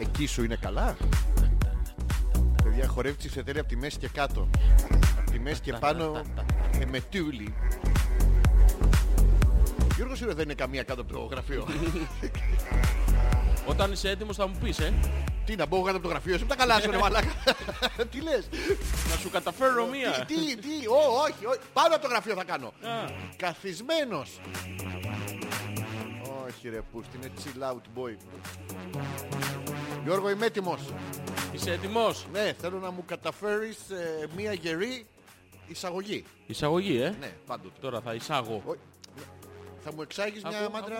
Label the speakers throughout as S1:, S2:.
S1: Ε, σου είναι καλά. Παιδιά, χορεύεις τη σετέρια από τη μέση και κάτω. Από τη μέση και πάνω ε, με τούλι. Γιώργος Ήρωα δεν είναι καμία κάτω από το γραφείο.
S2: Όταν είσαι έτοιμος θα μου πεις, ε.
S1: Τι να μπω κάτω από το γραφείο σου, τα καλάς σου ρε μαλάκα. Τι λες.
S2: Να σου καταφέρω μία.
S1: Τι, τι, τι, Ω, όχι, όχι. Πάνω από το γραφείο θα κάνω.
S2: Α,
S1: Καθισμένος. Όχι ρε πούστη, είναι chill out boy. Γιώργο είμαι έτοιμος.
S2: Είσαι έτοιμος.
S1: Ναι, θέλω να μου καταφέρεις ε, μια γερή εισαγωγή.
S2: Εισαγωγή, ε.
S1: Ναι, πάντοτε.
S2: Τώρα θα εισάγω.
S1: Ο- Θα μου εξάγεις μια
S2: Ακούω,
S1: μάντρα.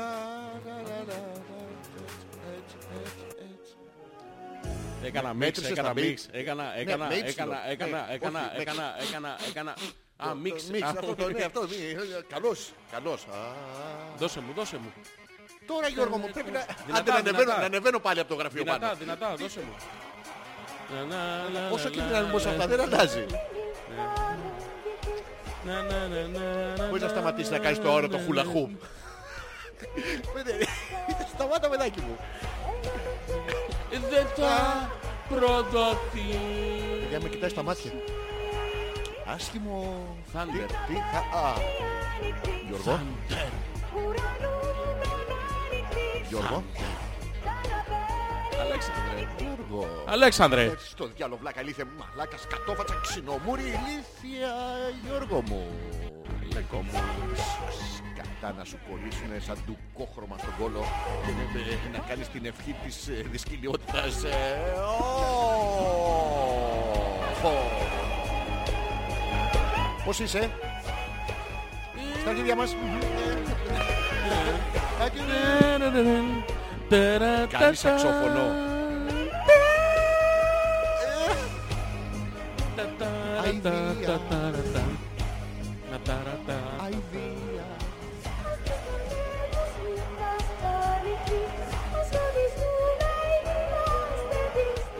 S2: Έκανα μίξ,
S1: μέτρησες
S2: έκανα
S1: τα
S2: μίξ,
S1: beats.
S2: έκανα,
S1: Ναι,
S2: έκανα,
S1: με ύψιλο.
S2: έκανα,
S1: Ναι, όχι,
S2: έκανα, έκανα,
S1: mix.
S2: έκανα, έκανα, έκανα, α, μίξ.
S1: Μίξ,
S2: Α,
S1: αυτό το ναι, αυτό. μι- Καλός, καλός. Α,
S2: Δώσε μου, δώσε μου.
S1: Τώρα Γιώργο μου πρέπει να...
S2: Ναι, Δυνατά,
S1: Άντε να ανεβαίνω,
S2: δυνατά.
S1: να ανεβαίνω πάλι από το γραφείο
S2: Δυνατά,
S1: πάνω.
S2: δυνατά, δώσε μου. Να, να, να,
S1: Όσο
S2: να,
S1: και να
S2: να,
S1: ανεβαίνω σε
S2: να,
S1: αυτά δεν αλλάζει.
S2: να, να, να, να, να,
S1: Μπορείς να σταματήσεις να κάνεις το όρο
S2: Ναι,
S1: το χουλαχούμ. Σταμάτα παιδάκι μου.
S2: Ε, Δεν τα προδοθεί.
S1: Για με κοιτάς τα μάτια. Άσχημο...
S2: Thunder.
S1: Τι, τι, θα... Α. Γιώργο. Γιώργο.
S2: Αλέξανδρε.
S1: Γιώργο.
S2: Αλέξανδρε.
S1: Έτσι στο διάλογο βλάκα ηλίθεια μου. Μαλάκα σκατόφατσα ξινομούρη ηλίθεια Γιώργο μου.
S2: Λέκο μου.
S1: Σκατά να σου κολλήσουνε σαν ντουκόχρωμα στον κόλο. Ε, Να κάνεις την ευχή της ε, δυσκυλιότητας. Ε, ω, ω. Πώς είσαι? Στα αρχίδια μας.
S2: ναι.
S1: Κάνει σαξόφωνο. Αηδία. Αηδία.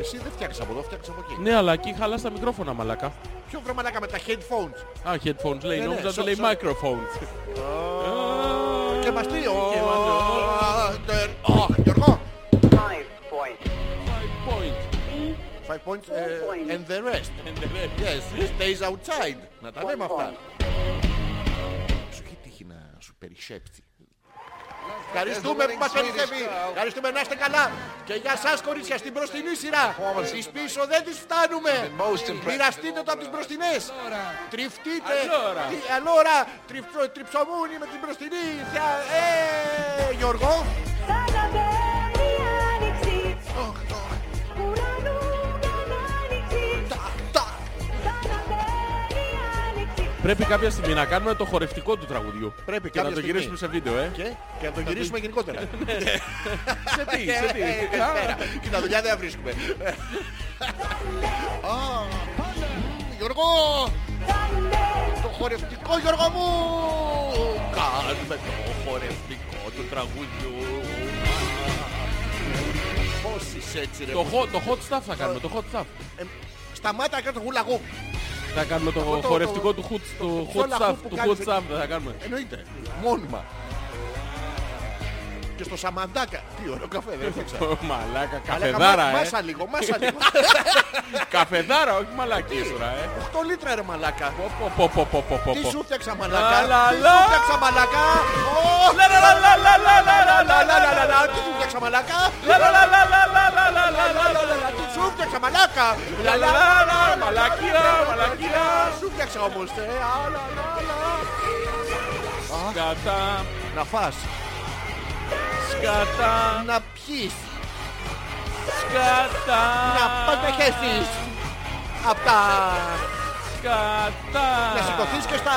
S1: Εσύ δεν φτιάξεις από εδώ, φτιάξεις από εκεί.
S2: Ναι, αλλά εκεί χαλάς τα μικρόφωνα, μαλάκα.
S1: Ποιο βρε μαλάκα με τα headphones.
S2: Α, headphones λέει,
S1: Ναι, ναι,
S2: νόμιζα
S1: sorry,
S2: το λέει
S1: sorry.
S2: microphones.
S1: Και μας τι, ο...
S2: Και μας τι,
S1: Ω, Γιώργο.
S3: Five points.
S2: Five point.
S1: Five points uh, and the rest.
S2: And the rest.
S1: Yes, stays outside. Να τα λέμε αυτά. Σου έχει τύχει να σου περισσέψει. Ευχαριστούμε που μας περισσεύει. Ευχαριστούμε να είστε καλά. Και για σας κορίτσια στην μπροστινή σειρά. Στις πίσω δεν τις φτάνουμε. Μοιραστείτε το από τις μπροστινές. Τριφτείτε.
S2: Allora.
S1: Τι- Allora. Τριφτρο- Τριψομούνι με την μπροστινή. Θα- Ε, Γιώργο. Οχ, οχ, τακ, τακ.
S2: Πρέπει κάποια στιγμή να κάνουμε το χορευτικό του τραγουδιού.
S1: Πρέπει
S2: και
S1: κάποια
S2: να το
S1: στιγμή.
S2: γυρίσουμε σε βίντεο, ε.
S1: Και, και να το γυρίσουμε γενικότερα.
S2: Σε τι,
S1: Ε,
S2: σε τι.
S1: ε, ε,
S2: Α,
S1: πέρα. Και τα δουλειά δεν θα βρίσκουμε. Α, Γιώργο! Το χορευτικό Γιώργο μου! Κάνουμε το χορευτικό του τραγουδιού. Πώς είσαι έτσι ρε.
S2: Το hot, το hot stuff θα κάνουμε, το hot stuff.
S1: Ε, Σταμάτα να κάνω το γουλαγού.
S2: Θα κάνουμε το
S1: το-
S2: χορευτικό του hot, το
S1: πιο
S2: hot
S1: λαχού
S2: stuff,
S1: που
S2: του hot
S1: κάνεις
S2: stuff θα κάνουμε.
S1: Εννοείται. Μόνιμα. Και στο Σαμαντάκα. Τι ωραίο καφέ δεν έφτιαξα.
S2: Ω, Μαλάκα,
S1: Μαλάκα,
S2: καφεδάρα, ε.
S1: Μάσα λίγο, μάσα λίγο.
S2: Καφεδάρα, όχι μαλακίες τώρα, ε.
S1: 8 λίτρα ρε μαλάκα.
S2: Πω, πω, πω, πω, πω, πω, πω.
S1: Τι σου φτιάξα
S2: Λα,
S1: μαλακά.
S2: λα,
S1: Τι σου
S2: λα.
S1: φτιάξα μαλακά. Ω,
S2: Λα, λα, λα, λα, λα, λα, λα, λα,
S1: λα,
S2: λα,
S1: λα, λα,
S2: λα,
S1: λα,
S2: λα.
S1: λα. Τι σου φτιάξα μαλακά.
S2: Λα, λα, λα, λα, λα, λα, λα, λα, λα, λα, λα, λα.
S1: Τι σου φτιάξα μαλάκα.
S2: Λα, λα, λα, λα, μαλακία, μαλακία.
S1: Σου φτιάξα όμως. ε, α, λα, λα, λα.
S2: Σκατά,
S1: Να φας.
S2: σκατά,
S1: Να πιείς.
S2: σκατά.
S1: Να πας να χέσεις. Απ' τα...
S2: Σκατά.
S1: Να σηκωθείς και στα...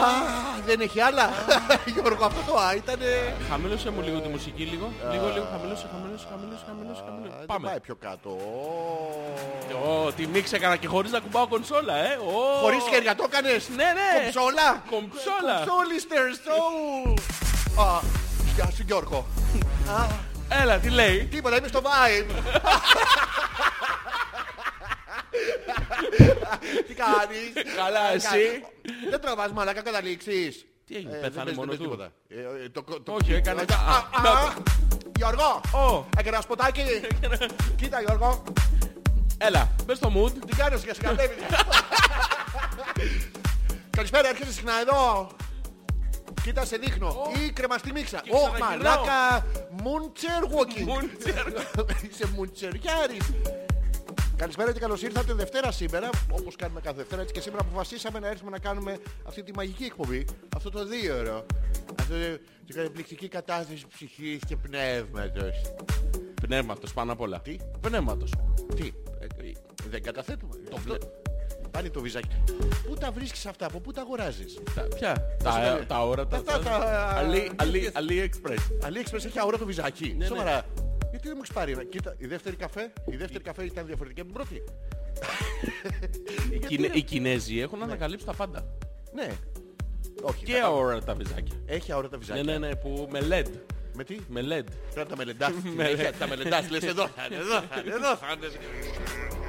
S1: Α, δεν έχει άλλα. Γιώργο, αυτό το α ήταν...
S2: Χαμήλωσε μου λίγο τη μουσική, λίγο. Λίγο, λίγο, χαμήλωσε, χαμήλωσε, χαμήλωσε, χαμήλωσε. χαμήλωσε. Πάμε.
S1: Πάει πιο κάτω. Ω.
S2: Ω, τι μίξ έκανα και χωρίς να κουμπάω κονσόλα, ε. Ω.
S1: Χωρίς χέρια το έκανες.
S2: Ναι, ναι.
S1: Κομψόλα.
S2: Κομψόλα.
S1: Κομψόλιστερ. στο- Α, Γεια σου Γιώργο.
S2: Έλα, τι λέει.
S1: Τίποτα, είμαι στο vibe. Τι κάνεις. Ε,
S2: Καλά, εσύ.
S1: Δεν τραβάς μαλάκα καταλήξεις.
S2: Τι έγινε,
S1: Ε, δεν
S2: πέθανε
S1: παίζει-
S2: μόνο
S1: δεν παίζει
S2: του.
S1: τίποτα. Ε, ε, το- το-
S2: Όχι, έκανε
S1: Α,
S2: τα-
S1: α,
S2: α,
S1: α. Γιώργο,
S2: Ω.
S1: έκανα σποτάκι. Κοίτα, Γιώργο,
S2: Έλα, μπες στο mood.
S1: τι κάνεις για σκατέβη. Καλησπέρα, έρχεσαι συχνά εδώ. Κοίτα, σε δείχνω. Ή κρεμαστή μίξα.
S2: Και
S1: Ω,
S2: ξαναγυρνάω.
S1: μαλάκα, μουντσερ walking.
S2: Μουντσερ.
S1: Είσαι μουντσεριάρης. Καλησπέρα και καλώς ήρθατε Δευτέρα σήμερα, όπως κάνουμε κάθε Δευτέρα. Έτσι και σήμερα αποφασίσαμε να έρθουμε να κάνουμε αυτή τη μαγική εκπομπή, αυτό το δίωρο. Αυτή την καταπληκτική κατάσταση ψυχής και πνεύματος.
S2: Πνεύματος πάνω απ' όλα.
S1: Τι?
S2: Πνεύματος.
S1: Τι,
S2: Ε, ε,
S1: δεν καταθέτουμε. Το
S2: βλέ-
S1: Ε, Πάλι το βυζάκι. Πού τα βρίσκεις αυτά, από πού τα αγοράζεις.
S2: τα- Ποια?
S1: σου τα
S2: Τα,
S1: λέω.
S2: τα ώρα, τα...
S1: Αυτά τα-
S2: Ali- Ali- AliExpress.
S1: AliExpress έχει αόρατο βυζάκι.
S2: ναι.
S1: Σοβαρά. Γιατί δεν μου έχεις πάρει ένα. Κοίτα, η δεύτερη καφέ, η δεύτερη καφέ ήταν διαφορετική από την πρώτη.
S2: Οι Κινε- Οι Κινέζοι έχουν ανακαλύψει τα πάντα.
S1: Ναι. Όχι.
S2: Και
S1: τα-
S2: ώρα τα βυζάκια.
S1: Έχει αόρατα
S2: Ναι,
S1: βυζάκια.
S2: ναι, ναι, που με LED.
S1: Με τι.
S2: Με LED.
S1: Πρέπει να τα μελεντάς. Συνέχεια τα μελεντάς. Λες εδώ θα είναι, εδώ θα είναι, εδώ θα είναι.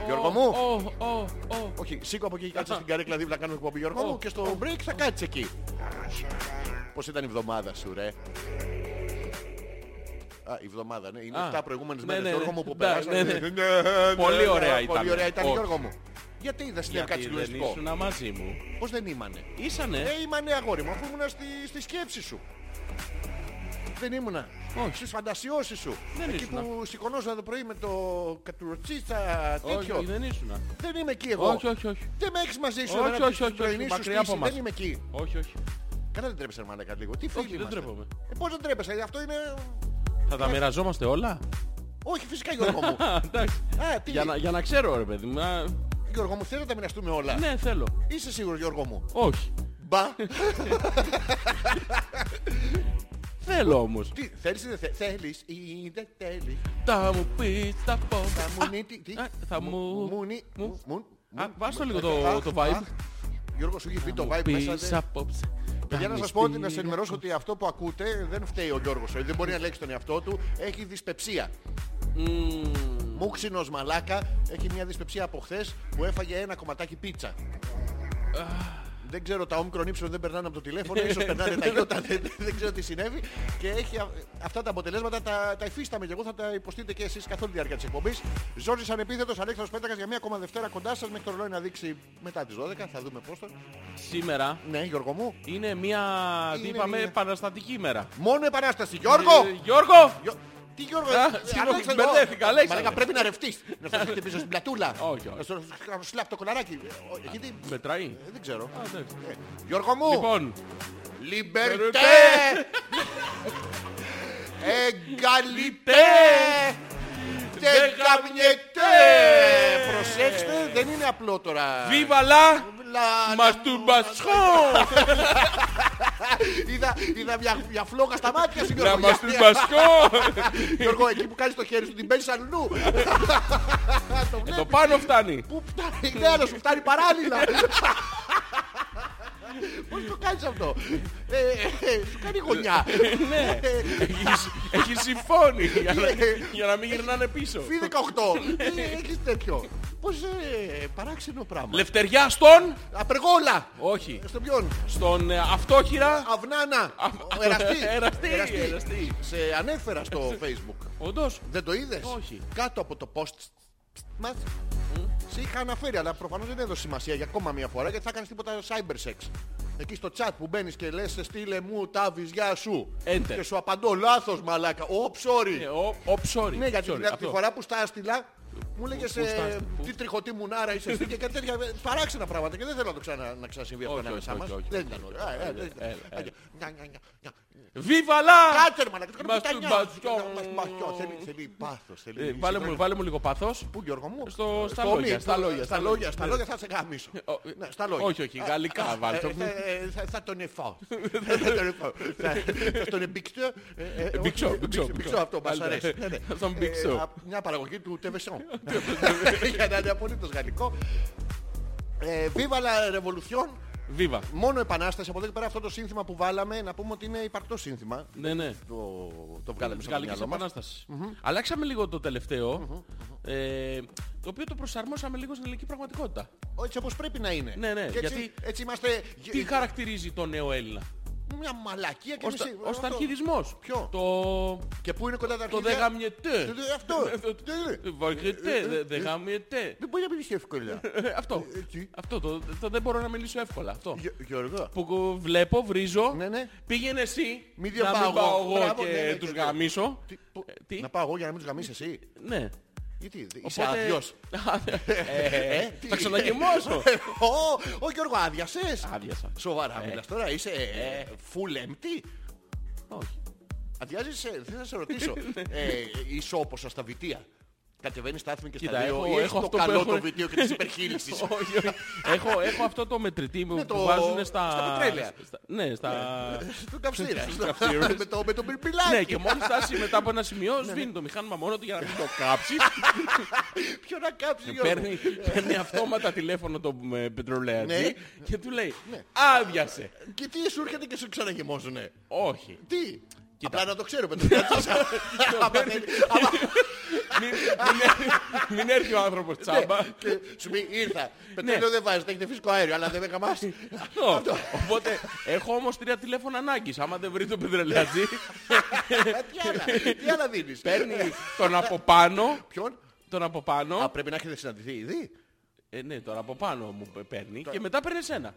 S1: Γιώργο μου.
S2: Ω, ω, ω.
S1: Όχι, σήκω από εκεί, κάτσε στην καρέκλα δίπλα, κάνουμε εκπομπή Γιώργο μου και στο break θα κάτσεις εκεί. Πώς ήταν η εβδομάδα σου, ρε. Α, η εβδομάδα, ναι. Είναι
S2: Α,
S1: 7 προηγούμενες
S2: ναι,
S1: μέρες,
S2: ναι,
S1: Γιώργο
S2: ναι.
S1: μου, που
S2: Ναι,
S1: περάσανε.
S2: ναι, ναι.
S1: Ναι, ναι,
S2: Πολύ
S1: ναι,
S2: ωραία
S1: Πολύ
S2: ήταν.
S1: ωραία ήταν,
S2: Όχι.
S1: Γιώργο μου. Γιατί δεν στείλε κάτι
S2: Γιατί δεν
S1: συγκλονιστικό.
S2: ήσουν μαζί μου.
S1: Πώς δεν ήμανε.
S2: Ήσανε.
S1: Ε, ήμανε αγόρι μου, αφού ήμουνα στη, στη σκέψη σου. Δεν ήμουνα.
S2: Όχι.
S1: Στις φαντασιώσεις σου.
S2: Δεν
S1: εκεί
S2: ήσουνα.
S1: που σηκωνόταν το πρωί με το κατουροτσίτσα
S2: Ε, Όχι,
S1: τέτοιο.
S2: όχι, δεν ήσουν.
S1: Δεν είμαι εκεί εγώ.
S2: Όχι, όχι, όχι.
S1: Δεν με έχεις μαζί σου.
S2: Όχι,
S1: εμένα,
S2: όχι,
S1: στην
S2: όχι,
S1: πρωινή
S2: όχι,
S1: σου
S2: μακριά από
S1: στήση.
S2: μας.
S1: Δεν είμαι εκεί.
S2: Όχι, όχι.
S1: Καλά δεν τρέπεσαι μάνα κάτι λίγο. Τι φίλοι
S2: Όχι, δεν
S1: είμαστε.
S2: τρέπομαι.
S1: Ε, πώς δεν τρέπεσαι. Αυτό είναι...
S2: Θα τα μοιραζόμαστε όλα.
S1: Όχι φυσικά Γιώργο μου.
S2: Ε. Α, εντάξει.
S1: Α, τι.
S2: Για να, για να ξέρω, ρε παιδί μου. Α,
S1: Γιώργο μου θέλω να τα μοιραστούμε όλα.
S2: Ναι, θέλω.
S1: Είσαι σίγουρος Γιώργο μου.
S2: Όχι.
S1: Μπα.
S2: Θέλω όμως.
S1: τι θέλεις ή δεν θε- θέλεις ή δεν θέλεις.
S2: Τα μου πεις τα πόδια.
S1: Θα μου νι- τι- τι-
S2: α, ε, θα μου-
S1: Μου νι-
S2: μου-
S1: μου- μου-
S2: Α,
S1: μου-
S2: βάζ το λίγο
S1: μου-
S2: το-
S1: αχ,
S2: το vibe.
S1: αχ. Γιώργο σου έχει πει το
S2: Μου
S1: vibe μέσα.
S2: πεις
S1: δεν-
S2: απόψε.
S1: Για
S2: τα
S1: να σας πω ότι να σας
S2: μυστήρια.
S1: ενημερώσω ότι αυτό που ακούτε δεν φταίει ο Γιώργος. Δηλαδή Δεν μπορεί να λέξει τον εαυτό του. Έχει δυσπεψία.
S2: Μμμ.
S1: Μούξινος μαλάκα έχει μια δυσπεψία από χθες που έφαγε ένα κομματάκι πίτσα. Δεν ξέρω, τα όμικρον ύψιλον δεν περνάνε από το τηλέφωνο, ίσως περνάνε τα γιώτα, δεν, δεν ξέρω τι συνέβη. Και έχει α- αυτά τα αποτελέσματα, τα, τα υφίσταμε και εγώ, θα τα υποστείτε και εσείς καθ' όλη τη διάρκεια της εκπομπής. Ζόρις ανεπίθετος, Αλέξανδρος Πέτρακας για μία ακόμα Δευτέρα κοντά σας, μέχρι το ρολόι να δείξει μετά τις 12, θα δούμε πώς το.
S2: Σήμερα
S1: Ναι, Γιώργο μου.
S2: είναι μια, τι
S1: Είναι
S2: είπαμε,
S1: μια-
S2: επαναστατική ημέρα.
S1: Μόνο επανάσταση, Γιώργο!
S2: Ε, Γιώργο!
S1: Γιο- Τι Γιώργο,
S2: Α,
S1: ε,
S2: συγγνώμη,
S1: Αλέξανδρο.
S2: μπερδεύτηκα, Αλέξανδρο.
S1: Μαλάκα, πρέπει να ρευτείς. Να σου χτυπήσω στην πλατούλα.
S2: Όχι, όχι.
S1: Να σου να σου σλάπ το κολαράκι. Ε, Εκεί τι...
S2: Μετράει.
S1: ε, Δεν ξέρω.
S2: Α, εντάξει.
S1: Ε, Γιώργο μου,
S2: Λοιπόν,
S1: Λιμπερτέ! Εγκαλιτέ! Δεν
S2: Δεν
S1: γαμιέται!
S2: γαμιέται.
S1: Προσέξτε, δεν είναι απλό τώρα.
S2: βίβα λα
S1: Λα-
S2: μαστουρμπασχόν!
S1: Είδα, είδα μια, μια φλόγα στα μάτια σου,
S2: Λα
S1: Γιώργο. Για-
S2: μαστουρμπασχόν!
S1: Γιώργο, εκεί που κάνεις το χέρι σου την παίρνεις αλλού. Το βλέπεις.
S2: Ε, Το πάνω φτάνει.
S1: Πού φτάνει, ναι, αλλά σου φτάνει παράλληλα. Πώς το κάνεις αυτό. Ε, ε, Σου κάνει γωνιά.
S2: Ναι,
S1: Ε,
S2: έχεις- έχεις συμφώνει για να- για να μην γυρνάνε πίσω.
S1: Ναι. Φι 18. Ε, Έχεις τέτοιο. Πώς ε, παράξενο πράγμα.
S2: Λευτεριά στον...
S1: Απεργόλα.
S2: Όχι.
S1: Στον ποιον.
S2: Στον ε, αυτόχειρα...
S1: Αυνάνα. Ο Εραστή.
S2: Εραστή,
S1: Εραστή.
S2: εραστή.
S1: Σε ανέφερα στο facebook.
S2: Όντως.
S1: Δεν το είδες.
S2: Όχι.
S1: Κάτω από το post μας. Σε είχα αναφέρει, αλλά προφανώς δεν έδωσε σημασία για ακόμα μια φορά γιατί θα κάνεις τίποτα cyber sex. Εκεί στο chat που μπαίνεις και λες στείλε μου τα βυζιά σου.
S2: Enter.
S1: Και σου απαντώ λάθος μαλάκα. Ω, sorry.
S2: Ε, Ο ο, sorry.
S1: Ναι, γιατί
S2: sorry,
S1: την- τη
S2: αυτό.
S1: φορά που στα έστειλα μου έλεγε
S2: στα έστειλα, πού-
S1: τι τριχωτή μουνάρα είσαι εσύ και κάτι τέτοια ε, παράξενα πράγματα και δεν θέλω να το ξανα, να ξανασυμβεί αυτό
S2: Όχι, όχι,
S1: ανάμεσά
S2: όχι,
S1: μας.
S2: όχι,
S1: Δεν
S2: όχι,
S1: ήταν
S2: όχι,
S1: ωραίο. Ε, ε, δεν ήταν.
S2: έλα, έλα.
S1: Νια, νια, νια, νια.
S2: Βίβα λα!
S1: Κάτσε ρε μαλάκα, το κάνω κουτανιά.
S2: Μαστουρμπασιόν.
S1: Μαστουρμπασιόν. Θέλει- Θέλει πάθος. θέλει-
S2: Ε, Βάλε μου, βάλε μου λίγο πάθος.
S1: Πού Γιώργο μου?
S2: Στο- στα
S1: Στο
S2: λόγια,
S1: μη,
S2: στα
S1: στο-
S2: λόγια,
S1: Στα
S2: στα
S1: λόγια,
S2: λόγια, Ε,
S1: στα λόγια θα σε γάμισω.
S2: Ο-
S1: Ναι, στα λόγια.
S2: Όχι, όχι, γαλλικά
S1: Ε,
S2: βάλτο.
S1: θα- ε, θα- Θα τον εφάω. Θα τον εφάω. Θα- θα τον εμπίξω. ε, ε, όχι,
S2: μπιξώ,
S1: ε,
S2: μπιξώ,
S1: μπιξώ, αυτό μας
S2: Μάλιστα.
S1: αρέσει. Ναι, ναι.
S2: Θα τον
S1: Ε,
S2: μπιξώ.
S1: α- Μια παραγωγή του Τεβεσόν. Για να είναι απολύτως γαλλικό. Ε, Viva la Revolution.
S2: Βίβα.
S1: Μόνο επανάσταση από εδώ και πέρα αυτό το σύνθημα που βάλαμε να πούμε ότι είναι υπαρκτό σύνθημα.
S2: Ναι, ναι.
S1: Το, το βγάλαμε
S2: Της
S1: στο
S2: Γαλλικής
S1: μυαλό μας.
S2: Επανάστασης. Αλλάξαμε λίγο το τελευταιο ε, το οποίο το προσαρμόσαμε λίγο στην ελληνική πραγματικότητα.
S1: Έτσι όπως πρέπει να είναι.
S2: Ναι, ναι,
S1: Και έτσι,
S2: γιατί-
S1: έτσι είμαστε...
S2: Τι χαρακτηρίζει τον νέο Έλληνα.
S1: Μια μαλακία και
S2: Ως,
S1: μισή.
S2: τα- ως
S1: Αυτό.
S2: ταρχιδισμός.
S1: Ποιο?
S2: Το...
S1: Και πού είναι κοντά τα
S2: Το
S1: αρχίδια.
S2: δε γαμιετέ.
S1: Ε, Αυτό. Δεν είναι. ε,
S2: Βαγκετέ, δε- δε γαμιετέ.
S1: Δεν μπορεί να μιλήσει εύκολα.
S2: Ε, Αυτό.
S1: Ε, τι?
S2: Αυτό το, το δεν μπορώ να μιλήσω εύκολα. Αυτό.
S1: Γε- Γιώργο.
S2: Που βλέπω, βρίζω.
S1: Ναι, ναι.
S2: Πήγαινε εσύ.
S1: Μη
S2: να
S1: διαπάγω.
S2: μην πάω εγώ
S1: Μπράβο,
S2: και
S1: ναι, ναι,
S2: τους
S1: ναι.
S2: γαμίσω.
S1: Τι, πού-
S2: Ε, τι?
S1: Να πάω εγώ για να μην τους γαμίσεις εσύ.
S2: Ναι.
S1: Γιατί δεν- είσαι άδειος.
S2: Ε, Θα ξαναγεμώσω.
S1: Ω, Ω Γιώργο άδειασες.
S2: Άδειασα.
S1: Σοβαρά
S2: Ε.
S1: μιλάς τώρα. Είσαι ε, full empty.
S2: Όχι.
S1: Αδειάζεις, ε, θέλω να σε ρωτήσω. ε, είσαι όπως στα βιτία. Κατεβαίνεις στάθμη και στα
S2: Κοίτα,
S1: δύο.
S2: έχω-
S1: ή έχεις
S2: έχω
S1: το
S2: αυτό που
S1: καλό
S2: έχω-
S1: το βιτίο και της υπερχείλησης.
S2: Όχι, όχι. έχω, έχω αυτό το μετρητή που,
S1: Ναι, το-
S2: που βάζουν στα...
S1: στα πετρέλαια.
S2: στα- ναι, στα...
S1: Στον καυστήρα.
S2: καυστήρας.
S1: Με το- Με τον πυρπυλάκι.
S2: ναι, και μόλις φτάσει μετά από ένα
S1: Ναι,
S2: σημείο σβήνει το μηχάνημα μόνο του για να μην το κάψεις.
S1: Ποιο να κάψει Γιώργο.
S2: παίρνει, παίρνει αυτόματα τηλέφωνο το ε,
S1: Ναι.
S2: πετρολέατη και του λέει
S1: Ναι.
S2: άδειασε.
S1: Και τι σου έρχεται και σου ξαναγεμόζουνε.
S2: Όχι.
S1: Τι.
S2: Κοίτα.
S1: Απλά να το ξέρω παιδί. μου. Άμα θέλει- άμα-
S2: Μην, μην έρθει- μην έρθει ο
S1: Ναι.
S2: άνθρωπος τσάμπα.
S1: Και σου πει ήρθα.
S2: Ναι.
S1: Πετρέλαιο δεν βάζετε, έχετε φυσικό αέριο, αλλά δεν με γαμάς.
S2: Αυτό. Οπότε έχω όμως τρία τηλέφωνα ανάγκης. Άμα δεν βρει το πετρελαιατζή
S1: Α, Τι άλλα, τι άλλα δίνεις. Ε,
S2: παίρνει τον από πάνω.
S1: Ποιον.
S2: Τον από πάνω.
S1: Α, πρέπει να έχετε συναντηθεί ήδη.
S2: Ε, ναι, τώρα από πάνω μου πε- παίρνει και μετά παίρνει εσένα.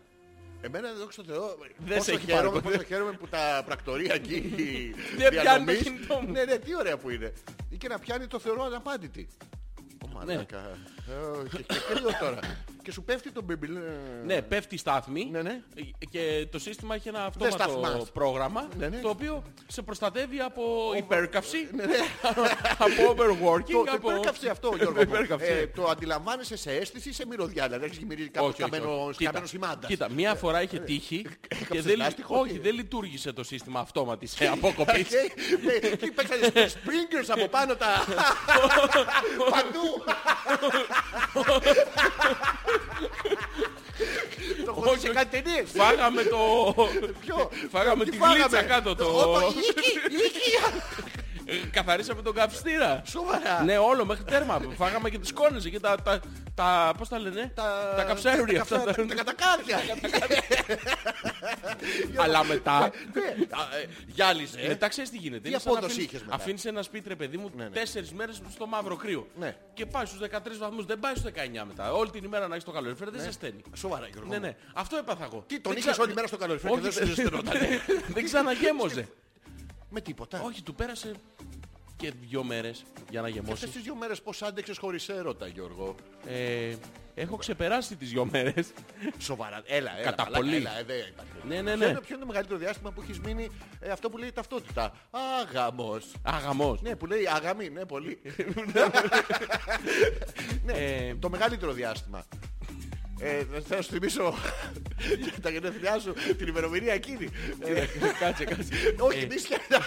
S1: Εμένα δόξα τω Θεώ.
S2: Δεν σε
S1: πόσο
S2: έχει
S1: χαίρομαι,
S2: πάρει ποτέ.
S1: πόσο χαίρομαι που τα πρακτορία εκεί.
S2: Δεν
S1: διανομής-
S2: πιάνουν το κινητό μου.
S1: Ναι, ναι, τι ωραία που είναι. Ή και να πιάνει το θεωρώ αναπάντητη.
S2: Ναι.
S1: Ω, μαλάκα. Ε, Και και κρύο τώρα. Και σου πέφτει το μπιμπιλ.
S2: Ναι, πέφτει η στάθμη
S1: Ναι, ναι.
S2: και το σύστημα έχει ένα
S1: σταθμάς.
S2: αυτόματο πρόγραμμα
S1: Ναι, ναι.
S2: το οποίο σε προστατεύει από υπέρκαυση, από overworking,
S1: Το
S2: από...
S1: υπέρκαψε αυτό, Γιώργο.
S2: Το υπέρκαψε.
S1: Ε, Το αντιλαμβάνεσαι σε αίσθηση ή σε μυρωδιά. Δηλαδή έχεις γυμυρίσει κάποιο
S2: όχι,
S1: καμένο
S2: Κοίτα,
S1: καμένο σημάντας.
S2: Κοίτα, μία φορά είχε τύχει και δεν,
S1: Ναι. Ε, λάστιχο, τι?
S2: όχι, δεν λειτουργήσε το σύστημα αυτόματης ε, αποκοπής.
S1: Τι παίξανε Springers από πάνω τα... Παντού! Το χωρίς σε
S2: όχι.
S1: κάτι ταινίες.
S2: Φάγαμε το...
S1: Ποιο?
S2: Φάγαμε
S1: Τι
S2: τη
S1: φάγαμε?
S2: γλίτσα κάτω. Το...
S1: Ω, Ήκη, ήκη.
S2: Καθαρίσαμε τον καυστήρα.
S1: Σοβαρά.
S2: Ναι, όλο μέχρι τέρμα. Φάγαμε και τις κόνες εκεί, τα, τα, τα πώς τα λένε, τα, τα καψάρια.
S1: καψά-
S2: αυτά, τα-
S1: Τα κατακάρδια.
S2: Αλλά μετά,
S1: Ναι. Α, ε, Γυάλιζε. ε.
S2: μετά ξέρεις τι γίνεται.
S1: Τι
S2: Είναι σαν να
S1: απόδοση
S2: αφήνεις-
S1: είχες μετά?
S2: Αφήνεις ένα σπίτι ρε παιδί μου
S1: Ναι, ναι.
S2: τέσσερις μέρες στο μαύρο κρύο.
S1: Ναι.
S2: Και πάει στους 13 βαθμούς, δεν πάει στους 19 μετά. Όλη την ημέρα να έχεις το καλοριφέρ δεν σε στέλνει.
S1: Σοβαρά, Γιώργο.
S2: Ναι,
S1: μου.
S2: ναι. Αυτό έπαθα εγώ.
S1: Ναι. Τι, τον
S2: Δεν
S1: είχες
S2: ξα-
S1: όλη μέρα στο καλοριφέρ και
S2: Όχι, ναι,
S1: δεν σε ζεστερόταν.
S2: δεν ξαναγέμωσε.
S1: Με τίποτα.
S2: Όχι, του πέρασε και δύο μέρες για να
S1: Και αυτές
S2: γεμώσει.
S1: τις δύο μέρες πώς άντεξες χωρίς έρωτα, Γιώργο.
S2: Ε, έχω ξεπεράσει τις δύο μέρες.
S1: Σοβαρά. Έλα, έλα.
S2: Κατά
S1: μαλάκα,
S2: πολύ.
S1: Έλα, ε, δεν υπάρχει.
S2: Ναι, ναι,
S1: Ποιο
S2: ναι.
S1: είναι- Ποιο είναι το μεγαλύτερο διάστημα που έχεις μείνει ε, αυτό που λέει ταυτότητα. Άγαμος.
S2: Αγαμός.
S1: Ναι, που λέει αγαμή, ναι, πολύ. ναι,
S2: Ε,
S1: το μεγαλύτερο διάστημα. Ε, θα σου θυμίσω για τα γενέθλιά σου την ημερομηνία εκείνη. Ε,
S2: Κάτσε, κάτσε.
S1: όχι,
S2: Ε,
S1: μη σκέφτε.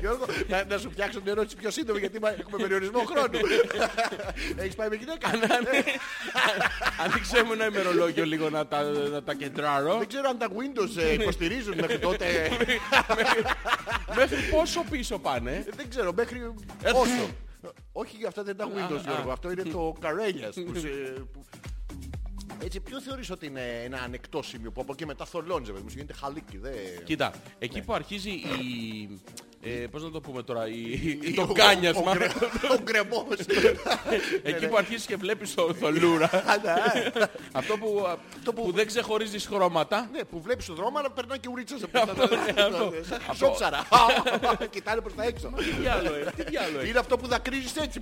S1: Γιώργο, να, να σου φτιάξω την ερώτηση πιο σύντομη γιατί μα- έχουμε περιορισμό χρόνου. Έχεις πάει με γυναίκα.
S2: Ανοίξε μου ένα ημερολόγιο λίγο να τα, να τα κεντράρω.
S1: Δεν ξέρω αν τα Windows ε, υποστηρίζουν μέχρι τότε.
S2: Μέχρι πόσο πίσω πάνε.
S1: Ε, Δεν ξέρω, μέχρι όσο. Όχι για αυτά δεν τα Windows, Γιώργο. Αυτό είναι το Καρέλιας. που σε- που- Έτσι, ποιο θεωρείς ότι είναι ένα ανεκτό σημείο που από εκεί μετά θολώνεις, ρε παιδί μου, σου γίνεται χαλίκι, δε...
S2: Κοίτα, εκεί που αρχίζει η... Ε, πώς να το πούμε τώρα, η, η-
S1: Ο-
S2: το
S1: ο- ο Ναι,
S2: κάνιασμα.
S1: γκρε- Ο γκρεμός.
S2: εκεί που αρχίζεις και βλέπεις το θολούρα.
S1: ε,
S2: αυτό που, α,
S1: Το που-
S2: που δεν ξεχωρίζεις χρώματα.
S1: Ναι, που βλέπεις το δρόμο, αλλά περνάει και ουρίτσα σε
S2: Αυτό, ναι, αυτό.
S1: Σαν χρυσόψαρα. Κοιτάνε προς τα έξω.
S2: Τι διάλογο, ε, τι διάλογο. ε.
S1: Είναι αυτό που δακρύζεις έτσι.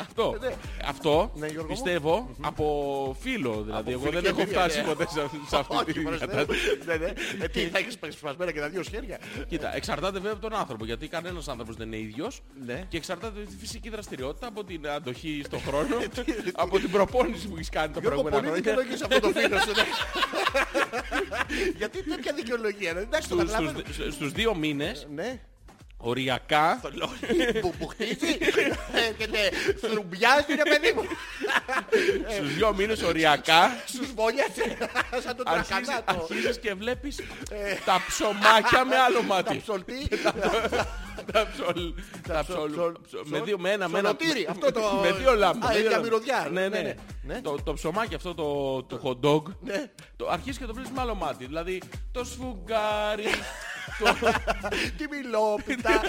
S2: Αυτό,
S1: Ναι.
S2: αυτό
S1: Ναι, Γιώργο μου.
S2: πιστεύω από φίλο. Δηλαδή, εγώ δεν
S1: φιλική
S2: έχω
S1: εμπειρία,
S2: φτάσει
S1: ναι.
S2: ποτέ σε αυτή- σε αυτή
S1: Όχι,
S2: την
S1: προς
S2: κατάσταση.
S1: Θεού. Ναι, ναι. Ε, Τι, θα έχεις σπασμένα και τα δύο σχέρια.
S2: Κοίτα, εξαρτάται βέβαια από τον άνθρωπο. Γιατί κανένας άνθρωπος δεν είναι ίδιος.
S1: Ναι.
S2: Και εξαρτάται από τη φυσική δραστηριότητα, από την αντοχή στον χρόνο, από την προπόνηση που έχεις κάνει τα
S1: Γιώργο,
S2: προηγούμενα
S1: πολύ
S2: χρόνια.
S1: δικαιολογείς αυτό το φίλο σου. ναι. εντάξει. Γιατί τέτοια δικαιολογία, ρε, εντάξει το
S2: Στους
S1: καταλαβαίνω.
S2: στους, στους δύο μήνες,
S1: Ναι,
S2: Οριακά.
S1: που, που χτίζει ε, και τε θρουμπιάζει ρε παιδί μου. Ε.
S2: Στους δύο μήνες οριακά.
S1: Σου σβολιάζει σαν τον τρακανά Ε. το Ε.
S2: Αρχίζεις και βλέπεις τα ψωμάκια με άλλο μάτι.
S1: ψολτή.
S2: Τα ψολ. Τα ψολ. Με δύο με ένα. με ένα-
S1: Ψολοτήρι, αυτό το-
S2: Με δύο λάμπες.
S1: Α, για μυρωδιά.
S2: Ναι,
S1: Ναι,
S2: ναι.
S1: ναι. Ναι.
S2: Το- Το ψωμάκι αυτό το- το hot dog.
S1: Ναι.
S2: το- Αρχίζεις και το βλέπεις με άλλο μάτι. Δηλαδή το σφουγγάρι.
S1: Τι μιλόπιτα.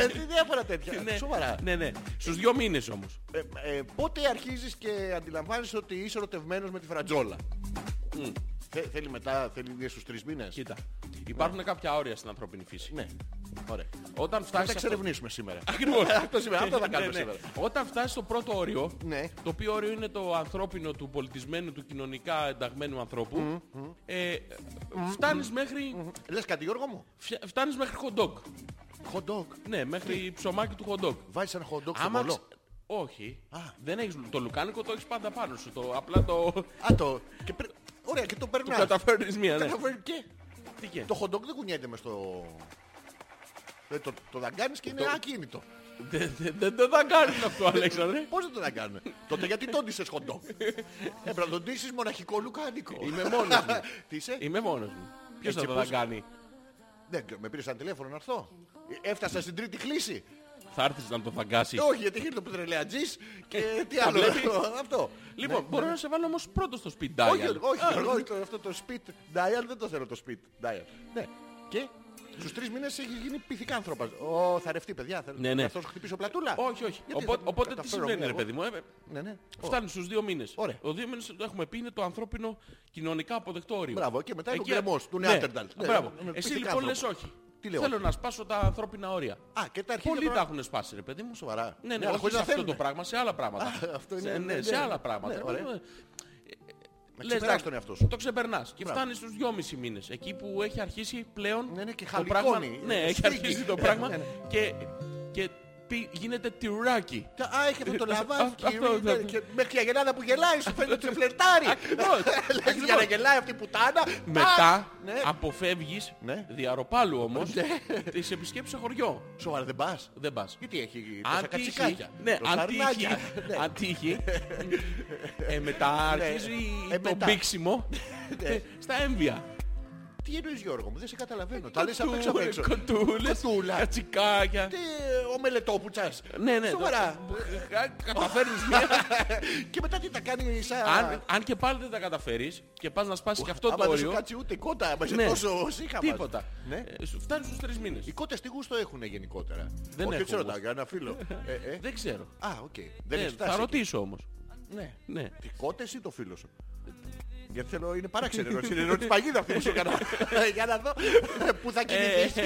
S1: ε, Τι διάφορα τέτοια.
S2: Ναι.
S1: Σοβαρά.
S2: Ναι, ναι. Στους δύο μήνες όμως.
S1: Ε, ε, πότε αρχίζεις και αντιλαμβάνεσαι ότι είσαι ερωτευμένος με τη φρατζόλα. Θε- θέλει μετά, θέλει δύο στους τρεις μήνες.
S2: Κοίτα. Υπάρχουν κάποια όρια στην ανθρώπινη φύση.
S1: Ναι. Ωραία.
S2: Όταν
S1: Θα τα
S2: φτάσει.
S1: εξερευνήσουμε σήμερα.
S2: Ακριβώς.
S1: Αυτό σήμερα, αυτό θα
S2: Ναι,
S1: κάνουμε
S2: ναι.
S1: σήμερα.
S2: Όταν φτάσεις στο πρώτο όριο,
S1: Ναι.
S2: το οποίο όριο είναι το ανθρώπινο, του πολιτισμένου, του κοινωνικά ενταγμένου ανθρώπου, ε, φτάνεις μέχρι.
S1: Λες κάτι Γιώργο μου.
S2: φια- Φτάνεις μέχρι hot dog.
S1: Hot dog.
S2: Ναι, μέχρι ψωμάκι του hot dog.
S1: Βάζεις ένα hot dog στο μολό.
S2: ξε- Όχι.
S1: Α.
S2: Δεν έχεις... Το λουκάνικο το έχεις πάντα πάνω σου. Το... Απλά το...
S1: Α, το... Και πρι- Ωραία και το
S2: το
S1: περνάς.
S2: καταφέρνεις μία, ναι.
S1: Καταφέρει και.
S2: Τι και.
S1: Το hot dog δεν κουνιέται μες στο... Δηλαδή, το, το δαγκάνεις και είναι ακίνητο.
S2: Δεν δεν- δεν- δεν θα κάνεις αυτό, Αλέξανδρε.
S1: Πώς δεν το δαγκάνουμε. Τότε γιατί τόντισες hot dog. Έπρεπε να τοντίσεις μοναχικό λουκάνικο.
S2: Είμαι μόνος μου.
S1: Τι είσαι.
S2: Είμαι μόνος μου. Ποιος θα
S1: Έτσι,
S2: τα
S1: πώς-
S2: κάνει.
S1: Δεν ξέρω, με πήρες ένα τηλέφωνο να έρθω. Ε, Έφτασα στην τρίτη κλίση.
S2: Θα έρθεις να το θαγκάσεις.
S1: Ε, όχι, γιατί είχε το πετρελαιατζή και τι
S2: τα
S1: άλλο.
S2: βλέπεις.
S1: Αυτό.
S2: Λοιπόν, μπορώ να σε βάλω όμως πρώτο στο speed dial.
S1: Ναι, Όχι, όχι, Γιώργο, όχι, το- αυτό το speed dial δεν το θέλω το speed dial. Ναι. Και στους τρεις μήνες έχεις γίνει πυθικά άνθρωπας. Ω, θα ρευτεί, παιδιά. Θα
S2: Ναι, ναι.
S1: θα σου χτυπήσω πλατούλα.
S2: Όχι, όχι.
S1: Γιατί
S2: Οπότε,
S1: θα-
S2: οπότε τι
S1: καταφέρω
S2: συμβαίνει,
S1: εγώ.
S2: ρε παιδί μου. Ε,
S1: Ναι, ναι. Ω,
S2: φτάνεις στους δύο μήνες.
S1: Ωραία.
S2: Ο δύο μήνες το έχουμε πει είναι το ανθρώπινο κοινωνικά αποδεκτό όριο.
S1: Μπράβο, και μετά είναι ο
S2: Εκεί-
S1: γκρεμός του
S2: Ναι.
S1: Νεάντερνταλ. Ναι,
S2: Μπράβο.
S1: ναι, ναι,
S2: Εσύ
S1: πυθικά
S2: λοιπόν λες
S1: άνθρωπο.
S2: όχι.
S1: Τι λέω.
S2: Θέλω να σπάσω τα ανθρώπινα όρια.
S1: Α, και τα αρχίδια
S2: Πολλοί
S1: τώρα-
S2: τα έχουν σπάσει, ρε παιδί μου.
S1: Σοβαρά.
S2: Ναι,
S1: Ναι,
S2: ναι,
S1: αλλά
S2: όχι
S1: χωρίς
S2: σε
S1: να
S2: αυτό το
S1: θέλουν.
S2: πράγμα, σε άλλα πράγματα.
S1: Α, αυτό είναι-
S2: Σε-
S1: ναι,
S2: ναι,
S1: ναι,
S2: σε
S1: ναι.
S2: άλλα πράγματα.
S1: Ναι, ωραία.
S2: Ε, ε,
S1: Να
S2: λες,
S1: ξεπεράσεις
S2: εντάξει,
S1: τον εαυτό σου.
S2: Το ξεπερνάς. Και
S1: Μπράβο.
S2: φτάνεις στους δυόμισι μήνες. Εκεί που έχει αρχίσει πλέον.
S1: Ναι, ναι, και
S2: το
S1: χαλικώνει.
S2: πράγμα- Ναι, έχει
S1: Σφίγγει.
S2: αρχίσει το
S1: Ναι,
S2: πράγμα.
S1: ναι, ναι.
S2: Και, και τι- γίνεται τυράκι.
S1: Και- Α, έχει αυτό το λαβάκι.
S2: Αυτό, αυτό,
S1: είναι-
S2: αυτό.
S1: και Μέχρι και η Αγελάδα που γελάει, σου φαίνεται ότι σε φλερτάρει.
S2: Ακριβώς.
S1: Ε, Λες, Για να γελάει αυτή η πουτάνα. Α,
S2: Μετά
S1: ναι.
S2: αποφεύγεις
S1: Ναι.
S2: διαροπάλου όμως τις επισκέψεις σε χωριό.
S1: Σοβαρά δεν πας.
S2: Δεν πας.
S1: Γιατί έχει τόσα
S2: Αν τύχει,
S1: κατσικάκια.
S2: ναι,
S1: τόσα
S2: αν τύχει,
S1: αρνάκια. Ναι.
S2: αν τύχει, ε, μετά αρχίζει
S1: Ε,
S2: το
S1: μετά.
S2: μπήξιμο
S1: Ναι.
S2: στα έμβια.
S1: Τι εννοείς Γιώργο μου, δεν σε καταλαβαίνω.
S2: Ε,
S1: Τα λες απ' έξω απ'
S2: Κοτούλες,
S1: έξω.
S2: κοτούλες,
S1: Κατούλα.
S2: κατσικάκια.
S1: Τι ε, ο μελετόπουτσας.
S2: Ναι, ναι.
S1: Σοβαρά.
S2: το- κα- Καταφέρνεις μία.
S1: Και μετά τι τα κάνει σαν...
S2: Αν- Αν και πάλι δεν τα καταφέρεις και πας να σπάσεις και αυτό
S1: Άμα
S2: το
S1: δεν σου
S2: όριο,
S1: κάτσει ούτε η κότα, μα είσαι
S2: Ναι.
S1: τόσο σύχαμα.
S2: τίποτα.
S1: Ναι.
S2: Ε, σου- Φτάνεις στους τρεις μήνες.
S1: Οι κότες τι γούστο έχουν γενικότερα.
S2: Δεν
S1: Όχι,
S2: έχω
S1: ξέρω,
S2: γούστο.
S1: τα για ένα φίλο. Ε, ε.
S2: Δεν ξέρω.
S1: Α, οκ. Δεν
S2: Ναι,
S1: έχεις
S2: Θα
S1: φτάσει εκεί.
S2: ρωτήσω όμως.
S1: Ναι.
S2: Ναι.
S1: Τι κότες ή το φίλο σου.
S2: Ε,
S1: Γιατί θέλω, είναι παράξενη ερώτηση. Είναι ερώτηση παγίδα αυτή που σου έκανα. Για να δω ε, πού θα κινηθείς.
S2: ε,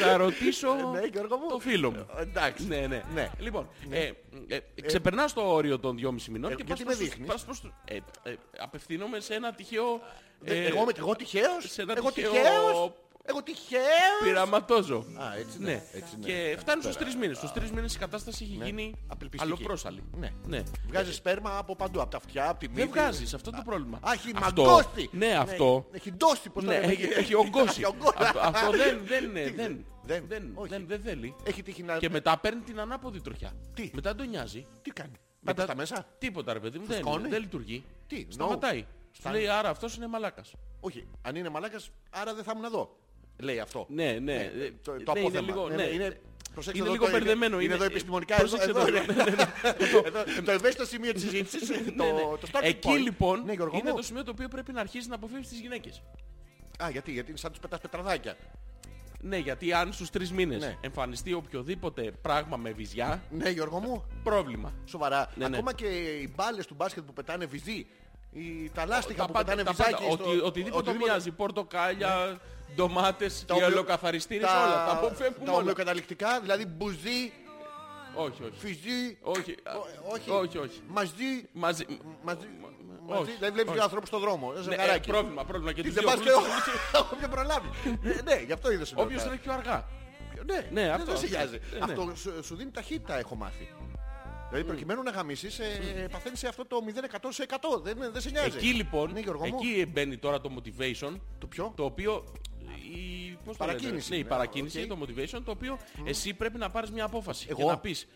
S2: Θα ρωτήσω
S1: Ναι, Γιώργο μου.
S2: το φίλο μου.
S1: Ε, Εντάξει.
S2: Ναι, ναι.
S1: Ναι.
S2: Λοιπόν, ε, ε, ξεπερνάς το όριο των 2,5 μηνών
S1: ε,
S2: και πας
S1: γιατί
S2: προς
S1: με
S2: τους-
S1: δείχνεις?
S2: πας προς τους- ε, ε, απευθύνομαι σε ένα τυχαίο
S1: Ε,
S2: ε,
S1: Εγώ με εγώ τυχαίως.
S2: σε ένα
S1: Εγώ
S2: τυχαίο-
S1: τυχαίως. Εγώ τυχαίως.
S2: πειραματόζω.
S1: Α, έτσι ναι.
S2: Ναι.
S1: Έτσι ναι.
S2: Και φτάνει στους τρεις μήνες. Στους τρεις μήνες η κατάσταση έχει γίνει
S1: Απελπιστική.
S2: αλλοπρόσαλη.
S1: Ναι.
S2: ναι.
S1: Βγάζεις σπέρμα από παντού, από τα αυτιά, από τη μύτη.
S2: Δεν βγάζεις, αυτό είναι το πρόβλημα.
S1: Α, έχει
S2: Αυτό-
S1: μαγκώσει.
S2: Ναι, αυτό.
S1: Έχει ντώσει, πώς το
S2: Ναι,
S1: λέμε.
S2: έχει, έχει ογκώσει.
S1: Έχει ογκώσει.
S2: Αυτό- Αυτό δεν, δεν,
S1: Τι,
S2: δεν,
S1: δεν,
S2: δεν, δεν,
S1: όχι.
S2: δεν, δεν θέλει.
S1: Έχει τύχει να...
S2: Και μετά παίρνει την ανάποδη τροχιά.
S1: Τι?
S2: Μετά τον νοιάζει.
S1: Τι κάνει.
S2: Μετά-
S1: Μετά τα μέσα.
S2: Τίποτα ρε παιδί μου. Δεν,
S1: Φουσκώνει.
S2: δεν λειτουργεί.
S1: Τι,
S2: Σταματάει. Σου
S1: Φτάνει.
S2: λέει άρα αυτός είναι μαλάκας.
S1: Όχι, αν είναι μαλάκας, άρα δεν θα ήμουν εδώ. Λέει αυτό.
S2: Ναι, ναι.
S1: Ε,
S2: Ε,
S1: το- το
S2: ναι,
S1: απόθεμα.
S2: Είναι λίγο,
S1: Ναι,
S2: ναι,
S1: ναι, είναι-
S2: ε,
S1: προσέξτε
S2: είναι
S1: εδώ
S2: λίγο
S1: το-
S2: μπερδεμένο.
S1: είναι εδώ επιστημονικά,
S2: Πρόσεξε
S1: εδώ-
S2: το.
S1: εδώ
S2: Ναι, ναι, ναι.
S1: Εδώ, το ευαίσθητο σημείο της συζήτησης,
S2: Ναι, ναι.
S1: το, το starting
S2: Εκεί
S1: point.
S2: λοιπόν
S1: ναι, Γιώργο
S2: είναι
S1: μου.
S2: το σημείο το οποίο πρέπει να αρχίσει να αποφύγει τις γυναίκες.
S1: Α, γιατί, γιατί είναι σαν τους πετάς πετραδάκια.
S2: Ναι, γιατί αν στους τρεις μήνες
S1: Ναι.
S2: εμφανιστεί οποιοδήποτε πράγμα με βυζιά,
S1: Ναι, Γιώργο μου.
S2: πρόβλημα.
S1: Σοβαρά.
S2: Ναι, ναι.
S1: Ακόμα και οι μπάλες του μπάσκετ που πετάνε βυζί. οι- τα λάστιχα
S2: Τα
S1: που
S2: πάντα,
S1: πετάνε
S2: τα πάντα.
S1: βυζάκι.
S2: Οτι,
S1: στο-
S2: οτιδήποτε μοιάζει, πορτοκάλια, ντομάτες,
S1: οποίο-
S2: γελοκαθαριστήρες, όλα. Τα αποφεύγουμε
S1: τα
S2: όλα.
S1: ομοιοκαταληκτικά, δηλαδή μπουζί,
S2: Όχι, όχι.
S1: φυζί,
S2: Όχι, α,
S1: ό- όχι,
S2: όχι, όχι.
S1: μαζί,
S2: Μαζί.
S1: μαζί,
S2: όχι,
S1: μαζί, δηλαδή βλέπεις
S2: όχι.
S1: δύο ανθρώπους στον δρόμο, ένα
S2: Ναι, ε,
S1: ζευγαράκι.
S2: πρόβλημα, πρόβλημα. Και
S1: Τι
S2: τους
S1: δεν
S2: δύο
S1: πας και
S2: πλούσιους.
S1: όποιο προλάβει. Ε, Ναι, γι' αυτό είδες.
S2: Όποιος τρέχει πιο αργά.
S1: Ναι,
S2: Ναι,
S1: ναι,
S2: αυτό,
S1: δεν σε
S2: αυτό.
S1: νοιάζει.
S2: Ναι, ναι.
S1: Αυτό σου- σου δίνει ταχύτητα, έχω μάθει. Δηλαδή προκειμένου να γαμίσεις, ε, παθαίνεις σε αυτό το 0% σε 100. Δεν, δεν σε νοιάζει.
S2: Εκεί λοιπόν,
S1: Ναι, Γιώργο μου.
S2: εκεί μπαίνει τώρα το motivation,
S1: Το ποιο?
S2: το οποίο η πώς το λένε,
S1: Παρακίνηση
S2: Ναι, η
S1: είναι,
S2: παρακίνηση,
S1: οκ.
S2: το motivation, το οποίο εσύ πρέπει να πάρεις μια απόφαση.
S1: Εγώ?
S2: Και να πεις,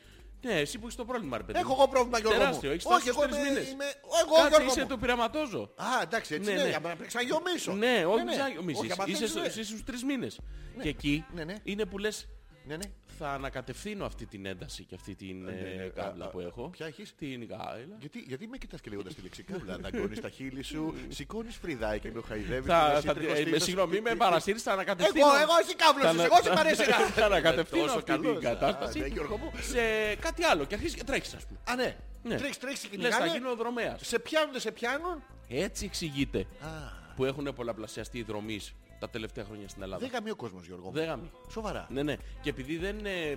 S2: ναι, εσύ που έχεις το πρόβλημα, ρε παιδί.
S1: Έχω
S2: μου.
S1: εγώ πρόβλημα, Γιώργο. μου.
S2: Τεράστιο, έχεις
S1: Όχι,
S2: φτάσει
S1: εγώ
S2: στους
S1: είμαι.
S2: τρεις μήνες.
S1: είμαι- Εγώ,
S2: Κάτσε,
S1: Γιώργο.
S2: είσαι
S1: μου.
S2: το πειραματόζω.
S1: Α, εντάξει, έτσι
S2: Ναι,
S1: είναι.
S2: ναι.
S1: Για να ξαναγιομίσω.
S2: Ναι, όχι, ψάχνεις.
S1: Όχι, άμα
S2: Είσαι
S1: θέλεις,
S2: στο-
S1: ναι.
S2: Είσαι στους τρεις μήνες. Και εκεί
S1: Ναι, ναι.
S2: είναι που λες,
S1: Ναι, ναι.
S2: θα ανακατευθύνω αυτή την ένταση και αυτή την ε,
S1: ναι.
S2: κάβλα
S1: Α,
S2: που
S1: α,
S2: έχω.
S1: ποια έχεις?
S2: Την κάβλα.
S1: Γιατί, γιατί με κοιτάς και λέγοντας τη λέξη κάβλα, δαγκώνεις τα χείλη σου, σηκώνεις φρυδάκι και με χαϊδεύεις.
S2: Θα-
S1: και λες,
S2: θα-
S1: «Ήτρεχος
S2: ε, με
S1: τύπος».
S2: συγγνώμη, με παρασύρεις, θα ανακατευθύνω.
S1: Εγώ, εγώ εσύ
S2: θα
S1: κάβλος,
S2: ανα-
S1: εγώ σε παρέσυρα.
S2: Θα ανακατευθύνω
S1: Τόσο
S2: αυτή την
S1: καλός. Α, ναι,
S2: κατάσταση
S1: Γιώργο μου.
S2: σε κάτι άλλο. Και αρχίζεις και τρέχεις, ας πούμε.
S1: Α, ναι.
S2: Ναι.
S1: Τρέξει, τρέξει,
S2: Λες, θα
S1: κυνηγάνε.
S2: γίνω δρομέας.
S1: Σε πιάνουν, δεν σε πιάνουν.
S2: Έτσι εξηγείται
S1: Α,
S2: που έχουν πολλαπλασιαστεί οι δρομείς τα τελευταία χρόνια στην Ελλάδα.
S1: δεν γαμεί ο κόσμος, Γιώργο μου.
S2: Δεν γαμεί.
S1: Σοβαρά.
S2: Ναι, ναι. Και επειδή δεν ε,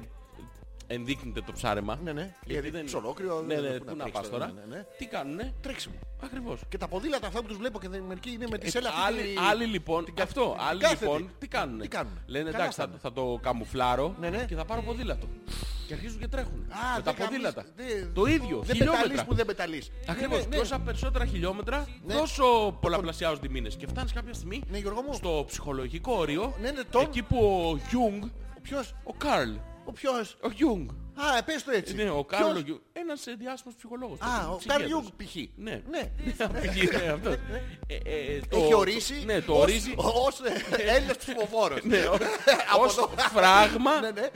S2: ενδείκνυται το ψάρεμα.
S1: Ναι, ναι. Γιατί ψωλόκριο,
S2: Ναι,
S1: δεν-
S2: ναι.
S1: πού
S2: Πού
S1: να
S2: να
S1: παίξεις
S2: πας
S1: τώρα,
S2: τώρα.
S1: ναι, ναι.
S2: Τι κάνουνε.
S1: Τρέξιμο.
S2: Ακριβώς.
S1: Και τα ποδήλατα αυτά που τους βλέπω και δεν- μερικοί είναι με
S2: Ε,
S1: τη σέλα Ε, αυτή
S2: Άλλοι,
S1: τη-
S2: άλλοι λοιπόν, αυτό, άλλοι
S1: κάθετη.
S2: λοιπόν, τι κάνουνε.
S1: Τι κάνουνε.
S2: Λένε
S1: Καλά
S2: εντάξει, θα,
S1: κάνουν.
S2: θα το καμουφλάρω
S1: Ναι, ναι.
S2: και θα πάρω ποδήλατο. Και αρχίζουν και τρέχουν.
S1: Α,
S2: με τα
S1: δεν
S2: ποδήλατα.
S1: γαμείς, δεν-
S2: το ίδιο,
S1: Δεν πεταλείς
S2: χιλιόμετρα.
S1: που δεν πεταλείς.
S2: Ακριβώς,
S1: Ναι, ναι, ναι.
S2: τόσα περισσότερα χιλιόμετρα, τόσο πολλαπλασιάζονται οι μήνες. Και φτάνεις κάποια στιγμή
S1: Ναι, Γιώργο μου.
S2: στο ψυχολογικό όριο,
S1: Ναι, ναι, τον-
S2: εκεί που ο Γιούγκ,
S1: Ο Ποιος,
S2: ο Καρλ,
S1: ο ποιος.
S2: ο Γιούγκ,
S1: Α, ε, πες το έτσι.
S2: ναι, ο
S1: Ποιος?
S2: Καρλ, ο Γιούγκ, ένας ε, διάσημος ψυχολόγος.
S1: Α, ο
S2: ψυχίατρος.
S1: Καρλ Ιούγκ π.χ.
S2: Ναι.
S1: Ναι.
S2: Π.χ. ναι, αυτός. Ε, ε, το-
S1: Έχει ορίσει
S2: Ναι, το
S1: ως-
S2: ορίζει.
S1: ως ε, Έλληνας ψηφοφόρος.
S2: Ναι, ο-
S1: Από
S2: ως
S1: εδώ.
S2: φράγμα
S1: Ναι, ναι.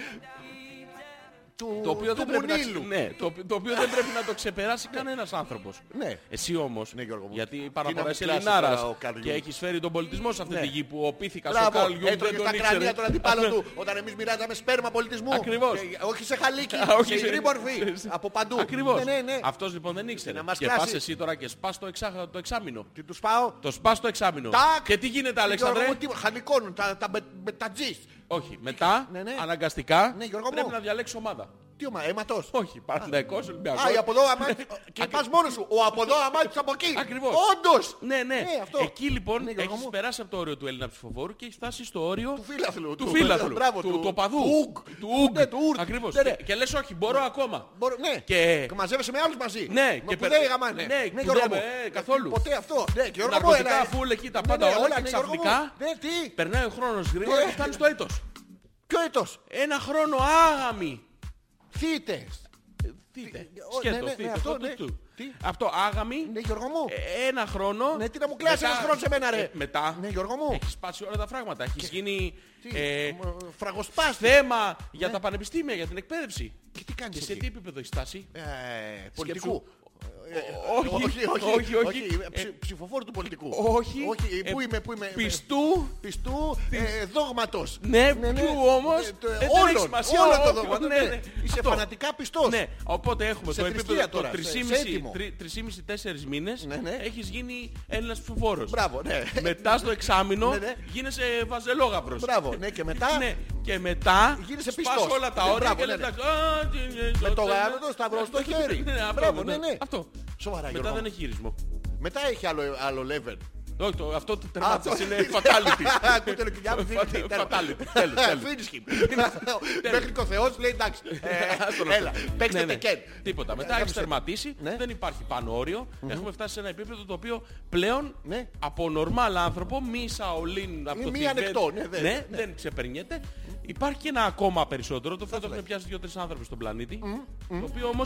S1: Του,
S2: το οποίο,
S1: του
S2: δεν πρέπει να,
S1: Μπουνίλου.
S2: ξε- ναι, το, οπ- το οποίο δεν πρέπει να το ξεπεράσει κανένας άνθρωπος.
S1: Ναι.
S2: Εσύ όμως,
S1: Ναι, Γιώργο μου.
S2: γιατί
S1: Τι να
S2: παραποράς
S1: μου κλάσεις
S2: Ελληνάρας
S1: τώρα ο Καρλ
S2: και
S1: Γιούγκ.
S2: έχεις φέρει τον πολιτισμό σε αυτή τη γη που ο Πίθηκας ο Καρλ
S1: Μπράβο,
S2: Γιούγκ δεν
S1: έτρωγε
S2: τον
S1: στα κρανία
S2: ήξερε. Ναι.
S1: τον αντίπαλο του όταν εμείς μοιράζαμε σπέρμα πολιτισμού.
S2: Ακριβώς.
S1: Και- Όχι σε χαλίκι,
S2: Α, όχι
S1: σε
S2: σε-
S1: υγρή μορφή. Από παντού.
S2: Ακριβώς.
S1: Ναι, ναι, ναι.
S2: Αυτός λοιπόν δεν ήξερε.
S1: Να μας
S2: Και
S1: κράσει.
S2: πας εσύ τώρα και σπάς το, εξά, το εξάμεινο.
S1: Τι τους πάω.
S2: Το σπάς το εξάμεινο.
S1: Τάκ.
S2: Και τι γίνεται Αλεξανδρέ.
S1: Γιώργο μου, τι- Χαλικώνουν τα- τα με- με τα τζις.
S2: Όχι. Μετά,
S1: Ναι, ναι.
S2: αναγκαστικά,
S1: Ναι, Γιώργο μου.
S2: πρέπει να διαλέξω ομάδα.
S1: Τι ομάδα, αίματος.
S2: Όχι, Παναθηναϊκός, Ολυμπιακός.
S1: Α, η από εδώ αμάξι. και πας μόνος σου. Ο από εδώ αμάξι από εκεί.
S2: Ακριβώς.
S1: Όντως.
S2: Ναι, ναι.
S1: Ναι, αυτό.
S2: Εκεί λοιπόν
S1: Ναι, Γιώργο
S2: έχεις
S1: μου.
S2: περάσει από το όριο του Έλληνα ψηφοφόρου και έχεις φτάσει στο όριο
S1: Του φίλαθλου.
S2: του φίλαθλου,
S1: Μπράβο,
S2: του, του οπαδού,
S1: Του ουγ.
S2: του ουγ.
S1: Ναι, του ουγ.
S2: Ακριβώς.
S1: Ναι, ναι.
S2: Και, και λες όχι, μπορώ ακόμα.
S1: Μπορώ- ναι.
S2: Και-
S1: μαζεύεσαι με άλλους μαζί.
S2: Ναι,
S1: και που
S2: και περ-
S1: δεν γαμάνε.
S2: ναι, που
S1: Γιώργο
S2: δεν-
S1: μου.
S2: ε, καθόλου.
S1: Ποτέ αυτό. Ναι, Γιώργο μου,
S2: Ναρκωτικά,
S1: έλα.
S2: φουλ, εκεί τα
S1: Ναι,
S2: πάντα
S1: ναι,
S2: όλα
S1: όλα,
S2: και
S1: ναι, Γιώργο μου.
S2: ξαφνικά
S1: Ναι, τι.
S2: περνάει ο χρόνος γρήγορα
S1: Ναι.
S2: και φτάνει στο έτος.
S1: Ποιο έτος.
S2: Ένα χρόνο άγαμη.
S1: Θήτες.
S2: Ε, Τι είτε,
S1: ο, ναι,
S2: σκέτο,
S1: ναι,
S2: τι
S1: ναι,
S2: είτε,
S1: αυτό,
S2: αυτό,
S1: ναι.
S2: του.
S1: Τι?
S2: Αυτό άγαμη,
S1: Ναι, Γιώργο μου.
S2: ε, ένα χρόνο.
S1: Ναι, τι να μου κλάσεις
S2: μετά-
S1: ένας χρόνος σε μένα, ρε.
S2: ε, Μετά.
S1: Ναι, Γιώργο μου.
S2: Έχεις σπάσει όλα τα φράγματα. Έχεις γίνει
S1: Τι,
S2: ε,
S1: μ, Φραγοσπάστη.
S2: θέμα για τα πανεπιστήμια, για την εκπαίδευση.
S1: Και τι κάνεις
S2: Και σε
S1: εκεί?
S2: τι επίπεδο έχεις στάσει.
S1: Ε, Πολιτικού.
S2: όχι, όχι, όχι.
S1: ε, ψη-
S2: Ε,
S1: Ψηφοφόρου του πολιτικού.
S2: Όχι.
S1: Όχι,
S2: Ε,
S1: πού είμαι, πού είμαι.
S2: Πιστού.
S1: πιστού ε, δόγματος.
S2: Ναι, ποιου όμως,
S1: Ε, το-
S2: ε, δεν έχει
S1: όλων,
S2: σημασία,
S1: όλων
S2: όχι,
S1: των δόγματων.
S2: ναι,
S1: ναι.
S2: ναι.
S1: Είσαι
S2: Αυτό.
S1: φανατικά πιστός.
S2: Ναι, οπότε έχουμε
S1: Σε
S2: το
S1: θρησκεία
S2: επίπεδο
S1: τώρα, σε- σε έτοιμο.
S2: το 3,5-4 μήνες
S1: Ναι, ναι.
S2: έχεις γίνει Έλληνας ψηφοφόρος.
S1: Μπράβο, ναι.
S2: Μετά στο εξάμεινο
S1: Ναι, ναι.
S2: γίνεσαι βαζελόγαμπρος.
S1: Μπράβο, ναι, και μετά-
S2: Ναι, και μετά
S1: Γίνεσαι
S2: σπάς
S1: πιστός.
S2: όλα τα
S1: Ναι,
S2: όρια
S1: μπράβο,
S2: και
S1: ναι,
S2: λες,
S1: ναι.
S2: εντάξει, α, τι είναι,
S1: Με το
S2: ναι,
S1: γάμο
S2: ναι.
S1: το σταυρό στο χέρι.
S2: Ναι, ναι, αυτό,
S1: Μπράβο, ναι, ναι.
S2: Αυτό.
S1: Σοβαρά,
S2: Μετά
S1: Γιώργο.
S2: δεν έχει γύρισμα.
S1: Μετά έχει άλλο, άλλο level.
S2: Όχι, το, αυτό το τερμάτισες
S1: το-
S2: είναι fatality.
S1: Ακούτε και διάβη,
S2: Fatality, τέλος, τέλος.
S1: Ε, Finish him. Μέχρι και ο Θεός λέει εντάξει. ε,
S2: Άστο να
S1: Έλα,
S2: πει.
S1: παίξτε
S2: Ναι, ναι.
S1: τεκέν.
S2: Τίποτα. Μετά έχει τερματίσει,
S1: Ναι.
S2: δεν υπάρχει πάνω όριο. Έχουμε φτάσει σε ένα επίπεδο το οποίο πλέον
S1: Ναι.
S2: από νορμάλ άνθρωπο, μη Σαολίν από
S1: Μη-
S2: το
S1: μη
S2: Θιβέτ,
S1: ανεκτό, ναι, δεν-
S2: ναι, δεν ξεπερνιέται. Υπάρχει και ένα ακόμα περισσότερο, το οποίο το έχουν πιάσεις δύο-τρει άνθρωποι στον πλανήτη. Το οποίο όμως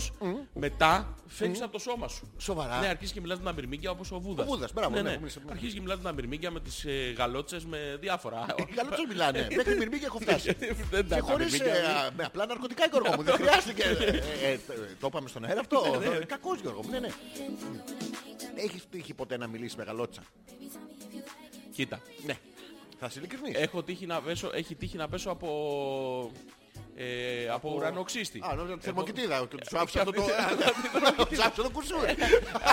S2: μετά φεύγεις από το σώμα σου.
S1: Σοβαρά.
S2: Ναι, αρχίζεις και μιλάς με τα μυρμήγκια όπως ο Βούδας.
S1: Ο Βούδας, μπράβο, ναι, έχουμε μιλήσει-
S2: Αρχίζεις και μιλάς με τα μυρμήγκια με τις γαλότσες, με διάφορα.
S1: Καλό τους μιλάνε. Μέχρι μυρμήγκια έχω φτάσει.
S2: Δεν τα
S1: Και
S2: είχαμε
S1: χωρίς
S2: μπει
S1: ε,
S2: και-
S1: α, με απλά ναρκωτικά Γιώργο μου. Δεν χρειάστηκε. Ε, ε, το- Το είπαμε στον αέρα αυτό. Κακός Γιώργο μου. Ναι, ναι. Έχεις τύχει ποτέ να μιλήσεις με γαλότσα.
S2: Κοίτα. Ναι.
S1: Θα είσαι ειλικρινής.
S2: Έχω τύχει να πέσω, έχει τύχει να πέσω από... Ε, από, ουρανοξύστη.
S1: Α, ναι. νόμιζα τη
S2: Έχω-
S1: θερμοκοιτίδα. και Τους
S2: Ε,
S1: άφησα αυτό το...
S2: αυτή-
S1: Τους άφησα το κουρσούρι.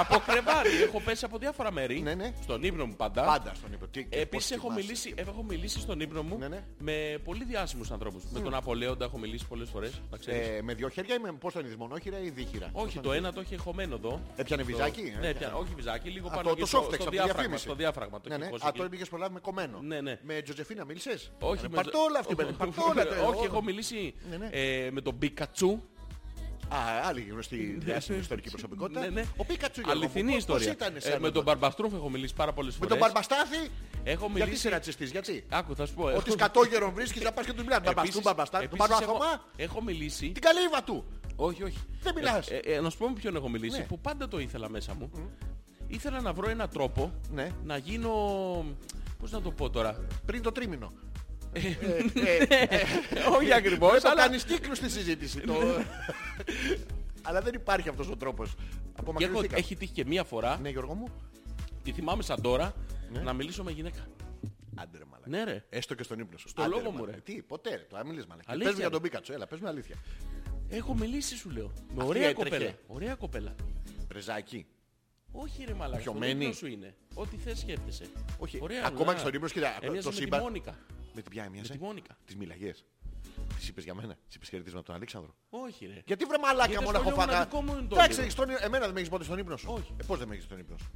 S2: από κρεβάρι. έχω πέσει από διάφορα μέρη.
S1: Ναι, ναι.
S2: Στον ύπνο μου πάντα.
S1: Πάντα στον είπε. Τι- πώς
S2: Επίσης έχω
S1: θυμάσαι.
S2: μιλήσει, έχω μιλήσει στον ύπνο μου
S1: Ναι, ναι.
S2: με πολύ διάσημους ανθρώπους. Με τον Απολέοντα έχω μιλήσει πολλές φορές. να ξέρεις.
S1: Ε, με δύο χέρια ή με πώς θα είναι μονόχειρα ή δίχυρα.
S2: όχι, το ένα το είχε χωμένο εδώ.
S1: Έπιανε
S2: Στο-
S1: βυζάκι, ε,
S2: Ναι, έπιανε. Όχι βυζάκι, λίγο
S1: Α,
S2: πάνω
S1: το-
S2: εκεί
S1: το
S2: στο,
S1: soft text,
S2: στο
S1: από τη
S2: διάφραγμα.
S1: διαφήμιση.
S2: Στο διάφραγμα το
S1: Ναι,
S2: έχει
S1: ναι.
S2: χώσει
S1: Α,
S2: εκεί.
S1: το έπηγες πολλά με κομμένο.
S2: Ναι, ναι.
S1: Με Τζοζεφίνα μίλησες.
S2: Όχι, με-
S1: Παρτόλα αυτή
S2: όχι,
S1: παίρνει. Παρτόλα.
S2: Όχι, έχω μιλήσει
S1: Ναι, ναι.
S2: ε, με τον Πικατσού.
S1: Α, άλλη γνωστή διάσημη ιστορική προσωπικότητα.
S2: Ναι, ναι.
S1: Ο Πίκατσου Γιώργο μου,
S2: Αληθινή
S1: πώς- πώς
S2: ιστορία.
S1: ήταν
S2: Ε,
S1: σαν
S2: με
S1: όνομα?
S2: τον Μπαρμπαστρούφ έχω μιλήσει πάρα πολλές
S1: Με
S2: φορές.
S1: τον Μπαρμπαστάθη
S2: Έχω
S1: Γιατί είσαι
S2: μιλήσει.
S1: ρατσιστής, γιατί.
S2: Άκου, θα σου πω.
S1: Ότι
S2: έχω-
S1: σκατόγερον βρίσκεις να πας και τους μιλάς. Να πας
S2: Επίσης-
S1: του μπαμπαστά, του
S2: επίσης
S1: πάνω
S2: έχω-
S1: ακόμα.
S2: Έχω μιλήσει.
S1: Την καλύβα του.
S2: Όχι, όχι.
S1: Δεν μιλάς.
S2: Ε, ε, ε, να σου πω με ποιον έχω μιλήσει,
S1: Ναι.
S2: που πάντα το ήθελα μέσα μου. Ήθελα να βρω έναν τρόπο
S1: Ναι.
S2: να γίνω. Πώς να το πω τώρα.
S1: Πριν το τρίμηνο.
S2: Ε,
S1: Ε,
S2: ναι. όχι ακριβώ,
S1: Δεν ε, το
S2: αλλά. Ναι.
S1: κάνεις κύκλους στη συζήτηση. το- Αλλά δεν υπάρχει αυτός ο τρόπος.
S2: Και έχω-
S1: Απομακρυνθήκαμε.
S2: έχει τύχει και μία φορά,
S1: Ναι Γιώργο μου.
S2: τη θυμάμαι σαν τώρα, να μιλήσω με γυναίκα.
S1: Άντε ρε μαλακά.
S2: Ναι, ρε.
S1: Έστω και στον ύπνο σου.
S2: Στο
S1: Άντε,
S2: λόγο μου,
S1: μαλακά.
S2: ρε.
S1: Τι, ποτέ ρε. Το άμιλες μαλακά.
S2: Αλήθεια,
S1: Πες μου για
S2: ρε.
S1: τον Πίκατσο. Έλα, πες μου αλήθεια.
S2: Έχω μιλήσει, σου λέω. Με
S1: Αυτή
S2: ωραία
S1: έτρεχε.
S2: κοπέλα. Ωραία κοπέλα.
S1: Πρεζάκι.
S2: Όχι ρε μαλάκα, στον
S1: Πιωμένη.
S2: ύπνο σου είναι. Ό,τι θες σκέφτεσαι.
S1: Όχι,
S2: Ωραία,
S1: ακόμα
S2: ωραία.
S1: και στον ύπνο σου, κοίτα,
S2: Έμοιαζε
S1: το
S2: με
S1: σύμπαν-
S2: τη Μόνικα.
S1: Με την ποια έμοιαζε.
S2: Με τη Μόνικα.
S1: Τις μιλαγιές. Τις είπες για μένα. Τις είπες χαιρετίσμα από τον Αλέξανδρο.
S2: Όχι ρε.
S1: Γιατί βρε
S2: Γιατί
S1: μαλάκα
S2: στο
S1: μόνο έχω
S2: όνειρο μου
S1: φάγα.
S2: δικό μου είναι το
S1: Εντάξει,
S2: όνειρο.
S1: στον... ύπνο- εμένα δεν με έχεις πότε στον ύπνο σου.
S2: Όχι.
S1: Ε, πώς δεν με έχεις στον ύπνο σου.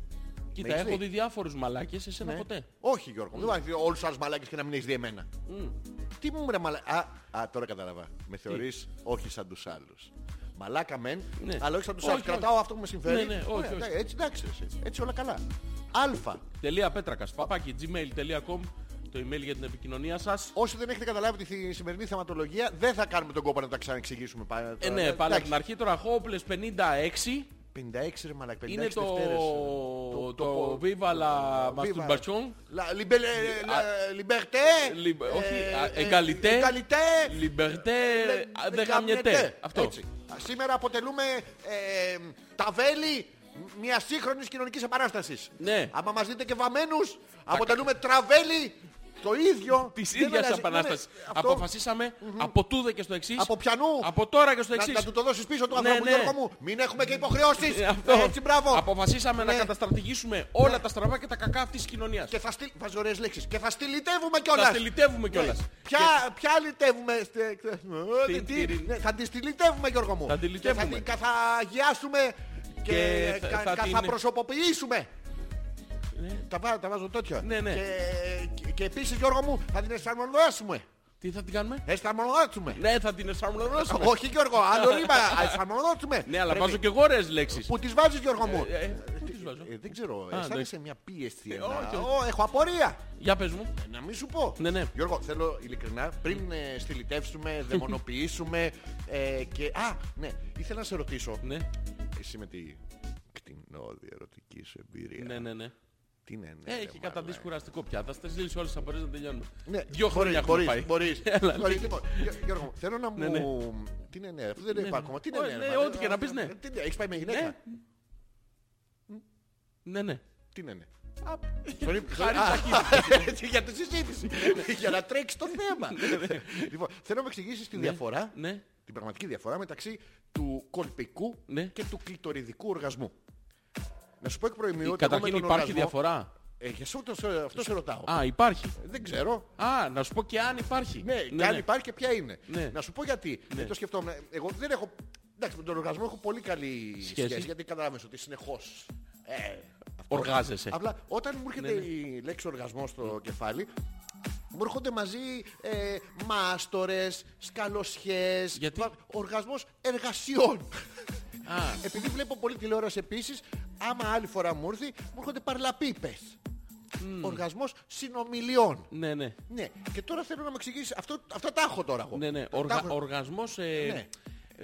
S2: Κοίτα,
S1: έχεις
S2: έχω
S1: δει.
S2: δει διάφορους μαλάκες,
S1: Ναι.
S2: εσένα ποτέ.
S1: Όχι Γιώργο, μου, δεν βάζει όλους τους άλλους μαλάκες και να μην έχεις δει εμένα. Τι μου ρε μαλάκα. Α, τώρα κατάλαβα. Με θεωρείς όχι σαν τους άλλους. Μαλάκα μεν,
S2: Ναι.
S1: αλλά όχι σαν τους
S2: Όχι,
S1: άλλους.
S2: όχι.
S1: Κρατάω αυτό που με συμφέρει.
S2: Ναι, ναι, όχι,
S1: Ωραία,
S2: όχι.
S1: Έτσι εντάξει, ρε, εσύ. έτσι όλα καλά. Αλφα.
S2: Τελεία πέτρακας, παπάκι, gmail.com, το email για την επικοινωνία σας.
S1: Όσοι δεν έχετε καταλάβει τη θη- σημερινή θεματολογία, δεν θα κάνουμε τον κόπο να τα ξαναεξηγήσουμε. πα-
S2: Ε,
S1: τώρα.
S2: ναι, πάλι από την
S1: Εντάξει,
S2: αρχή τώρα, Hopeless 56.
S1: 56 ρε μαλάκα, 56
S2: Είναι το,
S1: Δευτέρες. ε,
S2: το, Viva la Masturbation.
S1: La libel- ε, la- liberté.
S2: Λι-
S1: ε,
S2: όχι, α,
S1: ε,
S2: egalité.
S1: ε, egalité,
S2: Liberté,
S1: ε,
S2: δεν γαμιέται. Αυτό.
S1: Έτσι. Σήμερα αποτελούμε ε, τα βέλη μια σύγχρονης κοινωνικής επανάστασης.
S2: Ναι.
S1: Άμα μας δείτε και βαμμένους, αποτελούμε τραβέλη το ίδιο.
S2: Της
S1: Δεν
S2: ίδιας
S1: αλλάζει.
S2: επανάστασης.
S1: Ναι, ναι, αυτό.
S2: Αποφασίσαμε από τούδε και στο εξής.
S1: Από πιανού.
S2: Από τώρα και στο
S1: Να,
S2: εξής.
S1: να του το δώσεις πίσω του
S2: Ναι,
S1: ανθρώπου,
S2: ναι.
S1: Γιώργο μου. Μην έχουμε και υποχρεώσεις.
S2: Ε, αυτό.
S1: Έτσι, μπράβο.
S2: Αποφασίσαμε να
S1: Ναι.
S2: καταστρατηγήσουμε όλα τα στραβά και τα κακά αυτής της κοινωνίας.
S1: Και θα στυλ... Βάζω ωραίες λέξεις. Και θα στυλιτεύουμε κιόλας. Ναι.
S2: Τα στυλιτεύουμε κιόλας.
S1: Ποια, ποια λιτεύουμε. στε-
S2: Τι-
S1: τι-
S2: τι-
S1: ναι, Θα τη στυλιτεύουμε Γιώργο μου.
S2: Θα τη λιτεύουμε.
S1: Και Θα την καθαγιάσουμε και
S2: Και θα-
S1: κα-
S2: θα την-
S1: καθαπροσωποποιήσουμε.
S2: Ναι.
S1: Τα, βά- τα βάζω τέτοια.
S2: Ναι, ναι.
S1: Και, και επίσης Γιώργο μου θα την αισθανονώσουμε.
S2: Τι θα την κάνουμε.
S1: Αισθανονώσουμε.
S2: Ναι, θα την εσαρμονώσουμε.
S1: Όχι Γιώργο, άλλο ρήμα. Αισθανονώσουμε.
S2: Ναι, αλλά
S1: Πρέπει.
S2: βάζω και εγώ ωραίες λέξεις.
S1: Που τις βάζεις Γιώργο μου.
S2: Ε, πού τις βάζω.
S1: Ε, δεν ξέρω,
S2: Α, Ε,
S1: αισθάνεσαι μια πίεση. ένα-
S2: όχι.
S1: Ω, Έχω απορία.
S2: Για πες μου.
S1: Να μην σου πω.
S2: Ναι, ναι.
S1: Γιώργο, θέλω ειλικρινά, πριν ε, στυλιτεύσουμε, δαιμονοποιήσουμε ε, και... Α, ναι, ήθελα να σε ρωτήσω.
S2: Ναι,
S1: Εσύ με τη κτηνόδη ερωτική σου εμπειρία.
S2: ναι, ναι. ναι.
S1: Τι ναι, ναι.
S2: Ε,
S1: ρε,
S2: έχει
S1: μαλάκα.
S2: καταντήσει κουραστικό πια. Θα στις λύσει όλες τις απορίες να τελειώνουμε.
S1: Ναι,
S2: Δύο χρόνια έχουμε
S1: μπορείς,
S2: πάει.
S1: Μπορείς,
S2: Έλα,
S1: Χωρίς, λοιπόν, Γιώ- Γιώργο, μου, θέλω να μου...
S2: Ναι, ναι.
S1: Τι ναι, ναι, αυτό δεν είπα ακόμα. Τι ναι,
S2: Ω,
S1: ναι,
S2: ναι,
S1: ρε,
S2: ό,τι και να πεις, ναι.
S1: Τι ναι, έχεις πάει με γυναίκα.
S2: Ναι. Ναι, ναι. Ε,
S1: Τι ναι, ναι. Α, στον ύπνο-
S2: Χάρη
S1: Α,
S2: Τσακίδη.
S1: έτσι, Για τη συζήτηση.
S2: Ναι,
S1: Για να τρέξεις το θέμα. Λοιπόν, θέλω να μου εξηγήσεις τη διαφορά
S2: Ναι.
S1: την πραγματική διαφορά μεταξύ του κολπικού
S2: Ναι.
S1: και του κλειτοριδικού οργασμού. Να σου πω εκ προημίου ότι εγώ με
S2: Καταρχήν
S1: τον
S2: υπάρχει
S1: οργασμό-
S2: διαφορά.
S1: Ε, για σε αυτό, σε- αυτό σε ρωτάω.
S2: Α, υπάρχει.
S1: Δεν ξέρω.
S2: Α, να σου πω και αν υπάρχει.
S1: Ναι, και αν υπάρχει και ποια είναι.
S2: Ναι.
S1: Να σου πω γιατί.
S2: Ναι.
S1: Δεν το σκεφτόμουν. Εγώ δεν έχω. Εντάξει, με τον οργασμό έχω πολύ καλή σχέση,
S2: Σχέση.
S1: γιατί καταλάβαινε ότι συνεχώς Ε, αυτό.
S2: Οργάζεσαι.
S1: Απλά όταν μου έρχεται
S2: Ναι, ναι.
S1: η λέξη οργασμό στο κεφάλι, μου έρχονται μαζί ε, μάστορες, σκαλοσιές,
S2: Γιατί?
S1: βα- οργασμός εργασιών.
S2: Α,
S1: Επειδή βλέπω πολύ τηλεόραση επίσης, άμα άλλη φορά μου έρθει, μου έρχονται παρλαπίπες. Οργασμός συνομιλιών.
S2: ναι, ναι.
S1: Ναι, και τώρα θέλω να μου εξηγήσεις. Αυτό, αυτά τα έχω τώρα εγώ.
S2: Ναι, ναι.
S1: Τα
S2: Οργα,
S1: έχω.
S2: οργασμός ε,
S1: Ναι.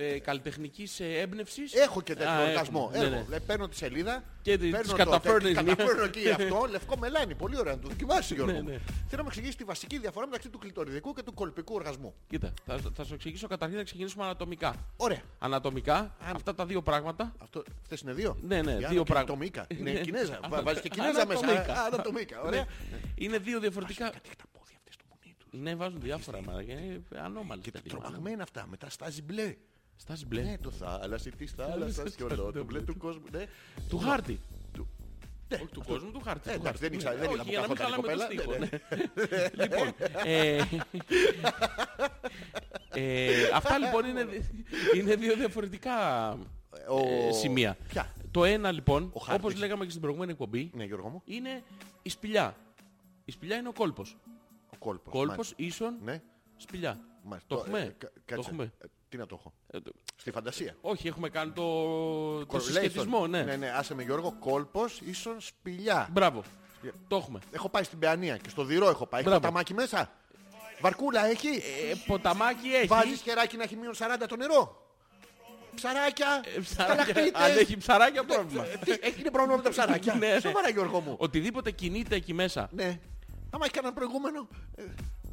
S2: ε, καλλιτεχνικής ε, έμπνευσης.
S1: Έχω και τέτοιο
S2: Α,
S1: οργασμό.
S2: έχουμε. Ναι,
S1: Έχω.
S2: ναι.
S1: Ε, Παίρνω τη σελίδα.
S2: Και τη-
S1: παίρνω
S2: της
S1: το-
S2: καταφέρνεις
S1: τε-
S2: μία.
S1: Καταφέρνω εκεί αυτό. Λευκό μελάνι. Πολύ ωραία να το δοκιμάσει Γιώργο.
S2: Ναι,
S1: μου.
S2: ναι.
S1: Θέλω να μου εξηγήσει τη βασική διαφορά μεταξύ του κλειτοριδικού και του κολπικού οργασμού.
S2: Κοίτα, θα, θα σου εξηγήσω καταρχήν να ξεκινήσουμε ανατομικά.
S1: Ωραία.
S2: Ανατομικά, αυτά τα δύο πράγματα.
S1: Αυτό, αυτές είναι δύο.
S2: Ναι, ναι,
S1: Για
S2: δύο
S1: να- και
S2: πράγματα.
S1: Το Μίκα. Είναι
S2: Ναι.
S1: Κινέζα.
S2: Α,
S1: Βα- Βάζεις και Κινέζα μέσα.
S2: ανατομικά.
S1: Α, Ανατομικά. Ωραία.
S2: Ναι. Είναι δύο διαφορετικά.
S1: Κάτι έχει τα πόδια αυτές του μουνί τους.
S2: Ναι, βάζουν διάφορα μάρκα. Ε, ανώμαλες,
S1: Και τα
S2: παιδί μου.
S1: τρομαγμένα αυτά. Μετά στάζει μπλε.
S2: Στάζει μπλε.
S1: Ναι, το θάλασσα τη θάλασσα και όλο το μπλε του κόσμου. ναι.
S2: Του χάρτη.
S1: Του- Ναι,
S2: Όχι του
S1: αυτό-
S2: κόσμου, του χάρτη.
S1: Ε,
S2: του
S1: εντάξει,
S2: χάρτη.
S1: δεν ήξερα,
S2: Ναι,
S1: δεν είδα
S2: όχι,
S1: που
S2: για να μην
S1: καθόταν η
S2: χαλάμε
S1: κοπέλα.
S2: το στίχο.
S1: Ναι,
S2: ναι. Λοιπόν, ε, ε, αυτά λοιπόν είναι, είναι δύο διαφορετικά
S1: Ο-
S2: ε, σημεία.
S1: Ποια?
S2: Το ένα λοιπόν,
S1: Ο χάρτης.
S2: όπως λέγαμε και στην προηγούμενη εκπομπή,
S1: Ναι, Γιώργο μου.
S2: είναι η σπηλιά. Η σπηλιά είναι ο κόλπος.
S1: Ο κόλπος.
S2: Κόλπος
S1: μάλιστα.
S2: ίσον
S1: Ναι.
S2: σπηλιά.
S1: μάλιστα.
S2: Το
S1: ε,
S2: έχουμε.
S1: κα-
S2: Το
S1: κάτσε.
S2: έχουμε.
S1: Ε, Τι να το έχω.
S2: Ε, το-
S1: Στη φαντασία.
S2: Όχι, έχουμε κάνει το, το
S1: Correlation.
S2: συσχετισμό, ναι.
S1: Ναι, ναι, άσε με Γιώργο. Κόλπος ίσον σπηλιά.
S2: Μπράβο. Το έχουμε.
S1: Έχω πάει στην Παιανία και στο Δηρό έχω πάει. Έχει
S2: Μπράβο.
S1: ποταμάκι μέσα. Βαρκούλα έχει.
S2: Ε, ποταμάκι έχει.
S1: Βάζεις χεράκι να έχει μείον 40 το νερό. Ψαράκια.
S2: Ε, ψαράκια.
S1: Σταλακτίτες.
S2: Αν έχει ψαράκια πρόβλημα.
S1: Ε, τι, Έχει είναι πρόβλημα με τα ψαράκια.
S2: Ναι, ναι.
S1: Σοβαρά Γιώργο μου.
S2: Οτιδήποτε κινείται εκεί μέσα.
S1: Ναι. Άμα έχει κανένα προηγούμενο. ε,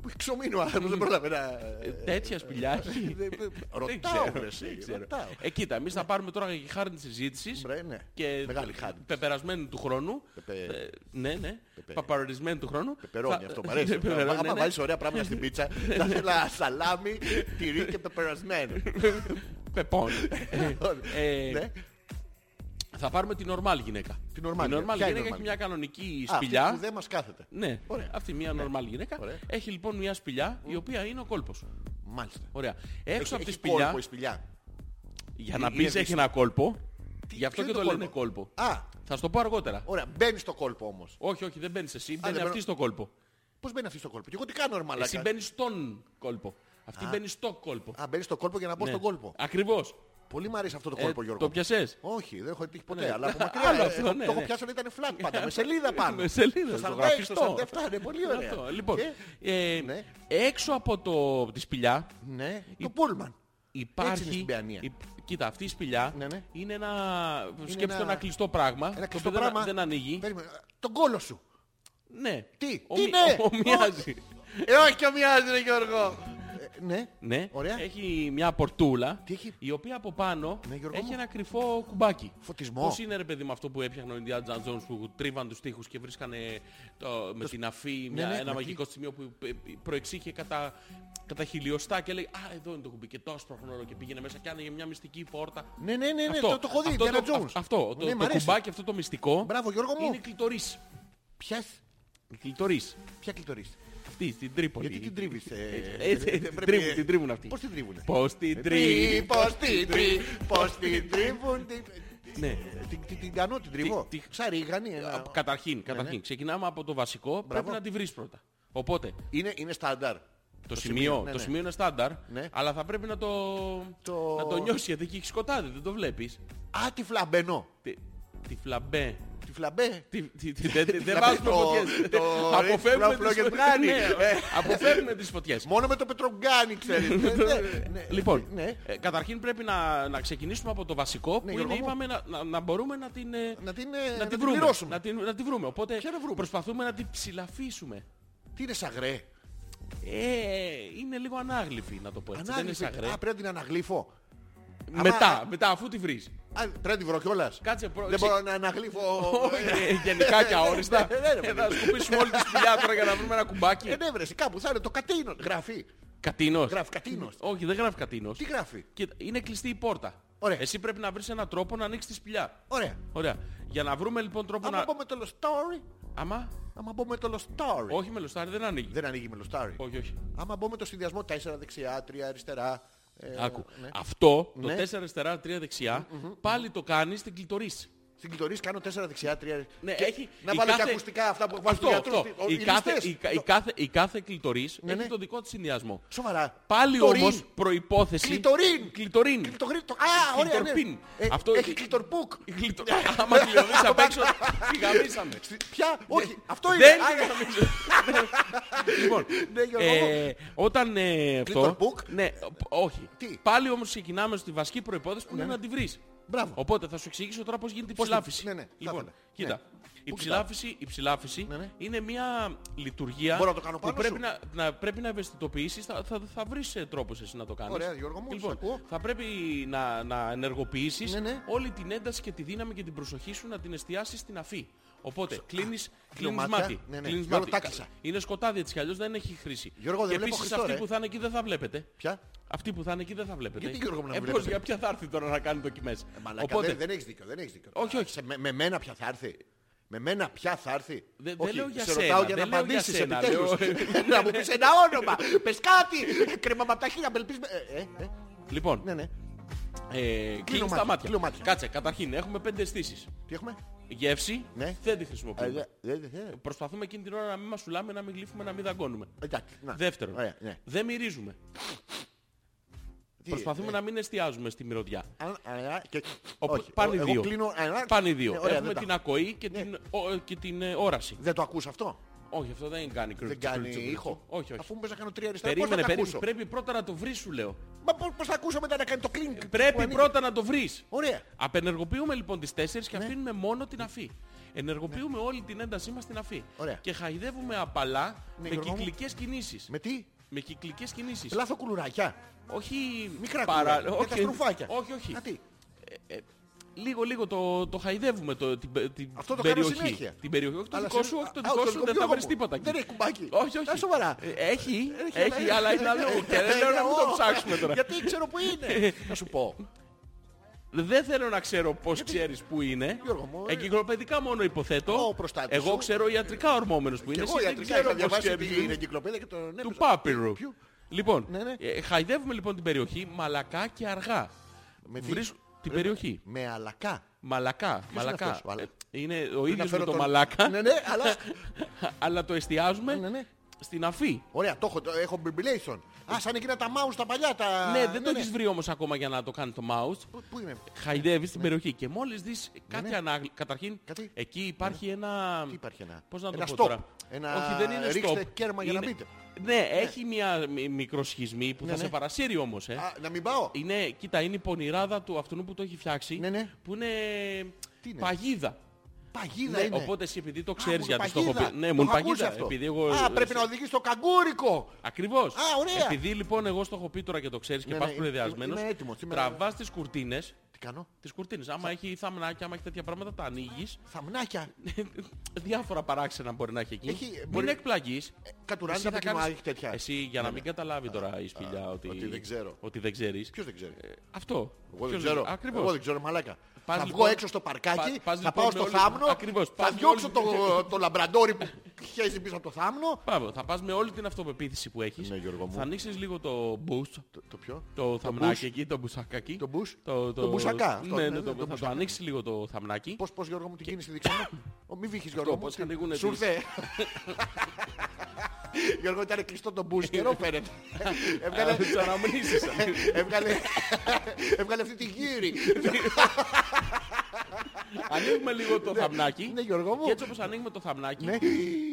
S1: Που έχει ξομείνει ο άνθρωπος. Δεν πρόλαβε να...
S2: Ε, Τέτοια σπηλιά έχει.
S1: Δεν- δεν-
S2: Δεν
S1: Ρωτάω.
S2: ξέρω.
S1: ρε, εσύ,
S2: δεν ξέρω.
S1: ρωτάω.
S2: Ε, κοίτα, εμεί θα πάρουμε τώρα για χάρη τη συζήτηση.
S1: Μπρε, ναι.
S2: Και
S1: Μεγάλη χάρη.
S2: Πεπερασμένου του χρόνου.
S1: Πεπε-
S2: Ε, Ναι, ναι. Παπαρορισμένου του χρόνου.
S1: Πεπερώνει
S2: Θα-
S1: αυτό, μου αρέσει.
S2: Πεπερώνει, ναι,
S1: Άμα
S2: ναι.
S1: βάλεις ωραία πράγματα στην πίτσα, θα ήθελα σαλάμι, τυρί και πεπερασμένο.
S2: Πεπώνει. Ε,
S1: Ναι.
S2: Θα πάρουμε την ορμάλ γυναίκα.
S1: Την normal.
S2: Η normal
S1: Ποια είναι
S2: γυναίκα
S1: normal?
S2: έχει μια κανονική
S1: Α, αυτή
S2: σπηλιά.
S1: που δεν μας κάθεται.
S2: Ναι,
S1: Ωραία.
S2: αυτή μια normal γυναίκα.
S1: Ωραία.
S2: Έχει λοιπόν μια σπηλιά η οποία είναι ο κόλπος.
S1: Μάλιστα.
S2: Ωραία. Έξω από τη
S1: Έχει
S2: σπηλιά,
S1: κόλπο η σπηλιά.
S2: για να
S1: Είναι
S2: πεις έχει
S1: δύσκολο.
S2: ένα κόλπο,
S1: Τι-
S2: γι' αυτό
S1: ποιο
S2: και το
S1: είναι
S2: λένε κόλπο.
S1: Α,
S2: Θα σου το πω αργότερα.
S1: ωραία. Μπαίνει στο κόλπο όμως.
S2: Όχι, όχι, δεν μπαίνεις εσύ, μπαίνει
S1: δεν
S2: αυτή στο κόλπο.
S1: Πώς μπαίνει αυτή στο κόλπο. Και εγώ τι κάνω, ρε μαλάκα.
S2: Εσύ μπαίνεις στον κόλπο. Αυτή μπαίνει στο κόλπο.
S1: Α, μπαίνει στο κόλπο για να μπω
S2: Ναι.
S1: στον κόλπο.
S2: Ακριβώς.
S1: Πολύ μου αρέσει αυτό το
S2: Ε,
S1: κόλπο, Γιώργο.
S2: Το πιασες.
S1: Όχι, δεν έχω τύχει ποτέ.
S2: Ναι.
S1: Αλλά από μακριά.
S2: Άλλο
S1: ε,
S2: αυτό,
S1: έχω-
S2: ναι,
S1: το έχω
S2: ναι.
S1: πιάσει όταν ήταν flat πάντα. Με σελίδα πάνω.
S2: Με σελίδα, στο
S1: Στο 46,
S2: Ε, γραφιστό.
S1: στο 47. Είναι πολύ
S2: Αυτό.
S1: ωραία.
S2: Λοιπόν,
S1: Και-
S2: ε,
S1: ναι.
S2: έξω από το, τη σπηλιά
S1: Ναι, το πούλμαν.
S2: υπάρχει...
S1: Έτσι είναι στην Παιανία.
S2: υ- Κοίτα, αυτή η σπηλιά
S1: Ναι, ναι.
S2: είναι ένα... Σκέψτε
S1: ένα-
S2: ένα κλειστό πράγμα.
S1: Ένα
S2: το
S1: κλειστό
S2: οποίο δεν-
S1: πράγμα.
S2: Δεν ανοίγει.
S1: Περίμενε. Τον κόλο σου.
S2: Ναι.
S1: Τι, τι
S2: Ομοι-
S1: ναι.
S2: Ομοιάζει.
S1: Ε, όχι και μοιάζει, ρε Γιώργο. Ε, Ναι.
S2: Ναι.
S1: Ωραία.
S2: Έχει μια πορτούλα
S1: Τι έχει?
S2: η οποία από πάνω
S1: Ναι, Γιώργο
S2: έχει
S1: μου.
S2: ένα κρυφό κουμπάκι.
S1: Φωτισμό.
S2: Πώς είναι ρε παιδί με αυτό που έπιαχνε ο Ιντιάτζα Τζόνς που τρίβαν τους τοίχους και βρίσκανε το, με την αφή μια,
S1: ναι,
S2: ένα
S1: την
S2: μαγικό σημείο που πε- προεξήχε κατά, κατά χιλιοστά και λέει «Α, εδώ είναι το κουμπί» και το άσπρο χνόρο και πήγαινε μέσα και άνοιγε μια μυστική πόρτα.
S1: Ναι, ναι, ναι, ναι, το, το έχω δει.
S2: αυτό,
S1: Indiana
S2: το,
S1: Jones.
S2: αυ- αυτό,
S1: Ναι,
S2: το,
S1: μ'
S2: το
S1: αρέσει.
S2: κουμπάκι αυτό το μυστικό
S1: Μπράβο, Γιώργο μου.
S2: είναι κλειτορίς.
S1: Ποιας-
S2: Κλειτορίς.
S1: Ποια κλειτορίς.
S2: Αυτή, στην Τρίπολη.
S1: Γιατί την τρίβεις. ε,
S2: Έτσι,
S1: δεν
S2: την
S1: πρέπει-
S2: τρίβουν, την τρίβουν αυτή.
S1: Πώς την τρίβουνε. Ε,
S2: Πώς την
S1: Τρί,
S2: τρίβουν.
S1: πώς την τρί, πώς την τρίβουν. την-
S2: Ναι.
S1: Την- την- Την κάνω, την τρίβω. ε,
S2: Τι- τι-
S1: Ξαρίγανη. ένα-
S2: Α,
S1: Ναι,
S2: Καταρχήν, καταρχήν. Ξεκινάμε από το βασικό. Πρέπει να τη βρεις πρώτα. Οπότε,
S1: Είναι, είναι στάνταρ.
S2: το, σημείο,
S1: ναι,
S2: το
S1: ναι.
S2: σημείο είναι στάνταρ,
S1: Ναι.
S2: αλλά θα πρέπει να το,
S1: Το-
S2: να το νιώσει γιατί εκεί έχει σκοτάδι, δεν το βλέπεις.
S1: Α, τη φλαμπενό.
S2: Τη, τη φλαμπέ.
S1: Τη φλαμπέ.
S2: Τη- τη- τη- Δεν δεν- δεν
S1: φλαμπέ,
S2: βάζουμε
S1: το-
S2: φωτιές. Ε,
S1: το
S2: Αποφεύγουμε
S1: Ritz
S2: τις
S1: Flaugen
S2: φωτιές.
S1: Brani.
S2: Ναι,
S1: Ε.
S2: Αποφεύγουμε τις φωτιές.
S1: Μόνο με το πετρογκάνι, ξέρεις. Ναι, ναι, ναι.
S2: Λοιπόν,
S1: Ναι.
S2: ε, καταρχήν πρέπει να, να ξεκινήσουμε από το βασικό που
S1: Γιώργο
S2: είναι,
S1: μου.
S2: είπαμε, να, να, να μπορούμε να την, ε,
S1: Να την, ε, να την
S2: βρούμε.
S1: πληρώσουμε.
S2: Να την, να την βρούμε. Οπότε
S1: Ποια να βρούμε?
S2: προσπαθούμε να την ψηλαφίσουμε.
S1: Τι είναι σαγρέ.
S2: Ε, είναι λίγο ανάγλυφη να το πω έτσι.
S1: Ανάγλυφη.
S2: Δεν είναι
S1: Α,
S2: σαγρέ.
S1: πρέπει να την αναγλύφω.
S2: Μετά,
S1: άμα-
S2: μετά, αφού τη βρεις.
S1: Α, πρέπει να την βρω κιόλας.
S2: Κάτσε προ...
S1: Δεν μπορώ να αναγλύφω.
S2: Όχι, ε, γενικά και αόριστα.
S1: Ναι, ναι, ναι,
S2: Ε, Θα σκουπίσουμε όλη τη σπηλιά τώρα για να βρούμε ένα κουμπάκι.
S1: Ε, ναι, βρε, κάπου θα είναι το κατίνο. Γράφει.
S2: Κατίνος.
S1: Γράφει κατίνος.
S2: Όχι, δεν γράφει κατίνος.
S1: Τι γράφει.
S2: Κοίτα, είναι κλειστή η πόρτα.
S1: Ωραία.
S2: Εσύ πρέπει να βρεις έναν τρόπο να ανοίξεις τη σπηλιά.
S1: Ωραία.
S2: Ωραία. Για να βρούμε λοιπόν τρόπο
S1: Άμα
S2: να...
S1: πω με το λοστόρι.
S2: Άμα...
S1: Άμα μπω με το λοστόρι.
S2: Όχι, με λοστάρι δεν ανοίγει.
S1: Δεν ανοίγει με λοστάρι.
S2: Όχι, όχι.
S1: Άμα μπω με το συνδυασμό 4 δεξιά, 3 αριστερά. ε,
S2: Άκου.
S1: ναι.
S2: Αυτό,
S1: Ναι.
S2: το 4 αριστερά, 3 δεξιά, πάλι το κάνεις στην κλειτορίση.
S1: Στην κλειτορίς κάνω 4 δεξιά, 3
S2: Ναι,
S1: και-
S2: έχει-
S1: Να
S2: η
S1: βάλω και
S2: κάθε-
S1: ακουστικά αυτά που βάζουν οι
S2: Αυτό, αυτό.
S1: γιατροί.
S2: Η κάθε, η, κα- η κάθε, η κάθε κλειτορίς
S1: Ναι,
S2: έχει
S1: ναι.
S2: το δικό της συνδυασμό.
S1: Σοβαρά.
S2: Πάλι
S1: Κλειτορίν.
S2: όμως προϋπόθεση...
S1: Κλειτορίν.
S2: Κλειτορίν.
S1: Κλειτορίν, το- Α, ωραία. ναι.
S2: Κλειτορπίν.
S1: Ε,
S2: Αυτό-
S1: Έχει κλειτορπούκ.
S2: Η κλειτο- Άμα κλειδωθείς απ' έξω, τη γαμίσαμε. Ε,
S1: Ποια, όχι, αυτό είναι.
S2: Δεν
S1: Α,
S2: τη γαμίσαμε. Λοιπόν,
S1: Ναι, Γιώργο
S2: ε, όταν ε, αυτό...
S1: Κλειτορπούκ.
S2: Ναι, ο- όχι.
S1: Τι? Ναι,
S2: Πάλι όμως ξεκινάμε στη βασική προϋπόθεση που είναι να τη βρεις.
S1: Μπράβο.
S2: Οπότε θα σου εξηγήσω τώρα πώς γίνεται η
S1: Πώς την-
S2: ψηλάφιση.
S1: ναι, ναι, θα
S2: Λοιπόν,
S1: ήθελα.
S2: κοίτα.
S1: Ναι.
S2: Η
S1: Πού
S2: ψηλάφιση, η ψηλάφιση
S1: Ναι, ναι.
S2: είναι μια λειτουργία
S1: Μπορώ να το κάνω
S2: που
S1: πάνω
S2: πρέπει
S1: σου?
S2: να, να, πρέπει να ευαισθητοποιήσεις, θα, θα, θα βρεις ε, τρόπους εσύ να το κάνεις.
S1: Ωραία, Γιώργο μου,
S2: λοιπόν,
S1: σ' ακούω.
S2: θα πρέπει να, να ενεργοποιήσεις
S1: Ναι, ναι.
S2: όλη την ένταση και τη δύναμη και την προσοχή σου να την εστιάσεις στην αφή. Οπότε κλείνεις, κλείνεις
S1: μάτια.
S2: μάτι.
S1: Ναι, ναι.
S2: κλείνεις
S1: Γιώργο,
S2: μάτι.
S1: τα κλείσα.
S2: Είναι σκοτάδι έτσι κι αλλιώς δεν έχει χρήση.
S1: Γιώργο, δεν
S2: και
S1: βλέπω
S2: επίσης
S1: Χριστό,
S2: αυτοί
S1: ρε.
S2: που θα είναι εκεί δεν θα βλέπετε.
S1: Ποια.
S2: Αυτοί που θα είναι εκεί δεν θα βλέπετε.
S1: Γιατί, Γιώργο, μου, να
S2: ε,
S1: μην
S2: πώς,
S1: βλέπετε?
S2: για ποια θα έρθει τώρα να κάνει δοκιμές.
S1: Ε, Μαλάκα,
S2: Οπότε,
S1: δεν, δεν έχεις δίκιο, δεν έχεις δίκιο.
S2: Όχι, όχι.
S1: Σε, με, με μένα πια θα έρθει. Με μένα πια θα έρθει.
S2: Δε- δεν
S1: Όχι,
S2: λέω για
S1: σε
S2: σένα,
S1: ρωτάω για να
S2: δεν λέω για
S1: απαντήσεις
S2: σένα,
S1: επιτέλους. να μου πεις ένα όνομα. Πες κάτι. Κρέμα με απ' τα χείλη, απελπίσμε. Ε, ε, ε,
S2: Λοιπόν,
S1: Ναι, ναι.
S2: ε, κλείνεις
S1: μάτια,
S2: τα μάτια.
S1: κλείνω μάτια.
S2: Κάτσε, καταρχήν έχουμε πέντε αισθήσεις.
S1: Τι έχουμε.
S2: Γεύση,
S1: Ναι.
S2: δεν τη
S1: Ε,
S2: χρησιμοποιούμε.
S1: δε- δε- δε- δε.
S2: Προσπαθούμε εκείνη την ώρα να μην μασουλάμε, να
S1: ε,
S2: μην γλύφουμε, να μην δαγκώνουμε.
S1: Εντάξει. να.
S2: Δεύτερον,
S1: Ωραία, ναι.
S2: δεν μυρίζουμε. Προσπαθούμε
S1: ε,
S2: να μην εστιάζουμε στη μυρωδιά.
S1: Αν- α, και-
S2: Οπο-
S1: όχι,
S2: πάνε,
S1: ε, εγώ
S2: δύο.
S1: κλείνω- α,
S2: πάνε οι δύο.
S1: Ναι, ωραία,
S2: Έχουμε
S1: δεν
S2: την
S1: τα- Ναι.
S2: ακοή και την, ο- και την ε, όραση.
S1: Δεν το ακούς αυτό.
S2: Όχι, αυτό δεν κάνει κρυφτό.
S1: Δεν κάνει ήχο.
S2: Όχι, όχι.
S1: Αφού μου πες να κάνω τρία αριστερά, πώς θα
S2: Περίμενε,
S1: τα
S2: περίμενε.
S1: ακούσω.
S2: Πρέπει πρώτα να το βρεις, σου λέω.
S1: Μα πώς πώς θα ακούσω μετά να κάνει το κλίνκ. που
S2: Ε, Πρέπει
S1: ανοίγει.
S2: πρώτα να το βρεις.
S1: Ωραία.
S2: Απενεργοποιούμε λοιπόν τις 4 και
S1: Ναι.
S2: αφήνουμε μόνο την αφή. Ενεργοποιούμε όλη την έντασή μας στην αφή.
S1: Ωραία. Ναι,
S2: Και χαϊδεύουμε απαλά με
S1: Γιώργο μου.
S2: κυκλικές κινήσεις.
S1: Με τι,
S2: Με κυκλικές κινήσεις.
S1: λάθο κουλουράκια.
S2: Όχι.
S1: Μικρά
S2: παρα-
S1: κουλουράκια. Για τα
S2: όχι,
S1: στρουφάκια.
S2: Όχι, όχι.
S1: Α, τι.
S2: Λίγο, λίγο το, το χαϊδεύουμε το, την, πε- την
S1: Αυτό το κάνω
S2: περιοχή.
S1: συνέχεια.
S2: Την περιοχή. Όχι το
S1: Αλλά
S2: δικό
S1: σε-
S2: σου, όχι το
S1: Α,
S2: δικό
S1: όχι, το
S2: σου,
S1: δικό
S2: δεν θα
S1: μου.
S2: βρει τίποτα. εκεί.
S1: Δεν έχει κουμπάκι.
S2: Όχι, όχι.
S1: Α, σοβαρά.
S2: Ε, Έχει,
S1: αλλά
S2: έχει, αλλά είναι αλλού. Και δεν λέω να μην το ψάξουμε τώρα.
S1: ναι, Γιατί ξέρω που είναι. Να σου πω.
S2: Δεν θέλω να ξέρω πώς ξέρεις που είναι.
S1: Γιώργο μου, ε.
S2: Εγκυκλοπαιδικά μόνο υποθέτω.
S1: Ω, προστάτη
S2: Εγώ
S1: σου.
S2: ξέρω ιατρικά ορμόμενο που
S1: Και
S2: είναι.
S1: εγώ
S2: εσύ
S1: ιατρικά
S2: δεν
S1: είχα
S2: ξέρω πώς
S1: διαβάσει
S2: ξέρεις.
S1: την εγκυκλοπαίδεια και τον
S2: Του
S1: έπαιζα.
S2: πάπυρου.
S1: Ποιου?
S2: Λοιπόν,
S1: Ναι, ναι.
S2: ε, χαϊδεύουμε λοιπόν την περιοχή μαλακά και αργά.
S1: Με τι? Ε,
S2: Βρίσκω την περιοχή.
S1: Με αλακά.
S2: Μαλακά.
S1: είναι
S2: μαλακά.
S1: αυτός ο άλλος?
S2: Ε, είναι ο ίδιος με
S1: φέρω
S2: το
S1: τον-
S2: μαλάκα.
S1: Ναι, ναι, αλλά.
S2: αλλά το εστιάζουμε
S1: Ναι, ναι.
S2: στην αφή.
S1: Ωραία, το έχω, το έχω μπιμπιλέισον. Α, σαν εκείνα τα mouse τα παλιά. Τα...
S2: ναι, δεν το έχει βρει όμως ακόμα για να το κάνει το mouse.
S1: Πού, πού είναι,
S2: Χαϊδεύεις την περιοχή και μόλις δεις κάτι
S1: ναι.
S2: ανάγλυ. Καταρχήν,
S1: Κάτι. ναι.
S2: εκεί υπάρχει ένα.
S1: τι υπάρχει ένα.
S2: Πώς να το
S1: ένα
S2: πω
S1: stop.
S2: τώρα.
S1: Ένα...
S2: Όχι, δεν είναι
S1: ρίξτε
S2: stop.
S1: κέρμα για να
S2: Είναι-
S1: μπείτε.
S2: Ναι, έχει μια μι- μικροσχισμή που
S1: Ναι,
S2: θα
S1: ναι.
S2: σε παρασύρει όμως. Ε.
S1: Α, να μην πάω.
S2: Είναι, κοίτα, είναι η πονηράδα του αυτού που το έχει φτιάξει.
S1: Ναι, ναι.
S2: Που είναι,
S1: Τι είναι?
S2: παγίδα.
S1: Παγίδα
S2: Ναι,
S1: είναι.
S2: Οπότε εσύ επειδή το
S1: Α,
S2: ξέρεις
S1: μου
S2: γιατί το
S1: παγίδα.
S2: έχω πει. Ναι,
S1: Το
S2: μου είναι
S1: έχω ακούσει
S2: παγίδα.
S1: αυτό.
S2: Επειδή εγώ...
S1: Α, πρέπει να οδηγείς το καγκούρικο.
S2: Ακριβώς.
S1: Α, ωραία.
S2: Επειδή λοιπόν εγώ στο έχω πει τώρα και το ξέρεις και
S1: Ναι,
S2: πας
S1: ναι,
S2: προεδιασμένος,
S1: είμαι έτοιμος, είμαι-
S2: τραβάς τις κουρτίνες,
S1: Τι κάνω.
S2: τις κουρτίνες. Άμα έχει θαμνάκια, άμα έχει τέτοια πράγματα, τα ανοίγεις.
S1: Θαμνάκια.
S2: Διάφορα παράξενα μπορεί να έχει εκεί.
S1: Έχει-
S2: Μην
S1: μπορεί- Ε,
S2: εκπλαγείς.
S1: Κατουράνε
S2: Εσύ
S1: τα
S2: θα
S1: παιδιά μου,
S2: κάνεις-
S1: έχει τέτοια. Ναι,
S2: Εσύ για να μην καταλάβει τώρα η σπηλιά ότι,
S1: ότι δεν ξέρω.
S2: Ότι δεν ξέρεις.
S1: Ποιος δεν ξέρει.
S2: Αυτό.
S1: Εγώ δεν
S2: Ε, Ποιος
S1: ξέρω.
S2: Ακριβώς.
S1: Εγώ δεν ξέρω, μαλάκα.
S2: Πας
S1: θα
S2: λοιπόν-
S1: βγω έξω στο παρκάκι,
S2: Πα- πας
S1: θα
S2: λοιπόν
S1: πάω
S2: με
S1: στο
S2: όλη-
S1: θάμνο,
S2: Ακριβώς,
S1: θα
S2: πας με
S1: διώξω
S2: όλη-
S1: το, το λαμπραντόρι που χέζει πίσω από το θάμνο.
S2: Πάμε. Θα πας με όλη την αυτοπεποίθηση που έχεις.
S1: Ναι, Γιώργο μου.
S2: θα ανοίξεις λίγο το boost.
S1: Το, το ποιο?
S2: Το
S1: boost.
S2: θαμνάκι εκεί, το μπουσακάκι.
S1: Το boost.
S2: Το,
S1: Το μπουσακά, αυτό,
S2: Ναι,
S1: ναι,
S2: ναι,
S1: ναι,
S2: το,
S1: το
S2: θα το
S1: μπουσακά.
S2: ανοίξεις λίγο το θαμνάκι.
S1: Πώς, πώς Γιώργο μου την κίνηση δείξα μου. Ο, Μη βήχεις Γιώργο μου.
S2: πώς ανοίγουνε
S1: Σου
S2: τις-
S1: ήρθε. Γιώργο ήταν κλειστό το μπούς καιρό φαίνεται. Έβγαλε,
S2: Θα τις αναμνήσεις.
S1: έβγαλε, έβγαλε αυτή τη γύρι.
S2: Ανοίγουμε λίγο το θαμνάκι.
S1: ναι, Γιώργο μου.
S2: Και έτσι όπως ανοίγουμε το θαμνάκι,
S1: Ναι.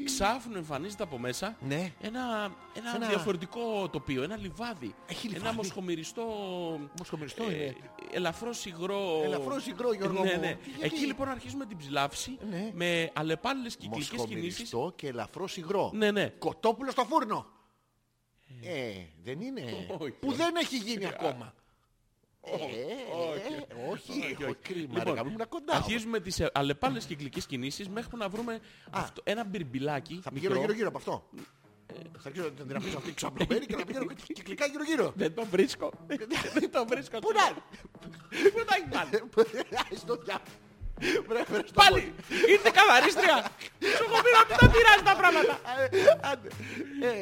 S2: ξάφνου εμφανίζεται από μέσα
S1: Ναι.
S2: ένα, ένα
S1: Ένα-
S2: διαφορετικό τοπίο, ένα λιβάδι.
S1: Έχει
S2: Ένα
S1: λιβάδι.
S2: μοσχομυριστό... ε,
S1: Μοσχομυριστό είναι.
S2: ελαφρώς υγρό...
S1: Ελαφρώς υγρό, Γιώργο
S2: ναι,
S1: μου.
S2: ναι.
S1: Τι- γιατί?
S2: Εκεί λοιπόν αρχίζουμε την ψηλάψη
S1: Ναι.
S2: με αλλεπάλληλες κυκλικές κινήσεις.
S1: Μοσχομυριστό και ελαφρώς υγρό.
S2: Ναι, ναι.
S1: Κοτόπουλο στο φούρνο. Ε, δεν είναι.
S2: Όχι.
S1: Που δεν έχει γίνει ακόμα. Ε,
S2: όχι.
S1: ε, Όχι,
S2: Όχι,
S1: έχω
S2: όχι.
S1: κρίμα.
S2: Λοιπόν,
S1: ρε, ήμουν κοντά.
S2: Αρχίζουμε τις ε, αλλεπάλληλες κυκλικές κινήσεις μέχρι να βρούμε αυτό- ένα μπιρμπιλάκι
S1: Θα πηγαίνω
S2: μικρό.
S1: γύρω-γύρω από αυτό. Θα αρχίσω να την αφήσω αυτή ξαπλωμένη και να πηγαίνω κυκλικά γύρω-γύρω.
S2: Δεν το βρίσκω. Δεν το βρίσκω.
S1: Πού να είναι.
S2: Πού να είναι πάλι.
S1: Στο διάβολο. Βρε, φέρε στο
S2: Πάλι!
S1: πόδι.
S2: Ήρθε καθαρίστρια! Σου έχω πει να μην τα πειράζει τα πράγματα.
S1: Α, ε, άντε.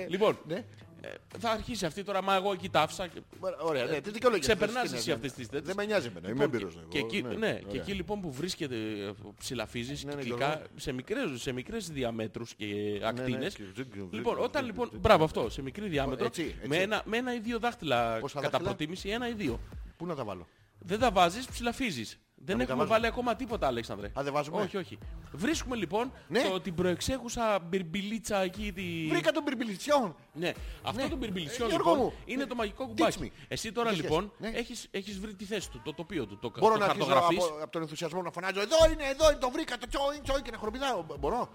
S1: Ε,
S2: Λοιπόν,
S1: ναι.
S2: ε, θα αρχίσει αυτή τώρα, μα εγώ εκεί ταύσα. και-
S1: Ωραία, ναι, τι δικαιολογία.
S2: ξεπερνάς
S1: θες, τι
S2: εσύ
S1: να-
S2: αυτές τις τέτοιες.
S1: Δεν με νοιάζει εμένα, είμαι
S2: Λοιπόν,
S1: έμπειρος. εγώ,
S2: και, εκεί, ναι, και
S1: ωραία.
S2: εκεί λοιπόν που βρίσκεται, ε, ψηλαφίζεις
S1: Ναι, ναι,
S2: κυκλικά
S1: Γιώργο.
S2: σε μικρές, σε μικρές διαμέτρους και ακτίνες.
S1: και τζιγκ, τζιγκ,
S2: Λοιπόν,
S1: τζιγκ,
S2: όταν
S1: τζιγκ,
S2: λοιπόν, μπράβο αυτό, σε μικρή διάμετρο,
S1: έτσι, έτσι.
S2: με ένα- με ένα ή δύο δάχτυλα
S1: Πόσα
S2: κατά
S1: δάχτυλα?
S2: προτίμηση, ένα ή δύο.
S1: Πού να τα βάλω.
S2: Δεν τα βάζεις, ψηλαφίζεις. Δεν
S1: μην τα
S2: έχουμε
S1: βάζω.
S2: βάλει ακόμα τίποτα, Αλέξανδρε.
S1: Α, δεν βάζουμε?
S2: Όχι, όχι. Βρίσκουμε λοιπόν
S1: Ναι.
S2: το, την προεξέχουσα μπιρμπιλίτσα εκεί. Τη...
S1: Βρήκα τον πυρπηλιτσιόν.
S2: Ναι. Αυτό των μπιρμπιλιτσιών
S1: Ε, Γιώργο
S2: λοιπόν
S1: μου.
S2: είναι το μαγικό
S1: me.
S2: κουμπάκι. Εσύ τώρα
S1: Τι
S2: λοιπόν
S1: σχέση, ναι.
S2: έχεις, έχεις βρει τη θέση του, το τοπίο του. Το,
S1: Μπορώ
S2: το
S1: να αρχίσω
S2: χαρτογραφείς.
S1: από, από τον ενθουσιασμό να φωνάζω Εδώ είναι, εδώ είναι, το βρήκα, το τσόιν, τσόιν και να χοροπηδάω. Μπορώ.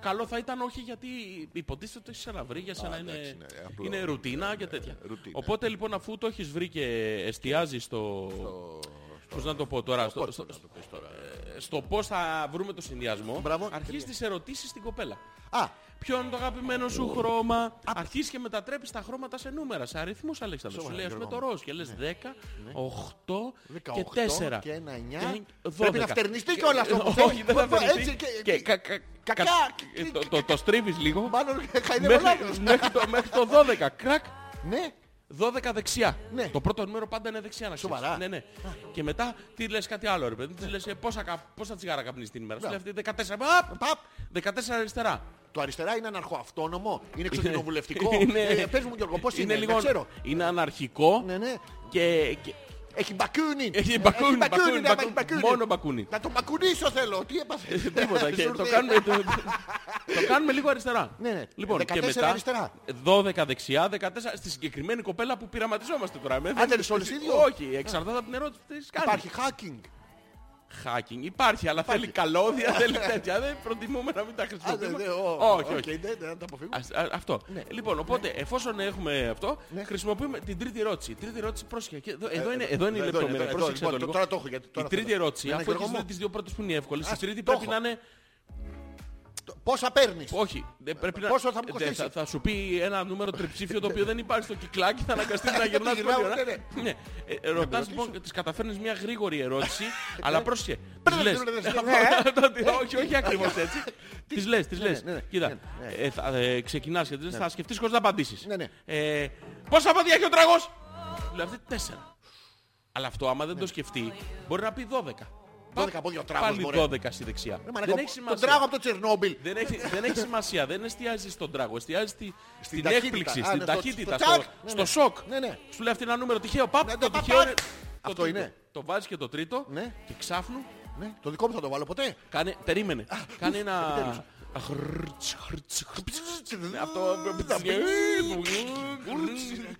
S2: Καλό θα ήταν όχι γιατί υποτίθεται ότι έχεις ξαναβρει για σένα είναι,
S1: εντάξει, ναι, απλό.
S2: είναι ρουτίνα και τέτοια.
S1: ρουτίνα.
S2: Οπότε λοιπόν αφού το έχεις βρει και εστιάζεις στο... Πώς να το πω τώρα, στο, στο, ε, στο πώς θα βρούμε το συνδυασμό,
S1: Μπράβο,
S2: αρχίζεις τις ερωτήσεις στην κοπέλα.
S1: Α,
S2: Ποιο είναι το αγαπημένο σου χρώμα. Αρχίζεις και μετατρέπεις τα χρώματα σε νούμερα, σε αριθμούς Αλέξανδρο. Σου
S1: Σοβαρά,
S2: λέει ας πούμε
S1: Γιώργο
S2: το ροζ και λες 10, 8
S1: 18
S2: και 4.
S1: και ένα εννιά.
S2: Και
S1: Πρέπει να
S2: 12.
S1: φτερνιστεί κιόλας αυτό που θέλει.
S2: Όχι, δεν θα
S1: Μπορεί να-
S2: φτερνιστεί.
S1: έτσι και-
S2: Και κα- κα-
S1: κακά,
S2: κα- ε,
S1: και-
S2: το-
S1: και-
S2: το- Το στρίβεις λίγο.
S1: μάλλον χαϊδεύω λάθος.
S2: Μέχρι μέχρι το- μέχρι το 12. Κρακ.
S1: Ναι,
S2: 12 δεξιά.
S1: Ναι.
S2: Το πρώτο νούμερο πάντα είναι δεξιά. Να ξέρεις.
S1: Σοβαρά.
S2: Ναι, ναι. Και μετά τι λες κάτι άλλο, ρε
S1: Ναι.
S2: παιδί. μου. Της λες ε, πόσα, κα- πόσα τσιγάρα καπνίζεις την ημέρα. Σου λέει αυτή 14. Παπ!
S1: παπ,
S2: 14 αριστερά.
S1: Το αριστερά είναι αναρχοαυτόνομο, είναι
S2: Είναι-
S1: εξωκοινοβουλευτικό.
S2: είναι-
S1: Ε, πες μου Γιώργο, πώς είναι, δεν ξέρω.
S2: είναι αναρχικό
S1: Ναι, ναι.
S2: και, και-
S1: Έχει μπακούνι.
S2: Έχει μπακούνι,
S1: Έχει
S2: μπακούνι,
S1: ναι,
S2: μπακούνι.
S1: έχει μπακούνι.
S2: Μόνο μπακούνι.
S1: Να το μπακουνίσω θέλω. Τι έπαθε.
S2: Ε, Τίποτα. και
S1: Σου
S2: το,
S1: ήρθε.
S2: κάνουμε, το, το κάνουμε λίγο αριστερά.
S1: Ε, Ναι, ναι.
S2: Λοιπόν,
S1: 14
S2: και μετά,
S1: αριστερά.
S2: 12 δεξιά, 14 στη συγκεκριμένη κοπέλα που πειραματιζόμαστε τώρα. Με-
S1: δεν είναι όλες ίδιο?
S2: Όχι, εξαρτάται από την ερώτηση τι κάνεις.
S1: Ε, Υπάρχει hacking.
S2: Hacking υπάρχει, αλλά θέλει καλώδια, θέλει τέτοια. Δεν προτιμούμε να μην τα
S1: Α, δεν-
S2: χρησιμοποιούμε.
S1: δεν- ο-
S2: Όχι,
S1: οκ,
S2: όχι.
S1: ναι, ναι, Να τα αποφύγουμε.
S2: Ας- α- αυτό. Λοιπόν, οπότε εφόσον έχουμε αυτό,
S1: Ναι. Ε,
S2: χρησιμοποιούμε την τρίτη ερώτηση. Η τρίτη ερώτηση, πρόσεχε. και Εδώ, εδώ, είναι,
S1: εδώ,
S2: εδώ είναι η
S1: εδώ, εδώ,
S2: λεπτομέρεια.
S1: εδώ,
S2: Πρόσεξε
S1: λοιπόν,
S2: το λίγο.
S1: τώρα το έχω, γιατί
S2: Η
S1: τώρα
S2: τρίτη
S1: θέλω.
S2: ερώτηση,
S1: Ναι,
S2: αφού
S1: Γιώργο
S2: έχεις
S1: μου.
S2: δει τις δύο πρώτες που είναι εύκολες, η
S1: Ας, το
S2: τρίτη πρέπει
S1: έχω.
S2: να είναι
S1: Πόσα παίρνεις.
S2: όχι, δεν πρέπει να...
S1: Ε, Πόσο θα μου
S2: δεν-
S1: κοστίσει?
S2: θα, θα σου πει ένα νούμero τριψήφιο το οποίο δεν υπάρχει στο κυκλάκι, θα αναγκαστείς να γυρνάς
S1: γυρνάω,
S2: πρώτη ώρα.
S1: ναι, ναι.
S2: Ναι. Ε, ε, Ρωτάς λοιπόν, της καταφέρνεις μια γρήγορη ερώτηση, αλλά πρόσεχε. Της
S1: να
S2: λες.
S1: την ρωτήσεις, ναι.
S2: Το ότι- Όχι, όχι ακριβώς έτσι. Της λες, της λες.
S1: ε, ναι, ναι, ναι,
S2: Κοίτα,
S1: ναι.
S2: ε, θα- ε, ξεκινάς και της λες, θα σκεφτείς χωρίς να απαντήσεις.
S1: Ναι, ναι.
S2: Ε, Πόσα πόδια έχει ο τραγός? Λέω αυτή τέσσερα. Αλλά αυτό άμα δεν το σκεφτεί, μπορεί να πει 12.
S1: 12 Ναι. πόδια ο τράγος,
S2: Πάλι
S1: μωρέ.
S2: 12 στη δεξιά.
S1: Ρε, μαλάκα,
S2: Δεν έχει
S1: Τον
S2: σημασία.
S1: τράγω από το Τσερνόμπιλ.
S2: Δεν έχει, δεν έχει σημασία, δεν εστιάζει στον τράγο. Εστιάζει στη, στην,
S1: ταχύτητα.
S2: έκπληξη,
S1: Α,
S2: στην
S1: ναι, στο-
S2: ταχύτητα,
S1: στο
S2: στο,
S1: τσακ. Ναι,
S2: στο
S1: ναι.
S2: σοκ.
S1: Ναι, ναι.
S2: Σου λέει αυτή ένα νούμερο τυχαίο. Παπ,
S1: Ναι,
S2: το,
S1: το παπ,
S2: τυχαίο
S1: πάρε.
S2: είναι. το
S1: Αυτό
S2: τρίτο.
S1: είναι.
S2: Το βάζει και το τρίτο
S1: Ναι.
S2: και ξάφνου.
S1: Ναι, το δικό μου θα το βάλω ποτέ.
S2: Κάνε, περίμενε. Κάνε ένα.
S1: επιτέλους.
S2: Χρτς, χρτς, χρτς. Ναι, Αυτό.
S1: Αυτό.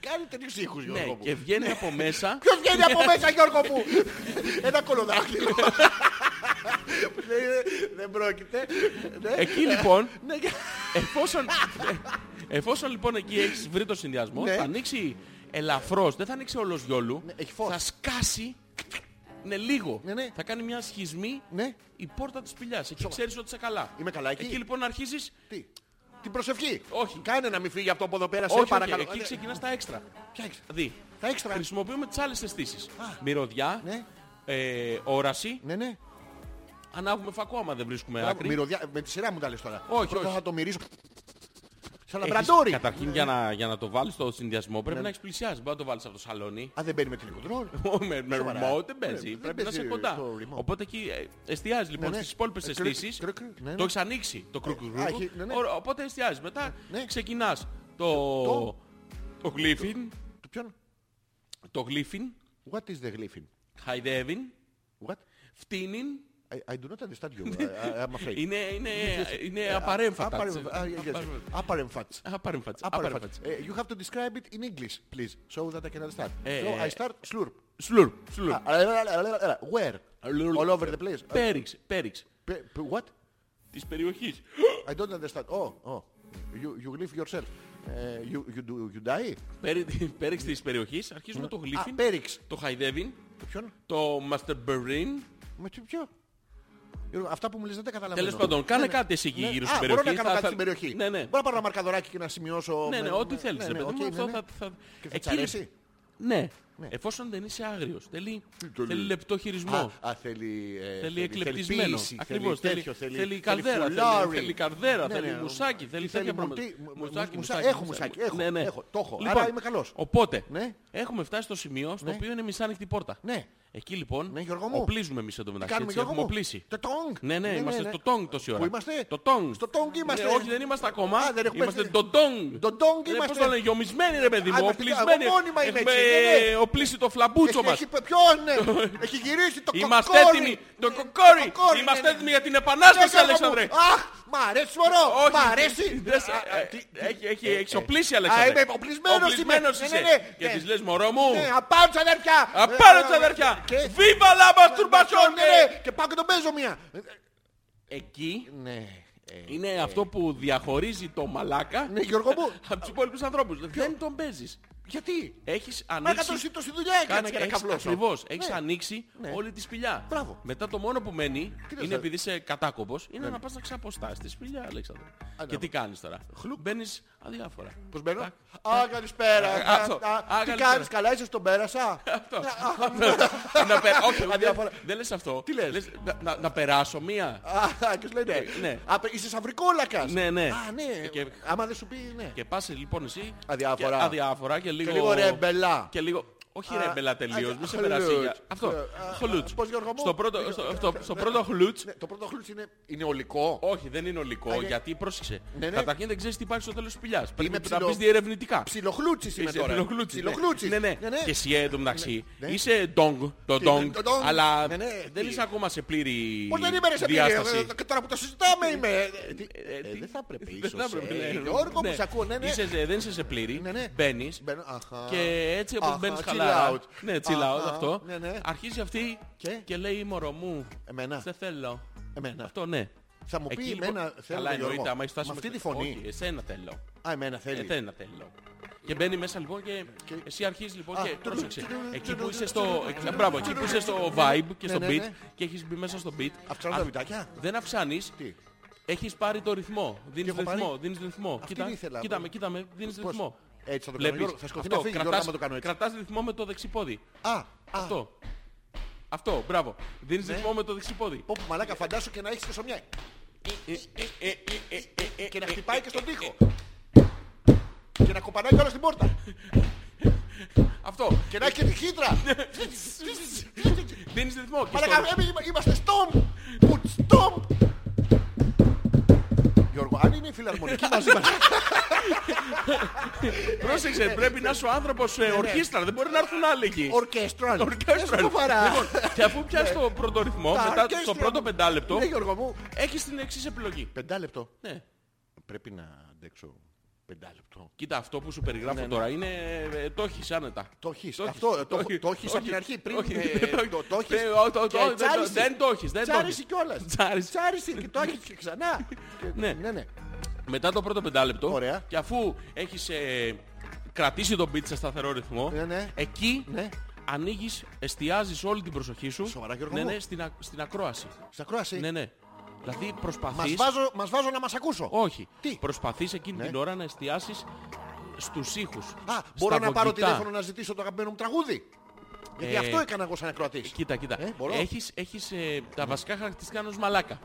S1: Κάνει τέτοιους ήχους
S2: Ναι,
S1: Γιώργο μου.
S2: και βγαίνει από μέσα.
S1: Ποιος βγαίνει από
S2: Ναι.
S1: μέσα Γιώργο μου. Ένα κολοδάχτυλο. Λέει, Δεν πρόκειται. Ναι.
S2: Εκεί λοιπόν,
S1: Ναι, και-
S2: εφόσον, εφόσον λοιπόν εκεί έχεις βρει το συνδυασμό,
S1: Ναι.
S2: θα ανοίξει ελαφρώς, δεν θα ανοίξει όλος γιόλου,
S1: έχει φως.
S2: θα σκάσει, ναι λίγο,
S1: Ναι, ναι.
S2: θα κάνει μια σχισμή
S1: Ναι.
S2: η πόρτα της σπηλιάς. Εκεί ξέρεις ότι είσαι καλά.
S1: Είμαι καλά εκεί.
S2: Εκεί λοιπόν αρχίζεις,
S1: Τι. Την προσευχή.
S2: Όχι.
S1: Κάνε να μην φύγει αυτό από εδώ πέρα.
S2: όχι,
S1: σε
S2: όχι,
S1: παρακαλώ.
S2: εκεί
S1: Ναι.
S2: ξεκινάς τα έξτρα.
S1: Ποια έξω.
S2: Δει,
S1: Τα έξτρα.
S2: χρησιμοποιούμε τις άλλες αισθήσεις. Μυρωδιά,
S1: Ναι.
S2: ε, όραση,
S1: Ναι, ναι.
S2: ανάβουμε φακό άμα δεν βρίσκουμε
S1: Μπράβο,
S2: άκρη.
S1: μυρωδιά- Με τη σειρά μου τα λες τώρα.
S2: Όχι,
S1: Πρώτα
S2: όχι.
S1: θα το μυρίσω. Σαν να
S2: Έχεις-
S1: μπραντόρι.
S2: Καταρχήν
S1: Ναι.
S2: για να, για να το βάλεις στο συνδυασμό πρέπει να έχεις πλησιάσει. Μπορεί να το βάλεις από το σαλόνι.
S1: Α, δεν μπαίνει με τηλεκοντρόλ.
S2: με, με
S1: Σοβαρά.
S2: remote δεν
S1: Ναι,
S2: παίζει.
S1: δεν
S2: πρέπει να
S1: παίζει
S2: είσαι κοντά.
S1: το remote.
S2: Οπότε εκεί ε, εστιάζει λοιπόν
S1: ναι.
S2: στις υπόλοιπες
S1: Ε, κρυ-
S2: αισθήσεις.
S1: κρυ- κρυ- ναι, ναι.
S2: Το έχεις ανοίξει το κρουκ
S1: α, έχει- ναι, ναι.
S2: Οπότε εστιάζεις. Μετά
S1: Ναι.
S2: ξεκινάς το... Το γλύφιν.
S1: Το ποιον.
S2: Το γλύφιν.
S1: What is the glyphin?
S2: Χαϊδεύειν.
S1: What?
S2: Φτύνιν.
S1: I, I do not understand you. I, I'm afraid.
S2: Είναι, είναι,
S1: Ε,
S2: είναι απαρέμφατα.
S1: Apparent.
S2: Απαρέμφατα.
S1: Apparent.
S2: Απαρέμφατα.
S1: Ε, You have to describe it in English, please, so that I can understand.
S2: Ε,
S1: So
S2: ε,
S1: I start slurp.
S2: Σλουρ. Σλουρ.
S1: Where? All over the place.
S2: Πέριξ. Πέριξ.
S1: Pe- pe- What?
S2: Της περιοχής.
S1: I don't understand. Oh, oh. You, you live yourself. Ε, you, you, do, you die.
S2: Πέρι- Πέριξ της περιοχής. Αρχίζουμε το
S1: Ναι. Α,
S2: γλύφιν.
S1: πέριξ.
S2: Το χαϊδεύειν.
S1: Το ποιον?
S2: Το Masterberin.
S1: Με τι ποιο? Γιώργο, Αυτά που μου λες δεν τα καταλαβαίνω.
S2: Τέλος πάντων, κάνε
S1: Ναι, ναι.
S2: κάτι εσύ εκεί
S1: Ναι.
S2: γύρω
S1: Α,
S2: στην περιοχή.
S1: Μπορώ να κάνω
S2: θα-
S1: κάτι
S2: θα-
S1: στην περιοχή.
S2: Ναι, ναι.
S1: Μπορώ να πάρω ένα μαρκαδοράκι και να σημειώσω.
S2: Ναι, ναι,
S1: με-
S2: ό,τι
S1: με-
S2: θέλεις.
S1: ναι,
S2: Ρε
S1: ναι,
S2: παιδί μου,
S1: οκ,
S2: αυτό
S1: ναι, ναι.
S2: θα. θα...
S1: Και θα
S2: Εκεί-
S1: της αρέσει?
S2: Ναι. Εφόσον δεν είσαι άγριος. Θέλει,
S1: το
S2: θέλει
S1: λέει.
S2: λεπτό χειρισμό.
S1: Α, α, θέλει, ε,
S2: Θέλει εκλεπτισμένο.
S1: ποίηση,
S2: Ακριβώς,
S1: θέλει
S2: Θέλει,
S1: τέτοιο, θέλει,
S2: θέλει καρδέρα. Θέλει,
S1: φουλάρι.
S2: θέλει καρδέρα.
S1: Ναι,
S2: θέλει
S1: ναι,
S2: μουσάκι. Θέλει τέτοια
S1: μου-
S2: πράγματα.
S1: τι- μου- μουσάκι, έχω μουσάκι, έχω,
S2: Ναι, ναι.
S1: έχω, το έχω.
S2: Λοιπόν,
S1: Άρα είμαι καλός.
S2: Οπότε,
S1: Ναι.
S2: έχουμε φτάσει στο σημείο στο
S1: Ναι.
S2: οποίο είναι μισά ανοιχτή πόρτα.
S1: Ναι.
S2: Εκεί λοιπόν
S1: Ναι, Γιώργο μου.
S2: οπλίζουμε εμείς εδώ μεταξύ.
S1: Κάνουμε
S2: έτσι,
S1: Γιώργο
S2: Έχουμε
S1: μου.
S2: οπλίσει.
S1: Το τόγκ.
S2: Ναι, ναι, είμαστε στο τόγκ τόση ώρα.
S1: Πού είμαστε?
S2: Το τόγκ.
S1: Στο τόγκ είμαστε.
S2: Ναι, όχι, δεν είμαστε ακόμα.
S1: Α, δεν έχουμε
S2: είμαστε
S1: έρθει.
S2: το τόγκ.
S1: Το τόγκ
S2: Ρε,
S1: είμαστε.
S2: Πώς το λένε, γιομισμένοι ρε παιδί
S1: Α,
S2: μου,
S1: είμαστε-
S2: οπλισμένοι.
S1: εγώ μόνιμα είμαι
S2: Έχουμε
S1: έτσι, ναι, ναι.
S2: ε, οπλίσει το φλαμπούτσο
S1: Έχει-
S2: μας.
S1: έχει- Ποιον, ναι. Έχει γυρίσει το κοκόρι. Ναι,
S2: Είμαστε έτοιμοι, το κοκόρι.
S1: κοκόρι,
S2: Είμαστε
S1: ναι, ναι.
S2: έτοιμοι για την
S1: Ναι,
S2: επανάσταση,
S1: Γιώργο μου.
S2: Αλέξανδρε.
S1: Αχ, μ' αρέσει μωρό.
S2: Όχι,
S1: Μ' αρέσει.
S2: δεν σε-
S1: Α, α,
S2: ε,
S1: τι- τι-
S2: έχει- έχει-
S1: ε, ε,
S2: Έχεις οπλίσει,
S1: ε,
S2: Αλέξανδρε.
S1: Α, είμαι οπλισμένος.
S2: Οπλισμένος
S1: είμαι. Ναι,
S2: είσαι.
S1: ναι, ναι.
S2: Και
S1: Ναι.
S2: της λες, μωρό
S1: Ναι,
S2: μου,
S1: απάνω τους αδέρφια.
S2: απάνω τους
S1: Ε,
S2: αδέρφια.
S1: και-
S2: Βίβα λάμπα στουρμπατσόν.
S1: Ναι, ναι, Και πάω και τον παίζω μία. Ε,
S2: Εκεί
S1: Ναι. ε,
S2: είναι αυτό που διαχωρίζει το μαλάκα
S1: Ναι, Γιώργο μου.
S2: από τους υπόλοιπους ανθρώπους. Δεν τον παίζεις.
S1: Γιατί.
S2: Έχεις
S1: Μα έκανα
S2: ανοίξει
S1: το στη δουλειά έκανα
S2: Κάτσε,
S1: για να
S2: έχεις,
S1: καβλώσω.
S2: ακριβώς, έχεις
S1: Ναι.
S2: ανοίξει όλη τη σπηλιά.
S1: Μπράβο.
S2: Μετά το μόνο που μένει
S1: λες, Ναι.
S2: είναι
S1: δηλαδή.
S2: επειδή είσαι κατάκοπος, είναι να πας να ξαποστάσεις τη σπηλιά, Αλέξανδρε. Και τι κάνεις τώρα. Μπαίνεις αδιάφορα.
S1: Πώς μπαίνω.
S2: Τάκ.
S1: Α, καλησπέρα.
S2: Α,
S1: Α,
S2: αυτό.
S1: α,
S2: Α,
S1: Τι
S2: καλησπέρα.
S1: κάνεις, καλά είσαι στον πέρασα.
S2: Αυτό. Να πε- όχι, δεν-
S1: Αδιάφορα.
S2: Δεν λες αυτό.
S1: Τι λες?
S2: να- να- Να περάσω μία.
S1: Α, και σου λέει ναι.
S2: ναι.
S1: Α, Είσαι σαυρικόλακας.
S2: Ναι, ναι.
S1: Α, ναι.
S2: Και-
S1: Άμα δεν σου πει ναι.
S2: Και πας λοιπόν εσύ
S1: Αδιάφορα.
S2: και, αδιάφορα και λίγο,
S1: λίγο ρεμπελά.
S2: Και λίγο Όχι ρέμπελα τελείω,
S1: α,
S2: μην σε
S1: χλουτ.
S2: περάσει. για-
S1: Ε,
S2: Αυτό.
S1: α,
S2: Χολούτ.
S1: α, πώς, Γιώργο μου?
S2: Στο πρώτο-
S1: Δεν
S2: στο-
S1: ξέρω.
S2: στο- Στο πρώτο χλούτ.
S1: Ναι, το πρώτο χλούτσι είναι, είναι ολικό.
S2: Όχι, δεν είναι
S1: Α,
S2: ολικό,
S1: για-
S2: γιατί πρόσεξε.
S1: Ναι, ναι.
S2: Καταρχήν δεν ξέρεις τι υπάρχει στο τέλος της πηλιά. Πρέπει να
S1: ψηλό-
S2: τα πει διερευνητικά.
S1: Ψιλοχλούτσι είναι
S2: Είσαι
S1: τώρα. ε.
S2: φιλοκλούτσις, ναι.
S1: Ψιλοχλούτσις.
S2: Ναι, ναι. Και εσύ ε, το μεταξύ.
S1: Ναι, ναι.
S2: Είσαι ντόγκ, το
S1: Τι,
S2: ντόγκ.
S1: το ντόγκ.
S2: Αλλά
S1: Ναι, ναι,
S2: δεν
S1: τι.
S2: είσαι ακόμα σε πλήρη
S1: Πώς δεν είμαι σε
S2: διάσταση.
S1: πλήρη, τώρα που το συζητάμε είμαι. Ε, τι-
S2: Ε,
S1: ε,
S2: τι-
S1: Δεν θα έπρεπε
S2: Δεν θα
S1: ίσως.
S2: έπρεπε,
S1: ε,
S2: ναι.
S1: Γιώργο
S2: Ναι.
S1: που σε ακούω, ναι, ναι.
S2: Είσαι, σε- δεν είσαι σε πλήρη.
S1: Ναι, ναι.
S2: Μπαίνεις.
S1: Μπαίνω, αχα.
S2: Και έτσι όπως
S1: Αχα,
S2: μπαίνεις
S1: chill
S2: χαλάρα.
S1: out.
S2: Ναι, chill out
S1: Αχα,
S2: αυτό.
S1: ναι, ναι.
S2: Αρχίζει αυτή
S1: Και?
S2: και λέει μωρό μου.
S1: Εμένα.
S2: Σε θέλω.
S1: Εμένα.
S2: Αυτό ναι.
S1: Θα μου πει
S2: Εκεί,
S1: εμένα
S2: λοιπόν,
S1: θέλω
S2: Καλά
S1: τον Γιώργο.
S2: εννοείται, άμα είσαι στάση
S1: Με αυτή
S2: με-
S1: τη φωνή.
S2: Όχι, Ε, εσένα θέλω.
S1: Α, εμένα θέλει.
S2: Εσένα θέλω. Και μπαίνει μέσα λοιπόν και εσύ αρχίζεις λοιπόν
S1: Α,
S2: και
S1: τουρου,
S2: πρόσεξε.
S1: τουρου,
S2: Εκεί
S1: τουρου,
S2: που είσαι
S1: τουρου,
S2: στο...
S1: τουρου,
S2: εκεί-
S1: τουρου,
S2: Μπράβο, εκεί που είσαι στο vibe και
S1: Ναι,
S2: στο
S1: ναι,
S2: beat
S1: ναι.
S2: και έχεις μπει μέσα στο beat.
S1: Αυξάνω
S2: α,
S1: τα βιτάκια.
S2: Δεν αυξάνεις.
S1: Τι.
S2: Έχεις πάρει το ρυθμό. Δίνεις
S1: έχω πάρει.
S2: ρυθμό, δίνεις ρυθμό.
S1: Αυτή
S2: Κοίτα,
S1: την ήθελα.
S2: κοίτα με, κοίτα με, δίνεις
S1: Πώς.
S2: ρυθμό.
S1: Έτσι θα το κάνω.
S2: Βλέπεις.
S1: Γιώργο. Θα σκοτεινά
S2: Αυτό,
S1: φύγει Γιώργο
S2: κρατάς-
S1: άμα το κάνω έτσι.
S2: Κρατάς ρυθμό με το δεξιπόδι.
S1: Α, α.
S2: Αυτό. Αυτό, μπράβο.
S1: Ναι.
S2: Δίνεις ρυθμό με το Ε, δεξιπόδι.
S1: Πω, πω, μαλάκα, φαντάσου και να έχεις και σωμιά.
S2: ε,
S1: Και να χτυπάει και στον τοίχο. Και να κοπανάει κιόλας στην πόρτα.
S2: Αυτό.
S1: Και να έχει και τη χύτρα.
S2: Ναι. Δίνεις ρυθμό. και
S1: Μαλάκα,
S2: στο-
S1: ε, είμα- είμαστε στόμ. Πουτ στόμ. Γιώργο, αν είναι η φιλαρμονική μαζί μας. Ε,
S2: Πρόσεξε, πρέπει να είσαι ο άνθρωπος ε, ορχήστρα. Δεν μπορεί να έρθουν άλλοι εκεί.
S1: Ορκέστραν.
S2: Orchestral.
S1: Σοβαρά.
S2: Λοιπόν, και αφού πιάσει το πρώτο ρυθμό,
S1: Τα
S2: μετά
S1: orchestral
S2: το πρώτο
S1: μου.
S2: πεντάλεπτο,
S1: Ναι, Γιώργο μου.
S2: έχεις την εξής επιλογή.
S1: Πεντάλεπτο.
S2: Ναι.
S1: Πρέπει να αντέξω πεντάλεπτο.
S2: Κοίτα, αυτό που σου περιγράφω τώρα είναι. ε, Το έχεις άνετα.
S1: Το έχεις.
S2: έχεις,
S1: Αυτό, το-
S2: έχεις,
S1: το έχεις
S2: το
S1: απ' την
S2: έχεις.
S1: αρχή, πριν,
S2: Όχι,
S1: ε,
S2: δεν
S1: το- το έχεις.
S2: Ε, ο- το-
S1: Και
S2: το- δεν το-
S1: τσάρισε.
S2: Δεν το έχεις. Δεν το
S1: Τσάρισε
S2: έχεις.
S1: κιόλας.
S2: Τσάρισε.
S1: Τσάρισε και το έχεις και ξανά. Και-
S2: Ναι.
S1: Ναι, ναι.
S2: Μετά το πρώτο πεντάλεπτο,
S1: Ωραία.
S2: και αφού έχεις κρατήσει τον beat σε σταθερό ρυθμό,
S1: Ναι, ναι.
S2: εκεί
S1: Ναι.
S2: ανοίγεις, εστιάζεις όλη την προσοχή σου
S1: Σοβαρά, Γιώργο
S2: ναι,
S1: μου?
S2: ναι, στην, ακ- στην ακρόαση.
S1: Στα κρόαση.
S2: Ναι, ναι. Δηλαδή
S1: Μας
S2: προσπαθεί.
S1: βάζω, μας βάζω να μας ακούσω.
S2: Όχι.
S1: Τι?
S2: Προσπαθείς εκείνη
S1: Ναι.
S2: την ώρα να εστιάσεις στους ήχους.
S1: Α,
S2: στα
S1: μπορώ να πάρω
S2: βογγητά.
S1: τηλέφωνο να ζητήσω το αγαπημένο μου τραγούδι. Γιατί
S2: Ε,
S1: αυτό έκανα εγώ σαν ακροατής.
S2: Κοίτα, κοίτα.
S1: Ε, μπορώ. Ναι.
S2: έχεις έχεις ε, τα βασικά χαρακτηριστικά ενός μαλάκα.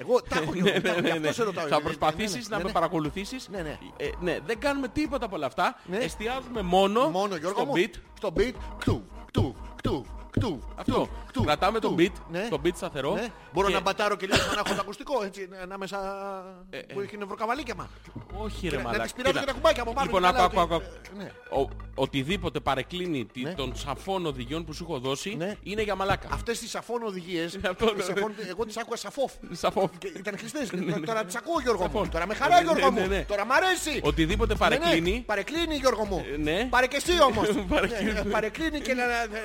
S1: Εγώ τα έχω
S2: Ναι,
S1: Γιώργο, τα έχω, γι' αυτό σε ρωτάω.
S2: Θα
S1: Ναι,
S2: προσπαθήσεις
S1: ναι, ναι,
S2: να με
S1: ναι.
S2: παρακολουθήσεις.
S1: Ναι, ναι.
S2: Ε, ναι, δεν κάνουμε τίποτα από όλα αυτά.
S1: Ναι.
S2: Εστιάζουμε μόνο,
S1: Μόνο Γιώργο
S2: στο
S1: μου.
S2: beat.
S1: Στο beat. Κτουβ, κτουβ, κτουβ, κτουβ.
S2: Αυτό.
S1: κτουβ, κτουβ,
S2: Κρατάμε τον
S1: κτουβ.
S2: beat,
S1: Ναι.
S2: τον beat σταθερό.
S1: Ναι. Μπορώ
S2: και-
S1: να μπατάρω και λίγο να έχω το ακουστικό έτσι ανάμεσα
S2: Ε,
S1: που έχει νευροκαβαλίκιαμα.
S2: Όχι ρε
S1: να
S2: μαλάκα.
S1: τις πειράζω
S2: Κοίτα.
S1: και τα κουμπάκια μου, μάλλον
S2: Λοιπόν,
S1: καλά
S2: άκου, άκου,
S1: ότι-
S2: άκου.
S1: ε, ναι.
S2: Ο- Οτιδήποτε παρεκκλίνει τη-
S1: Ναι.
S2: των σαφών οδηγιών που σου έχω
S1: Ναι.
S2: δώσει είναι για μαλάκα.
S1: Αυτές τις σαφών οδηγίες,
S2: Αυτό,
S1: τις
S2: ναι.
S1: σαφών- εγώ τις άκουγα σαφόφ.
S2: Σαφό.
S1: Και Ήταν χρηστές. Τώρα τις ακούω Γιώργο μου.
S2: ναι. Σαφών.
S1: Τώρα με χαρά
S2: Ναι,
S1: Γιώργο
S2: ναι, ναι.
S1: μου. Τώρα μ' αρέσει.
S2: Οτιδήποτε
S1: Ναι, ναι,
S2: παρεκκλίνει.
S1: Παρεκκλίνει Γιώργο μου.
S2: Ε, ναι.
S1: Πάρε και εσύ όμως.
S2: Παρεκκλίνει.
S1: Ναι, Παρεκκλίνει και να... να- να-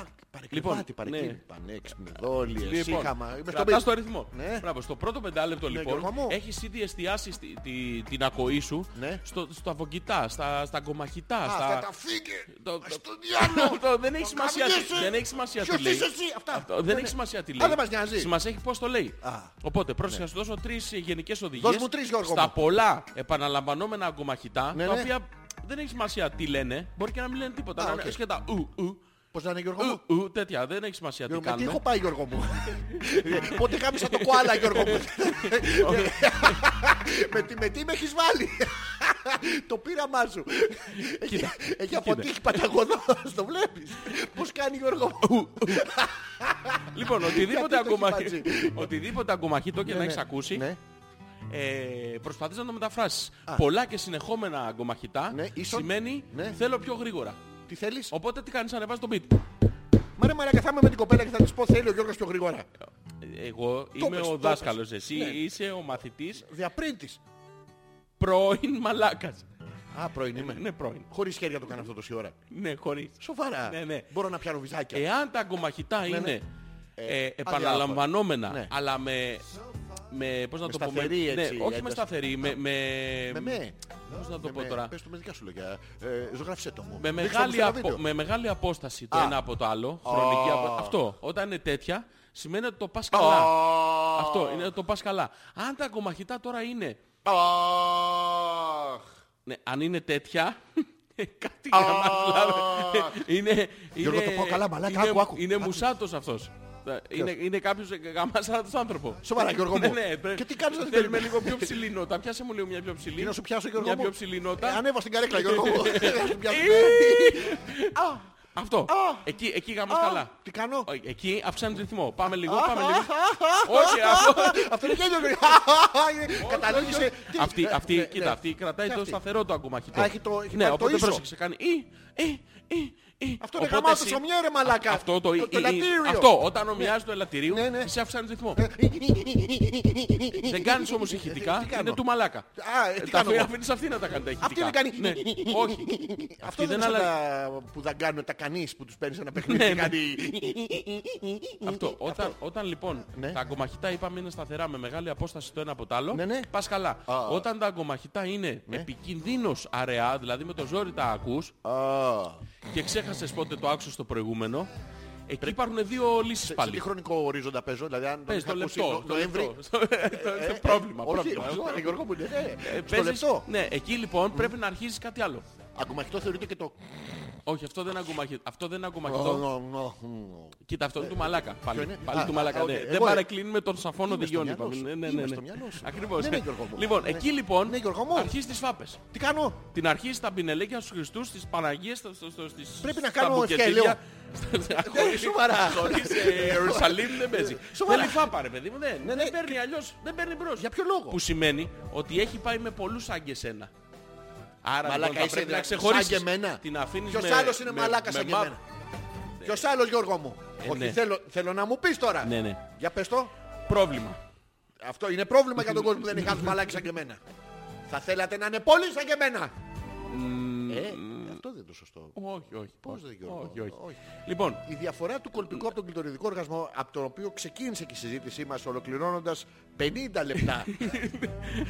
S1: Α, Παρεκκλιβάτη,
S2: Λοιπόν,
S1: παρεκκλίνει.
S2: ναι.
S1: Πανέξυπνοι, δόλιες,
S2: Λοιπόν,
S1: σύγχαμα. Είμαι στο
S2: κρατάς
S1: beat.
S2: το αριθμό.
S1: Ναι.
S2: Μπράβο, στο πρώτο πεντάλεπτο
S1: Γιώργο
S2: λοιπόν
S1: μου.
S2: έχεις ήδη εστιάσει στη- τη- την ακοή σου
S1: Ναι.
S2: στο, στα βογκητά, στα, στα γκομαχητά.
S1: Α,
S2: στα-
S1: θα τα φύγε.
S2: Το- το-
S1: Στο διάλογο.
S2: Το- δεν έχει σημασία τι- δεν έχει σημασία τι
S1: Ποιος
S2: λέει.
S1: είσαι εσύ. Αυτά.
S2: Αυτό,
S1: Ναι,
S2: δεν
S1: ναι.
S2: έχει σημασία τι
S1: Α,
S2: λέει.
S1: δεν μας νοιάζει.
S2: Σημασία έχει πώς το λέει.
S1: Α. Ναι.
S2: Οπότε πρόσεχε να σου δώσω τρεις γενικές οδηγίες.
S1: Δώσ' μου τρεις, Γιώργο
S2: Στα
S1: μου.
S2: πολλά επαναλαμβανόμενα αγκομαχητά,
S1: Ναι,
S2: τα
S1: ναι.
S2: οποία δεν έχει σημασία τι λένε. Μπορεί και να μην λένε τίποτα.
S1: Α,
S2: να
S1: οκ.
S2: είναι σκέτα ου, ου,
S1: Πώς να είναι Γιώργο μου.
S2: ου, ου, τέτοια. Δεν έχει σημασία τι
S1: Γιώργο, με τι
S2: κάνουμε.
S1: έχω πάει Γιώργο μου. Ε, Πότε γάμισα το κουάλα Γιώργο μου. με, τι, με τι με έχεις βάλει. το πείραμά σου.
S2: Κοίτα,
S1: Έχει- Έχει αποτύχει παταγωδός. Το βλέπεις. Πώς κάνει Γιώργο μου.
S2: Λοιπόν, οτιδήποτε,
S1: Γιατί το
S2: αγκομαχ...
S1: έχει
S2: οτιδήποτε αγκομαχητό και να έχεις
S1: ναι.
S2: ακούσει,
S1: Ναι.
S2: ε, προσπαθείς να το μεταφράσεις. Πολλά και συνεχόμενα αγκομαχητά
S1: Ναι, ίσον.
S2: σημαίνει
S1: Ναι.
S2: θέλω πιο γρήγορα.
S1: Τι θέλεις.
S2: Οπότε τι κάνεις, ανεβάζεις τον beat.
S1: Μα ρε μαλάκα θα είμαι με την κοπέλα και θα της πω θέλει ο Γιώργος πιο γρήγορα.
S2: Εγώ είμαι
S1: πες, το
S2: ο
S1: πες.
S2: δάσκαλος, εσύ
S1: Ναι.
S2: είσαι ο μαθητής
S1: Διαπρήν της.
S2: πρώην μαλάκας.
S1: Α, πρώην είμαι.
S2: Ναι, πρώην.
S1: Χωρίς χέρια το κάνω αυτό τόση ώρα.
S2: Ναι, χωρίς.
S1: Σοβαρά.
S2: Ναι, ναι.
S1: Μπορώ να πιάνω βυζάκια.
S2: Εάν τα αγκομαχητά είναι
S1: ναι.
S2: ε, επαναλαμβανόμενα,
S1: Ναι.
S2: αλλά με... Με, πώς να το πούμε,
S1: σταθερή, έτσι,
S2: ναι, όχι με
S1: ένταση.
S2: σταθερή, με, με,
S1: Με με.
S2: πώς να το
S1: Με
S2: πω
S1: με.
S2: τώρα,
S1: Πες το με δικά σου λόγια. Ε, ζωγράφισε το μου.
S2: με
S1: Δείξτε μου σε
S2: μεγάλη,
S1: ένα
S2: απο-
S1: βίντεο.
S2: με μεγάλη απόσταση το
S1: Α.
S2: ένα από το άλλο, χρονική
S1: Α.
S2: απο- αυτό, όταν είναι τέτοια, σημαίνει ότι το πας
S1: Α,
S2: καλά. Αυτό είναι ότι το πας καλά. Αν τα αγκομαχητά τώρα είναι,
S1: Αχ.
S2: ναι, αν είναι τέτοια, ε, κάτι για μας λάβει. Είναι,
S1: Γιώργο,
S2: είναι-
S1: το πω καλά, μαλάκα,
S2: είναι-
S1: άκου, άκου.
S2: Είναι
S1: Άκου.
S2: μουσάτος αυτός. Ε, Είναι, είναι κάποιος γαμάσατος άνθρωπο.
S1: Σοβαρά, Γιώργο μου.
S2: Ναι, ναι, πρέπει-
S1: Και τι κάνεις να την
S2: Θέλουμε
S1: περιμένεις?
S2: λίγο πιο ψηλή νότα. Πιάσε μου λίγο μια πιο ψηλή.
S1: Τι να σου πιάσω Γιώργο
S2: Μια
S1: μου.
S2: πιο ψηλή νότα.
S1: Ε, ανέβα στην καρέκλα Γιώργο μου. Να σου πιάσω.
S2: Ε,
S1: Α,
S2: Αυτό. Εκεί, εκεί γάμος
S1: Α,
S2: καλά.
S1: τι κάνω?
S2: Ε, Εκεί αυξάνει τον ρυθμό. Πάμε λίγο, πάμε
S1: α, α,
S2: λίγο.
S1: α,
S2: Όχι, αυτό.
S1: Αυτό είναι γέλιο. Καταλήγησε. Τι-
S2: Αυτή,
S1: ε,
S2: αυτή,
S1: ναι,
S2: κοίτα,
S1: ναι.
S2: αυτή κρατάει
S1: Και
S2: το
S1: αυτή.
S2: σταθερό του ακόμα χιτό.
S1: Α, έχει το- έχει
S2: ναι,
S1: πάρει το
S2: οπότε
S1: ίσο.
S2: πρόσεξε, κάνει ή, ή, ή, ή.
S1: Αυτό είναι
S2: Οπότε
S1: γαμάτο
S2: εσύ-
S1: σωμιέ, ρε μαλάκα.
S2: Αυτό το,
S1: Το-
S2: ή,
S1: το
S2: ή, ή.
S1: ελαττήριο.
S2: Αυτό, όταν ομοιάζει το ελαττήριο,
S1: Ναι, ναι.
S2: εσύ αυξάνει τον ρυθμό. Δεν κάνεις όμως
S1: Τι
S2: ηχητικά,
S1: κάνω?
S2: είναι του μαλάκα.
S1: Α, ε, τι
S2: Τα
S1: κάνω εγώ.
S2: αφήνεις αυτή να τα κάνει τα ηχητικά.
S1: Αυτή δεν κάνει.
S2: Ναι, όχι.
S1: Αυτό δεν
S2: δεν
S1: είναι σαν
S2: αλλάζει.
S1: τα που δαγκάνουν τα κανείς που τους παίρνεις ένα παιχνίδι
S2: Ναι,
S1: και
S2: ναι.
S1: κάνει...
S2: Αυτό. Όταν, όταν λοιπόν
S1: Ναι.
S2: τα αγκομαχητά είπαμε είναι σταθερά με μεγάλη απόσταση το ένα από το άλλο,
S1: Ναι, ναι.
S2: πας καλά.
S1: Α. Ναι.
S2: Όταν τα αγκομαχητά είναι επικίνδυνος αραιά, δηλαδή με το ζόρι τα ακούς
S1: Α,
S2: και ξέχασες πότε το άκουσες το προηγούμενο, εκεί υπάρχουν δύο λύσεις
S1: Σε τι
S2: πάλι.
S1: χρονικό ορίζοντα παίζω, δηλαδή αν τον
S2: Πες
S1: είχα
S2: το
S1: ακούσει
S2: λεπτό.
S1: Νο-
S2: το
S1: Νοέμβρη... Ε,
S2: λεπτό. Στο- στο Πρόβλημα.
S1: Όχι,
S2: πρόβλημα.
S1: όχι, ρε Γιώργο μου, ναι, ναι,
S2: Ε,
S1: στο
S2: παίζεις-
S1: λεπτό.
S2: Ναι, εκεί λοιπόν πρέπει να αρχίζεις κάτι άλλο.
S1: Αγκομαχητό θεωρείται και το...
S2: Όχι, αυτό δεν είναι αγκομαχητό. Αυτό δεν είναι αγκομαχητό.
S1: Αυτό
S2: Κοίτα, αυτό είναι του μαλάκα. Πάλι,
S1: ε, είναι?
S2: πάλι
S1: Α,
S2: του
S1: α,
S2: μαλάκα.
S1: οκ.
S2: ναι.
S1: Εγώ,
S2: Δεν
S1: ε,
S2: παρακλίνουμε τον σαφόνο
S1: είμαι στο
S2: δικαιών.
S1: μυαλό
S2: είπαμε.
S1: σου.
S2: Ναι, ναι,
S1: Είμαι
S2: ναι.
S1: στο μυαλό σου.
S2: Ακριβώς.
S1: Ναι, ναι, Γιώργο μου.
S2: Λοιπόν,
S1: Ναι.
S2: εκεί λοιπόν
S1: Ναι, Γιώργο μου.
S2: αρχίζει τις φάπες.
S1: Τι κάνω,
S2: Την αρχή στα πινελέκια, στους Χριστούς, στις Παναγίες, στο, στο, στο, στις,
S1: Πρέπει να
S2: στα
S1: κάνω
S2: μπουκετίδια.
S1: ευχέλαιο.
S2: Στα-
S1: Ε, σοβαρά.
S2: Χωρίς ε, Ιερουσαλήμ δεν παίζει.
S1: Σοβαρά.
S2: Θέλει φάπα ρε παιδί μου. Δεν,
S1: Ναι, ναι.
S2: δεν παίρνει αλλιώς. Δεν παίρνει μπρος.
S1: για ποιο λόγο.
S2: Που σημαίνει ότι έχει πάει με πολλούς σαν και σένα. Άρα
S1: Μαλάκα,
S2: λοιπόν, θα
S1: είσαι δηλαδή
S2: πρέπει να
S1: σαν και
S2: ξεχωρίσεις.
S1: εμένα.
S2: Την αφήνεις
S1: Ποιος
S2: με-
S1: άλλος είναι
S2: με-
S1: μαλάκας
S2: με
S1: σαν και
S2: map.
S1: εμένα. Ποιος άλλος Γιώργο μου.
S2: Ε,
S1: Όχι,
S2: ναι.
S1: θέλω- θέλω να μου πεις τώρα.
S2: Ναι, ναι.
S1: Για πες το.
S2: Πρόβλημα.
S1: Αυτό είναι πρόβλημα για τον κόσμο που δεν έχει άλλους μαλάκες σαν και εμένα. Θα θέλατε να είναι πολύ σαν και εμένα. Ε, αυτό δεν είναι το σωστό.
S2: Όχι, όχι.
S1: Πώς δεν, Γιώργο,
S2: όχι, όχι.
S1: όχι.
S2: Λοιπόν,
S1: Η διαφορά του κολπικού από τον κλειτοριδικό οργασμό, από τον οποίο ξεκίνησε και η συζήτησή μας ολοκληρώνοντας 50 λεπτά.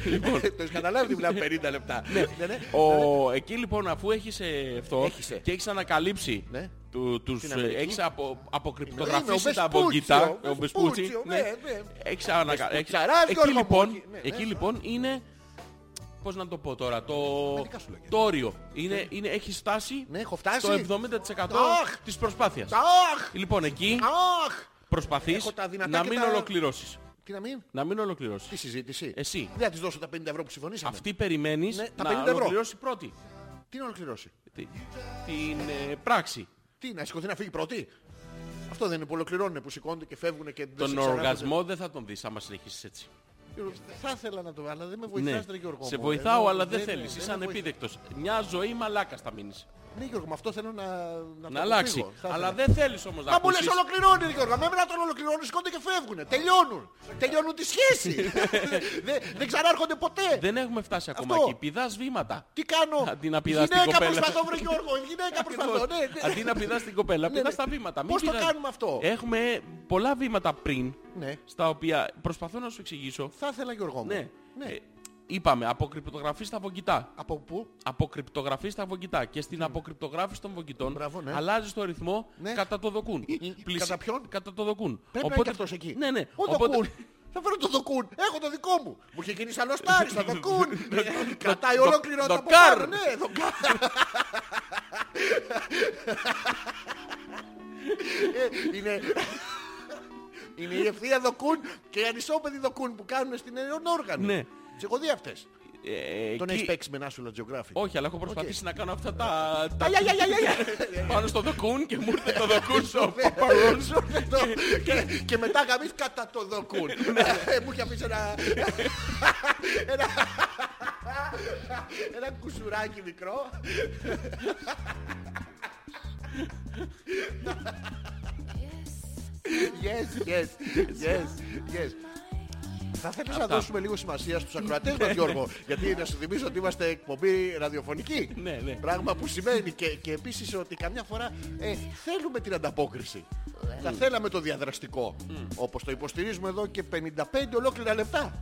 S1: λοιπόν. το έχεις καταλάβει τι μιλάμε 50 λεπτά. ναι, ναι.
S2: ο, εκεί λοιπόν αφού έχεις ε, αυτό
S1: Έχεις, ε.
S2: και έχεις ανακαλύψει
S1: Ναι.
S2: του, τους,
S1: Την
S2: ε,
S1: Αμερική.
S2: έχεις απο,
S1: Είναι ο
S2: αποκρυπτογραφήσει τα
S1: Βεσπούτσιο,
S2: αμπογγητά,
S1: ο
S2: ο Βεσπούτσι.
S1: Βεσπούτσιο, ναι, ναι.
S2: Έχεις ανα- έχεις-
S1: Βεσπουτσαράς,
S2: Εκεί
S1: Γιώργο μου,
S2: λοιπόν,
S1: εκεί, ναι, ναι.
S2: εκεί λοιπόν είναι... Πώς να το πω τώρα, το,
S1: Μερικά σου λέγεται.
S2: το όριο. Είναι, είναι, έχει φτάσει
S1: Ναι, έχω φτάσει.
S2: το 70%
S1: Αχ!
S2: της προσπάθειας.
S1: Αχ!
S2: Λοιπόν, εκεί
S1: Αχ! Έχω
S2: προσπαθείς
S1: τα δυνατά
S2: να
S1: και
S2: μην
S1: τα-
S2: ολοκληρώσεις.
S1: Τι να μην,
S2: Να μην ολοκληρώσεις.
S1: τη συζήτηση.
S2: Εσύ.
S1: Δεν θα της δώσω τα 50 ευρώ που συμφωνήσαμε.
S2: Αυτή περιμένεις
S1: Ναι, τα 50
S2: να
S1: ευρώ.
S2: ολοκληρώσει πρώτη.
S1: Τι να ολοκληρώσει.
S2: Τι- Την ε, πράξη.
S1: Τι, να σηκωθεί να φύγει πρώτη. Αυτό δεν είναι που ολοκληρώνουν, που σηκώνονται και φεύγουν και δεν σε
S2: Τον
S1: ξανάρχονται.
S2: οργασμό δεν θα τον δεις άμα συνεχίσεις έτσι.
S1: Θα ήθελα να το αλλά δεν με βοηθάς, ρε Γιώργο.
S2: Ναι. Σε
S1: μου.
S2: βοηθάω,
S1: Ενώ
S2: αλλά δεν
S1: δεν-
S2: θέλεις.
S1: δεν
S2: Είσαι
S1: με βοηθάς.
S2: ανεπίδεκτος. Μια ζωή μαλάκας θα μείνεις.
S1: Ναι, Γιώργο, με αυτό θέλω να, να, το
S2: Να αλλάξει.
S1: αποφύγω. Θα
S2: Αλλά
S1: ήθελα.
S2: δεν θέλεις όμως να
S1: Μα μου λες
S2: ακούσεις.
S1: ολοκληρώνει, ρε Γιώργο. Με εμένα τον ολοκληρώνουν, σηκώνται και φεύγουν. Τελειώνουν. Τελειώνουν τη σχέση. δεν, δεν ξανάρχονται ποτέ.
S2: Δεν έχουμε φτάσει ακόμα
S1: Αυτό.
S2: εκεί. Πηδάς βήματα.
S1: Τι κάνω.
S2: Αντί να πηδάς την
S1: γυναίκα
S2: κοπέλα.
S1: προσπαθώ, βρε Γιώργο. Η γυναίκα προσπαθώ. ναι, ναι.
S2: Αντί να πηδάς την κοπέλα,
S1: Ναι,
S2: πηδάς
S1: ναι.
S2: τα βήματα. Μην
S1: Πώς το
S2: πηδάς.
S1: κάνουμε αυτό?
S2: Έχουμε πολλά βήματα πριν,
S1: Ναι.
S2: στα οποία προσπαθώ να σου εξηγήσω.
S1: Θα ήθελα, Γιώργο μου.
S2: Ναι. Ε, Είπαμε, από κρυπτογραφή στα βογκητά.
S1: Από πού.
S2: αποκρυπτογραφείς στα βογγητά και στην αποκρυπτογράφηση των βογγητών
S1: Μπράβο, ναι.
S2: αλλάζει το ρυθμό
S1: Ναι.
S2: κατά το δοκούν.
S1: Κατά ποιον?
S2: Κατά το δοκούν.
S1: Πρέπει να είναι και αυτός εκεί.
S2: Ναι, ναι.
S1: Ο δοκούν. Θα φέρω το δοκούν. Έχω το δικό μου. Μου είχε γίνει άλλο πάρει. Θα δοκούν. Κρατάει
S2: δο-
S1: ολόκληρο το από
S2: δοκάρ.
S1: πάνω. Ναι, δοκάρ. Ε, Είναι... Είναι η ευθεία δοκούν και οι ανισόπεδοι δοκούν που κάνουν στην Εωνόργανη.
S2: Ναι.
S1: Τις έχω δει αυτές.
S2: Ε,
S1: Τον
S2: εκεί-
S1: έχεις παίξει με National Geographic.
S2: Όχι, αλλά έχω προσπαθήσει να κάνω αυτά τα... τα...
S1: Αγια, αγια, αγια, αγια.
S2: πάνω στο δοκούν και μου ήρθε το δοκούν στο
S1: Ε,
S2: παπαρόν.
S1: σου έρθε το- ναι, και- Και μετά γαμίς κατά το δοκούν. Ε, Μου είχε αφήσει ένα... ένα- Ένα κουσουράκι μικρό. Yes, yes, yes, yes. Θα θέλεις να δώσουμε λίγο σημασία στους ακροατές μας Γιώργο Γιατί να σου θυμίσω ότι είμαστε εκπομπή ραδιοφωνική
S2: Ναι, ναι.
S1: Πράγμα που σημαίνει και, και επίσης ότι καμιά φορά ε, θέλουμε την ανταπόκριση Θα θέλαμε το διαδραστικό
S2: Mm.
S1: Όπως το υποστηρίζουμε εδώ και 55 ολόκληρα λεπτά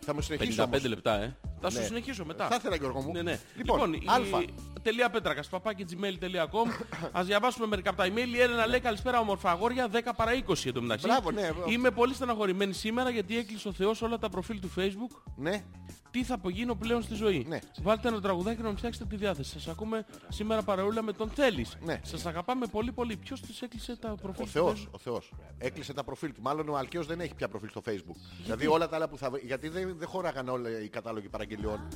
S1: Θα με συνεχίσω
S2: 55
S1: όμως.
S2: λεπτά, ε. Θα σου
S1: Ναι.
S2: συνεχίσω μετά.
S1: Θα ήθελα, Γιώργο μου.
S2: Ναι, ναι.
S1: Λοιπόν,
S2: Λοιπόν,
S1: αλφα.
S2: η... τελεία πέτρακα, παπάκι gmail.com. Ας διαβάσουμε μερικά από τα email. Η Έλενα λέει καλησπέρα ομορφά αγόρια, 10 παρα 20 εν τω μεταξύ.
S1: Μπράβο, ναι.
S2: Είμαι πολύ στεναχωρημένη σήμερα γιατί έκλεισε ο Θεός όλα τα προφίλ του Facebook.
S1: Ναι,
S2: Τι θα απογίνω πλέον στη ζωή.
S1: Ναι.
S2: Βάλτε ένα τραγουδάκι να μου φτιάξετε τη διάθεση. Σας ακούμε σήμερα παραούλα με τον Θέλεις.
S1: Ναι.
S2: Σας αγαπάμε πολύ πολύ. Ποιος τους έκλεισε τα προφίλ
S1: ο
S2: του
S1: Θεός,
S2: Facebook?
S1: ο Θεός. Έκλεισε τα προφίλ του. Μάλλον ο Αλκαίος δεν έχει πια προφίλ στο Facebook. Δηλαδή όλα τα άλλα που θα... Γιατί δεν, δεν χώραγαν όλα οι κατάλογοι παραγγελιών.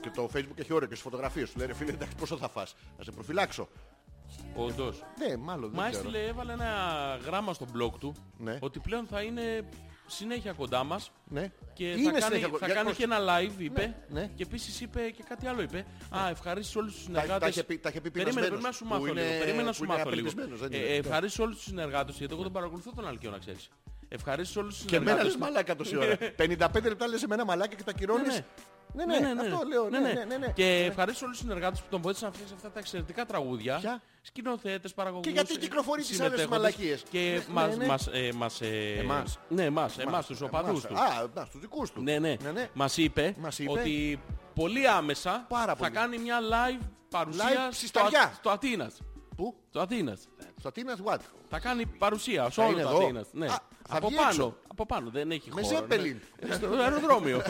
S1: Και το Facebook έχει όριο και στις φωτογραφίες σου. Λέει ρε φίλε εντάξει πόσο θα φας. Θα σε προφυλάξω.
S2: Όντως.
S1: Ναι, μάλλον δεν
S2: Μα
S1: ξέρω.
S2: έστειλε, έβαλε ένα γράμμα στο blog του
S1: Ναι.
S2: ότι πλέον θα είναι συνέχεια κοντά μας.
S1: Ναι.
S2: Και
S1: Είναι
S2: θα κάνει,
S1: συνέχεια-
S2: θα
S1: για
S2: κάνει
S1: πώς-
S2: και ένα live, είπε.
S1: ναι.
S2: Και επίσης είπε και κάτι άλλο. Είπε. Α, ευχαρίστησε όλους τους
S1: Τα, τα
S2: συνεργάτε.
S1: είχε πει, τα είχε πει
S2: Περίμενε,
S1: πεινασμένος,
S2: περίμενα να σου
S1: που
S2: μάθω
S1: είναι-
S2: λίγο. Περίμενα να
S1: που
S2: σου
S1: είναι
S2: μάθω λίγο.
S1: απελπισμένος, δεν
S2: Ε,
S1: είναι. ναι.
S2: ε, ευχαρίστησε όλους τους συνεργάτες, γιατί εγώ τον παρακολουθώ τον Αλκαίο, να ξέρεις. Ευχαρίστησε όλους τους
S1: Και εμένα λες
S2: συνεργάτες.
S1: μαλάκα τόση ώρα. 55 λεπτά λες εμένα μαλάκα και τα κυρώνεις. Ναι, ναι, αυτό λέω. Ναι, ναι, ναι. ναι.
S2: Και ευχαρίστησε όλους τους συνεργάτες που τον βοήθησαν να φτιάξει αυτά τα εξαιρετικά τραγούδια.
S1: Ποια?
S2: Σκηνοθέτες, παραγωγούς.
S1: Και γιατί κυκλοφορεί τις άλλες μαλακίες.
S2: Και
S1: Ναι,
S2: μας.
S1: ναι. Εμάς. ε,
S2: Ναι, εμάς, εμάς, τους οπαδούς τους.
S1: Α, να, στους δικούς τους.
S2: Ναι, ναι.
S1: ναι, ναι.
S2: Μας, είπε
S1: Μας είπε.
S2: ότι πολύ άμεσα
S1: Πάρα
S2: θα
S1: πολύ.
S2: κάνει μια live παρουσία
S1: Live
S2: στο,
S1: ψισταριά.
S2: Α- στο Αθήνας.
S1: Πού?
S2: Στο Αθήνας.
S1: Στο Athena what?
S2: Θα κάνει παρουσία σε
S1: Θα
S2: όλο
S1: είναι
S2: το
S1: εδώ.
S2: Αθήνας. Ναι.
S1: Α, θα
S2: από
S1: βγει
S2: πάνω.
S1: έξω.
S2: Από πάνω. Δεν έχει
S1: Με
S2: χώρο.
S1: Zeppelin.
S2: Ναι. Στο αεροδρόμιο.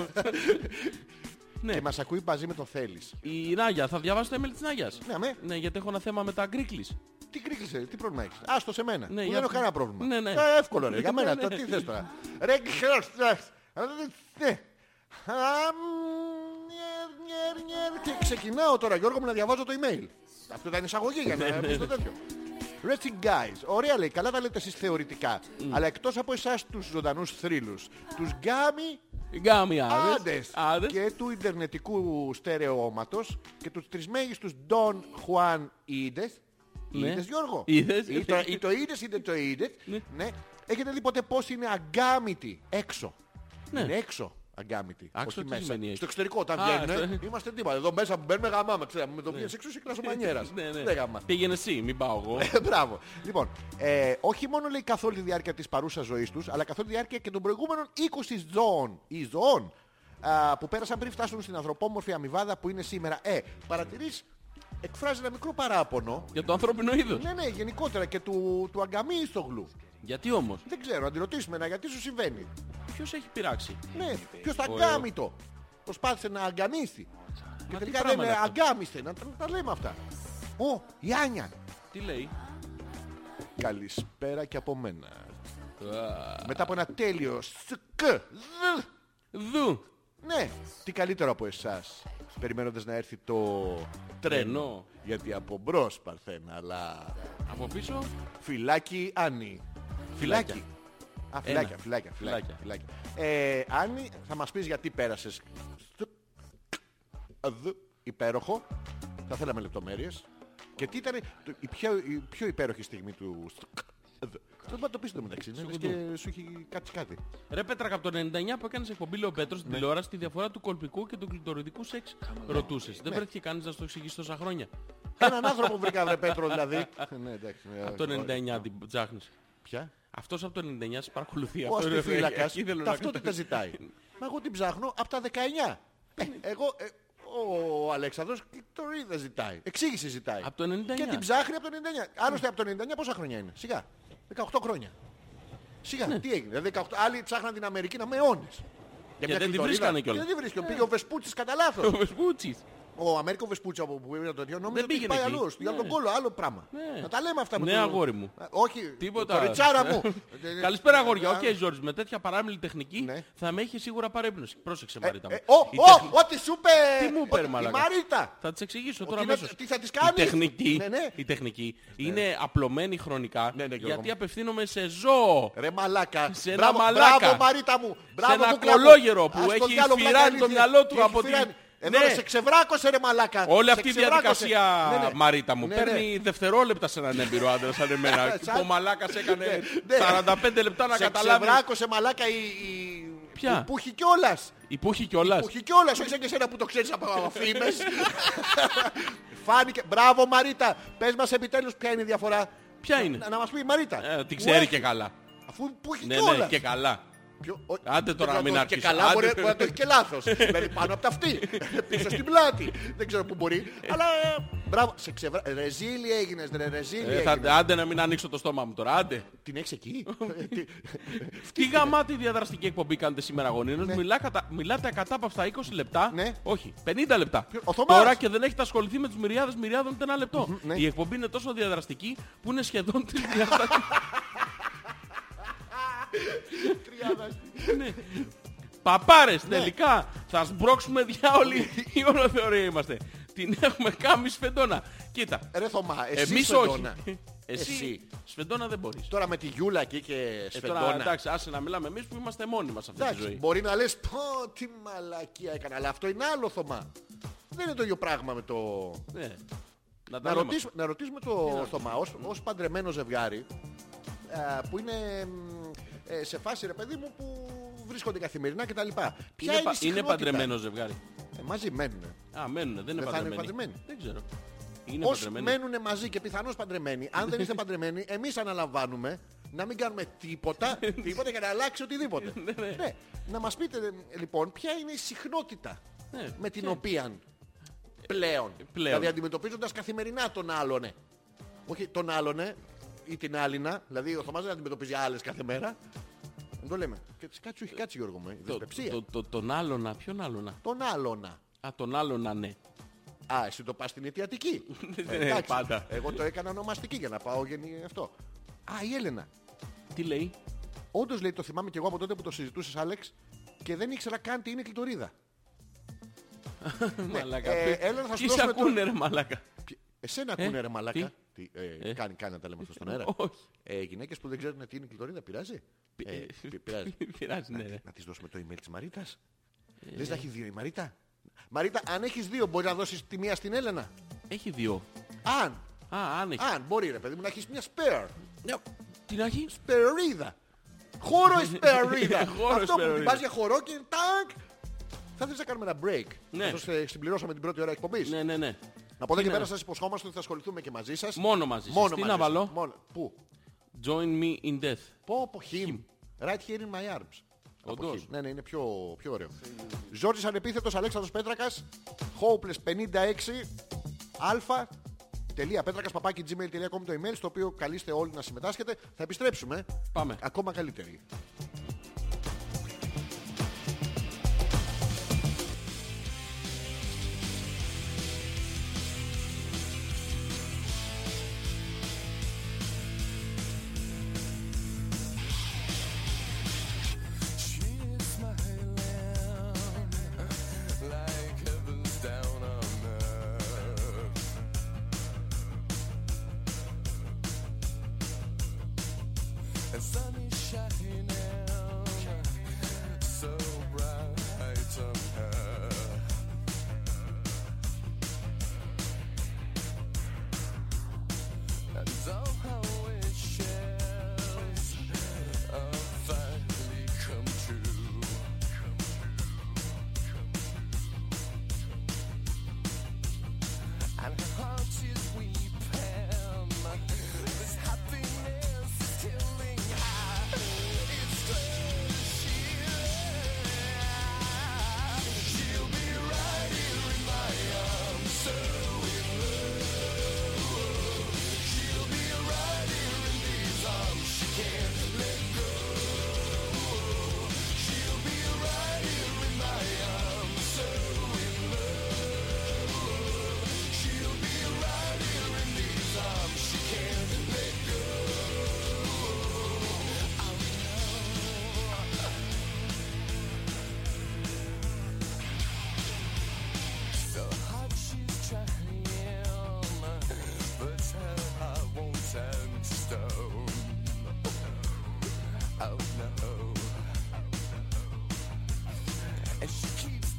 S2: ναι.
S1: Και Ε, μας ακούει μαζί με το θέλεις.
S2: Η Νάγια. Θα διαβάσω το email της Νάγιας.
S1: Ναι, αμέ.
S2: Ναι, γιατί έχω ένα θέμα με τα γκρίκλεις.
S1: Τι κρίκλισε, τι πρόβλημα έχεις. Άστο σε μένα.
S2: Ναι,
S1: που
S2: για-
S1: Δεν έχω κανένα πρόβλημα.
S2: Ναι, ναι.
S1: Ε, εύκολο ρε. Για
S2: Ναι,
S1: μένα,
S2: ναι.
S1: το τι θες τώρα. Ρε, χρειάζεται, χρειάζεται. Α, ναι. Α, νιερ, νιερ, νιερ. Και ξεκινάω τώρα Γιώργο μου να διαβάζω το email. Αυτό ήταν εισαγωγή για
S2: Ναι,
S1: να πεις το τέτοιο. Resting guys. Ωραία λέει, καλά τα λέτε εσείς θεωρητικά.
S2: Mm.
S1: Αλλά εκτός από εσάς τους ζωντανούς θρύλους, τους γκάμι
S2: Γκάμι άδες.
S1: Άντες
S2: Άδες.
S1: και του Ιντερνετικού στερεώματος και τους τρισμέγιστους Ντόν Χουάν Ιντες.
S2: Ναι.
S1: Είδες Γιώργο.
S2: Είδες.
S1: Ή το, ή το είδες είτε το είδες.
S2: Ναι.
S1: ναι. Έχετε δει ποτέ πώς είναι αγκάμητοι έξω.
S2: Ναι.
S1: Είναι έξω αγκάμητοι.
S2: Άξο,
S1: όχι
S2: τι
S1: μέσα.
S2: σημαίνει έξω?
S1: Στο εξωτερικό όταν
S2: Α, ναι.
S1: βγαίνουν ε,
S2: στο-
S1: είμαστε τίποτα. Εδώ μέσα που μπαίνουμε γαμάμε. Ξέραμε με το βγαίνεις έξω είσαι κλασσομανιέρας.
S2: Ναι, ναι.
S1: Δεν Ναι. γαμάμε.
S2: Πήγαινε εσύ, μην πάω εγώ.
S1: Μπράβο. Λοιπόν, ε, όχι μόνο λέει καθ' όλη τη διάρκεια της παρούσας ζωής τους, αλλά καθ' όλη τη διάρκεια και των προηγούμενων 20 ζώων ή ζωών α, που πέρασαν πριν φτάσουν στην ανθρωπόμορφη αμοιβάδα που είναι σήμερα. Ε, παρατηρείς, εκφράζει ένα μικρό παράπονο.
S2: Για το ανθρώπινο είδος.
S1: Ναι, ναι, γενικότερα και του, του αγκαμί στο γλου.
S2: Γιατί όμως.
S1: Δεν ξέρω, αντιρωτήσουμε ένα γιατί σου συμβαίνει.
S2: Ποιος έχει πειράξει.
S1: Ναι, ποιος θα
S2: Ο-
S1: αγκάμει το. Προσπάθησε να αγκαμίσει. Και
S2: Μα τι
S1: τελικά
S2: πράγμα
S1: λέμε
S2: είναι αυτό.
S1: αγκάμισε, να τα- να τα λέμε αυτά. Ω, η Άνια.
S2: Τι λέει.
S1: Καλησπέρα και από μένα. Μετά από ένα τέλειο σκ. δ,
S2: Δου.
S1: Ναι, τι καλύτερο από εσάς. Περιμένοντας να έρθει το τρένο.
S2: Τρένο.
S1: Γιατί από μπρος παρθένα, αλλά...
S2: Από πίσω.
S1: Φυλάκι Άννη.
S2: Φυλάκια.
S1: Φυλάκι. Α, φυλάκια,
S2: Ένα.
S1: φυλάκια, φυλάκια.
S2: Φυλάκια.
S1: φυλάκια. Ε, Άννη, θα μας πεις γιατί πέρασες. Στου- δ, Υπέροχο. Θα θέλαμε λεπτομέρειες. Και τι ήταν το- η πιο, η πιο υπέροχη στιγμή του... στου- δ. Αυτό να το πεις το μεταξύ. Ναι, λες και σου έχει κάτσει κάτι.
S2: Ρε Πέτρακα, από το 99 που έκανες εκπομπή, λέει ο Πέτρος
S1: Ναι.
S2: στην τηλεόραση, τη διαφορά του κολπικού και του κλειτοριδικού σεξ. Ρωτούσε.
S1: Ναι.
S2: Δεν βρέθηκε κανείς να σου το εξηγήσει τόσα χρόνια.
S1: Έναν άνθρωπο βρήκα, βρε Πέτρο, δηλαδή. ναι, εντάξει. ναι,
S2: Από το
S1: όχι.
S2: 99 την ψάχνεις.
S1: Ποια?
S2: Αυτός από το 99 σε παρακολουθεί.
S1: Ο
S2: Αυτό είναι-
S1: αστιφύλακας
S2: εκεί θέλω να
S1: ταυτότητα
S2: καταλήξω.
S1: ζητάει. Μα εγώ την ψάχνω από τα 19. Ε, εγώ, ε, ο Αλέξανδρος το δεν ζητάει. Εξήγηση ζητάει.
S2: Από το 99.
S1: Και την ψάχνει από το 99. Άλλωστε από το 99 πόσα χρόνια είναι. Σιγά. 18 χρόνια. Σιγά.
S2: Ναι.
S1: Τι έγινε. 18. Άλλοι ψάχναν την Αμερική να με αιώνες. Για μια
S2: δεν τη
S1: κλειτορίδα.
S2: βρίσκανε κιόλας. Ε.
S1: Και δεν τη βρίσκανε. Πήγε ο Βεσπούτσης κατά λάθος.
S2: Ο Βεσπούτσης.
S1: Ο Αμέρικο Βεσπούτσια από που πήρε το τέτοιο νόμιζε ότι
S2: πήγαινε
S1: πάει
S2: εκεί.
S1: αλλού. Για
S2: Ναι.
S1: τον κόλλο, άλλο πράγμα.
S2: Ναι.
S1: Να τα λέμε αυτά με
S2: Ναι,
S1: το-
S2: αγόρι μου.
S1: Α, Όχι,
S2: Τίποτα.
S1: Το ριτσάρα μου. Ε,
S2: Καλησπέρα, αγόρια.
S1: Α,
S2: Οκ, Ζόρις, με τέτοια παράμιλη τεχνική
S1: Ναι.
S2: θα με έχει σίγουρα παρέπνωση. Πρόσεξε, Μαρίτα. μου.
S1: ε, Ο,
S2: Η
S1: ο,
S2: τεχνη-
S1: ό,τι σου είπε.
S2: Τι μου
S1: ό,τι-
S2: είπε, μαλάκα.
S1: Η Μαρίτα.
S2: Θα της εξηγήσω
S1: Ότι
S2: τώρα
S1: είναι-
S2: αμέσως.
S1: τι θα της
S2: Η
S1: κάνεις.
S2: τεχνική,
S1: Ναι, ναι.
S2: Η τεχνική είναι απλωμένη χρονικά
S1: Ναι, ναι, Γιώργο
S2: γιατί
S1: μου.
S2: απευθύνομαι σε ζώο.
S1: Ρε μαλάκα.
S2: Σε ένα
S1: Μπράβο-
S2: μαλάκα.
S1: Μπράβο Μαρίτα μου. Μπράβο,
S2: ένα
S1: κούκλα μου.
S2: κολόγερο που
S1: Ας το
S2: έχει
S1: διάλογο,
S2: σφυράνει
S1: πλάκα,
S2: το
S1: αλήθεια.
S2: μυαλό του
S1: Και έχει
S2: από την-
S1: σφυράνει. Εδώ
S2: Ναι.
S1: ρε, σε ξεβράκωσε ρε μαλάκα.
S2: Όλη
S1: Ε, Σε
S2: αυτή η
S1: ξεβράκωσε.
S2: διαδικασία,
S1: Ναι, ναι.
S2: Μαρίτα μου,
S1: Ναι, ναι. Ε,
S2: παίρνει δευτερόλεπτα σε έναν έμπειρο άντρα σαν εμένα.
S1: Σαν-
S2: που ο μαλάκας έκανε
S1: ναι.
S2: 45 λεπτά να
S1: Σε
S2: καταλάβει.
S1: ξεβράκωσε μαλάκα η... η-
S2: Ποια?
S1: η Πουχη κιόλας.
S2: Υπούχη κιόλα.
S1: Που έχει κιόλας, όχι σαν και εσένα που το ξέρεις από φήμες. Φάνηκε. Μπράβο Μαρίτα. Πες μας επιτέλους ποια είναι η διαφορά.
S2: Ποια είναι? Ε,
S1: Να, να μας πει η Μαρίτα.
S2: Την
S1: Που
S2: ξέρει
S1: έχει,
S2: και καλά.
S1: Αφού που έχει
S2: Ναι,
S1: κιόλας.
S2: ναι, και καλά.
S1: Ποιο- ο-
S2: Άντε τώρα να
S1: το-
S2: μην
S1: και
S2: άρχισε.
S1: καλά
S2: Άντε.
S1: μπορεί, μπορεί να το έχει και λάθος. δηλαδή πάνω από τα αυτή. Πίσω στην πλάτη. Δεν ξέρω πού μπορεί. Αλλά ε, μπράβο. Σε ξεβρά... Ρεζίλη έγινες, ρε, ρεζίλη.
S2: Ε, θα-
S1: έγινες.
S2: Άντε να μην ανοίξω το στόμα μου τώρα, άντε.
S1: Την έχεις εκεί. Τι-
S2: Τι γαμάτη διαδραστική εκπομπή κάνετε σήμερα γονίνος. Μιλά κατα... Μιλάτε ακατάπαυστα 20 λεπτά.
S1: Ναι.
S2: Όχι, 50 λεπτά.
S1: Ο Θωμάς.
S2: Τώρα και δεν έχετε ασχοληθεί με τους μυριάδες μυριάδων ούτε ένα λεπτό.
S1: ναι.
S2: Η εκπομπή είναι τόσο διαδραστική που είναι σχεδόν τρεις διαδραστικές.
S1: Τριάδα.
S2: Παπάρες,
S1: Ναι.
S2: τελικά θα σμπρώξουμε διάολοι η ολοθεωρία είμαστε. Την έχουμε κάμει σφεντόνα. Κοίτα,
S1: Ε, Ρε Θωμά, εσύ
S2: εμείς όχι.
S1: Σφεντώνα.
S2: Εσύ,
S1: Εσύ.
S2: σφεντόνα δεν μπορείς.
S1: Τώρα με τη Γιούλα εκεί και
S2: Ε, τώρα,
S1: Σφεντώνα.
S2: εντάξει, άσε να μιλάμε εμείς που είμαστε μόνοι μας αυτή τη
S1: Εντάξει,
S2: ζωή.
S1: μπορεί να λες πω τι μαλακία έκανα, αλλά αυτό είναι άλλο Θωμά. Δεν είναι το ίδιο πράγμα με το...
S2: Ναι. Να τα
S1: Να
S2: λέμε.
S1: ρωτήσουμε, να ρωτήσουμε το Θωμά, ως, ως παντρεμένο ζευγάρι, α, που είναι μ, ε, σε φάση ρε παιδί μου που βρίσκονται καθημερινά κτλ. Ποια είναι,
S2: Είναι,
S1: η
S2: πα- είναι
S1: συχνότητα?
S2: παντρεμένο ζευγάρι.
S1: Ε, μαζί μένουνε.
S2: Α, μένουνε, δεν είναι
S1: Δεν θα είναι
S2: παντρεμένοι.
S1: παντρεμένοι.
S2: Δεν ξέρω. Είναι
S1: Όσοι
S2: παντρεμένοι.
S1: μένουν μαζί και πιθανώς παντρεμένοι, αν δεν είστε παντρεμένοι, εμείς αναλαμβάνουμε να μην κάνουμε τίποτα, τίποτα για να αλλάξει οτιδήποτε.
S2: Ναι, ναι.
S1: ναι. Να μας πείτε ε, λοιπόν ποια είναι η συχνότητα
S2: Ναι,
S1: με την οποία πλέον,
S2: πλέον.
S1: δηλαδή αντιμετωπίζοντας καθημερινά τον άλλον, ε. όχι τον άλλον ε, ή την άλληνα, δηλαδή ο Θωμάς δεν αντιμετωπίζει άλλες κάθε μέρα, δεν το λέμε. Και κάτσου έχει κάτσει Γιώργο μου, ε,
S2: Το,
S1: δυσπεψία.
S2: το, το, τον άλλονα, ποιον άλλονα.
S1: Τον άλλονα.
S2: Α, τον άλλονα, ναι.
S1: Α, εσύ το πας στην αιτιατική. Ε,
S2: Ναι,
S1: εντάξει.
S2: πάντα.
S1: Εγώ το έκανα ονομαστική για να πάω γεννή αυτό. Α, η Έλενα.
S2: Τι λέει.
S1: Όντως λέει το θυμάμαι και εγώ από τότε που το συζητούσες Άλεξ και δεν ήξερα καν τι είναι κλειτορίδα.
S2: Μαλάκα.
S1: ε,
S2: πες.
S1: έλα να σας
S2: Τι σε
S1: δώσουμε το-
S2: ακούνε, ρε μαλάκα.
S1: Ποι- Εσένα ακούνε ρε μαλάκα. Τι, ε,
S2: Ε.
S1: Κάνει, κάνει να τα λέμε αυτό στον αέρα.
S2: Όχι.
S1: Ε, γυναίκες που δεν ξέρουν τι είναι κλειτορίδα, πειράζει. Ε, πει- πειράζει.
S2: Πειράζει, ναι,
S1: Να-
S2: ρε. Ε.
S1: Να της δώσουμε το email της Μαρίτας. Λες να έχει δύο η Μαρίτα. Μαρίτα, αν έχεις δύο μπορεί να δώσεις τη μία στην Έλενα.
S2: Έχει δύο.
S1: Αν,
S2: Α, αν έχει.
S1: αν μπορεί ρε παιδί μου να έχεις μια spare.
S2: Ναι, Τι να έχει.
S1: σπερίδα. Χώρο η σπερίδα.
S2: Ναι, Χώρο η
S1: Αυτό που την
S2: σπερίδα.
S1: πας για χορό και τάκ. Θα ήθελα να κάνουμε ένα break.
S2: Ναι.
S1: Να σας ε, συμπληρώσαμε την πρώτη ώρα εκπομπής.
S2: Ναι, ναι, ναι.
S1: Από εδώ και
S2: Ναι.
S1: πέρα σας υποσχόμαστε ότι θα ασχοληθούμε και μαζί σας.
S2: Μόνο μαζί σας.
S1: Μόνο
S2: Τι
S1: μαζί σας.
S2: να βάλω?
S1: Μόνο- Πού.
S2: Join me in death.
S1: Πω, πω, him. Right here in my arms. Από
S2: Όντως.
S1: him. Ναι, ναι, είναι πιο, πιο ωραίο. Ζόρτης Ανεπίθετος, Αλέξανδρος Πέτρακας, Hopeless56, αλφα, Τελεία, πέτρακας, παπάκι, gmail.com το email στο οποίο καλείστε όλοι να συμμετάσχετε. Θα επιστρέψουμε.
S2: Πάμε.
S1: Ακόμα καλύτεροι.
S3: Happiness is killing her. It's clear she is.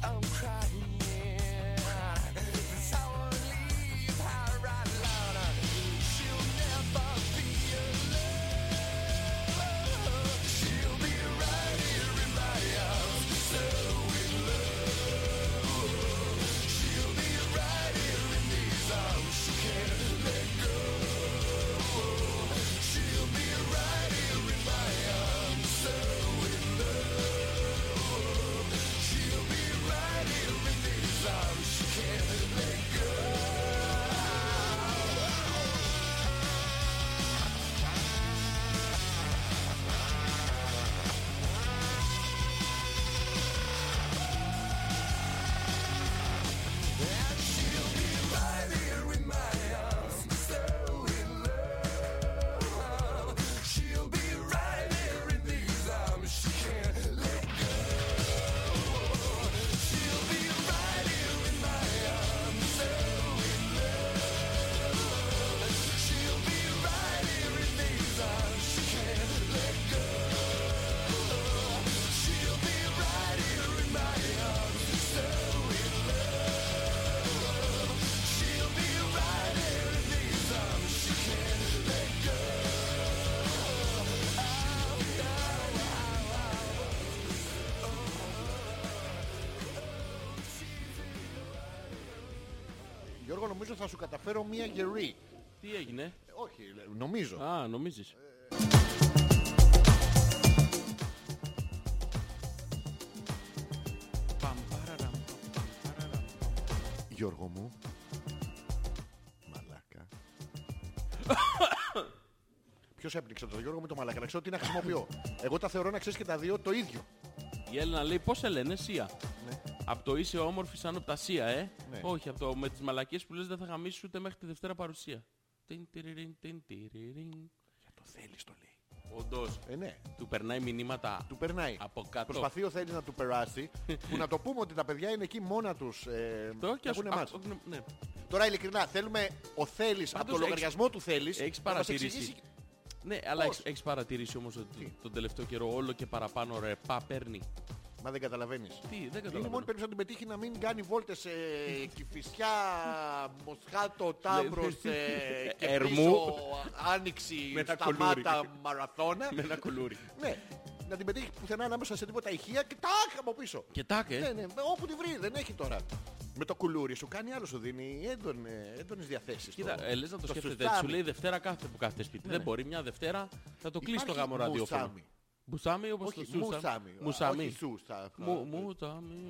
S3: Oh,
S1: Γιώργο, νομίζω θα σου καταφέρω μία γερή.
S2: Τι έγινε.
S1: Ε, Όχι, λέ- νομίζω.
S2: Α, νομίζεις.
S1: Ε.
S2: Παμ, παραραμ, παμ, παραραμ.
S1: Γιώργο μου. Μαλάκα. Ποιος έπνιξε το Γιώργο μου το μαλάκα, να ξέρω τι να χρησιμοποιώ. Εγώ τα θεωρώ να ξέρεις και τα δύο το ίδιο.
S2: Ε, Η Έλενα λέει πώς σε λένε, Σία.
S1: Ναι.
S2: Από το είσαι όμορφη σαν από τα Σία, ε.
S1: Ναι.
S2: Όχι, από το με τις μαλακίες που λες δεν θα γαμίσεις ούτε μέχρι τη Δευτέρα παρουσία. Τιν, τυριριν, τιν, τυριριν.
S1: Για το θέλεις το λέει.
S2: Όντως,
S1: Ε, ναι.
S2: του περνάει μηνύματα
S1: Του περνάει.
S2: από κάτω.
S1: Προσπαθεί ο θέλει να του περάσει. που να το πούμε ότι τα παιδιά είναι εκεί μόνα τους. Ε,
S2: Το και ας-
S1: έχουν εμάς.
S2: α, ναι, ναι.
S1: Τώρα ειλικρινά θέλουμε ο θέλει από το
S2: Πάντως,
S1: λογαριασμό του θέλει.
S2: έχεις παρατηρήσει. Ναι, αλλά
S1: Πώς?
S2: έχεις, έχεις παρατηρήσει όμως ότι τον τελευταίο καιρό όλο και παραπάνω ρεπά παίρνει.
S1: Μα δεν καταλαβαίνεις.
S2: Τι, δεν
S1: Είναι η
S2: καταλαβαίνω.
S1: μόνη περίπτωση να την πετύχει να μην κάνει βόλτες σε κυφισιά, Μοσχάτο, Ταύρο
S2: Ε,
S1: και
S2: Ερμού.
S1: πίσω, Άνοιξη,
S2: Με ένα
S1: Σταμάτα,
S2: κουλούρι.
S1: Μαραθώνα.
S2: Με ένα κουλούρι.
S1: Ναι, να την πετύχει πουθενά ανάμεσα σε τίποτα ηχεία και τάκ από πίσω.
S2: Και τάκ, ε.
S1: Ναι, ναι, όπου τη βρει, δεν έχει τώρα. Με το κουλούρι σου κάνει άλλο, σου δίνει έντονε- έντονες διαθέσεις.
S2: Κοίτα, ε, λες να το, σκέφτεται.
S1: σουστάμι.
S2: Σου λέει Δευτέρα κάθεται που κάθεται σπίτι. Δεν μπορεί. Μια Δευτέρα θα το κλείσει το
S1: Ναι, Υπάρχει
S2: γάμο ραδιόφωνο.
S1: μουσάμι.
S2: Μπουσάμι όπως το
S1: Όχι,
S2: σούσαμι.
S1: μουσάμι.
S2: Μουσάμι.
S1: Όχι, σούστα.
S2: Μου- Μουσάμι.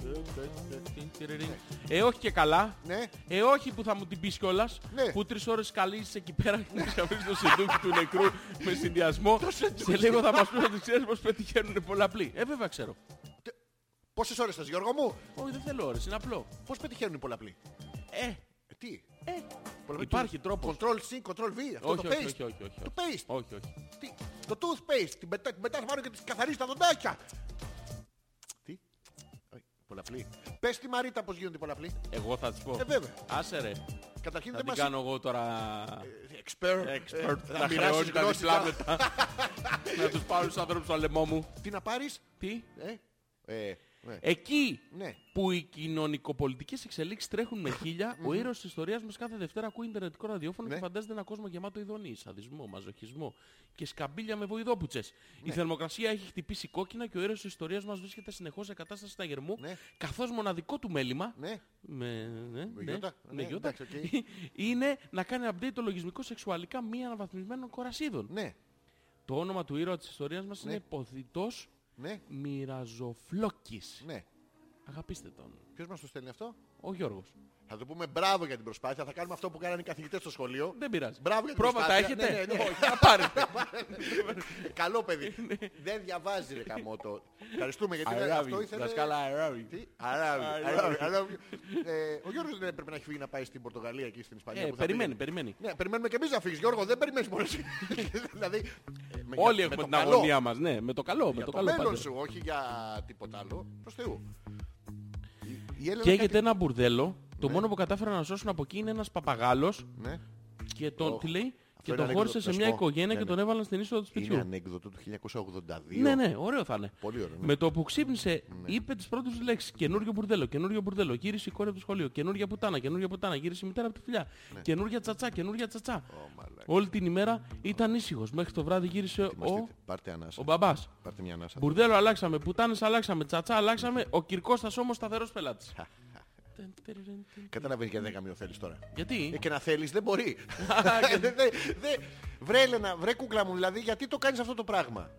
S2: Ε, όχι και καλά.
S1: Ναι.
S2: Ε, όχι που θα μου την πεις κιόλας.
S1: Ναι.
S2: Που τρεις ώρες καλείς εκεί πέρα και να σκαφείς το σεντούκι του νεκρού με συνδυασμό.
S1: σεντούκι.
S2: Σε λίγο θα μας πεις ότι ξέρεις πως πετυχαίνουν πολλαπλοί. Ε, βέβαια ξέρω.
S1: Πόσες ώρες θες Γιώργο μου,
S2: Όχι, δεν θέλω ώρες, είναι απλό.
S1: πώς πετυχαίνουν οι πολλαπλοί.
S2: Ε,
S1: Ε, Τι,
S2: ε.
S1: πολλαπλοί.
S2: Υπάρχει τρόπος.
S1: Control C, Control V, αυτό
S2: Όχι,
S1: το
S2: όχι,
S1: paste.
S2: όχι, όχι, όχι.
S1: Το paste.
S2: Όχι, όχι.
S1: Τι, το toothpaste, την πετά, την πετάς πάνω και της καθαρίζεις τα δοντάκια. Τι, Όχι, πολλαπλοί. Πες τη Μαρίτα πώς γίνονται οι πολλαπλοί.
S2: Εγώ θα της πω.
S1: Ε, βέβαια.
S2: Άσε ρε.
S1: Καταρχήν
S2: Θα
S1: δεν
S2: την
S1: μας...
S2: κάνω εγώ τώρα
S1: Expert.
S2: expert.
S1: Ε,
S2: Θα
S1: μοιράσεις
S2: χρεώσει τα
S1: γνώσεις,
S2: διπλά
S1: θα-
S2: μετά. Να τους πάρω τους ανθρώπους στο λαιμό μου.
S1: Τι να πάρεις.
S2: Τι.
S1: Ε, ε, ναι.
S2: Εκεί
S1: Ναι.
S2: που οι κοινωνικοπολιτικές εξελίξεις τρέχουν με χίλια, ο ήρωας της ιστορίας μας κάθε Δευτέρα ακούει Ιντερνετικό ραδιόφωνο
S1: Ναι.
S2: και φαντάζεται ένα κόσμο γεμάτο ειδονής, σαδισμό, μαζοχισμό και σκαμπίλια με βοηδόπουτσες.
S1: Ναι.
S2: Η θερμοκρασία έχει χτυπήσει κόκκινα και ο ήρωας της ιστορίας μας βρίσκεται συνεχώς σε κατάσταση σταγερμού,
S1: Ναι.
S2: καθώς μοναδικό του μέλημα
S1: Ναι.
S2: με, ναι, ναι,
S1: γιώτα,
S2: ναι,
S1: ναι,
S2: γιώτα.
S1: εντάξει,
S2: είναι να κάνει update το λογισμικό σεξουαλικά μη αναβαθμισμένων κορασίδων.
S1: Ναι.
S2: Το όνομα του ήρωα της ιστορίας μας είναι Ποθητός
S1: Ναι.
S2: Μοιραζοφλόκης.
S1: Ναι.
S2: Αγαπήστε τον.
S1: Ποιος μας το στέλνει αυτό.
S2: Ο Γιώργος.
S1: Θα του πούμε μπράβο για την προσπάθεια. Θα κάνουμε αυτό που κάνανε οι καθηγητές στο σχολείο.
S2: Δεν πειράζει.
S1: Μπράβο για την
S2: Πρόβατα
S1: προσπάθεια.
S2: έχετε.
S1: Ναι, ναι, ναι.
S2: Όχι, θα πάρετε.
S1: Καλό παιδί.
S2: Ναι.
S1: Δεν διαβάζει ρε καμότο. Ευχαριστούμε γιατί ε, αυτό
S2: Αράβι.
S1: ήθελε...
S2: Δασκάλα Αράβι.
S1: Τι? Αράβι,
S2: Αράβι.
S1: αράβι, αράβι. Ε, Ο Γιώργος δεν έπρεπε να έχει φύγει να πάει στην Πορτογαλία και στην Ισπανία.
S2: Ε,
S1: που θα
S2: περιμένει,
S1: πήγαινε.
S2: περιμένει.
S1: Ναι, περιμένουμε και εμείς να φύγεις Γιώργο, δεν περιμένεις μόνο εσύ. δηλαδή, ε, με-
S2: Όλοι
S1: με
S2: έχουμε
S1: το
S2: την
S1: καλό.
S2: αγωνία μας. Ναι, με το καλό. Με
S1: Για
S2: το
S1: το
S2: καλό
S1: μέλλον
S2: πάντα.
S1: σου, όχι για τίποτα άλλο. Προς Θεού. Η- η Έλενα
S2: Και
S1: κάτι-
S2: έγινε ένα μπουρδέλο. Το μόνο που κατάφεραν να σώσουν από εκεί είναι ένας παπαγάλος
S1: Ναι.
S2: και τον,
S1: Οχ.
S2: τι λέει, και
S1: είναι
S2: τον
S1: ανέκδοτο,
S2: χώρισε σε
S1: να σου
S2: μια
S1: πω.
S2: οικογένεια
S1: Ναι,
S2: και
S1: ναι.
S2: τον έβαλαν στην είσοδο του
S1: Είναι
S2: σπιτιού.
S1: ανέκδοτο του 1982.
S2: Ναι, ναι, ωραίο θα είναι.
S1: Πολύ ωραίο. ναι.
S2: Με το που ξύπνησε, είπε τις πρώτες λέξεις. Καινούριο μπουρδέλο, καινούριο μπουρδέλο. Γύρισε η κόρη από το σχολείο. Καινούρια πουτάνα, καινούρια πουτάνα. Γύρισε η μητέρα από τη φιλιά.
S1: Ναι.
S2: Καινούρια τσατσά, καινούρια τσατσά. Όλη την ημέρα ήταν ήσυχος. Μέχρι το βράδυ γύρισε ο,
S1: Θυμαστείτε. Πάρτε ανάσα.
S2: ο μπαμπάς.
S1: Πάρτε μια ανάσα.
S2: Μπουρδέλο αλλάξαμε, πουτάνες αλλάξαμε, τσατσά αλλάξαμε. Ο Κυρκώστας όμως σταθερός πελάτης.
S1: Καταλαβαίνεις γιατί δεν καμιό θέλεις τώρα. Ε,
S2: Γιατί?
S1: και να θέλεις δεν μπορεί. Δεν- δεν- δεν- Βρε Έλενα, βρε κούκλα μου δηλαδή γιατί το κάνεις αυτό το πράγμα.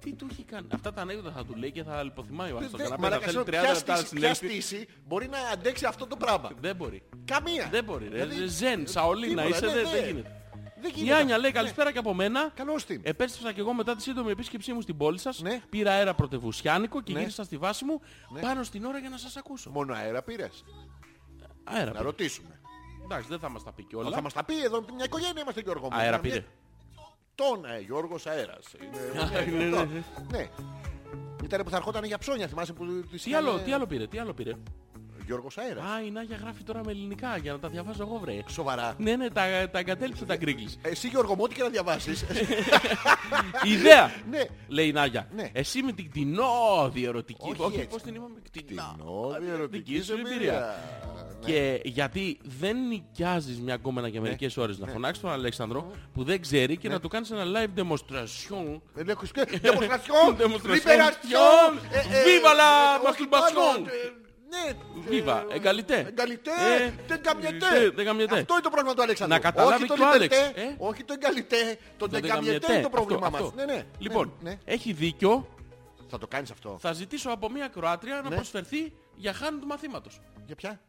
S2: Τι του έχει κάνει. Αυτά τα ανέκδοτα θα του λέει και θα λιποθυμάει ο άλλος στον
S1: Δε-
S2: καναπέ. Θα
S1: μαλάκα,
S2: θέλει
S1: συγγνώμη,
S2: 30
S1: ποια
S2: λεπτά να
S1: στήση- Ποια
S2: συνέλθει.
S1: στήση μπορεί να αντέξει αυτό το πράγμα.
S2: Δεν μπορεί.
S1: Καμία.
S2: Δεν μπορεί. ρε.
S1: Δηλαδή,
S2: Ζεν, Σαολίνα
S1: τίποτα,
S2: είσαι,
S1: ναι,
S2: δεν
S1: ναι.
S2: δεν γίνεται.
S1: Δεν
S2: Η
S1: γίνεται. Ναι,
S2: Άνια λέει καλησπέρα Ε, και από μένα.
S1: Καλώς την.
S2: Επέστρεψα και εγώ μετά τη σύντομη επίσκεψή μου στην πόλη σας.
S1: Ναι.
S2: Πήρα αέρα πρωτεβουσιάνικο και
S1: Ναι.
S2: γύρισα στη βάση μου πάνω στην ώρα για να σας ακούσω.
S1: Μόνο αέρα πήρες.
S2: Αέρα.
S1: Να ρωτήσουμε.
S2: Εντάξει, δεν θα μας τα πει
S1: Θα
S2: κιόλα.
S1: μας τα πει εδώ, μια οικογένεια είμαστε Γιώργο μου.
S2: Αέρα
S1: Μια-
S2: πήρε.
S1: Τον ε, Γιώργος Αέρας. Είναι-
S2: Ναι, ναι, ναι.
S1: Ναι. Ήταν που θα ερχόταν για ψώνια, θυμάσαι που της
S2: Τι
S1: είχαν,
S2: άλλο,
S1: ε,
S2: τι άλλο πήρε, τι άλλο πήρε.
S1: Γιώργος Αέρας.
S2: Α, η Νάγια γράφει τώρα με ελληνικά για να τα διαβάζω εγώ, βρε.
S1: Σοβαρά.
S2: Ναι, ναι, τα, τα εγκατέλειψε τα γκρίγκλι.
S1: Εσύ Γιώργο μου, ό,τι και να
S2: Ε,
S1: διαβάσεις.
S2: Ιδέα!
S1: Ναι.
S2: Λέει η Νάγια.
S1: Ναι.
S2: Εσύ με την κτηνόδη ερωτική.
S1: Όχι έτσι.
S2: πώς την είπαμε. Κτηνόδη.
S1: Την ερωτική σου εμπειρία. Ναι.
S2: Και γιατί δεν νοικιάζεις μια κόμμενα για μερικές ώρες
S1: Ναι.
S2: να φωνάξεις τον Αλέξανδρο που δεν ξέρει και να του κάνεις ένα live demonstration.
S1: Δεν έχω σκέφτε. Δημοκρατιών. Ε,
S2: Demonstration.
S1: Λιπερασιών.
S2: Viva la masturbation.
S1: Ναι,
S2: Βίβα,
S1: ε,
S2: εγκαλυτέ.
S1: Εγκαλυτέ,
S2: Ε,
S1: δεν καμιετέ.
S2: ε, δεν καμιετέ.
S1: Αυτό είναι το πρόβλημα του Αλέξανδρου.
S2: Να καταλάβει
S1: όχι
S2: και
S1: το
S2: ο Άλεξ,
S1: λιτετέ,
S2: ε.
S1: Όχι το εγκαλυτέ, το
S2: Το
S1: δεν καμιετέ είναι το πρόβλημα
S2: αυτό,
S1: μας.
S2: αυτό.
S1: Ναι, ναι.
S2: Λοιπόν,
S1: Ναι, ναι.
S2: έχει δίκιο.
S1: Θα το κάνεις αυτό.
S2: Θα ζητήσω από μια Κροάτρια να
S1: Ναι.
S2: προσφερθεί για χάρη του μαθήματος.
S1: Για ποια.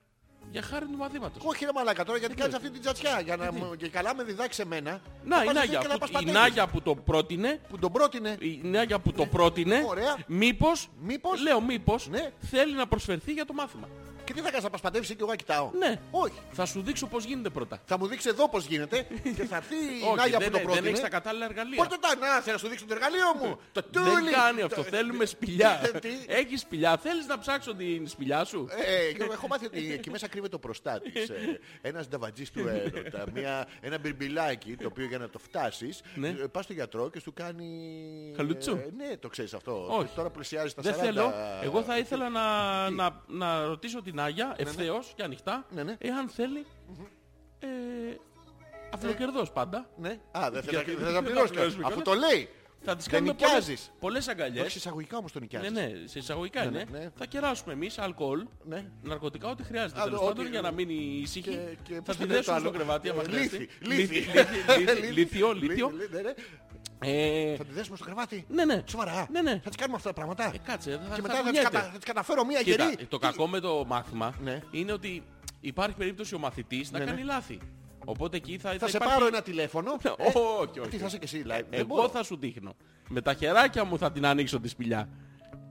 S2: Για χάρη του μαθήματος.
S1: Όχι ρε μαλάκα τώρα γιατί
S2: Γιατί
S1: κάνεις αυτή την τζατσιά. Για να μου- και καλά με διδάξει εμένα.
S2: Να, η Νάγια,
S1: που,
S2: που, η Νάγια που το πρότεινε,
S1: που τον πρότεινε.
S2: η Νάγια που το πρότεινε,
S1: Ναι. Ωραία.
S2: μήπως,
S1: Μήπως.
S2: λέω μήπως,
S1: Ναι.
S2: θέλει να προσφερθεί για το μάθημα.
S1: Και τι θα κάνεις να πασπατεύσεις και εγώ να κοιτάω.
S2: Ναι.
S1: Όχι.
S2: Θα σου δείξω πώς γίνεται πρώτα.
S1: Θα μου δείξεις εδώ πώς γίνεται και θα έρθει η
S2: Όχι,
S1: Νάγια
S2: δεν,
S1: που το
S2: δεν έχεις τα
S1: πρότεινε.
S2: κατάλληλα εργαλεία.
S1: Πότε τα, να, θέλω να σου δείξω το εργαλείο μου. Το τούλι.
S2: Δεν κάνει αυτό. Θέλουμε σπηλιά.
S1: Τι?
S2: Έχεις σπηλιά. Θέλεις να ψάξω την σπηλιά σου.
S1: Ε, Γιώργο, έχω μάθει ότι εκεί μέσα κρύβεται ο προστάτης. Ε, ένας νταβατζής του έρωτα. Μια, ένα μπιρμπιλάκι το οποίο για να το φτάσεις
S2: Ναι.
S1: ε, πας στο γιατρό και σου κάνει...
S2: Χαλουτσού.
S1: Ε, ναι, το ξέρεις αυτό.
S2: Όχι.
S1: Τώρα πλησιάζει τα 40...
S2: Δεν θέλω. Εγώ θα ήθελα να, να, να ρωτήσω την Άγια ευθέως και ανοιχτά
S1: Ναι, ναι.
S2: εάν θέλει. Ε, Αφιλοκερδός πάντα.
S1: Ναι. Α, δεν θέλω
S2: Γιατί
S1: δεν
S2: δεν
S1: θέλω να
S2: θα
S1: πληρώσεις.
S2: πληρώσουμε
S1: Αφού το
S2: κιόλας.
S1: λέει.
S2: Θα τις
S1: Δεν
S2: κάνουμε
S1: νοικιάζεις.
S2: πολλές, πολλές
S1: Όχι
S2: αγκαλιές.
S1: εισαγωγικά όμως τον
S2: Ναι,
S1: νοικιάζεις.
S2: ναι, σε εισαγωγικά
S1: Ναι, ναι,
S2: είναι.
S1: ναι.
S2: Θα κεράσουμε εμείς αλκοόλ,
S1: Ναι.
S2: ναρκωτικά, ό,τι χρειάζεται.
S1: Α,
S2: Τέλος
S1: ό,τι-
S2: πάντων, για να μείνει ήσυχη.
S1: Και- και πώς
S2: θα
S1: το λέει
S2: τη
S1: το
S2: δέσουμε
S1: άλλο.
S2: στο κρεβάτι, άμα
S1: Ε,
S2: χρειάζεται.
S1: λίθι, λίθι.
S2: Λίθι, Λίθιο, λίθιο.
S1: Λι- λι- ναι, ναι.
S2: Ε,
S1: Θα τη δέσουμε στο κρεβάτι.
S2: Ναι, ναι.
S1: Σοβαρά.
S2: Ναι, ναι.
S1: Θα της κάνουμε αυτά τα πράγματα.
S2: Κάτσε, θα,
S1: Και
S2: θα
S1: μετά θα της
S2: κουνιέται.
S1: κατα- θα της καταφέρω μία
S2: Κοίτα,
S1: γερή.
S2: το κακό με το μάθημα
S1: Ε, Ναι.
S2: είναι ότι υπάρχει περίπτωση ο μαθητής να
S1: Ναι, ναι.
S2: κάνει λάθη. Οπότε εκεί θα,
S1: Θα σε
S2: υπάρχει-
S1: πάρω ένα τηλέφωνο.
S2: Ναι,
S1: Ε,
S2: όχι, όχι.
S1: Τι θα είσαι και εσύ, δηλαδή. δεν
S2: Εγώ
S1: μπορώ.
S2: θα σου δείχνω. Με τα χεράκια μου θα την ανοίξω τη σπηλιά.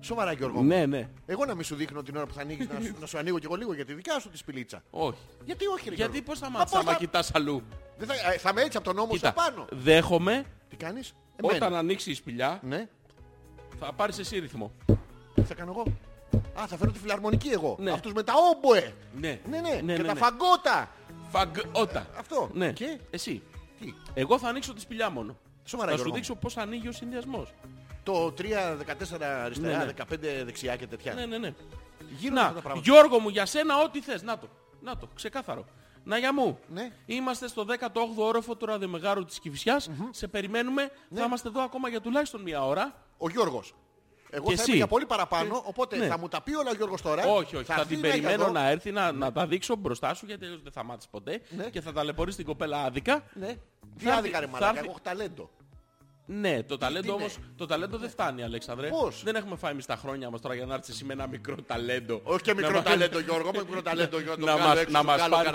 S1: Σοβαρά, Γιώργο. μου.
S2: Ναι, ναι.
S1: Εγώ να μην σου δείχνω την ώρα που θα ανοίγεις, να, σου- να σου ανοίγω κι εγώ λίγο για τη δικιά σου τη σπηλίτσα.
S2: Όχι.
S1: Γιατί όχι, ρε
S2: Γιατί
S1: Γιώργο.
S2: πώς θα
S1: Μα
S2: μάθεις
S1: πώς
S2: άμα
S1: θα-
S2: κοιτάς αλλού.
S1: Δεν θα, ε, θα με έτσι από τον νόμο σου πάνω.
S2: δέχομαι
S1: Τι κάνεις,
S2: όταν ανοίξει η σπηλιά
S1: Ναι,
S2: θα πάρεις εσύ ρυθμό.
S1: τι θα κάνω εγώ. Α, θα φέρω τη φιλαρμονική εγώ.
S2: Ναι.
S1: Αυτούς με τα όμποε.
S2: Ναι.
S1: Ναι, ναι.
S2: Ναι,
S1: και
S2: ναι,
S1: τα
S2: ναι.
S1: φαγκότα.
S2: Φαγκότα.
S1: Αυτό.
S2: Ναι.
S1: Και
S2: Εσύ.
S1: τι.
S2: Εγώ θα ανοίξω τη σπηλιά μόνο.
S1: Σοβαρά,
S2: θα σου
S1: Γιώργο.
S2: δείξω πώς ανοίγει ο συνδυασμός.
S1: Το 3, 14 αριστερά,
S2: Ναι, ναι.
S1: 15 δεξιά και τέτοια.
S2: Ναι, ναι, ναι.
S1: Γύρω αυτά τα
S2: Να,
S1: πράγματα.
S2: Γιώργο μου, για σένα ό,τι θες. Να το, να το, ξεκάθαρο. Να για μου,
S1: Ναι.
S2: είμαστε στο 18ο όροφο του ραδιομεγάρου της Κηφισιάς. Σε περιμένουμε,
S1: Ναι.
S2: θα είμαστε εδώ ακόμα για τουλάχιστον μία ώρα.
S1: Ο Γιώργος. Εγώ
S2: Και
S1: θα
S2: εσύ.
S1: είμαι για πολύ παραπάνω, οπότε
S2: ναι.
S1: θα μου τα πει όλα ο Γιώργος τώρα.
S2: όχι, όχι, θα,
S1: Ε, έρθει
S2: την
S1: η
S2: περιμένω
S1: Νάγια εδώ.
S2: να έρθει να, να τα δείξω μπροστά σου γιατί αλλιώς δεν θα μάθεις ποτέ
S1: Ναι.
S2: και θα ταλαιπωρείς την κοπέλα άδικα.
S1: Ναι. Τι
S2: Θα
S1: άδικα ρε
S2: έρθει- θα
S1: μαλάκα,
S2: έρθει-
S1: εγώ έχω ταλέντο.
S2: Ναι, το ταλέντο
S1: είναι?
S2: όμως, το ταλέντο δεν φτάνει Αλέξανδρε.
S1: Πώς?
S2: Δεν έχουμε φάει εμείς τα χρόνια μας τώρα για να έρθεις εσύ με ένα μικρό ταλέντο.
S1: Όχι και
S2: Να
S1: μικρό
S2: μας-
S1: ταλέντο Γιώργο, με μικρό ταλέντο Γιώργο.
S2: να μας, να μας πάρει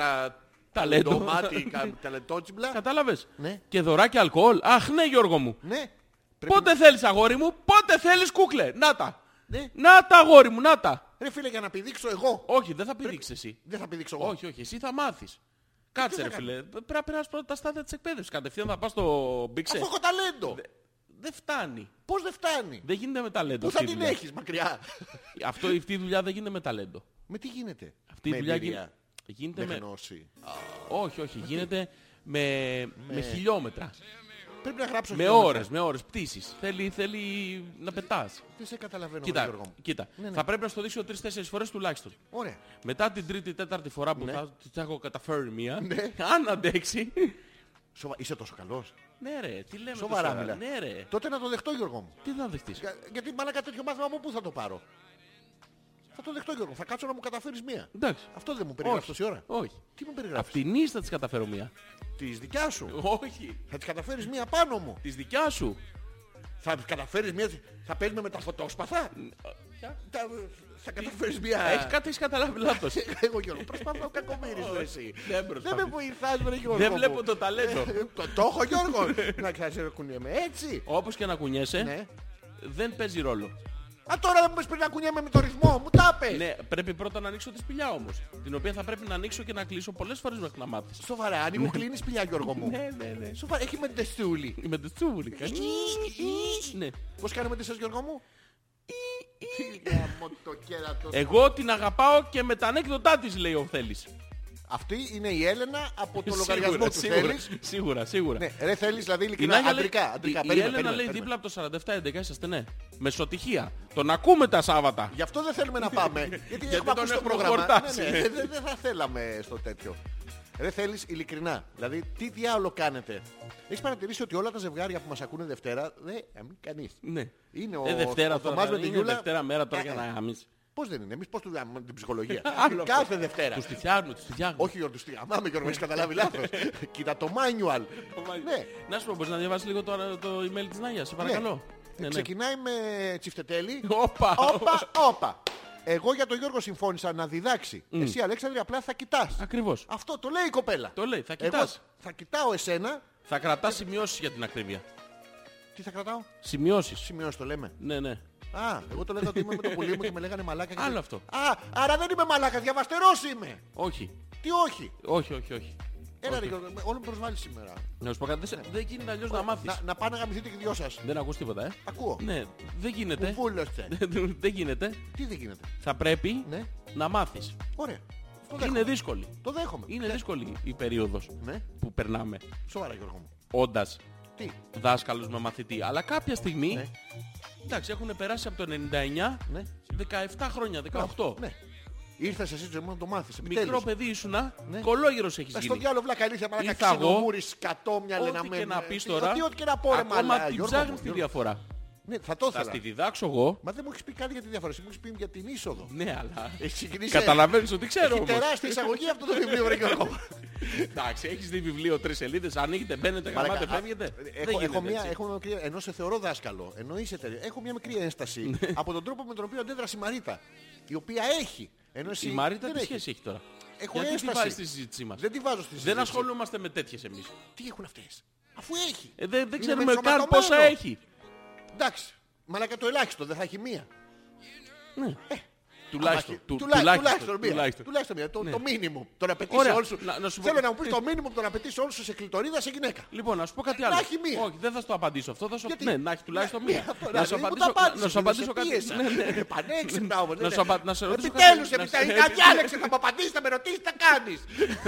S2: ταλέντο.
S1: Ντομάτι, κα- ταλεντότσιμπλα.
S2: Κατάλαβες.
S1: Ναι.
S2: Και δωράκι αλκοόλ. Αχ, ναι, Γιώργο μου.
S1: Ναι. Πρέπει-
S2: Πότε θέλεις αγόρι μου, πότε θέλεις κούκλε. Να τα.
S1: Ναι.
S2: Να τα αγόρι μου, να τα.
S1: Ρε φίλε για να πηδήξω εγώ.
S2: Όχι, δεν θα πηδήξεις εσύ.
S1: Δεν θα πηδήξω εγώ. Ε,
S2: Όχι, όχι, εσύ θα μάθεις. Κάτσε
S1: θα
S2: ρε
S1: κάνω?
S2: φίλε, πρέπει να περάσεις πρώτα τα στάδια της εκπαίδευσης. Κατευθείαν θα πας στο μπίξε.
S1: Αφού έχω ταλέντο.
S2: Δεν φτάνει.
S1: Πώς δεν φτάνει.
S2: Δεν γίνεται με ταλέντο.
S1: Πού θα
S2: αυτή η
S1: την
S2: δουλειά.
S1: έχεις μακριά.
S2: Αυτό, αυτή η δουλειά δεν γίνεται με ταλέντο.
S1: Με τι γίνεται.
S2: Αυτή η
S1: με
S2: δουλειά
S1: εμπειρία,
S2: γι- γίνεται
S1: με
S2: με...
S1: γνώση.
S2: Όχι, όχι, γίνεται με, με χιλιόμετρα.
S1: Πρέπει να γράψω
S2: Με
S1: χιλιόμετρα.
S2: ώρες, με ώρες πτήσεις. Θέλει, θέλει να πετάς.
S1: Δεν σε καταλαβαίνω
S2: Κοίτα,
S1: Γιώργο μου.
S2: κοίτα. θα πρέπει να στο δείξω τρει-τέσσερι φορές τουλάχιστον.
S1: Ωραία.
S2: Μετά την τρίτη-τέταρτη φορά που θα της έχω καταφέρει μία,
S1: Ναι.
S2: αν αντέξει.
S1: Σοβα... Είσαι τόσο καλός.
S2: ναι, ρε, τι λέμε
S1: Σοβαρά
S2: τώρα.
S1: μιλά.
S2: Ναι, ρε.
S1: Τότε να το δεχτώ Γιώργο μου.
S2: Τι θα δεχτείς.
S1: Για- Γιατί μάλακα τέτοιο μάθημα από πού θα το πάρω. Θα το δεχτώ Γιώργο. Θα κάτσω να μου καταφέρεις μία.
S2: Εντάξει.
S1: Αυτό δεν μου περιγράφεις τόση ώρα.
S2: Όχι.
S1: Τι μου
S2: Απ'
S1: περιγράφεις.
S2: την εις θα της καταφέρω μία.
S1: Της δικιάς σου.
S2: Όχι.
S1: Θα τις καταφέρεις μία πάνω μου.
S2: Της δικιάς σου.
S1: Θα τις καταφέρεις μία. Θα παίζουμε με τα φωτόσπαθα. Τα... Θα καταφέρεις μία.
S2: Έχεις κάτι έχεις καταλάβει λάθος.
S1: Εγώ Γιώργο. Προσπαθώ κακομύρης ρε εσύ.
S2: Δεν
S1: Δεν με
S2: προσπαθείς.
S1: βοηθάς βρε Γιώργο.
S2: Δεν
S1: μου.
S2: βλέπω το ταλέντο.
S1: Ε, Το το έχω Γιώργο. Να ξέρεις κουνιέμαι έτσι.
S2: Όπως και να κουνιέσαι,
S1: Ναι.
S2: δεν παίζει ρόλο.
S1: Α τώρα δεν μου πες πριν να κουνιέμαι με το ρυθμό. Μου τα είπες.
S2: Ναι, πρέπει πρώτα να ανοίξω τη σπηλιά όμως. Την οποία θα πρέπει να ανοίξω και να κλείσω πολλές φορές μέχρι να μάθεις.
S1: Σοβαρά, ανοίγω κλείνει σπηλιά Γιώργο μου.
S2: Ναι, ναι, ναι.
S1: Σοβαρά, έχει με τεστούλη.
S2: Με τη τσούβουλη. Ναι.
S1: Πώς κάνουμε τις σας Γιώργο μου. Γαμώ το κέρατος.
S2: Εγώ την αγαπάω και με τα ανέκδοτά της λέει ο Θέλης.
S1: Αυτή είναι η Έλενα από το
S2: Σίγουρα,
S1: λογαριασμό του
S2: σίγουρα,
S1: θέλεις.
S2: Σίγουρα, σίγουρα.
S1: Ναι, ρε θέλεις δηλαδή
S2: Η
S1: ειλικρινά,
S2: Νάγια λέει-
S1: αντρικά,
S2: η-
S1: αντρικά,
S2: Η
S1: περίμενε,
S2: Έλενα λέει
S1: περίμενε, περίμενε.
S2: δίπλα από το 47-11 είσαστε, ναι. Μεσοτυχία. Τον ακούμε τα Σάββατα.
S1: Γι' αυτό δεν θέλουμε να πάμε. Γιατί έχουμε
S2: τον
S1: ακούσει το
S2: έχουμε
S1: πρόγραμμα.
S2: χορτάσει.
S1: Ναι, ναι, Δεν δεν θα θέλαμε στο τέτοιο. Ρε θέλεις ειλικρινά. Δηλαδή τι διάολο κάνετε. Έχεις παρατηρήσει ότι όλα τα ζευγάρια που μας ακούνε Δευτέρα, δεν αμήν κανείς.
S2: Ναι.
S1: Είναι
S2: Ε,
S1: ο
S2: Δευτέρα
S1: ο Θωμάς
S2: τώρα.
S1: με τη
S2: Είναι
S1: Γιούλα.
S2: Δευτέρα μέρα τώρα
S1: Ε,
S2: για
S1: ε.
S2: να γαμίσει.
S1: Πώς δεν είναι, εμείς πώς του γάμουμε την ψυχολογία.
S2: Άλλο αυτό.
S1: Κάθε Δευτέρα.
S2: Τους τη φτιάχνουν, τους τη φτιάχνουν.
S1: Όχι, Γιώργος, του γαμάμε, Γιώργος, έχεις καταλάβει λάθος. Κοίτα το manual. ναι.
S2: Να σου πω, μπορείς να διαβάσεις λίγο το, το email της Νάγιας, σε παρακαλώ. Ναι, ναι.
S1: Ξεκινάει με τσιφτετέλη.
S2: Όπα.
S1: όπα, όπα. Εγώ για τον Γιώργο συμφώνησα να διδάξει. Εσύ, Αλέξανδρε, απλά θα κοιτάς.
S2: Ακριβώς.
S1: Αυτό το λέει η κοπέλα.
S2: Το λέει, θα
S1: Εγώ
S2: κοιτάς.
S1: θα κοιτάω εσένα.
S2: Θα κρατάς σημειώσεις για την ακρίβεια.
S1: Τι θα κρατάω.
S2: Σημειώσεις.
S1: Σημειώσεις το λέμε.
S2: Ναι, ναι.
S1: Α, εγώ το λέγα ότι είμαι με το πουλί μου και με λέγανε μαλάκα. και-
S2: Άλλο αυτό.
S1: Α, άρα δεν είμαι μαλάκα, διαβαστερός είμαι.
S2: Όχι.
S1: Τι όχι.
S2: Όχι, όχι, όχι.
S1: Έλα,
S2: Όχι.
S1: ρε Γιώργο, με- όλο με προσβάλλεις σήμερα.
S2: Να σου πω κάτι, δεν σε- δεν γίνεται αλλιώς να μάθεις.
S1: Να, να πάνε να γαμηθείτε και οι δυο σας.
S2: Δεν ακούς τίποτα, ε.
S1: Ακούω.
S2: Ναι, δεν γίνεται.
S1: Βούλωστε.
S2: Δεν γίνεται.
S1: Τι δεν γίνεται.
S2: Θα πρέπει
S1: Ναι.
S2: να μάθεις.
S1: Ωραία. Το δέχομαι.
S2: Είναι δύσκολη.
S1: Το δέχομαι.
S2: Είναι δύσκολη η περίοδος
S1: Ναι.
S2: που περνάμε
S1: Σοβαρά Γιώργο μου.
S2: όντας
S1: Τι.
S2: δάσκαλος με μαθητή. Αλλά κάποια στιγμή,
S1: Ναι.
S2: εντάξει, έχουν περάσει από το 99,
S1: Ναι.
S2: 17 χρόνια, 18.
S1: Ναι. Ήρθες εσύ ζωή μου να το μάθεις.
S2: Μικρό
S1: Επιτέλους.
S2: παιδί ήσουνα,
S1: Ναι.
S2: κολόγερος έχεις
S1: Να στο
S2: γίνει.
S1: διάλογο βλάκα ηλίθεια μαλάκα
S2: Ήρθα εγώ.
S1: ξενομούρης σκατόμυαλε
S2: Ό,τι
S1: να
S2: και
S1: με... ε,
S2: να πεις τώρα,
S1: Ό,τι ό,τι και να πω ρε μαλάκα,
S2: ακόμα την
S1: Γιώργο μου,
S2: ψάχνεις τη
S1: Γιώργο.
S2: διαφορά.
S1: Ναι, θα το
S2: Θα στη
S1: ήθελα.
S2: διδάξω εγώ,
S1: Μα δεν μου έχεις πει κάτι για τη διαφορά. Εσύ μου έχεις πει για την είσοδο.
S2: ναι αλλά...
S1: Έχεις ξεκινήσει...
S2: Καταλαβαίνεις ότι ξέρω
S1: Έχει
S2: όμως.
S1: τεράστια εισαγωγή αυτό το βιβλίο ρε Γιώργο. μου.
S2: Εντάξει, έχεις δει βιβλίο τρεις σελίδες, ανοίγετε, μπαίνετε,
S1: Μαλάκα,
S2: γαμάτε,
S1: α,
S2: φεύγετε. Δεν
S1: Έχω, έχω,
S2: γίνεται
S1: μια,
S2: έτσι.
S1: έχω μια μικρή, ενώ σε θεωρώ δάσκαλο, ενώ είσαι τέτοιο, έχω μια μικρή ένσταση
S2: Ναι.
S1: από τον τρόπο με τον οποίο αντέδρασε η Μαρίτα. Η οποία έχει. Ενώ εσύ
S2: Η Μαρίτα
S1: δεν
S2: τι
S1: έχεις.
S2: σχέση έχει τώρα.
S1: Έχω
S2: Γιατί τη
S1: ένσταση.
S2: βάζεις στη συζήτησή μας.
S1: Δεν τη βάζω στη
S2: Δεν
S1: συζήτηση.
S2: ασχολούμαστε με τέτοιες εμείς.
S1: Τι έχουν αυτές. Αφού έχει.
S2: Ε, δεν- Δεν
S1: Είναι
S2: ξέρουμε καν
S1: μετσωματωμένο.
S2: πόσα έχει.
S1: Εντάξει. Μαλάκα το ελάχιστο, δεν θα έχει μία.
S2: Τουλάχιστον.
S1: Αμάχη.
S2: του-
S1: Τουλάχιστον,
S2: Τουλάχιστον.
S1: μία.
S2: τουλάχιστον.
S1: Τουλάχιστον μία. Το,
S2: Ναι.
S1: το μήνυμο. Το να πετύχει
S2: Ωραία.
S1: όλους σου.
S2: Να- να σου πω-
S1: Θέλω να μου πεις το μήνυμο που το να πετύχει όλους σου σε κλειτορίδα σε γυναίκα.
S2: Λοιπόν, να σου πω κάτι
S1: Να
S2: άλλο.
S1: έχει μία.
S2: Όχι, δεν θα σου το απαντήσω αυτό. Θα σου...
S1: Γιατί?
S2: Ναι, να έχει τουλάχιστον
S1: Ναι,
S2: μία.
S1: αυτό,
S2: να
S1: ρε,
S2: σου
S1: μου το
S2: απαντήσω,
S1: απάντησες,
S2: να σου
S1: μου το
S2: απαντήσω κάτι. Ναι,
S1: πίεσα. Ε, Πανέξυπνα όμως. ναι,
S2: Να
S1: ναι.
S2: σου απα- να σε ρωτήσω κάτι.
S1: Επιτέλους,
S2: Να σε- Ε,
S1: επιτέλους. Να διάλεξε, θα μου απαντήσετε, με ρωτήσεις, τι κάνεις.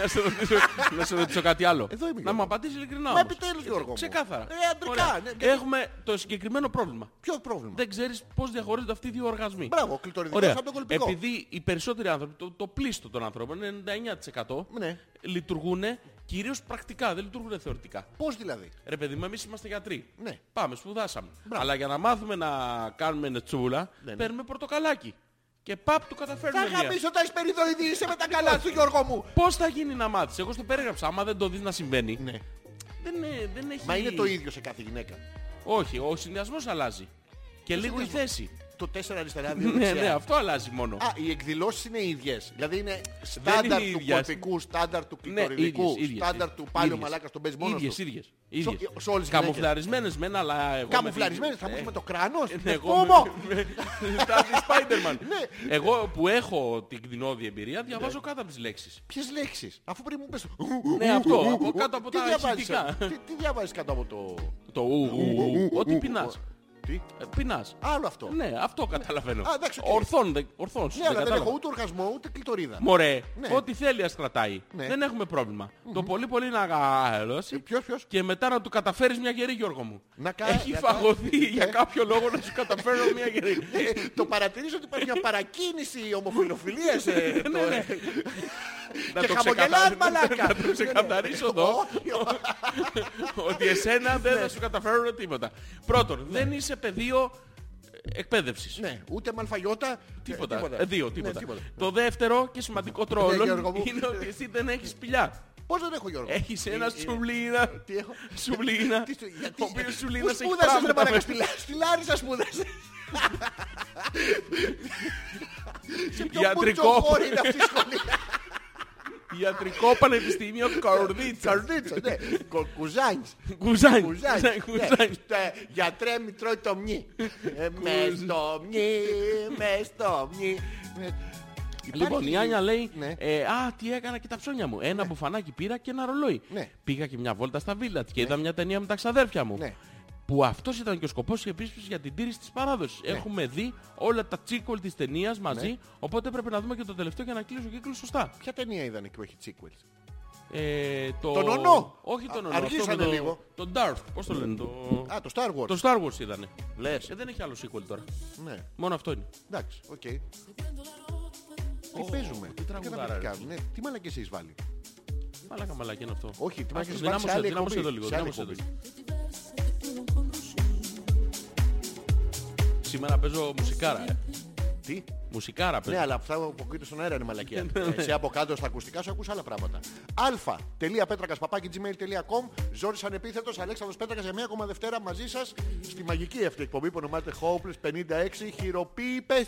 S2: Να σε ρωτήσω- Να σε ρωτήσω κάτι άλλο.
S1: Εδώ είμαι,
S2: Να
S1: Γιώργο.
S2: μου απαντήσεις ειλικρινά.
S1: Μα
S2: όμως.
S1: επιτέλους, Γιώργο μου.
S2: Ξεκάθαρα.
S1: Ε, αντρικά,
S2: Ωραία.
S1: ναι, γιατί-
S2: Έχουμε το συγκεκριμένο πρόβλημα.
S1: Ποιο πρόβλημα.
S2: Δεν ξέρεις πώς διαχωρίζονται αυτοί οι δύο οργασμοί.
S1: Μπράβο, κλειτοριδικός
S2: Ωραία.
S1: από τον κολπικό.
S2: Επειδή οι περισσότεροι άνθρωποι, το, το πλήστο των ανθρώπων, είναι 99%,
S1: Ναι.
S2: λειτουργούν κυρίως πρακτικά, δεν λειτουργούν θεωρητικά.
S1: Πώς δηλαδή.
S2: Ρε παιδί μου, εμείς είμαστε γιατροί.
S1: Ναι.
S2: Πάμε, σπουδάσαμε. Αλλά για να μάθουμε να κάνουμε νετσούλα,
S1: Ναι, ναι.
S2: παίρνουμε πορτοκαλάκι. Και παπ του καταφέρνουμε
S1: Θα
S2: μία.
S1: γαμίσω τα εσπεριδοειδή, είσαι με τα καλά σου Γιώργο μου.
S2: Πώς θα γίνει να μάθεις. Εγώ στο περίγραψα, άμα δεν το δεις να συμβαίνει.
S1: Ναι.
S2: Δεν, ε, δεν έχει...
S1: Μα είναι το ίδιο σε κάθε γυναίκα.
S2: Όχι, ο συνδυασμός αλλάζει. Και λίγο η
S1: συνδυασμός?
S2: θέση.
S1: Το 4 αριστερά, 2
S2: ναι, ναι,
S1: δεξιά.
S2: αυτό αλλάζει μόνο.
S1: Α, οι εκδηλώσεις είναι ίδιες. Δηλαδή είναι στάνταρ
S2: είναι
S1: του
S2: ίδιας.
S1: κορπικού, στάνταρ του
S2: ναι,
S1: κλειτοριδικού,
S2: ίδιες, ίδιες,
S1: στάνταρ του
S2: ίδιες.
S1: πάλι ο
S2: Ίδιες.
S1: μαλάκας τον παίζει μόνος
S2: Ίδιες,
S1: του. Ε,
S2: ίδιες. ίδιες.
S1: σε όλες τις
S2: Καμουφλαρισμένες μεν, αλλά εγώ...
S1: Καμουφλαρισμένες, θα μου
S2: Ε,
S1: είσαι με το κράνος,
S2: Ε,
S1: με
S2: εγώ
S1: φόμο.
S2: με- με- τα της Spider-Man.
S1: Ναι.
S2: Εγώ που έχω την κτηνόδη εμπειρία διαβάζω κάτω από τις λέξεις.
S1: Ποιες λέξεις, αφού πριν μου πες...
S2: Ναι, αυτό, από κάτω από
S1: Τι
S2: τα
S1: διαβάζεις, ε,
S2: ηχητικά.
S1: Τι, τι διαβάζεις κάτω από το...
S2: Το ου, ου, ου, ου, Ό,τι πεινάς.
S1: Τι,
S2: Ε, Πεινάς.
S1: άλλο αυτό. Ναι,
S2: Ναι, αυτό καταλαβαίνω.
S1: Α, εντάξει, οκ. Ναι,
S2: Ορθόν, δεν- ορθόν. σου,
S1: αλλά δεν
S2: κατάλαβα.
S1: έχω ούτε οργασμό, ούτε κλειτορίδα.
S2: Μωρέ,
S1: Ναι.
S2: ό,τι θέλει ας κρατάει.
S1: Ναι.
S2: Δεν έχουμε πρόβλημα. Το πολύ πολύ να αγαλώσει
S1: Ποιος, ποιος.
S2: και μετά να του καταφέρεις μια γερή Γιώργο μου.
S1: Να κα- Ναι.
S2: Έχει
S1: να-
S2: φαγωθεί για κάποιο λόγο να σου καταφέρω μια γερή.
S1: Ε, το παρατηρήσω ότι υπάρχει μια παρακίνηση ομοφιλοφιλίας. ε, το-
S2: Ναι, ναι. Να
S1: Και
S2: το
S1: χαμογελάς,
S2: ξεκαθαρί-
S1: μαλάκα. Ναι,
S2: Να το ξεκαθαρίσω εδώ
S1: Όχι, όχι.
S2: ότι εσένα
S1: Ναι.
S2: δεν θα σου καταφέρουν τίποτα. Πρώτον, δεν είσαι πεδίο ε, εκπαίδευσης.
S1: Ναι, ούτε μαλφαγιώτα.
S2: Τίποτα.
S1: ε,
S2: Ε, δύο, τίποτα.
S1: Ναι, τίποτα.
S2: Το δεύτερο και σημαντικότερο
S1: Ναι,
S2: όλων
S1: Γιώργο μου.
S2: είναι ότι εσύ δεν έχεις σπηλιά.
S1: Ε, Πώς δεν έχω Γιώργο.
S2: Έχεις ένα σουβλίνα.
S1: Τι έχω.
S2: Σουβλίνα.
S1: Τι στο- γιατί-
S2: Ε. Ο οποίος
S1: Πού
S2: σουβλίνας έχει
S1: σπούδασες ρε
S2: πράγματα
S1: μαλάκα,
S2: μέσα.
S1: στη, Λα- στη Λάρισα σπούδασες. Σε ποιο
S2: Ιατρικό.
S1: μπουρτσο χώρο είναι αυτή η σχολή.
S2: Ιατρικό Πανεπιστήμιο Κορδίτσα.
S1: Τσαρδίτσα, ναι. Κο- Κουζάνης.
S2: Κουζάνι.
S1: Κουζάνης,
S2: Κουζάνι,
S1: ναι.
S2: κουζάνι.
S1: Ε, Γιατρέ μη τρώει το μνη. Ε, Μες στο μνη, μες στο μνη. Ε,
S2: Λοιπόν,
S1: υπάρχει-
S2: η Άνια λέει,
S1: Ναι.
S2: ε, α, τι έκανα και τα ψώνια μου. Ένα μπουφανάκι πήρα και ένα ρολόι.
S1: Ναι.
S2: Πήγα και μια βόλτα στα βίλατ και είδα μια ταινία με τα ξαδέρφια μου.
S1: Ναι.
S2: Που αυτός ήταν και ο σκοπός η επίσκεψης για την τήρηση της
S1: Ναι.
S2: παράδοσης. Έχουμε δει όλα τα τσίκολ της ταινίας μαζί, οπότε πρέπει να δούμε και το τελευταίο για να κλείσω κύκλος σωστά.
S1: Ποια ταινία είδανε εκεί που έχει τσίκουελ.
S2: Ε, το...
S1: Τον Ονό.
S2: Όχι τον
S1: Α,
S2: Ονό.
S1: αργήσανε
S2: αυτό με το...
S1: λίγο.
S2: Το Darth, πώς το λένε. Το...
S1: Α, το Star Wars.
S2: το Star Wars ήτανε.
S1: Λες.
S2: Ε, δεν έχει άλλο sequel τώρα.
S1: Ναι,
S2: Μόνο αυτό είναι.
S1: εντάξει, οκ. Τι παίζουμε,
S2: τι τραγουδάρα,
S1: καταπληκτικά, ναι. Τι μαλακές έχεις βάλει.
S2: Μαλάκα μαλακή είναι αυτό.
S1: Όχι, τι
S2: Ας
S1: μαλακές έχεις βάλει
S2: δυνάμωσε-
S1: σε άλλη
S2: δυνάμωσε εδώ
S1: εκπομπή.
S2: λίγο,
S1: σε άλλη
S2: δυνάμωσε εδώ
S1: εκπομπή.
S2: Σήμερα παίζω μουσικάρα. ε.
S1: Τι,
S2: Μουσικάρα
S1: Ναι,
S2: παίζει.
S1: αλλά αυτά που ακούγεται στον αέρα είναι μαλακία.
S2: Ναι,
S1: Εσύ από κάτω στα ακουστικά σου ακούς άλλα πράγματα. α.πέτρακα.gmail.com Ζόρις ανεπίθετος, Αλέξανδρος Πέτρακας για μία ακόμα Δευτέρα μαζί σας στη μαγική αυτή εκπομπή που ονομάζεται Hopeless 56 χειροποίητες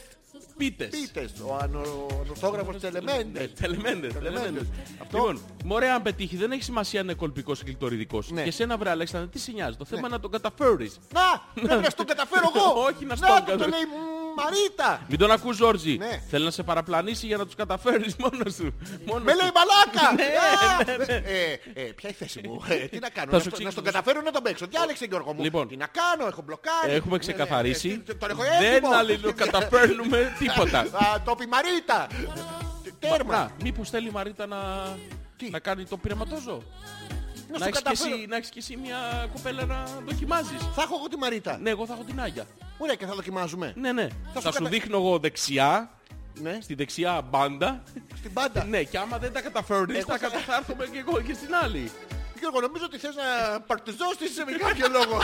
S2: Πίτες.
S1: πίτες. Ο ανο- ο
S2: Ναι,
S1: ανορθόγραφος Τελεμέντες.
S2: Τελεμέντε.
S1: Τελεμέντες. Αυτό.
S2: Λοιπόν, μωρέ, αν πετύχει, δεν έχει σημασία αν είναι κολπικός ή κλειτοριδικός.
S1: Ναι.
S2: Και σένα, βρε Αλέξανδρε, τι σε νοιάζει. Το θέμα είναι να τον καταφέρεις.
S1: Να, πρέπει να στον καταφέρω εγώ.
S2: Όχι, να στον
S1: του το
S2: καταφέρω.
S1: λέει μ, Μαρίτα.
S2: Μην τον ακούς Ζόρζι.
S1: Ναι.
S2: Θέλει να σε παραπλανήσει για να τους καταφέρεις μόνος σου. Μόνος
S1: Με
S2: σου.
S1: λέει μαλάκα!
S2: Ναι,
S1: Α, ε, ε, Ποια η θέση μου, ε, τι να κάνω,
S2: Θα
S1: να
S2: σου
S1: στο- να
S2: εξηγήσω.
S1: στον καταφέρω ή να τον παίξω. Διάλεξε Γιώργο μου,
S2: Λοιπόν.
S1: τι να κάνω, έχω μπλοκάρει. Ναι,
S2: Έχουμε
S1: ναι,
S2: ξεκαθαρίσει.
S1: ε, Τον έχω
S2: Δεν
S1: έτοιμο.
S2: αλληλοκαταφέρνουμε τίποτα.
S1: Α, Το πει Μαρίτα. Τέρμα.
S2: Να, μήπως θέλει η Μαρίτα να,
S1: Τι?
S2: να κάνει το πειραματόζω.
S1: Να
S2: Να
S1: στο
S2: έχεις, και
S1: καταφέρω.
S2: εσύ, να έχεις και εσύ μια κοπέλα να δοκιμάζεις.
S1: Θα έχω εγώ τη Μαρίτα.
S2: Ναι, εγώ θα έχω την Άγια.
S1: Ωραία και θα δοκιμάζουμε.
S2: Ναι, ναι.
S1: σου
S2: Θα, σου
S1: κατα-
S2: δείχνω εγώ δεξιά,
S1: Ναι,
S2: στη δεξιά μπάντα.
S1: στην πάντα.
S2: ναι, και άμα δεν τα καταφέρνεις,
S1: Εγώ
S2: θα
S1: θα-
S2: καταφέρουμε και εγώ και στην άλλη.
S1: Γιώργο, νομίζω ότι θες να παρτιζώσεις με κάποιο λόγο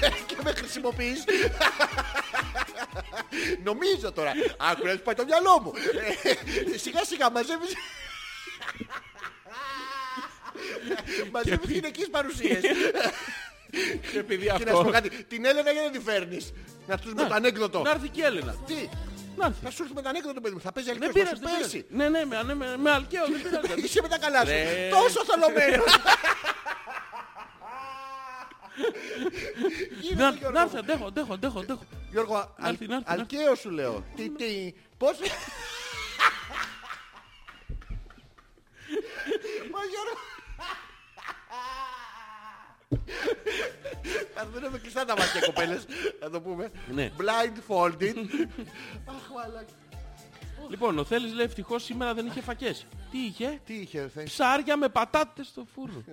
S1: Ε, και με χρησιμοποιείς. νομίζω τώρα. Άκου να σου πάει το μυαλό μου. Ε, σιγά σιγά μαζεύεις... μαζεύεις γυναικείς παρουσίες.
S2: Και επειδή
S1: και να σου πω
S2: αυτό...
S1: κάτι. Την Έλενα γιατί δεν την φέρνεις. Να τους με το ανέκδοτο.
S2: Να έρθει και η Έλενα.
S1: Τι.
S2: Να έρθει.
S1: Θα σου έρθει με το ανέκδοτο παιδί μου. Θα παίζει
S2: Δεν
S1: αλλιώς. Θα
S2: πειράζει,
S1: σου
S2: δεν πειράζει.
S1: πέσει.
S2: Ναι, ναι, με, ναι, με, με αλκαίο, δεν πειράζει.
S1: Είσαι με τα καλά σου.
S2: Ρε.
S1: Τόσο θολωμένος.
S2: Να
S1: Γίνεται,
S2: να
S1: Γιώργο.
S2: έρθει, αντέχω, αντέχω, αντέχω, αντέχω.
S1: Γιώργο, α-
S2: Να έρθει, να έρθει, να έρθει.
S1: αλκαίο σου λέω. Τι, τι, πώς... Μα Γιώργο... Θα δούμε με κλειστά τα μάτια κοπέλες, να το πούμε.
S2: Ναι.
S1: Blindfolded. Αχ, μαλάκα.
S2: Λοιπόν, ο Θέλης λέει ευτυχώς σήμερα δεν είχε φακές. Τι είχε?
S1: Τι είχε, θες.
S2: Ψάρια με πατάτες στο φούρνο.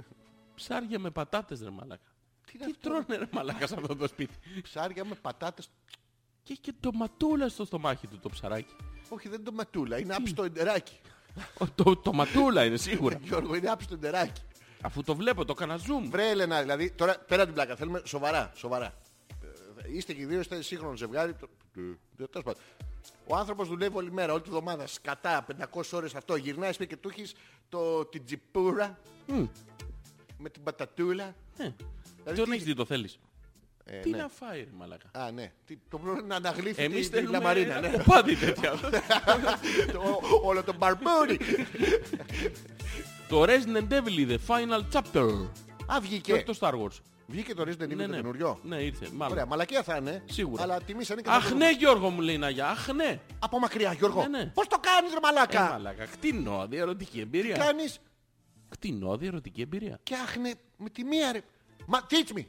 S2: Ψάρια με πατάτες ρε μαλάκα.
S1: Τι είναι
S2: Τι
S1: αυτό,
S2: τρώνε ρε μαλάκα σε αυτό το σπίτι.
S1: ψάρια με πατάτες.
S2: Και έχει και ντοματούλα στο στομάχι του το ψαράκι.
S1: Όχι, δεν είναι το ματούλα, είναι άψητο εντεράκι.
S2: Ο, Το, το ματούλα είναι σίγουρα.
S1: Γιώργο, είναι άψητο εντεράκι.
S2: Αφού το βλέπω, το έκανα zoom.
S1: Βρε Έλενα, δηλαδή τώρα πέρα την πλάκα, θέλουμε σοβαρά, σοβαρά. Ε, Είστε και οι δύο, είστε σύγχρονο ζευγάρι. το- το- τέλος πάντων. Ο άνθρωπος δουλεύει όλη μέρα, όλη τη βδομάδα, σκατά, 500 ώρες αυτό. Γυρνάει σπίτι και του έχεις το, την τζιπούρα με την πατατούλα.
S2: Ναι.
S1: Δηλαδή,
S2: Τον
S1: τι-
S2: έχεις δει το Θέλης.
S1: Ε,
S2: Τι
S1: ναι.
S2: να φάει ρε μαλάκα.
S1: Α, ναι. Τι- Το πρόβλημα είναι να αναγλύφει
S2: Εμείς
S1: τη, τη
S2: θέλουμε
S1: λαμαρίνα.
S2: ένα
S1: ναι.
S2: κοπάδι τέτοια.
S1: Το- όλο το μπαρμπούρι.
S2: Το Resident Evil, the final chapter.
S1: Α,
S2: Και όχι
S1: βγήκε.
S2: το Star Wars.
S1: Βγήκε το Resident Evil το καινούριο.
S2: Ναι, ήρθε.
S1: Ωραία,
S2: Μάλλον.
S1: μαλακία θα είναι.
S2: Σίγουρα.
S1: Αλλά τιμήσανε και θα
S2: Αχ
S1: το
S2: ναι Γιώργο μου λέει η Ναγιά, αχ ναι.
S1: Από μακριά, Γιώργο.
S2: Ναι, ναι.
S1: Πώς το κάνεις ρε
S2: Ε,
S1: μαλάκα.
S2: μαλάκα, κτηνώδη ερωτική εμπειρία.
S1: κάνεις
S2: Κτηνώδη ερωτική εμπειρία.
S1: και άχνε με τη μία ρε. Μα teach me.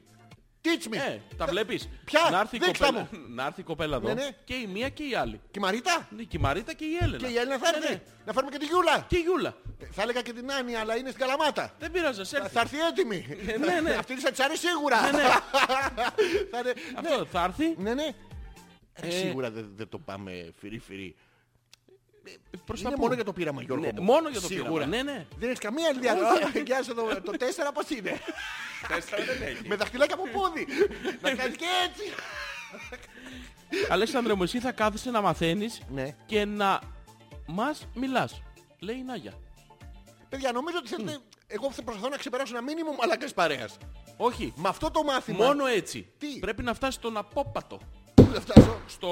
S1: Teach me.
S2: Ε, τα βλέπεις.
S1: Ποια?
S2: Να έρθει η
S1: Δείξτα
S2: κοπέλα, να έρθει η κοπέλα εδώ
S1: Ναι, ναι.
S2: και η μία και η άλλη.
S1: Και η Μαρίτα
S2: Ναι, και η Μαρίτα και η Έλενα.
S1: και η Έλληνα θα έρθει.
S2: Ναι, ναι.
S1: Να φέρουμε και τη Γιούλα.
S2: Και η Γιούλα.
S1: Ε, Θα έλεγα και την Άννη, αλλά είναι στην Καλαμάτα.
S2: Δεν πειράζει, ας έρθει.
S1: Θα έρθει έτοιμη.
S2: ναι, ναι.
S1: Αυτή της θα της αρέσει σίγουρα.
S2: Ναι, ναι.
S1: θα είναι...
S2: Αυτό θα έρθει.
S1: ναι, ναι. Ρε,
S2: Ε,
S1: Σίγουρα δεν δεν το πάμε φυρί-φυρί.
S2: Προς τα
S1: Είναι
S2: πού.
S1: μόνο για το πείραμα, Γιώργο.
S2: Ναι,
S1: μου.
S2: μόνο για το
S1: Ναι, Σίγουρα.
S2: πείραμα. Ναι, ναι.
S1: Δεν έχεις καμία άλλη διάρκεια. Γεια σου, το- το 4 πώς είναι. Με δαχτυλάκια από πόδι. Να κάνεις και έτσι.
S2: Αλέξανδρε μου, εσύ θα κάθεσαι να μαθαίνεις
S1: Ναι.
S2: και να μας μιλάς. Λέει η Νάγια.
S1: Παιδιά, νομίζω ότι θέλετε. Εγώ θα προσπαθώ να ξεπεράσω ένα μήνυμα μαλάκα παρέας.
S2: Όχι.
S1: Με αυτό το μάθημα.
S2: Μόνο έτσι.
S1: Τι?
S2: Πρέπει να φτάσει στον απόπατο.
S1: Πού θα φτάσω.
S2: Στο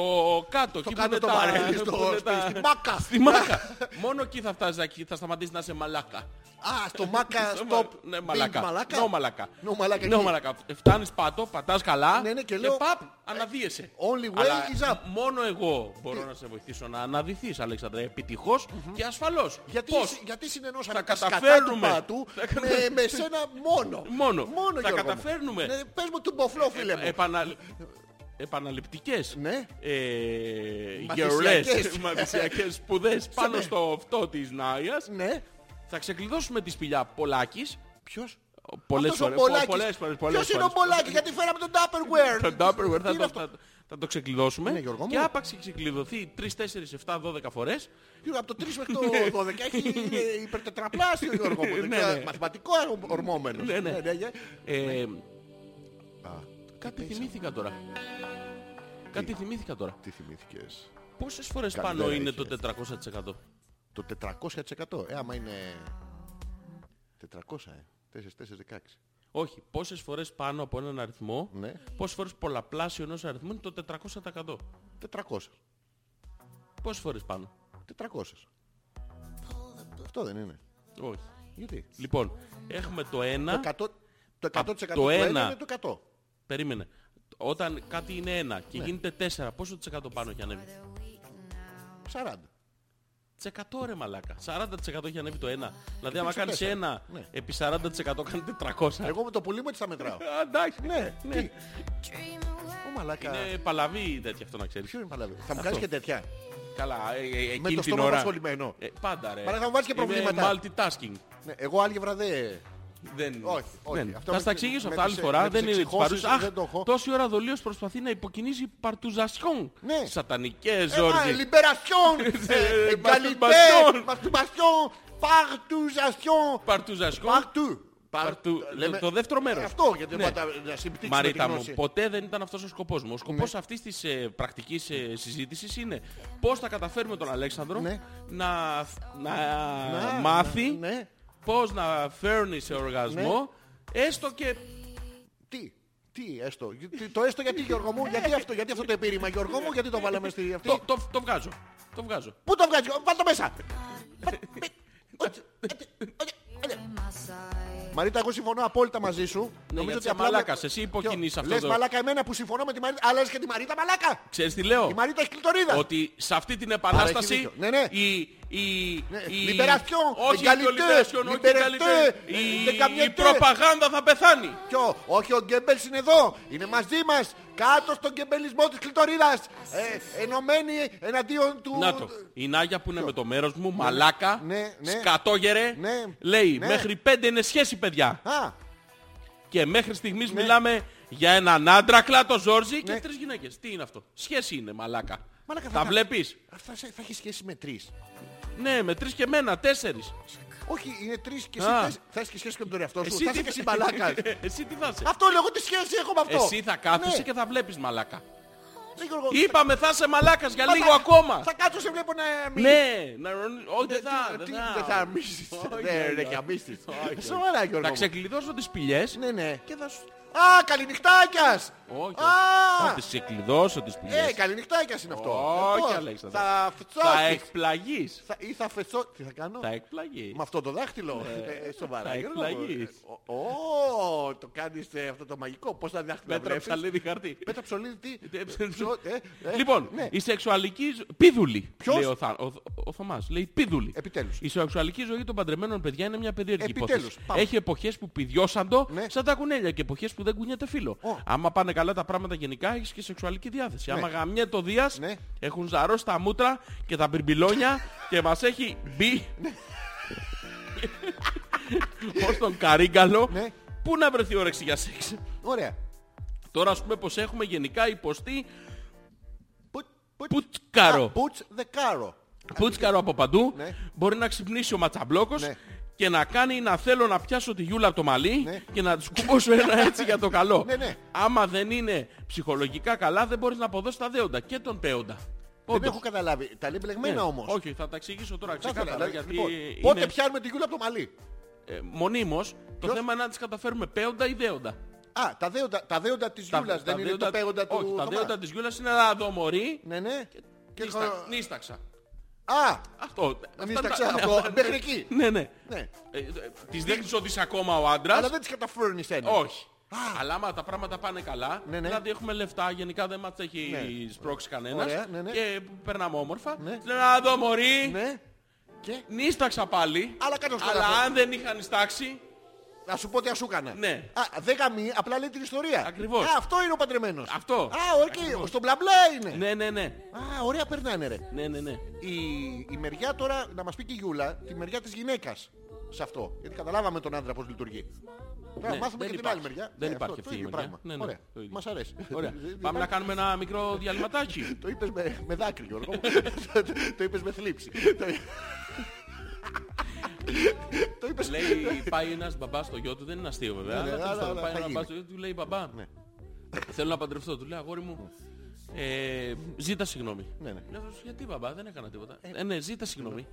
S2: κάτω.
S1: Το
S2: εκεί που
S1: κάτω
S2: είναι
S1: το
S2: τα-
S1: παρέλι.
S2: που
S1: Στο
S2: είναι
S1: στη-
S2: τα-
S1: στη μάκα.
S2: Στη μάκα. Μόνο εκεί θα φτάσει, εκεί θα σταματήσει να είσαι μαλάκα.
S1: Α, στο μάκα.
S2: Στο
S1: Stop.
S2: μα- Ναι,
S1: Big
S2: μαλακά.
S1: Μαλάκα.
S2: Νο μαλακά.
S1: No, μαλάκα
S2: No,
S1: εκεί.
S2: μαλακά. Φτάνεις πάτο, πατάς καλά
S1: Ναι, ναι, και λέω, Ε,
S2: παπ, αναδύεσαι.
S1: only way
S2: Αλλά
S1: is up. Ε.
S2: Μόνο εγώ μπορώ να σε βοηθήσω να αναδυθείς, Αλέξανδρε, επιτυχώς και ασφαλώς.
S1: Γιατί,
S2: Πώς?
S1: συ- γιατί συνενώσαμε
S2: Θα
S1: τα σκατά
S2: καταφέρνουμε.
S1: του
S2: Θα
S1: πάτου με, με σένα μόνο.
S2: Μόνο.
S1: μόνο
S2: Θα Ε,
S1: Γιώργο μου.
S2: καταφέρνουμε.
S1: Ναι, πες μου του μποφλό, φίλε μου.
S2: Επανα... Επαναληπτικές
S1: Ναι.
S2: ε,
S1: Μαθησιακές. ε.
S2: γερές μαθησιακές σπουδές πάνω στο αυτό της Νάιας
S1: ναι.
S2: θα ξεκλειδώσουμε τη σπηλιά Πολάκης
S1: Ποιος?
S2: πολλές
S1: Αυτός ο
S2: φορές, πο-
S1: Πολάκης.
S2: πολλές φορές, πολλές
S1: Ποιος είναι ο
S2: φορές.
S1: Πολάκης, γιατί φέραμε τον Tupperware.
S2: Το Tupperware
S1: Τι
S2: θα,
S1: είναι
S2: το,
S1: αυτό.
S2: θα, θα το ξεκλειδώσουμε.
S1: Ναι, Γιώργο μου.
S2: και άπαξ έχει ξεκλειδωθεί 3, 4, 7, 12 φορές.
S1: Γύρω από το 3 μέχρι το 12 έχει ε, υπερτετραπλάσιο Γιώργο μου.
S2: Ναι,
S1: Δεν ξέρω,
S2: ναι.
S1: Μαθηματικό ορμόμενος.
S2: Ναι, ναι.
S1: ναι.
S2: Ε,
S1: Α,
S2: κάτι θυμήθηκα τώρα. Κάτι θυμήθηκα τώρα.
S1: τι θυμήθηκες.
S2: Πόσες φορές
S1: Καλημέρα,
S2: πάνω είναι
S1: είχε.
S2: το 400%?
S1: Το 400%. Ε, άμα είναι... 400, ε. 4, 4, 16.
S2: Όχι, πόσες φορές πάνω από έναν αριθμό,
S1: Ναι.
S2: πόσες φορές πολλαπλάσιο ενός αριθμού είναι το 400%.
S1: 400.
S2: Πόσες φορές πάνω.
S1: 400. Αυτό δεν είναι.
S2: Όχι.
S1: Γιατί.
S2: Λοιπόν, έχουμε το 1,
S1: Το 100%, το 100%
S2: το
S1: του ένα
S2: ένα.
S1: είναι το 100.
S2: περίμενε. Όταν κάτι είναι 1
S1: Ναι.
S2: και γίνεται 4, πόσο της 100 πάνω έχει ανέβει.
S1: 40.
S2: 100 ρε μαλάκα. 40% έχει ανέβει το 1. Δηλαδή άμα
S1: πήρε
S2: κάνεις
S1: στο
S2: 1
S1: τέσσερα. Ναι.
S2: επί 40% κάνει 400.
S1: Εγώ με το πουλί μου έτσι τα μετράω.
S2: Α, Εντάξει, ναι.
S1: Ε, Τι. Ω μαλάκα.
S2: Είναι παλαβή η τέτοια αυτό να ξέρεις.
S1: Ποιο είναι παλάβη. Θα μου κάνεις και τέτοια.
S2: Καλά, ε, ε, εκείνη
S1: Με το
S2: την
S1: στόμα
S2: ώρα.
S1: απασχολημένο.
S2: Ε, πάντα ρε.
S1: Μα θα μου βάλεις και
S2: Είμαι
S1: προβλήματα.
S2: multitasking.
S1: Ναι, εγώ άλγευρα δεν...
S2: Δεν...
S1: Όχι, όχι.
S2: δεν.
S1: Αυτό
S2: θα
S1: με
S2: στα
S1: τις-
S2: εξηγήσω
S1: με
S2: αυτά άλλη
S1: τις-
S2: φορά.
S1: με τις
S2: Δεν είναι της
S1: εξηγώσεις
S2: παρούσης. Αχ,
S1: δεν το έχω.
S2: τόση ώρα δολίος προσπαθεί να υποκινήσει παρτουζασιόν.
S1: Ναι.
S2: Σατανικές,
S1: Ah,
S2: Ζόρζι.
S1: libération,
S2: Ε,
S1: euh, égalité,
S2: masturbation.
S1: masturbation, partouzation,
S2: Παρτουζασιόν.
S1: partout.
S2: Παρτου-
S1: Part-
S2: το-
S1: λέμε-
S2: το δεύτερο μέρος.
S1: Αυτό, γιατί
S2: Ναι.
S1: δεν μπορεί να συμπτύξουμε
S2: Μαρίτα
S1: τη
S2: μου,
S1: γνώση. Ναι.
S2: ποτέ δεν ήταν αυτός ο σκοπός μου. Ο σκοπός αυτής της ε, πρακτικής ε, συζήτησης είναι πώς θα καταφέρουμε τον Αλέξανδρο
S1: Ναι.
S2: να, να
S1: Να,
S2: μάθει
S1: να- ναι.
S2: πώς να φέρνει σε οργασμό έστω και
S1: Τι, τι έστω. Γιατί- Το έστω γιατί Γιώργο μου, γιατί αυτό, γιατί αυτό το επίρρημα Γιώργο μου, γιατί το βάλαμε στη αυτή.
S2: το, το, το βγάζω. Το βγάζω.
S1: Πού το βγάζει, βάλ το μέσα. Βα- μη- όχι, όχι, όχι, όχι. Μαρίτα, εγώ συμφωνώ απόλυτα μαζί σου.
S2: Ναι, γιατί είσαι
S1: απλά με-
S2: μαλάκας, εσύ υποκινείς
S1: Ποιο?
S2: αυτό
S1: Λες
S2: το-
S1: μαλάκα εμένα που συμφωνώ με τη Μαρίτα, αλλά λες και τη Μαρίτα μαλάκα.
S2: Ξέρεις τι λέω.
S1: Η Μαρίτα έχει κλειτορίδα.
S2: ότι σε αυτή την
S1: Άρα έχει
S2: επανάσταση
S1: δίκιο. Ναι, ναι.
S2: η, η,
S1: Ναι,
S2: η,
S1: liberation,
S2: όχι
S1: égalité,
S2: το liberation, όχι
S1: liberté,
S2: égalité,
S1: ε,
S2: η,
S1: décamiété.
S2: η προπαγάνδα θα πεθάνει.
S1: Ποιο, όχι ο Γκέμπελς είναι εδώ, είναι μαζί μας, κάτω στον γκεμπελισμό της κλειτορίδας, ε, ενωμένοι εναντίον του...
S2: Να το. Η Νάγια που είναι με το μέρος μου, μαλάκα,
S1: Ναι, ναι.
S2: σκατόγερε,
S1: Ναι.
S2: λέει
S1: Ναι.
S2: μέχρι πέντε είναι σχέση παιδιά.
S1: Α,
S2: Και μέχρι στιγμής μιλάμε για έναν άντρα κλάτο Ζόρζι και
S1: Ναι.
S2: τρεις γυναίκες. Τι είναι αυτό. Σχέση είναι μαλάκα.
S1: Μαλάκα, θα
S2: Τα
S1: τα-
S2: βλέπεις.
S1: θα, σε- θα έχει σχέση με τρεις.
S2: Ναι, με τρεις και εμένα, τέσσερις.
S1: Όχι, είναι τρεις και
S2: Α.
S1: εσύ θες- θα έχεις και σχέση και με τον εαυτό σου, θα είσαι και εσύ μαλάκας.
S2: Εσύ τι θα είσαι.
S1: Αυτό λέω, εγώ τι σχέση έχω με αυτό.
S2: Εσύ θα κάθεσαι
S1: Ναι,
S2: και θα βλέπεις μαλάκα.
S1: ναι, Γιώργο,
S2: Είπαμε θα είσαι μαλάκας για
S1: θα-
S2: λίγο
S1: θα-
S2: ακόμα.
S1: Θα κάτσω σε βλέπω να μη-
S2: Ναι, να ρον- όχι δεν
S1: Τι-
S2: θα.
S1: τι- Δεν θα αμύσεις.
S2: Όχι,
S1: Ναι,
S2: όχι,
S1: ρε,
S2: όχι.
S1: και αμύσεις.
S2: Όχι, όχι.
S1: Σοβαρά, Γιώργο.
S2: Θα
S1: μου.
S2: ξεκλειδώσω τις πηλιές
S1: Ναι, ναι.
S2: και θα σου...
S1: Α, καληνυχτάκιας.
S2: Όχι.
S1: Α,
S2: Θα τις ξεκλειδώσω τις
S1: ε,
S2: πηγές.
S1: καληνυχτάκιας είναι αυτό.
S2: Όχι,
S1: Λοιπόν,
S2: Αλέξανδρε.
S1: Θα
S2: θα
S1: φτσώσεις.
S2: εκπλαγείς.
S1: Θα- ή θα φεσώ. Τι θα κάνω.
S2: Θα εκπλαγείς.
S1: Με αυτό το δάχτυλο. Ε, σοβαρά.
S2: θα
S1: Γιώργο μου.
S2: εκπλαγείς.
S1: Ε, ο- ο, το κάνεις ε, αυτό το μαγικό. Πώς τα δάχτυλα
S2: Πέτρα
S1: βλέπεις.
S2: ψαλίδι χαρτί.
S1: Πέτρα ψωλίδι τι.
S2: Ε,
S1: Ψω- ε, ε,
S2: Λοιπόν,
S1: ναι.
S2: η σεξουαλική ζω- Πίδουλη.
S1: Ποιος?
S2: λέει Ο, Θά... ο, ο Θωμάς. Λέει πίδουλη.
S1: Επιτέλους.
S2: Η σεξουαλική ζωή των παντρεμένων παιδιά είναι μια περίεργη
S1: Επιτέλους,
S2: υπόθεση.
S1: πάμε.
S2: Έχει εποχές που πιδιώσαντο
S1: Ναι.
S2: σαν τα κουνέλια και εποχές που δεν κουνιέται φίλο.
S1: Ω.
S2: Άμα πάνε καλά τα πράγματα γενικά έχεις και σεξουαλική διάθεση.
S1: Ναι.
S2: Άμα γαμιέται ο Δίας
S1: Ναι.
S2: έχουν ζαρώσει τα μούτρα και τα μπιρμπιλόνια και μας έχει μπει...
S1: Ναι.
S2: ως τον καρύγκαλο
S1: Ναι.
S2: Πού να βρεθεί όρεξη για σεξ.
S1: Ωραία.
S2: Τώρα ας πούμε πως έχουμε γενικά υποστεί
S1: Πουτ- πουτ-
S2: πουτκάρο.
S1: Α, Πουτς δεκάρο.
S2: Πούτσκαρο από παντού.
S1: Ναι.
S2: Μπορεί να ξυπνήσει ο ματσαμπλόκος
S1: Ναι.
S2: και να κάνει να θέλω να πιάσω τη γιούλα από το μαλλί
S1: Ναι.
S2: και να της κουμπώσω ένα έτσι για το καλό.
S1: Ναι, ναι.
S2: Άμα δεν είναι ψυχολογικά καλά, δεν μπορείς να αποδώσεις τα δέοντα και τον πέοντα.
S1: Δεν
S2: Όντως.
S1: έχω καταλάβει. Τα λέει μπλεγμένα
S2: Ναι.
S1: όμως.
S2: Όχι, θα τα εξηγήσω τώρα
S1: Θα ήθελα,
S2: ξεκάθαρα.
S1: δηλαδή,
S2: Γιατί
S1: λοιπόν,
S2: είναι
S1: Πότε πιάνουμε τη γιούλα από το μαλλί.
S2: ε, μονίμως. Το
S1: Ποιος?
S2: θέμα είναι να τις καταφέρουμε πέοντα ή δέοντα.
S1: Α, τα δέοντα, τα δέοντα της γιούλας δεν είναι το πέοντα του
S2: Όχι, τα
S1: Θωμά.
S2: δέοντα της γιούλας είναι ένα δομορί.
S1: Ναι, ναι. Και χω-
S2: Νίσταξα. νίσταξα.
S1: Α,
S2: Αυτό. Αυτά είναι τα-
S1: νίσταξα.
S2: ναι,
S1: Αυτό,
S2: αυτά είναι-
S1: μέχρι εκεί.
S2: Ναι, ναι.
S1: Ναι.
S2: Ε, ε, Της δείχνεις ότι είσαι ακόμα ο άντρας.
S1: Αλλά δεν τις καταφέρνεις ένα.
S2: Όχι. Αλλά άμα τα πράγματα πάνε καλά,
S1: Ναι, ναι.
S2: δηλαδή έχουμε λεφτά, γενικά δεν μας έχει
S1: Ναι.
S2: σπρώξει κανένας
S1: Ωραία, ναι, ναι.
S2: και περνάμε όμορφα.
S1: Ναι.
S2: Της λένε, «Α, δω μωρή,
S1: Ναι. Και
S2: νίσταξα πάλι,
S1: Αλλά κάτω στο
S2: αλλά
S1: καθόλου.
S2: αν δεν είχα νιστάξει,
S1: να σου πω τι ασού έκανα.
S2: Ναι.
S1: Α, δεν γαμεί, απλά λέει την ιστορία.
S2: Ακριβώς.
S1: Α, αυτό είναι ο παντρεμένος.
S2: Αυτό.
S1: Α, οκ, στο μπλα μπλα είναι.
S2: ναι, ναι, ναι,
S1: Α, ωραία περνάνε ρε.
S2: ναι, ναι, ναι.
S1: Η, η μεριά τώρα, να μας πει και η Γιούλα, τη μεριά της γυναίκας σε αυτό. Γιατί καταλάβαμε τον άντρα πώς λειτουργεί. Πρέπει να
S2: Ναι,
S1: μάθουμε
S2: δεν
S1: και την
S2: υπάρχει.
S1: άλλη μεριά.
S2: Δεν
S1: Ναι,
S2: υπάρχει
S1: αυτό,
S2: αυτή η
S1: το ίδιο
S2: μεριά.
S1: πράγμα.
S2: Ναι, ναι,
S1: Ωραία.
S2: το ίδιο.
S1: Μας αρέσει.
S2: Ωραία.
S1: Δεν
S2: Πάμε να
S1: υπάρχει.
S2: κάνουμε ένα μικρό διαλυματάκι.
S1: Το είπες με, με δάκρυ, Γιώργο. μου. το, το είπες με θλίψη. το, το είπες...
S2: Λέει, πάει ένας μπαμπάς στο γιο του, δεν είναι αστείο
S1: Ναι,
S2: βέβαια,
S1: ναι,
S2: αλλά τέλος
S1: αλλά- αλλά
S2: πάντων, πάει
S1: θα Ναι.
S2: ένας
S1: γίνει.
S2: μπαμπάς στο γιο του, του λέει μπαμπά, θέλω να παντρευτώ, του λέει αγόρι μου, Ε, ζήτα συγγνώμη.
S1: Ναι, ναι.
S2: Λέω, γιατί μπαμπά, δεν έκανα τίποτα. Ε, ναι, ζήτα συγγνώμη.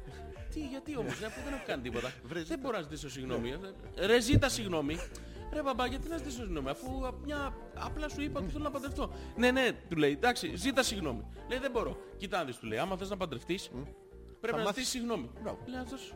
S2: Τι, γιατί όμως, ναι, αφού δεν έχω κάνει τίποτα. δεν μπορώ να ζητήσω συγγνώμη.
S1: Ναι.
S2: Ε, Ρε, ζήτα συγγνώμη. Ρε μπαμπά, γιατί να ζητήσω συγγνώμη, αφού α- μια... απλά σου είπα ότι θέλω να παντρευτώ. Ναι, ναι, του λέει, εντάξει, ζήτα συγγνώμη. Λέει, δεν μπορώ. Κοιτά να δεις, του λέει, άμα θες να παντρευτείς, πρέπει
S1: Θα
S2: να
S1: μάθεις.
S2: ζητήσεις συγγνώμη.
S1: Μπράβο.
S2: Λέει αυτός,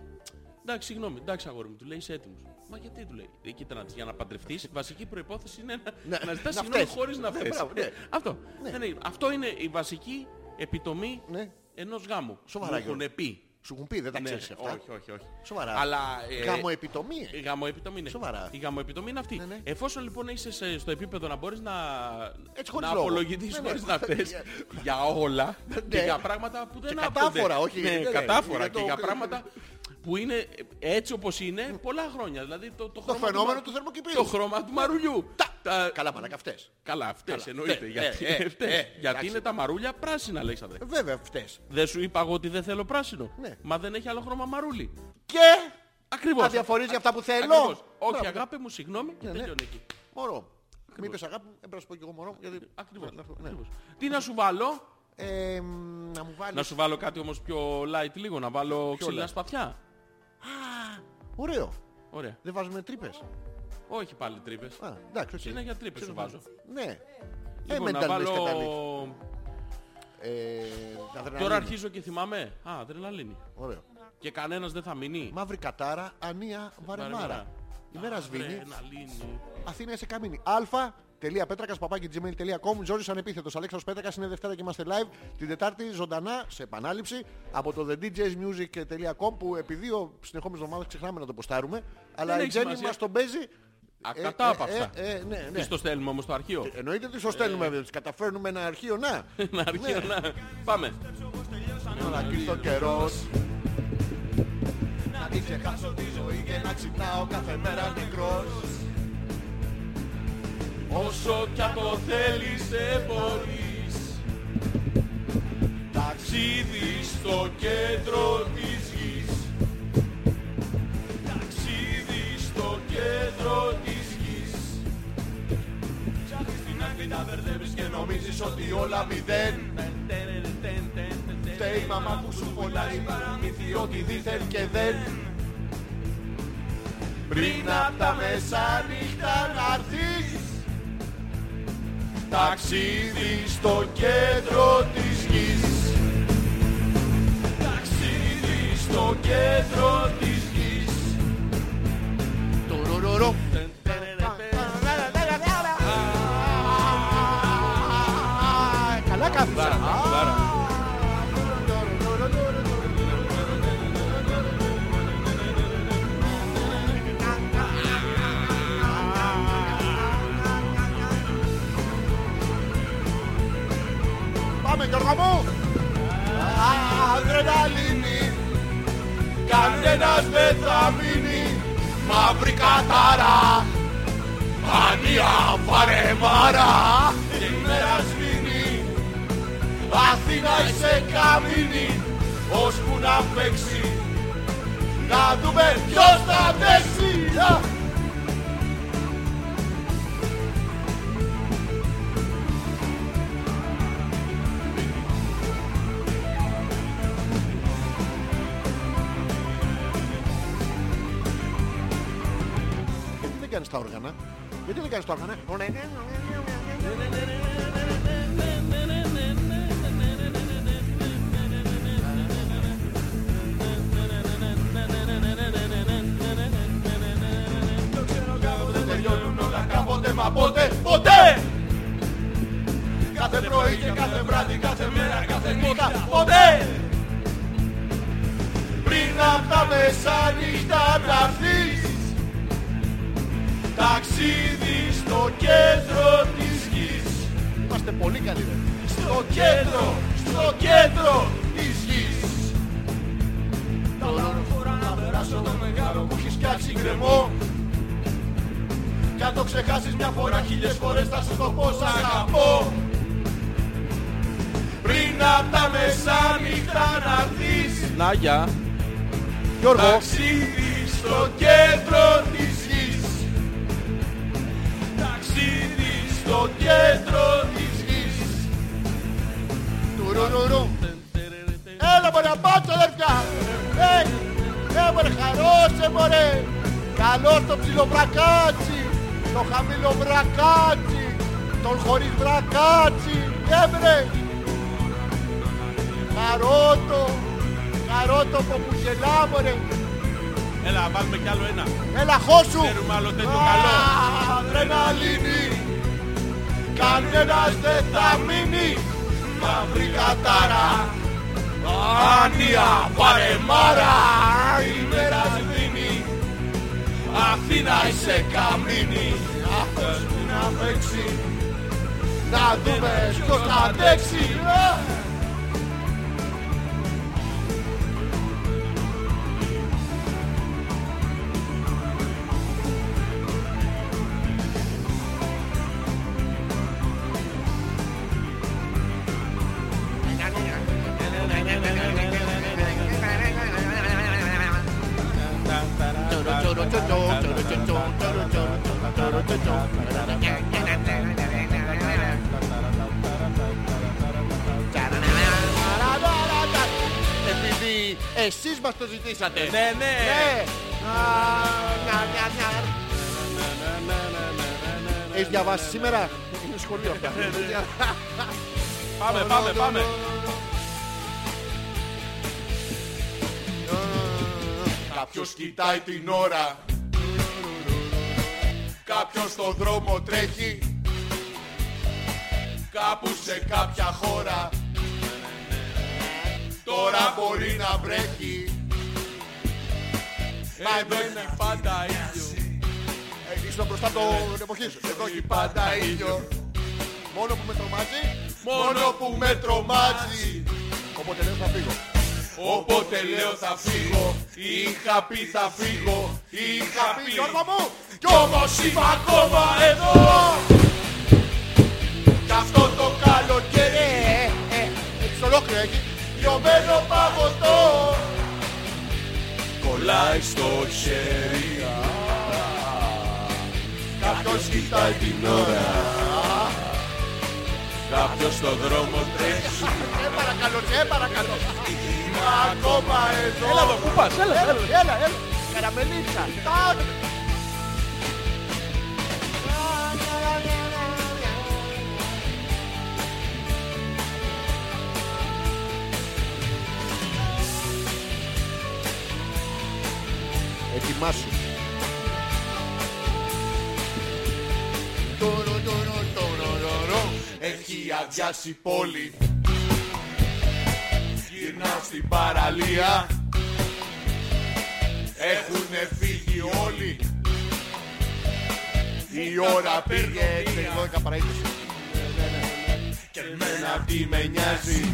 S2: εντάξει, συγγνώμη, εντάξει αγόρι μου, του λέει, είσαι έτοιμος. Μα γιατί του λέει, «Ε, κοίτα να δεις, για να παντρευτείς, βασική προϋπόθεση είναι
S1: Ναι,
S2: να, να ζητάς
S1: να
S2: συγγνώμη
S1: φταίς.
S2: χωρίς να
S1: Ναι,
S2: φταίς.
S1: μπράβο, ναι.
S2: Αυτό. Δεν είναι- Αυτό είναι η βασική επιτομή
S1: Ναι.
S2: ενός γάμου.
S1: Σοβαρά,
S2: Μου
S1: Γιώργο.
S2: έχουν πει.
S1: Σου έχουν πει, δεν τα
S2: Ναι,
S1: ξέρεις αυτά.
S2: όχι, όχι, όχι.
S1: Σοβαρά.
S2: Αλλά, ε,
S1: Γαμοεπιτομή.
S2: η γαμοεπιτομή είναι.
S1: Σοβαρά.
S2: Η γαμοεπιτομή είναι αυτή.
S1: Ναι, ναι.
S2: Εφόσον λοιπόν είσαι σε- στο επίπεδο να μπορείς να,
S1: Έτσι, χωρίς
S2: να
S1: λόγο.
S2: απολογηθείς
S1: Ναι, ναι.
S2: χωρίς να φταίς για όλα και
S1: Ναι.
S2: για πράγματα που δεν
S1: Και
S2: άπτονται.
S1: κατάφορα, όχι,
S2: Ναι,
S1: ναι, ναι,
S2: κατάφορα
S1: για το-
S2: και για πράγματα που είναι έτσι όπως είναι πολλά χρόνια. Δηλαδή το, το, χρώμα του
S1: φαινόμενο
S2: μα-
S1: του θερμοκηπίου.
S2: Το χρώμα του μαρουλιού. Τα-
S1: Καλά μαλάκα αυτές.
S2: Καλά, αυτές
S1: Καλά.
S2: εννοείται.
S1: Ε,
S2: γιατί
S1: ε, ε,
S2: αυτές.
S1: ε,
S2: γιατί
S1: εντάξει.
S2: είναι τα μαρούλια πράσινα, Αλέξανδρε.
S1: Βέβαια αυτές.
S2: Δεν σου είπα εγώ ότι δεν θέλω πράσινο.
S1: Ναι.
S2: Μα δεν έχει άλλο χρώμα μαρούλι.
S1: Και
S2: Ακριβώς.
S1: θα διαφορείς για αυτά που
S2: Ακριβώς.
S1: θέλω.
S2: Όχι,
S1: Μπράβο.
S2: αγάπη μου, συγγνώμη και
S1: Ναι, ναι.
S2: τελειώνει εκεί.
S1: Μωρό. Μη είπες αγάπη, μου, έπρεπε να σου πω και εγώ μωρό. Γιατί...
S2: Ε, Ακριβώς.
S1: Ναι.
S2: Ακριβώς. Τι να σου βάλω,
S1: Ε, μ, να μου
S2: να
S1: βάλεις...
S2: σου βάλω κάτι όμως πιο light λίγο, να βάλω
S1: Πιο
S2: ξύλινα
S1: light.
S2: σπαθιά.
S1: Ωραίο.
S2: Ωραία.
S1: Δεν βάζουμε τρύπες.
S2: Όχι πάλι τρύπες.
S1: Α, εντάξει, οκ.
S2: Είναι για τρύπες σου βάζω.
S1: Ναι. Ε,
S2: Λοιπόν, να
S1: mental
S2: βάλω...
S1: μέσα καταλήξεις. Ε, αδρεναλίνη.
S2: Τώρα αρχίζω και θυμάμαι. Α, αδρεναλίνη.
S1: Ωραίο.
S2: Και κανένας δεν θα μείνει.
S1: Μαύρη κατάρα, ανία, βαρεμάρα.
S2: Βαρεμάρα.
S1: Η μέρα σβήνει.
S2: Αδρεναλίνη.
S1: Αθήνα είσαι καμίνη. αλφα.πέτρακα παπάκι gmail.com Ζόρι ανεπίθετο. Αλέξανδρος Πέτρακας είναι Δευτέρα και είμαστε live. Την Τετάρτη ζωντανά σε επανάληψη από το thedjsmusic.com που επειδή ο συνεχόμενο εβδομάδα ξεχνάμε να το ποστάρουμε. Αλλά η
S2: έχει
S1: Τζέννη
S2: σημασία.
S1: μας τον παίζει.
S2: Ακατά από
S1: ε,
S2: αυτά.
S1: ε, ε, ναι, ναι.
S2: Τις το στέλνουμε όμως στο αρχείο.
S1: Εννοείται ότι στο στέλνουμε, ε, καταφέρνουμε ένα αρχείο να.
S2: Να αρχείο,
S1: Ναι.
S2: να. Πάμε.
S1: Να κλείσει ο καιρός Να μην ξεχάσω τη ζωή και να ξυπνάω κάθε μέρα νεκρός
S2: Όσο κι αν το θέλεις δεν μπορείς Ταξίδι στο κέντρο της γης Ταξίδι στο κέντρο της γης Ψάχνεις την άκρη τα μπερδεύεις και νομίζεις ότι όλα μηδέν
S1: Φταίει η μαμά που σου πονάει παραμύθι ότι δήθεν και δεν Πριν απ' τα μεσάνυχτα να έρθεις Ταξίδι στο κέντρο της γης
S2: Ταξίδι στο κέντρο της γης
S1: Τουρουρουρου. Καλά κάθισα. Πάμε Γιώργο μου! Αδρεναλίνη Κανένας δεν θα μείνει Μαύρη κατάρα Ανία βαρεμάρα Την μέρα σβήνει Αθήνα είσαι καμίνη Ώσπου να παίξει Να δούμε ποιος θα πέσει Α! Γιατί δεν κάνεις τα όργανα Γιατί δεν κάνεις τα όργανα Δεν τελειώνουν όλα κάποτε μα πότε Ποτέ Κάθε πρωί και κάθε βράδυ Κάθε μέρα, κάθε νύχτα Ποτέ Πριν απ' τα μεσάνυχτα Να έρθεις Ταξίδι στο κέντρο της γης Είμαστε πολύ καλοί ρε. Στο κέντρο, στο κέντρο της γης Τα λάρω φορά να περάσω το μεγάλο που έχεις φτιάξει γκρεμό Κι αν το ξεχάσεις μια φορά χίλιες φορές θα σου το πω σ' αγαπώ Πριν απ' τα μεσάνυχτα να έρθεις
S2: Να, γεια.
S1: Γιώργο
S2: Ταξίδι
S1: στο κέντρο της γης
S2: ταξίδι
S1: στο κέντρο της γης
S3: μωρέ! Καλό το ψιλοβρακάτσι! Το χαμηλό βρακάτσι! Τον χωρίς βρακάτσι! Ε, Έμπρε! Καρότο! Καρότο από πουκελά, μωρέ!
S2: Έλα, βάλουμε κι άλλο ένα.
S3: Έλα, χώσου!
S2: Φέρουμε άλλο τέτοιο
S3: Α,
S2: καλό.
S3: Αδρεναλίνη! Κανένας δεν θα μείνει! Μαύρη κατάρα! Άνια, πάρε μάρα! Η μέρα σβήνει! Αθήνα είσαι καμίνη! Αυτός που να παίξει! Να δούμε ποιος θα αντέξει! Α! Επειδή εσείς μας το ζητήσατε.
S2: Ναι, ναι.
S3: Ναι. Να, να, να. Έχεις διαβάσει σήμερα. Είναι σχολείο αυτά.
S2: Πάμε,
S1: Ναι,
S2: πάμε, πάμε.
S3: Κάποιος κοιτάει την ώρα Κάποιος στον δρόμο τρέχει Κάπου σε κάποια χώρα Τώρα μπορεί να βρέχει Μα εδώ είναι πάντα ίδιο Εκεί στο Ε, μπροστά από το εποχή σου Εδώ έχει πάντα ίδιο Μόνο που με τρομάζει Μόνο που με τρομάζει Οπότε λέω θα φύγω Όποτε λέω θα φύγω, είχα πει θα φύγω, είχα πει Γιώργο μου, κι όμως είμαι ακόμα εδώ Κι αυτό το καλοκαίρι, ε, ε, έτσι ολόκληρο έχει, λιωμένο παγωτό Κολλάει στο χέρι Κάποιος κοιτάει την ώρα Κάποιος στον δρόμο τρέχει Ε παρακαλώ, ε παρακαλώ Είμαι ακόμα εδώ
S2: Έλα εδώ, πού πας, έλα,
S3: Έλα,
S2: έλα.
S3: έλα, έλα. Καραμελίτσα. Τάκ. Ετοιμάσου. Τουρο, τουρο, τουρο, τουρο. Έχει αδειάσει πόλη Γυρνάω στην παραλία Έχουνε φύγει όλοι. Η ώρα πήγε έξι, 12 παρά 20. Και εμένα τι με νοιάζει.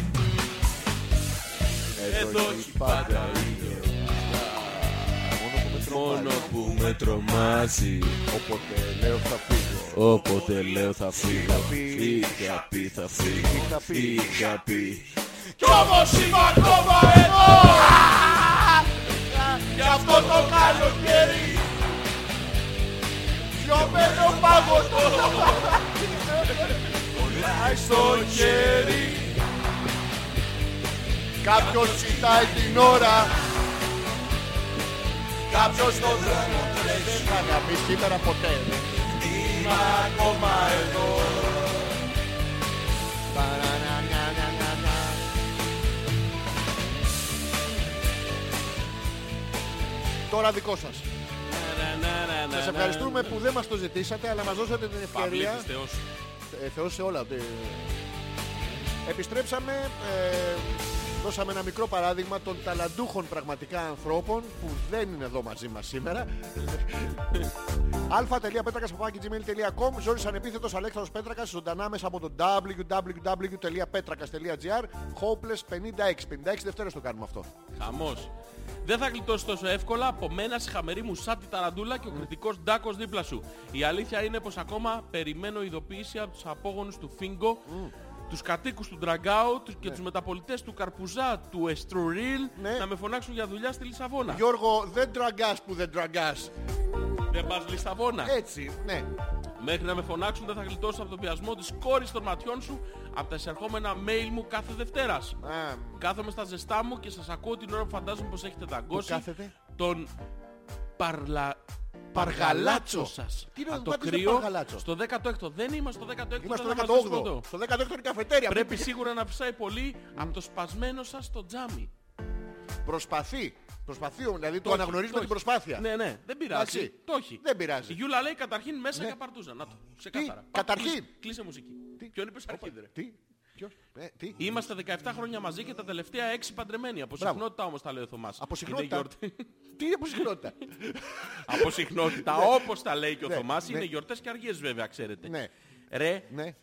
S3: Εδώ έχει πάντα ίδιο.
S4: Μόνο που με τρομάζει
S3: Όποτε λέω θα φύγω.
S4: Όποτε λέω θα φύγω
S3: πει.
S4: Είχα πει θα φύγω
S3: Είχα πει.
S4: Είχα πει
S3: Κι όμως είμαι ακόμα εδώ. Γι' αυτό το καλοκαίρι. Λιωμένο παγωτό. Κολλάει στο χέρι. Κάποιος κοιτάει την ώρα. Κάποιος το δρόμο τρέχει. Δεν θα να πει σήμερα ποτέ. Είμαι ακόμα εδώ. Παρανανανανανα. Τώρα δικό σας.
S1: ναι,
S3: Σας ευχαριστούμε που δεν μας το ζητήσατε, αλλά μας δώσατε την ευκαιρία.
S2: Παυλίτης Θεός.
S3: Ε, Θεός σε όλα. ε. Επιστρέψαμε, ε, δώσαμε ένα μικρό παράδειγμα των ταλαντούχων πραγματικά ανθρώπων που δεν είναι εδώ μαζί μας σήμερα. α.πέτρακας.gmail.com Ζόρις ανεπίθετος Αλέξανδρος Πέτρακας ζωντανά μέσα από το www.petrakas.gr Hopeless 56. 56 Δευτέρες το κάνουμε αυτό.
S2: Χαμός. Δεν θα γλιτώσει τόσο εύκολα από μένα στη χαμερή μου σαν τη ταραντούλα και ο κριτικός Ντάκος δίπλα σου. Η αλήθεια είναι πως ακόμα περιμένω ειδοποίηση από τους απόγονους του Φίγκο, τους κατοίκους του Ντραγκάου τους- και τους μεταπολιτές του Καρπουζά, του Εστρουρίλ
S3: Ναι.
S2: να με φωνάξουν για δουλειά στη Λισαβόνα.
S3: Γιώργο, δεν τραγκάς που δεν τραγκάς.
S2: Δεν πας Λισαβόνα.
S3: Έτσι, ναι.
S2: Μέχρι να με φωνάξουν δεν θα γλιτώσει από τον πιασμό της κόρης των ματιών σου από τα εισερχόμενα mail μου κάθε Δευτέρας.
S3: Α,
S2: Κάθομαι στα ζεστά μου και σας ακούω την ώρα που φαντάζομαι πως έχετε δαγκώσει
S3: κάθετε?
S2: τον παρλα...
S1: Παργαλάτσο.
S2: παργαλάτσο σας.
S1: Τι είναι
S2: Από
S1: το
S2: το
S1: μάτι στο
S2: κρύο
S1: παργαλάτσο?
S2: στο 16ο. Δεν είμαστε στο 16ο.
S1: Είμαστε
S2: δεν θα
S1: στο
S2: μας
S1: 18ο.
S2: δεις
S1: Στο 18ο είναι η καφετέρια.
S2: Πρέπει σίγουρα να φυσάει πολύ από το σπασμένο σας στο τζάμι.
S1: Προσπαθεί. Προσπαθεί, δηλαδή το
S2: έχει,
S1: αναγνωρίζουμε
S2: το
S1: την
S2: έχει.
S1: προσπάθεια.
S2: Ναι, ναι, δεν πειράζει.
S1: Εντάξει.
S2: Το έχει.
S1: Δεν πειράζει. Ναι.
S2: Η Γιούλα λέει καταρχήν μέσα για παρτούζα. Να το. Ξεκάθαρα. Πάμε,
S1: καταρχήν?
S2: κλείσε- Κλείσε μουσική.
S1: Τι?
S2: Ποιον είπες αρχήν, ρε.
S1: Τι, ποιος, ε, τι.
S2: Είμαστε 17 χρόνια μαζί και τα τελευταία 6 παντρεμένοι. Από
S1: Μπράβο.
S2: συχνότητα όμως τα λέει ο Θωμάς.
S1: Από
S2: Είναι
S1: συχνότητα.
S2: γιορτή.
S1: Τι είναι αποσυχνότητα.
S2: από συχνότητα όπως τα λέει και ο
S1: Ναι,
S2: Θωμάς.
S1: ναι.
S2: Είναι γιορτές και αργίες βέβαια, ξέρετε.
S1: Ναι.
S2: Ρε,
S1: ναι.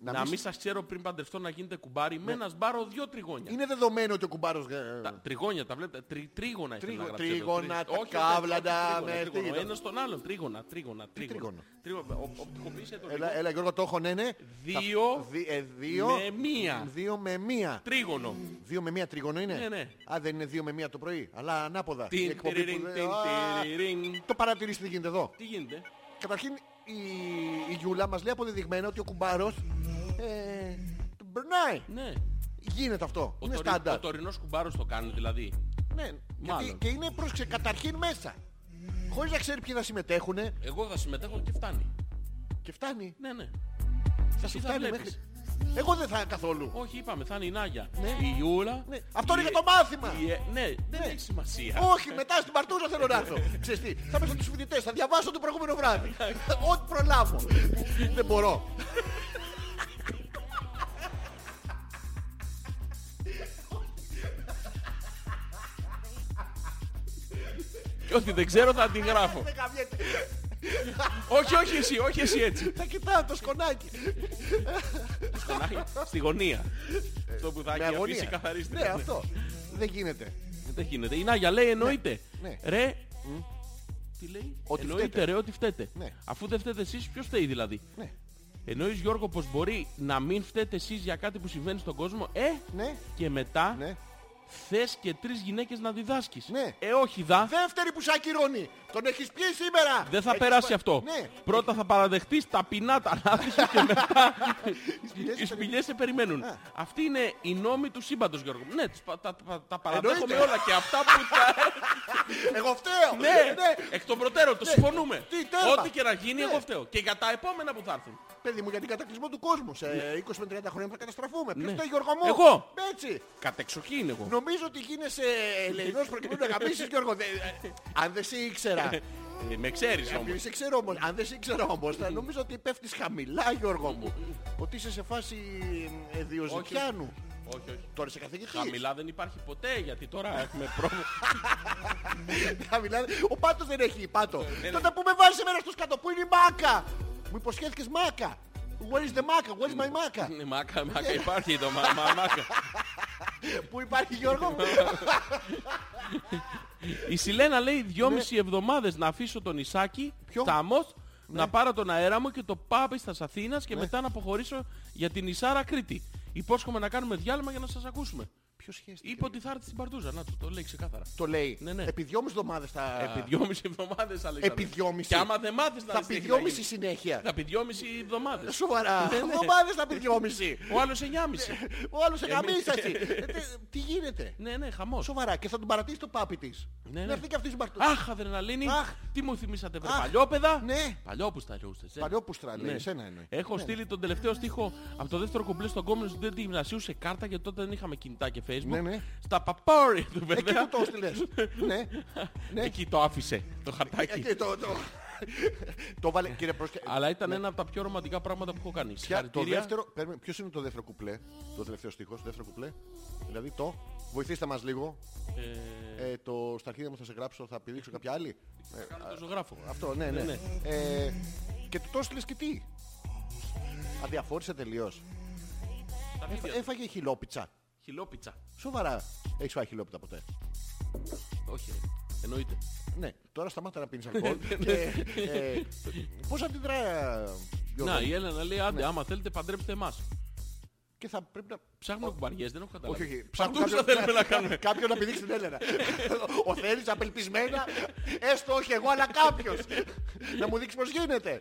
S1: Να
S2: να
S1: μην- Ναι.
S2: μην σας ξέρω πριν παντρευτώ να γίνετε κουμπάρι με ένα σμπάρο δύο τριγώνια.
S1: Είναι δεδομένο ότι ο κουμπάρος... ε,
S2: Τα τριγώνια, τα βλέπετε. Τρι, τρίγωνα ήθελα
S1: Τρίγω-
S2: να γράψω εδώ.
S1: τρίγωνα,
S2: Τρι-
S1: τα
S2: όχι,
S1: κάβλαντα,
S2: όχι, τρίγωνα,
S1: με
S2: τρίγωνο.
S1: τι ήταν.
S2: Ένα στον άλλον. Τρίγωνα, τρίγωνα,
S1: τρίγωνο?
S2: τρίγωνα. Τρίγωνα. Ο- Οπτικοποίησε το
S1: Έλα,
S2: λίγο.
S1: έλα Γιώργο, το έχω, ναι, ναι.
S2: Δύο
S1: Τα- δι- ε, δύο
S2: με μία.
S1: Δύο με μία.
S2: Τρίγωνο.
S1: Δύο με μία τρίγωνο είναι.
S2: Ναι, ναι.
S1: Α, δεν είναι δύο με μία το πρωί. Αλλά ανάποδα. Η
S2: Τιν,
S1: εκπομπή που
S2: τιριριν,
S1: δεν-
S2: τιν,
S1: Α,
S2: τιριριν.
S1: Το παρατηρήστε τι γίνεται εδώ.
S2: Τι γίνεται.
S1: Καταρχήν η, η Γιούλα μας λέει αποδεδειγμένα ότι ο κουμπάρος ε, τον περνάει.
S2: Ναι.
S1: Γίνεται αυτό.
S2: Ο
S1: είναι
S2: τωρι- Ο
S1: στάνταρ.
S2: τωρινός κουμπάρος το κάνει δηλαδή.
S1: Ναι, γιατί
S2: Μάλλον.
S1: και είναι πρόσεξε καταρχήν μέσα. Χωρίς να ξέρει ποιοι θα συμμετέχουν
S2: Εγώ θα συμμετέχω και φτάνει.
S1: και φτάνει.
S2: Ναι, ναι.
S1: Θα
S2: Εσύ
S1: σου
S2: θα
S1: φτάνει
S2: βλέπεις.
S1: μέχρι. Εγώ δεν θα καθόλου.
S2: Όχι, είπαμε, θα είναι η Νάγια.
S1: Ναι.
S2: Η Γιούλα.
S1: Ναι. Αυτό είναι
S2: η-
S1: για το μάθημα.
S2: η ε- Ναι, δεν έχει σημασία.
S1: Όχι, μετά στην παρτούζα θέλω να έρθω. Ξέρεις τι, θα είμαι στους φοιτητές, θα διαβάσω το προηγούμενο βράδυ. Ό,τι προλάβω. Δεν μπορώ.
S2: Και ό,τι δεν ξέρω θα την γράφω.
S1: Δεν καβιέται.
S2: όχι, όχι εσύ, όχι εσύ έτσι.
S1: Θα κοιτάω το σκονάκι.
S2: Στη γωνία. Αυτό που θα
S1: Με
S2: έχει αφήσει
S1: αγωνία.
S2: καθαρίστρια.
S1: Ναι, αυτό. Δεν γίνεται.
S2: Δεν γίνεται. Η Νάγια λέει εννοείται.
S1: Ναι, ναι.
S2: Ρε. Τι λέει.
S1: Ότι
S2: εννοείται
S1: φταίτε.
S2: ρε ότι φταίτε.
S1: Ναι.
S2: Αφού δεν φταίτε εσείς ποιος φταίει δηλαδή.
S1: Ναι.
S2: Εννοείς Γιώργο πως μπορεί να μην φταίτε εσείς για κάτι που συμβαίνει στον κόσμο. Ε.
S1: Ναι.
S2: Και μετά
S1: Ναι.
S2: θες και τρεις γυναίκες να διδάσκεις.
S1: Ναι.
S2: Ε όχι δα.
S1: Δεύτερη που σ' ακυρώνει. Τον έχεις πιει σήμερα.
S2: Δεν θα
S1: Έχεις
S2: περάσει
S1: πα-
S2: αυτό.
S1: Ναι.
S2: Πρώτα θα παραδεχτείς ταπεινά τα λάθη σου και μετά οι σπηλιές σε περιμένουν.
S1: Α.
S2: Αυτή είναι η νόμη του σύμπαντος Γιώργο. μου. Ναι, τις πα- τα, τα, τα παραδέχομαι
S1: Εννοείται.
S2: όλα και αυτά που τα...
S1: Εγώ φταίω.
S2: ναι, εκ των προτέρων, το συμφωνούμε.
S1: Ναι. Τι, τέρμα.
S2: Ό,τι και να γίνει,
S1: Ναι.
S2: εγώ φταίω. Και για τα επόμενα που θα έρθουν.
S1: Παιδί μου, για την κατακλυσμό του κόσμου. Σε 20 με 30 χρόνια θα καταστραφούμε. Ποιος
S2: Ναι.
S1: το Γιώργο μου.
S2: Εγώ.
S1: Έτσι.
S2: Κατεξοχή είναι εγώ.
S1: Νομίζω ότι γίνεσαι ελληνός προκειμένου να αγαπήσεις Γιώργο. Δε- ε, Αν δεν σε ήξερα.
S2: Ε, με ξέρεις
S1: Επειδή
S2: όμως.
S1: σε ξέρω όμως, αν δεν σε ήξερα όμως, θα νομίζω ότι πέφτεις χαμηλά Γιώργο μου. Ότι είσαι σε φάση ε, διοζητιάνου.
S2: όχι, όχι.
S1: Τώρα είσαι καθηγητής.
S2: Χαμηλά δεν υπάρχει ποτέ γιατί τώρα έχουμε πρόβλημα.
S1: Χαμηλά. Ο Πάτος δεν έχει πάτο.
S2: ναι.
S1: Τότε που με βάζεις εμένα στους κάτω, πού είναι η μάκα. Μου υποσχέθηκες μάκα. Where is the μάκα, where is my μάκα.
S2: Ναι, μάκα, μάκα υπάρχει το μα, μα- μάκα.
S1: Πού υπάρχει Γιώργο μου.
S2: Η Σιλένα λέει δυόμιση εβδομάδες να αφήσω τον Ισάκη,
S1: Ναι. Ποιο? Ναι.
S2: Τάμος, να πάρω τον αέρα μου και το πάπη στα Αθήνας και μετά να αποχωρήσω για την Ισάρα Κρήτη. Υπόσχομαι να κάνουμε διάλειμμα για να σας ακούσουμε.
S1: Ποιο σχέστηκε.
S2: Είπε ότι θα έρθει στην Παρτούζα, να το, το λέει ξεκάθαρα.
S1: Το λέει.
S2: Ναι, ναι.
S1: Επί δυόμιση εβδομάδες θα...
S2: Επί δυόμιση εβδομάδες, Αλέξανδρε.
S1: Επί δυόμιση.
S2: Και άμα δεν μάθεις να
S1: Θα
S2: δεις τι
S1: πει
S2: έχει να
S1: δυόμιση
S2: γίνεις.
S1: συνέχεια.
S2: Θα πει δυόμιση εβδομάδες.
S1: Σοβαρά.
S2: Ναι, ναι.
S1: Εβδομάδες θα πει δυόμιση.
S2: Ο άλλος εννιάμιση.
S1: Ο άλλος εγαμίσασαι. Ε, τε- Τι γίνεται.
S2: ναι, ναι, χαμός.
S1: Σοβαρά. Και θα τον παρατήσει το πάπι της.
S2: ναι.
S1: Να έρθει και αυτής στην παρτούζα.
S2: Αχ, αδρεναλίνη,
S1: Αχ.
S2: τι μου θυμήσατε βρε
S1: Αχ.
S2: παλιόπαιδα.
S1: Ναι.
S2: Παλιόπουστα λούσες, ε.
S1: Παλιόπουστρα λέει.
S2: Ναι.
S1: Εσένα εννοεί. Ε,
S2: Έχω στείλει τον τελευταίο στίχο από το δεύτερο κουμπλέ στον κόμμα του Ντέντι Γυμνασίου σε κάρτα γιατί τότε δεν είχαμε κινητά και facebook.
S1: Ναι, ναι.
S2: Στα παπόρι του
S1: Εκεί
S2: βέβαια.
S1: που το στείλες. Ναι. ναι.
S2: Εκεί το άφησε το χαρτάκι.
S1: Εκεί το... το- Το βάλε... Κύριε Πρόσκε...
S2: Αλλά ήταν ένα από τα πιο ρομαντικά πράγματα που έχω κάνει.
S1: Ναι. Ποια, το
S2: Συγχαρητήρια.
S1: δεύτερο, περίμενε, ποιος είναι το δεύτερο κουπλέ, το τελευταίο στίχος, δεύτερο κουπλέ, δηλαδή το, βοηθήστε μας λίγο, ε, το στα αρχίδια μου θα σε γράψω, θα πηδήξω κάποια άλλη. Ε,
S2: Κάνω το ζωγράφο.
S1: αυτό, ναι, ναι.
S2: Ναι, ναι.
S1: Ε, και του το έστειλες και τι. Αδιαφόρησε τελείως.
S2: Τα
S1: ε,
S2: βίντεο.
S1: Έφαγε χιλόπιτσα.
S2: Χιλόπιτσα.
S1: Σοβαρά. Έχεις φάει χιλόπιτσα ποτέ.
S2: Όχι. ρε. Εννοείται.
S1: Ναι, τώρα σταμάτα να πίνεις αλκοόλ.
S2: ναι,
S1: και, ε, πώς αντιδρά Γιώργο
S2: Να,
S1: μου?
S2: η Έλενα λέει άντε,
S1: Ναι.
S2: άμα θέλετε παντρέψτε εμάς.
S1: Και θα πρέπει να...
S2: Ψάχνουμε κουμπαριές, δεν έχω καταλάβει.
S1: Όχι, όχι.
S2: Παρτούζα θέλουμε να κάνουμε.
S1: Κάποιον να πηδήξει την Έλενα. Ο Θέλης απελπισμένα, έστω όχι εγώ, αλλά κάποιος. να μου δείξει πώς γίνεται.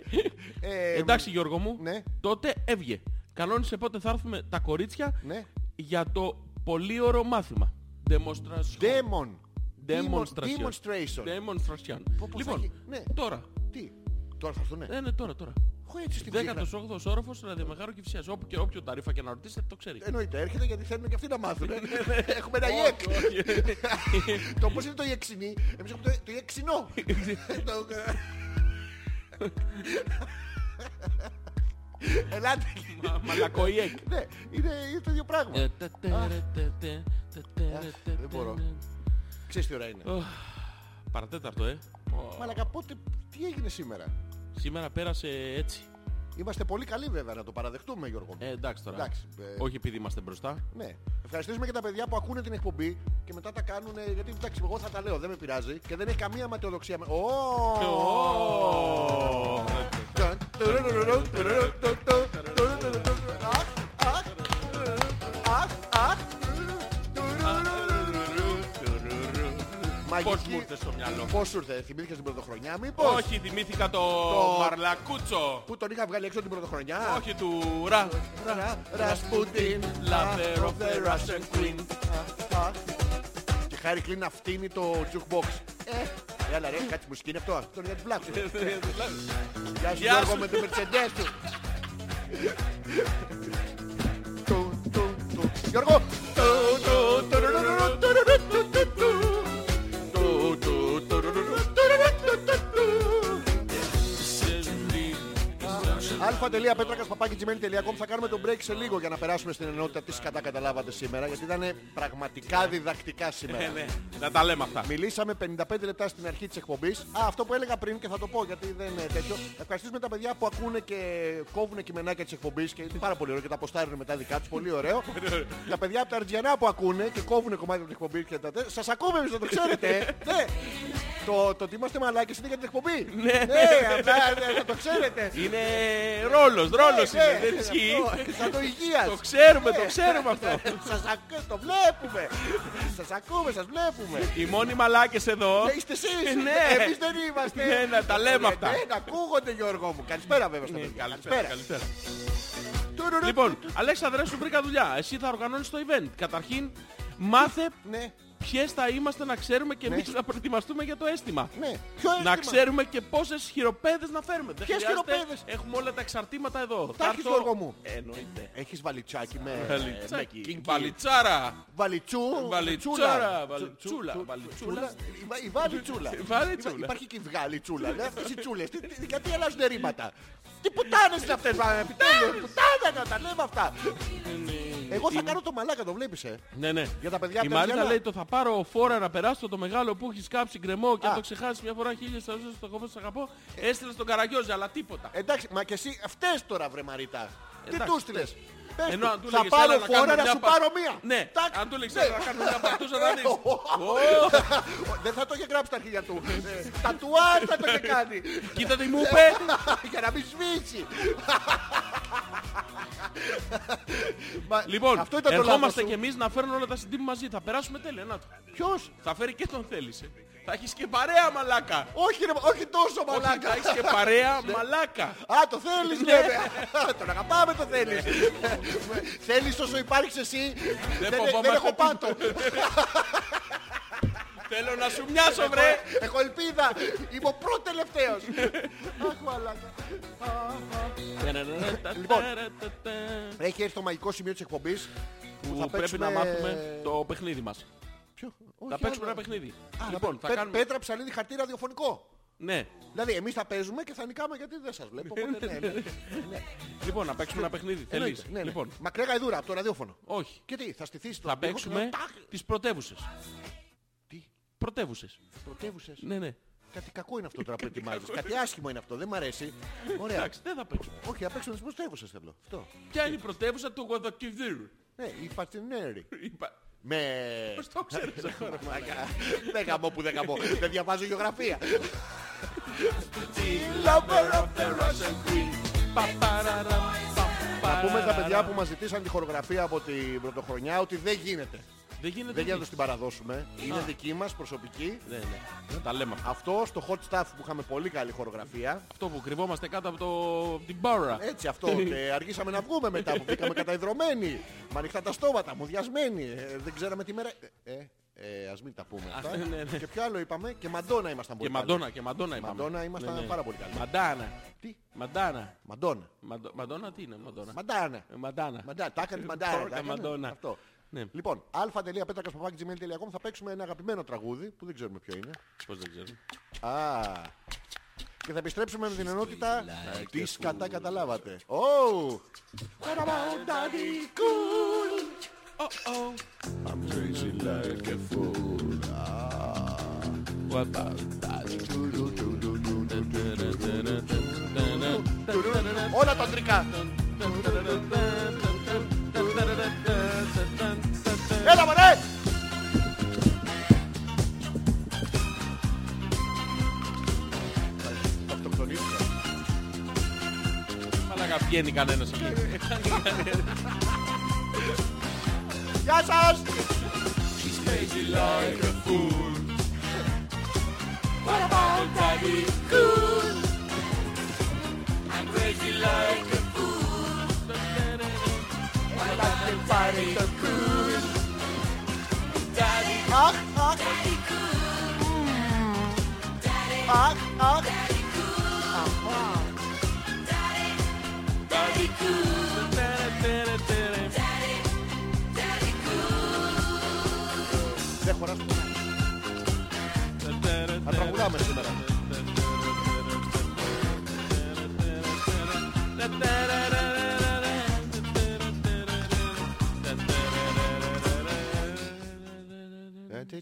S1: Ε,
S2: Εντάξει Γιώργο μου,
S1: ναι.
S2: τότε έβγε. Κανόνισε πότε θα έρθουμε τα κορίτσια
S1: Ναι.
S2: για το πολύ ωραίο μάθημα. Demonstration.
S1: Δαίμον.
S2: Demonstration.
S1: Demonstration.
S2: Demonstration.
S1: Πω, πω, θα
S2: Λοιπόν,
S1: έχει- ναι.
S2: τώρα.
S1: Τι. Τώρα θα έρθουνε.
S2: Ναι, ναι, τώρα, τώρα.
S1: Έχω έτσι στην ψυχή.
S2: 18ο όροφο, Ραδιομεγάρο και Φυσιά. Όπου και όποιο ταρίφα και να ρωτήσετε, το ξέρει.
S1: Εννοείται, έρχεται γιατί θέλουμε και αυτοί να μάθουν. ε. Έχουμε ένα ΙΕΚ. Το πώς είναι το ΙΕΚΣΙΝΗ. Εμείς έχουμε το- το ΙΕΚΣΙΝΟ. Το- ε, Ελάτε.
S2: Μα- Μαλακοϊέκ.
S1: Ναι, είναι είναι το ίδιο πράγμα.
S2: Ε, τε, τε, ρε, τε, τε, τε, τε,
S1: Αχ,
S2: ρε, τε,
S1: δεν
S2: τε,
S1: μπορώ.
S2: ναι.
S1: Ξέρεις τι ώρα είναι.
S2: Ωχ, Παρατέταρτο, ε. Ω,
S1: Μαλακα, πότε, τι έγινε σήμερα.
S2: Σήμερα πέρασε έτσι.
S1: Είμαστε πολύ καλοί βέβαια να το παραδεχτούμε Γιώργο. μου.
S2: Ε, εντάξει τώρα.
S1: Εντάξει. ε,
S2: Όχι επειδή είμαστε μπροστά.
S1: Ναι. Ευχαριστήσουμε και τα παιδιά που ακούνε την εκπομπή και μετά τα κάνουν. Γιατί εντάξει, εγώ θα τα λέω, δεν με πειράζει. Και δεν έχει καμία ματαιοδοξία. με- Ω!
S2: Ω!
S1: Ταν, τουρουρουρουρου, τουρουρουρουρου, τουρουρουρουρου. Αχ, αχ, τουρουρουρου, αχ, αχ, τουρουρουρου, τουρουρουρουρου.
S2: Πώς
S1: Μαγική-
S2: μου ήρθε στο μυαλό.
S1: Πώς σου ήρθε, θυμήθηκες την πρωτοχρονιά μήπως.
S2: Όχι, θυμήθηκα το
S1: Το-
S2: μαρλακούτσο.
S1: Που τον είχα βγάλει έξω την πρωτοχρονιά.
S2: Όχι του ρα.
S1: Ρα- Rasputin,
S2: Lover
S1: ah,
S2: of the Russian Queen.
S1: Ah, ah. Και χάρη κλείνει αυτή είναι το jukebox. Ε, έλα ρε, κάτσε μουσική είναι αυτό. Αυτό είναι για τις βλάψεις. Γεια σου
S2: Γεια
S1: Γιώργο
S2: σου.
S1: με την Mercedes του. Του, του, του. Γιώργο! Του, του, τουρουρουρου, τουρουρου, του, του, του. Του, του, τουρουρουρου, τουρουρου, του, του, του. αλφα.πέτρακα.gmail.com Θα κάνουμε το break σε λίγο για να περάσουμε στην ενότητα της κατά καταλάβατε σήμερα. Γιατί ήταν πραγματικά διδακτικά
S2: Ε,
S1: σήμερα.
S2: ναι, Να τα λέμε αυτά.
S1: Μιλήσαμε 55 λεπτά στην αρχή της εκπομπής. Α, αυτό που έλεγα πριν και θα το πω γιατί δεν είναι τέτοιο. Ευχαριστούμε τα παιδιά που ακούνε και κόβουν κειμενάκια της εκπομπής και είναι πάρα πολύ ωραίο και τα ποστάρουν μετά δικά τους. Πολύ ωραίο. τα παιδιά από τα Αρτζιανά που ακούνε και κόβουν κομμάτια από την εκπομπή και τα τέτοια. Σας ακούμε εμείς, να το ξέρετε. ε. ναι. Το, το ότι είμαστε μαλάκες είναι για την εκπομπή. Ναι, απλά ναι, θα το ξέρετε.
S2: Είναι ρόλος, ρόλος
S1: Ναι,
S2: είναι.
S1: ναι,
S2: Δεν
S1: αυτό,
S2: ισχύει.
S1: Σαν το υγείας.
S2: Το ξέρουμε, το
S1: Ναι.
S2: ξέρουμε αυτό.
S1: Σας ακούμε, το βλέπουμε. Σας ακούμε, σας βλέπουμε.
S2: Οι μόνοι μαλάκες εδώ.
S1: Ναι, είστε εσείς.
S2: Ναι.
S1: Εμείς δεν είμαστε.
S2: Ναι, να τα λέμε
S1: Ε,
S2: αυτά.
S1: Ναι, να ακούγονται Γιώργο μου. Καλησπέρα βέβαια στα
S2: Ναι,
S1: παιδιά.
S2: Καλησπέρα,
S1: Καλησπέρα.
S2: καλησπέρα.
S1: Τουρουρου.
S2: Λοιπόν, Αλέξανδρε, σου βρήκα δουλειά. Εσύ θα οργανώνεις το event. Καταρχήν, μάθε
S1: Ναι,
S2: ποιες θα είμαστε να ξέρουμε και εμείς να προετοιμαστούμε για το αίσθημα.
S1: ναι. Ποιο
S2: Να
S1: αίσθημα?
S2: ξέρουμε και πόσες χειροπέδες να φέρουμε. Δεν
S1: Ποιες
S2: χρειάζεται.
S1: χειροπέδες?
S2: Έχουμε όλα τα εξαρτήματα εδώ.
S1: Τα
S2: Θα
S1: έχεις,
S2: έρθω- Ε,
S1: Γιώργο μου. Ε,
S2: Εννοείται.
S1: Έχεις βαλιτσάκι με... με
S2: Βαλιτσάκι.
S1: κίνκι.
S2: Βαλιτσάρα.
S1: Βαλιτσού.
S2: Βαλιτσάρα,
S1: τσούλα. Τσου-
S2: βαλιτσούλα,
S1: τσου-
S2: βαλιτσούλα.
S1: Η- Η βαλιτσούλα.
S2: Η βαλιτσούλα.
S1: Υπά- Υπάρχει και η βγαλιτσούλα. Ναι, αυτές οι τσούλες. Τι- τι- Γιατί αλλάζουν ρήματα. Τι πουτάνες είναι αυτές. μα, επιτέλους. Πουτάνα να τα λέμε αυτά. Εγώ θα κάνω το μαλάκα, το βλέπεις ε.
S2: Ναι, ναι.
S1: Για τα παιδιά
S2: Η
S1: από τα
S2: Μαρίτα
S1: Ριζιανά.
S2: λέει το θα πάρω φόρα να περάσω το μεγάλο που έχει κάψει γκρεμό και
S1: Α.
S2: αν το ξεχάσεις μια φορά χίλιες θα ζω στο κόμμα σα αγαπώ. Έστειλες στον καραγιόζη, αλλά τίποτα.
S1: Εντάξει, μα και εσύ αυτές τώρα βρε Μαρίτα. Τι
S2: Εντάξει.
S1: τους στείλες. Πες
S2: Ενώ
S1: του,
S2: αν του
S1: Ε, θα
S2: λέγες,
S1: πάρω
S2: «Έλα να
S1: φορά
S2: κάνουμε
S1: να
S2: μια
S1: σου
S2: πα-
S1: πάρω μία.
S2: Ναι,
S1: Τάκ.
S2: αν του λέει
S1: Ναι.
S2: να κάνουμε μια παρτούσα να δεις.
S1: Ω, ω, ω. Δεν θα το είχε γράψει τα αρχίδια του. Ε, Τατουάζ θα το είχε κάνει.
S2: Κοίτα τι
S1: Ε,
S2: μου είπε.
S1: Για να μην σβήσει. Μα,
S2: Λοιπόν,
S1: αυτό ήταν το λάθος
S2: ερχόμαστε
S1: σου.
S2: κι εμείς να φέρνουν όλα τα συντήμη μαζί. Θα περάσουμε τέλεια. Να το.
S1: Ποιος?
S2: Θα φέρει και τον θέλεις. ε. Θα έχεις και παρέα μαλάκα.
S1: Όχι, ρε, όχι τόσο
S2: Όχι,
S1: μαλάκα.
S2: θα έχεις και παρέα
S3: Ναι.
S2: μαλάκα.
S1: Α, το θέλεις
S2: Ναι.
S1: βέβαια. Τον αγαπάμε το θέλεις. Θέλεις όσο υπάρχεις εσύ. Δεν- δεν- Δεν
S2: φοβόμαστε
S1: έχω
S2: τίποτα.
S1: πάτο.
S2: Θέλω να σου μοιάσω βρε.
S1: Έχω ελπίδα. Είμαι ο πρώτο τελευταίος. Αχ, μαλάκα. Λοιπόν. Έχει έρθει το μαγικό σημείο της εκπομπής.
S2: Που
S1: θα
S2: πρέπει
S1: παίξουμε-
S2: να μάθουμε το παιχνίδι μας.
S1: Ποιο?
S2: Θα
S1: Όχι,
S2: παίξουμε
S1: άλλο.
S2: ένα παιχνίδι.
S1: Α,
S2: Λοιπόν,
S1: πέ-
S2: θα κάνουμε...
S1: Πέτρα ψαλίδι χαρτί ραδιοφωνικό.
S2: Ναι.
S1: Δηλαδή, εμείς θα παίζουμε και θα νικάμε γιατί δεν σας βλέπω. οπότε ναι, ναι, ναι.
S2: Λοιπόν, να παίξουμε ένα παιχνίδι.
S1: Εννοείται,
S2: Θέλεις.
S1: ναι, ναι.
S2: Λοιπόν,
S1: Μακρέ γαϊδούρα από το ραδιόφωνο.
S2: όχι.
S1: Και τι, θα στηθείς το
S2: Θα
S1: τείχο και
S2: παίξουμε
S1: θα- τάκ,
S2: τις πρωτεύουσες.
S1: Τι?
S2: Πρωτεύουσες.
S1: πρωτεύουσες.
S2: Ναι, ναι.
S1: Κάτι κακό είναι αυτό τώρα που ετοιμάζεις. Κάτι άσχημο είναι αυτό, δεν μ' αρέσει. Ωραία.
S2: Εντάξει, δεν θα παίξουμε.
S1: Όχι, θα παίξουμε τις πρωτεύουσες θέλω. Αυτό.
S2: Ποια είναι η πρωτεύουσα του Γοδοκιβδίου.
S1: Ναι, η Παρτινέρη.
S2: Είπα-
S1: Με...
S2: Πώς το ξέρεις αυτό, ρε μαλάκα.
S1: Δεν γαμώ που δεν γαμώ. Δεν διαβάζω γεωγραφία.
S2: Παπαραρα,
S1: Να πούμε στα
S2: παπαραρα.
S1: παιδιά που μας ζητήσαν τη χορογραφία από την πρωτοχρονιά ότι δεν γίνεται.
S2: Δεν γίνεται.
S1: Δεν γίνεται να
S2: τι.
S1: τους την παραδώσουμε. Είναι δική μας προσωπική.
S2: Ναι, ναι. Δεν τα λέμε αυτά.
S1: Αυτό στο hot stuff που είχαμε πολύ καλή χορογραφία.
S2: Αυτό που κρυβόμαστε κάτω από το... από την μπάρα.
S1: Έτσι αυτό. και αργήσαμε να βγούμε μετά που βγήκαμε καταϊδρωμένοι. Με ανοιχτά τα στόματα, μουδιασμένοι. Ε, δεν ξέραμε τι μέρα. Ε, ε, Ε, ας μην τα πούμε
S3: Ας, ναι, ναι, ναι.
S1: αυτά. και ποιο άλλο είπαμε. Και Μαντόνα ήμασταν
S3: Και
S1: πολύ καλοί.
S3: Μαντόνα, και Μαντόνα είπαμε.
S1: Μαντόνα ήμασταν
S3: Ναι, ναι.
S1: πάρα πολύ καλοί.
S3: Μαντάνα.
S1: Τι?
S3: Μαντάνα.
S1: Μαντόνα.
S3: Μαντο- Μαντόνα τι είναι, Μαντόνα.
S1: Μαντάνα.
S3: Ε, Μαντάνα.
S1: Μαντάνα. Τα έκανε τη Μαντάνα.
S3: Πόρκα
S1: τα έκανε.
S3: Μαντόνα.
S1: Αυτό.
S3: Ναι.
S1: Λοιπόν, α.πέτρακα.gmail.com θα παίξουμε ένα αγαπημένο τραγούδι που δεν ξέρουμε ποιο είναι.
S3: Πώς δεν ξέρω.
S1: Α. Και θα επιστρέψουμε με την ενότητα της κατά καταλάβατε. Oh! What about daddy cool?
S5: I'm crazy like a fool. Ah.
S3: What about
S1: Όλα τα αντρικά. Έλα μωρέ! Θα αυτοκτονήσω.
S3: Μαλάκα βγαίνει κανένας εκεί.
S1: Γεια σας! Αχ, αχ. Αχ, αχ. Δεν χωράς. Θα τραγουδάμε σήμερα.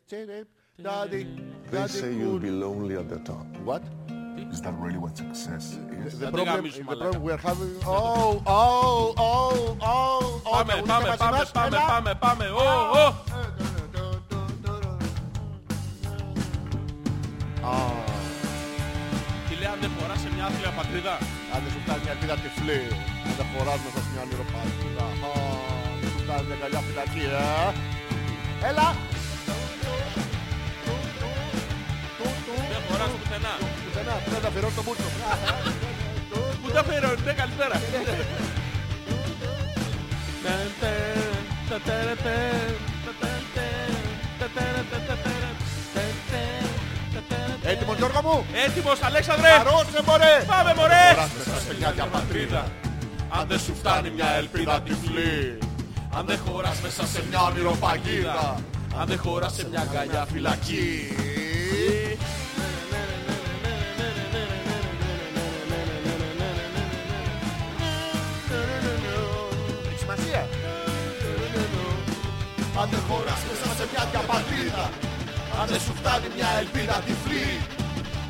S1: Daddy,
S6: They
S1: daddy
S6: say you'll
S1: cool.
S6: be lonely at the top.
S1: What?
S6: Is that really what success is?
S1: The
S3: Δεν
S1: problem,
S3: γαμίσου,
S1: the
S3: μαλάκα.
S1: problem we are having... Oh, oh, oh, oh, oh.
S3: Πάμε,
S1: Τραγουδίστε
S3: πάμε,
S1: μαζί
S3: πάμε,
S1: μας.
S3: πάμε,
S1: Έλα.
S3: πάμε, πάμε. Ω, ω. Τι λέει αν δεν φοράς σε μια άθλια πατρίδα.
S1: Αν δεν σου φτάνει μια ελπίδα τυφλή, να τα φοράς μέσα στην άλλη ροπαλίδα. Α, Δεν σου φτάνει μια καλιά φυλακή, ε. Έλα!
S3: Δεν φοράς πουθενά.
S1: Πουθενά, πουθενά τα αφιερώνω στο μπουρτο.
S3: Που τα φέρω, ναι, καλησπέρα.
S1: Έτοιμος Γιώργο μου!
S2: Ε,
S3: Έτοιμος, Αλέξανδρε.
S1: Παρόσε μωρέ!
S3: Πάμε, μωρέ.
S1: Φοράς μέσα σε μια διαπατρίδα,
S3: Αν δεν σου φτάνει μια ελπίδα
S1: τυφλή.
S3: Αν δεν χωράς μέσα σε
S1: Μια ονειροπαγίδα,
S3: Αν δεν χωράς σε μια αγκαλιά
S1: φυλακή. Έχει σημασία. Αν δεν χωράς μέσα σε μια διαπατρίδα, αν δεν σου φτάνει μια ελπίδα τυφλή,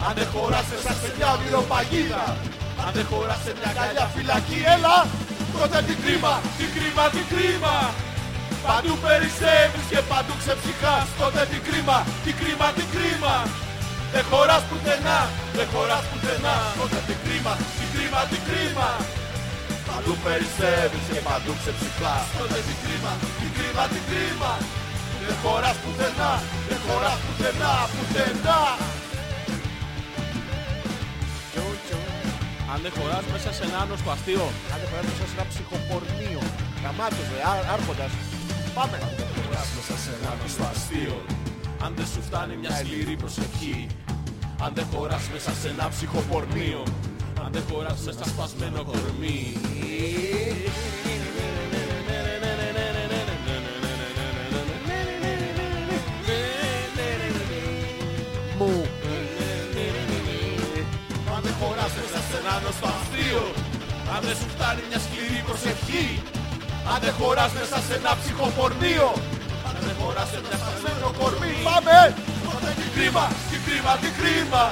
S1: αν δεν χωράς μέσα σε μια ονειροπαγίδα, αν δεν χωράς σε μια αγκαλιά φυλακή, έλα! Πρώτα την κρίμα,
S3: Τι κρίμα, τι κρίμα
S1: Παντού περισσεύεις και παντού ξεψυχάς Τότε τι κρίμα, τι κρίμα, τι κρίμα Δεν χωράς πουθενά, δεν χωράς πουθενά Τότε τι κρίμα, τι κρίμα, τι κρίμα Παντού περισσεύεις
S3: ε,
S1: και παντού ξεψυχάς Τότε τι κρίμα, τι κρίμα, τι κρίμα Δεν χωράς πουθενά, δεν χωράς πουθενά, πουθενά
S3: Αν δεν χωράς μέσα σε ένα άνοστο αστείο
S1: Αν δεν χωράς μέσα σε ένα ψυχοπορνείο Γαμάτος ρε, άρχοντας Πάμε
S3: Μέσα σε ένα άνοστο αστείο Αν δεν σου φτάνει μια σκληρή προσευχή Αν δεν χωράς μέσα σε ένα ψυχοπορνείο Αν δεν χωράς μέσα σπασμένο κορμί
S1: μου
S3: Αν δεν χωράς μέσα σε ένα άνοστο αστείο Αν δεν σου φτάνει μια σκληρή προσευχή Αν δεν χωράς μέσα σε ένα ψυχοπορνείο Αν δεν χωράς σε μια σπασμένο κορμί
S1: Πάμε!
S3: Τότε τι κρίμα, τι κρίμα, τι κρίμα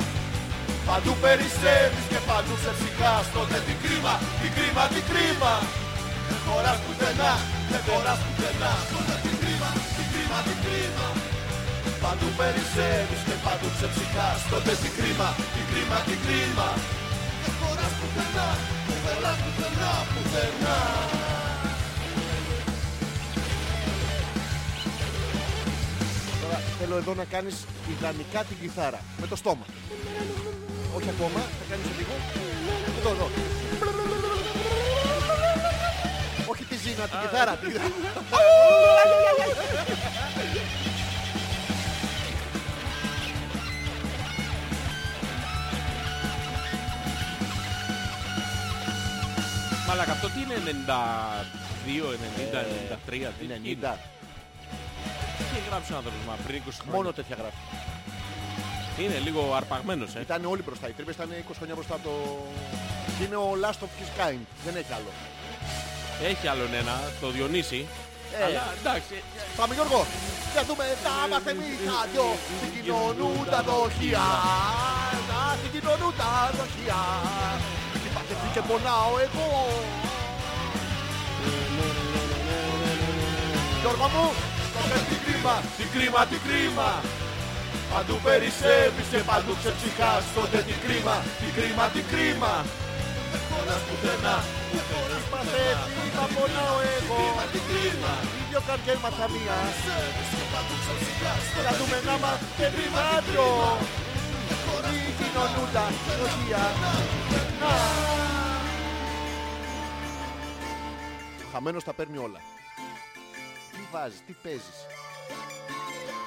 S1: Παντού περισσεύεις και παντού ξεψυχάς Τότε τι κρίμα, τι κρίμα, τι κρίμα Δεν χωράς πουθενά, δεν χωράς πουθενά Τότε τι κρίμα, τι κρίμα, τι κρίμα Παντού περισσεύεις και παντού ξεψυχάς Τότε τι κρίμα, τι κρίμα, τι κρίμα Δεν χωράς πουθενά, δεν χωράς πουθενά, πουθενά Τώρα θέλω εδώ να κάνεις ιδανικά την κιθάρα με το στόμα. Όχι ακόμα, θα κάνεις λίγο. Εδώ, εδώ. Όχι τη ζήνα, την κιθάρα. την κιθάρα.
S2: Αλλά αυτό τι είναι 92, 90, 93, τι είναι.
S1: 90.
S2: Είχε γράψει ο άνθρωπος μα πριν 20 χρόνια.
S1: Μόνο τέτοια γράφει.
S2: Είναι λίγο αρπαγμένος, ε.
S1: Ήταν όλοι μπροστά. Οι τρύπες ήταν 20 χρόνια μπροστά από το... Και είναι ο last of his kind. Δεν έχει άλλο.
S2: Έχει άλλον ένα, το Διονύση.
S1: Ε,
S2: Αλλά εντάξει,
S1: Πάμε Γιώργο. Για δούμε τα είμαστε εμείς τα δυο. Συγκοινωνούν τα δοχεία. Να συγκοινωνούν τα δοχεία. Και παθαιθεί και πονάω εγώ. Γιώργο μου, το πες την κρίμα, την κρίμα, την κρίμα. Παντού περισσεύεις και παντού ξεψυχάς. Τότε την κρίμα, την κρίμα, την κρίμα. Δεν χωράς πουθενά, δεν χωράς παθέτη, θα πονάω εγώ. Την κρίμα, οι δυο καρδιές μας θα μία. Θα δούμε να μας και κρίμα δυο. Μη κοινωνούν τα νοχεία. Ο χαμένος τα παίρνει όλα. Τι βάζεις, τι παίζεις.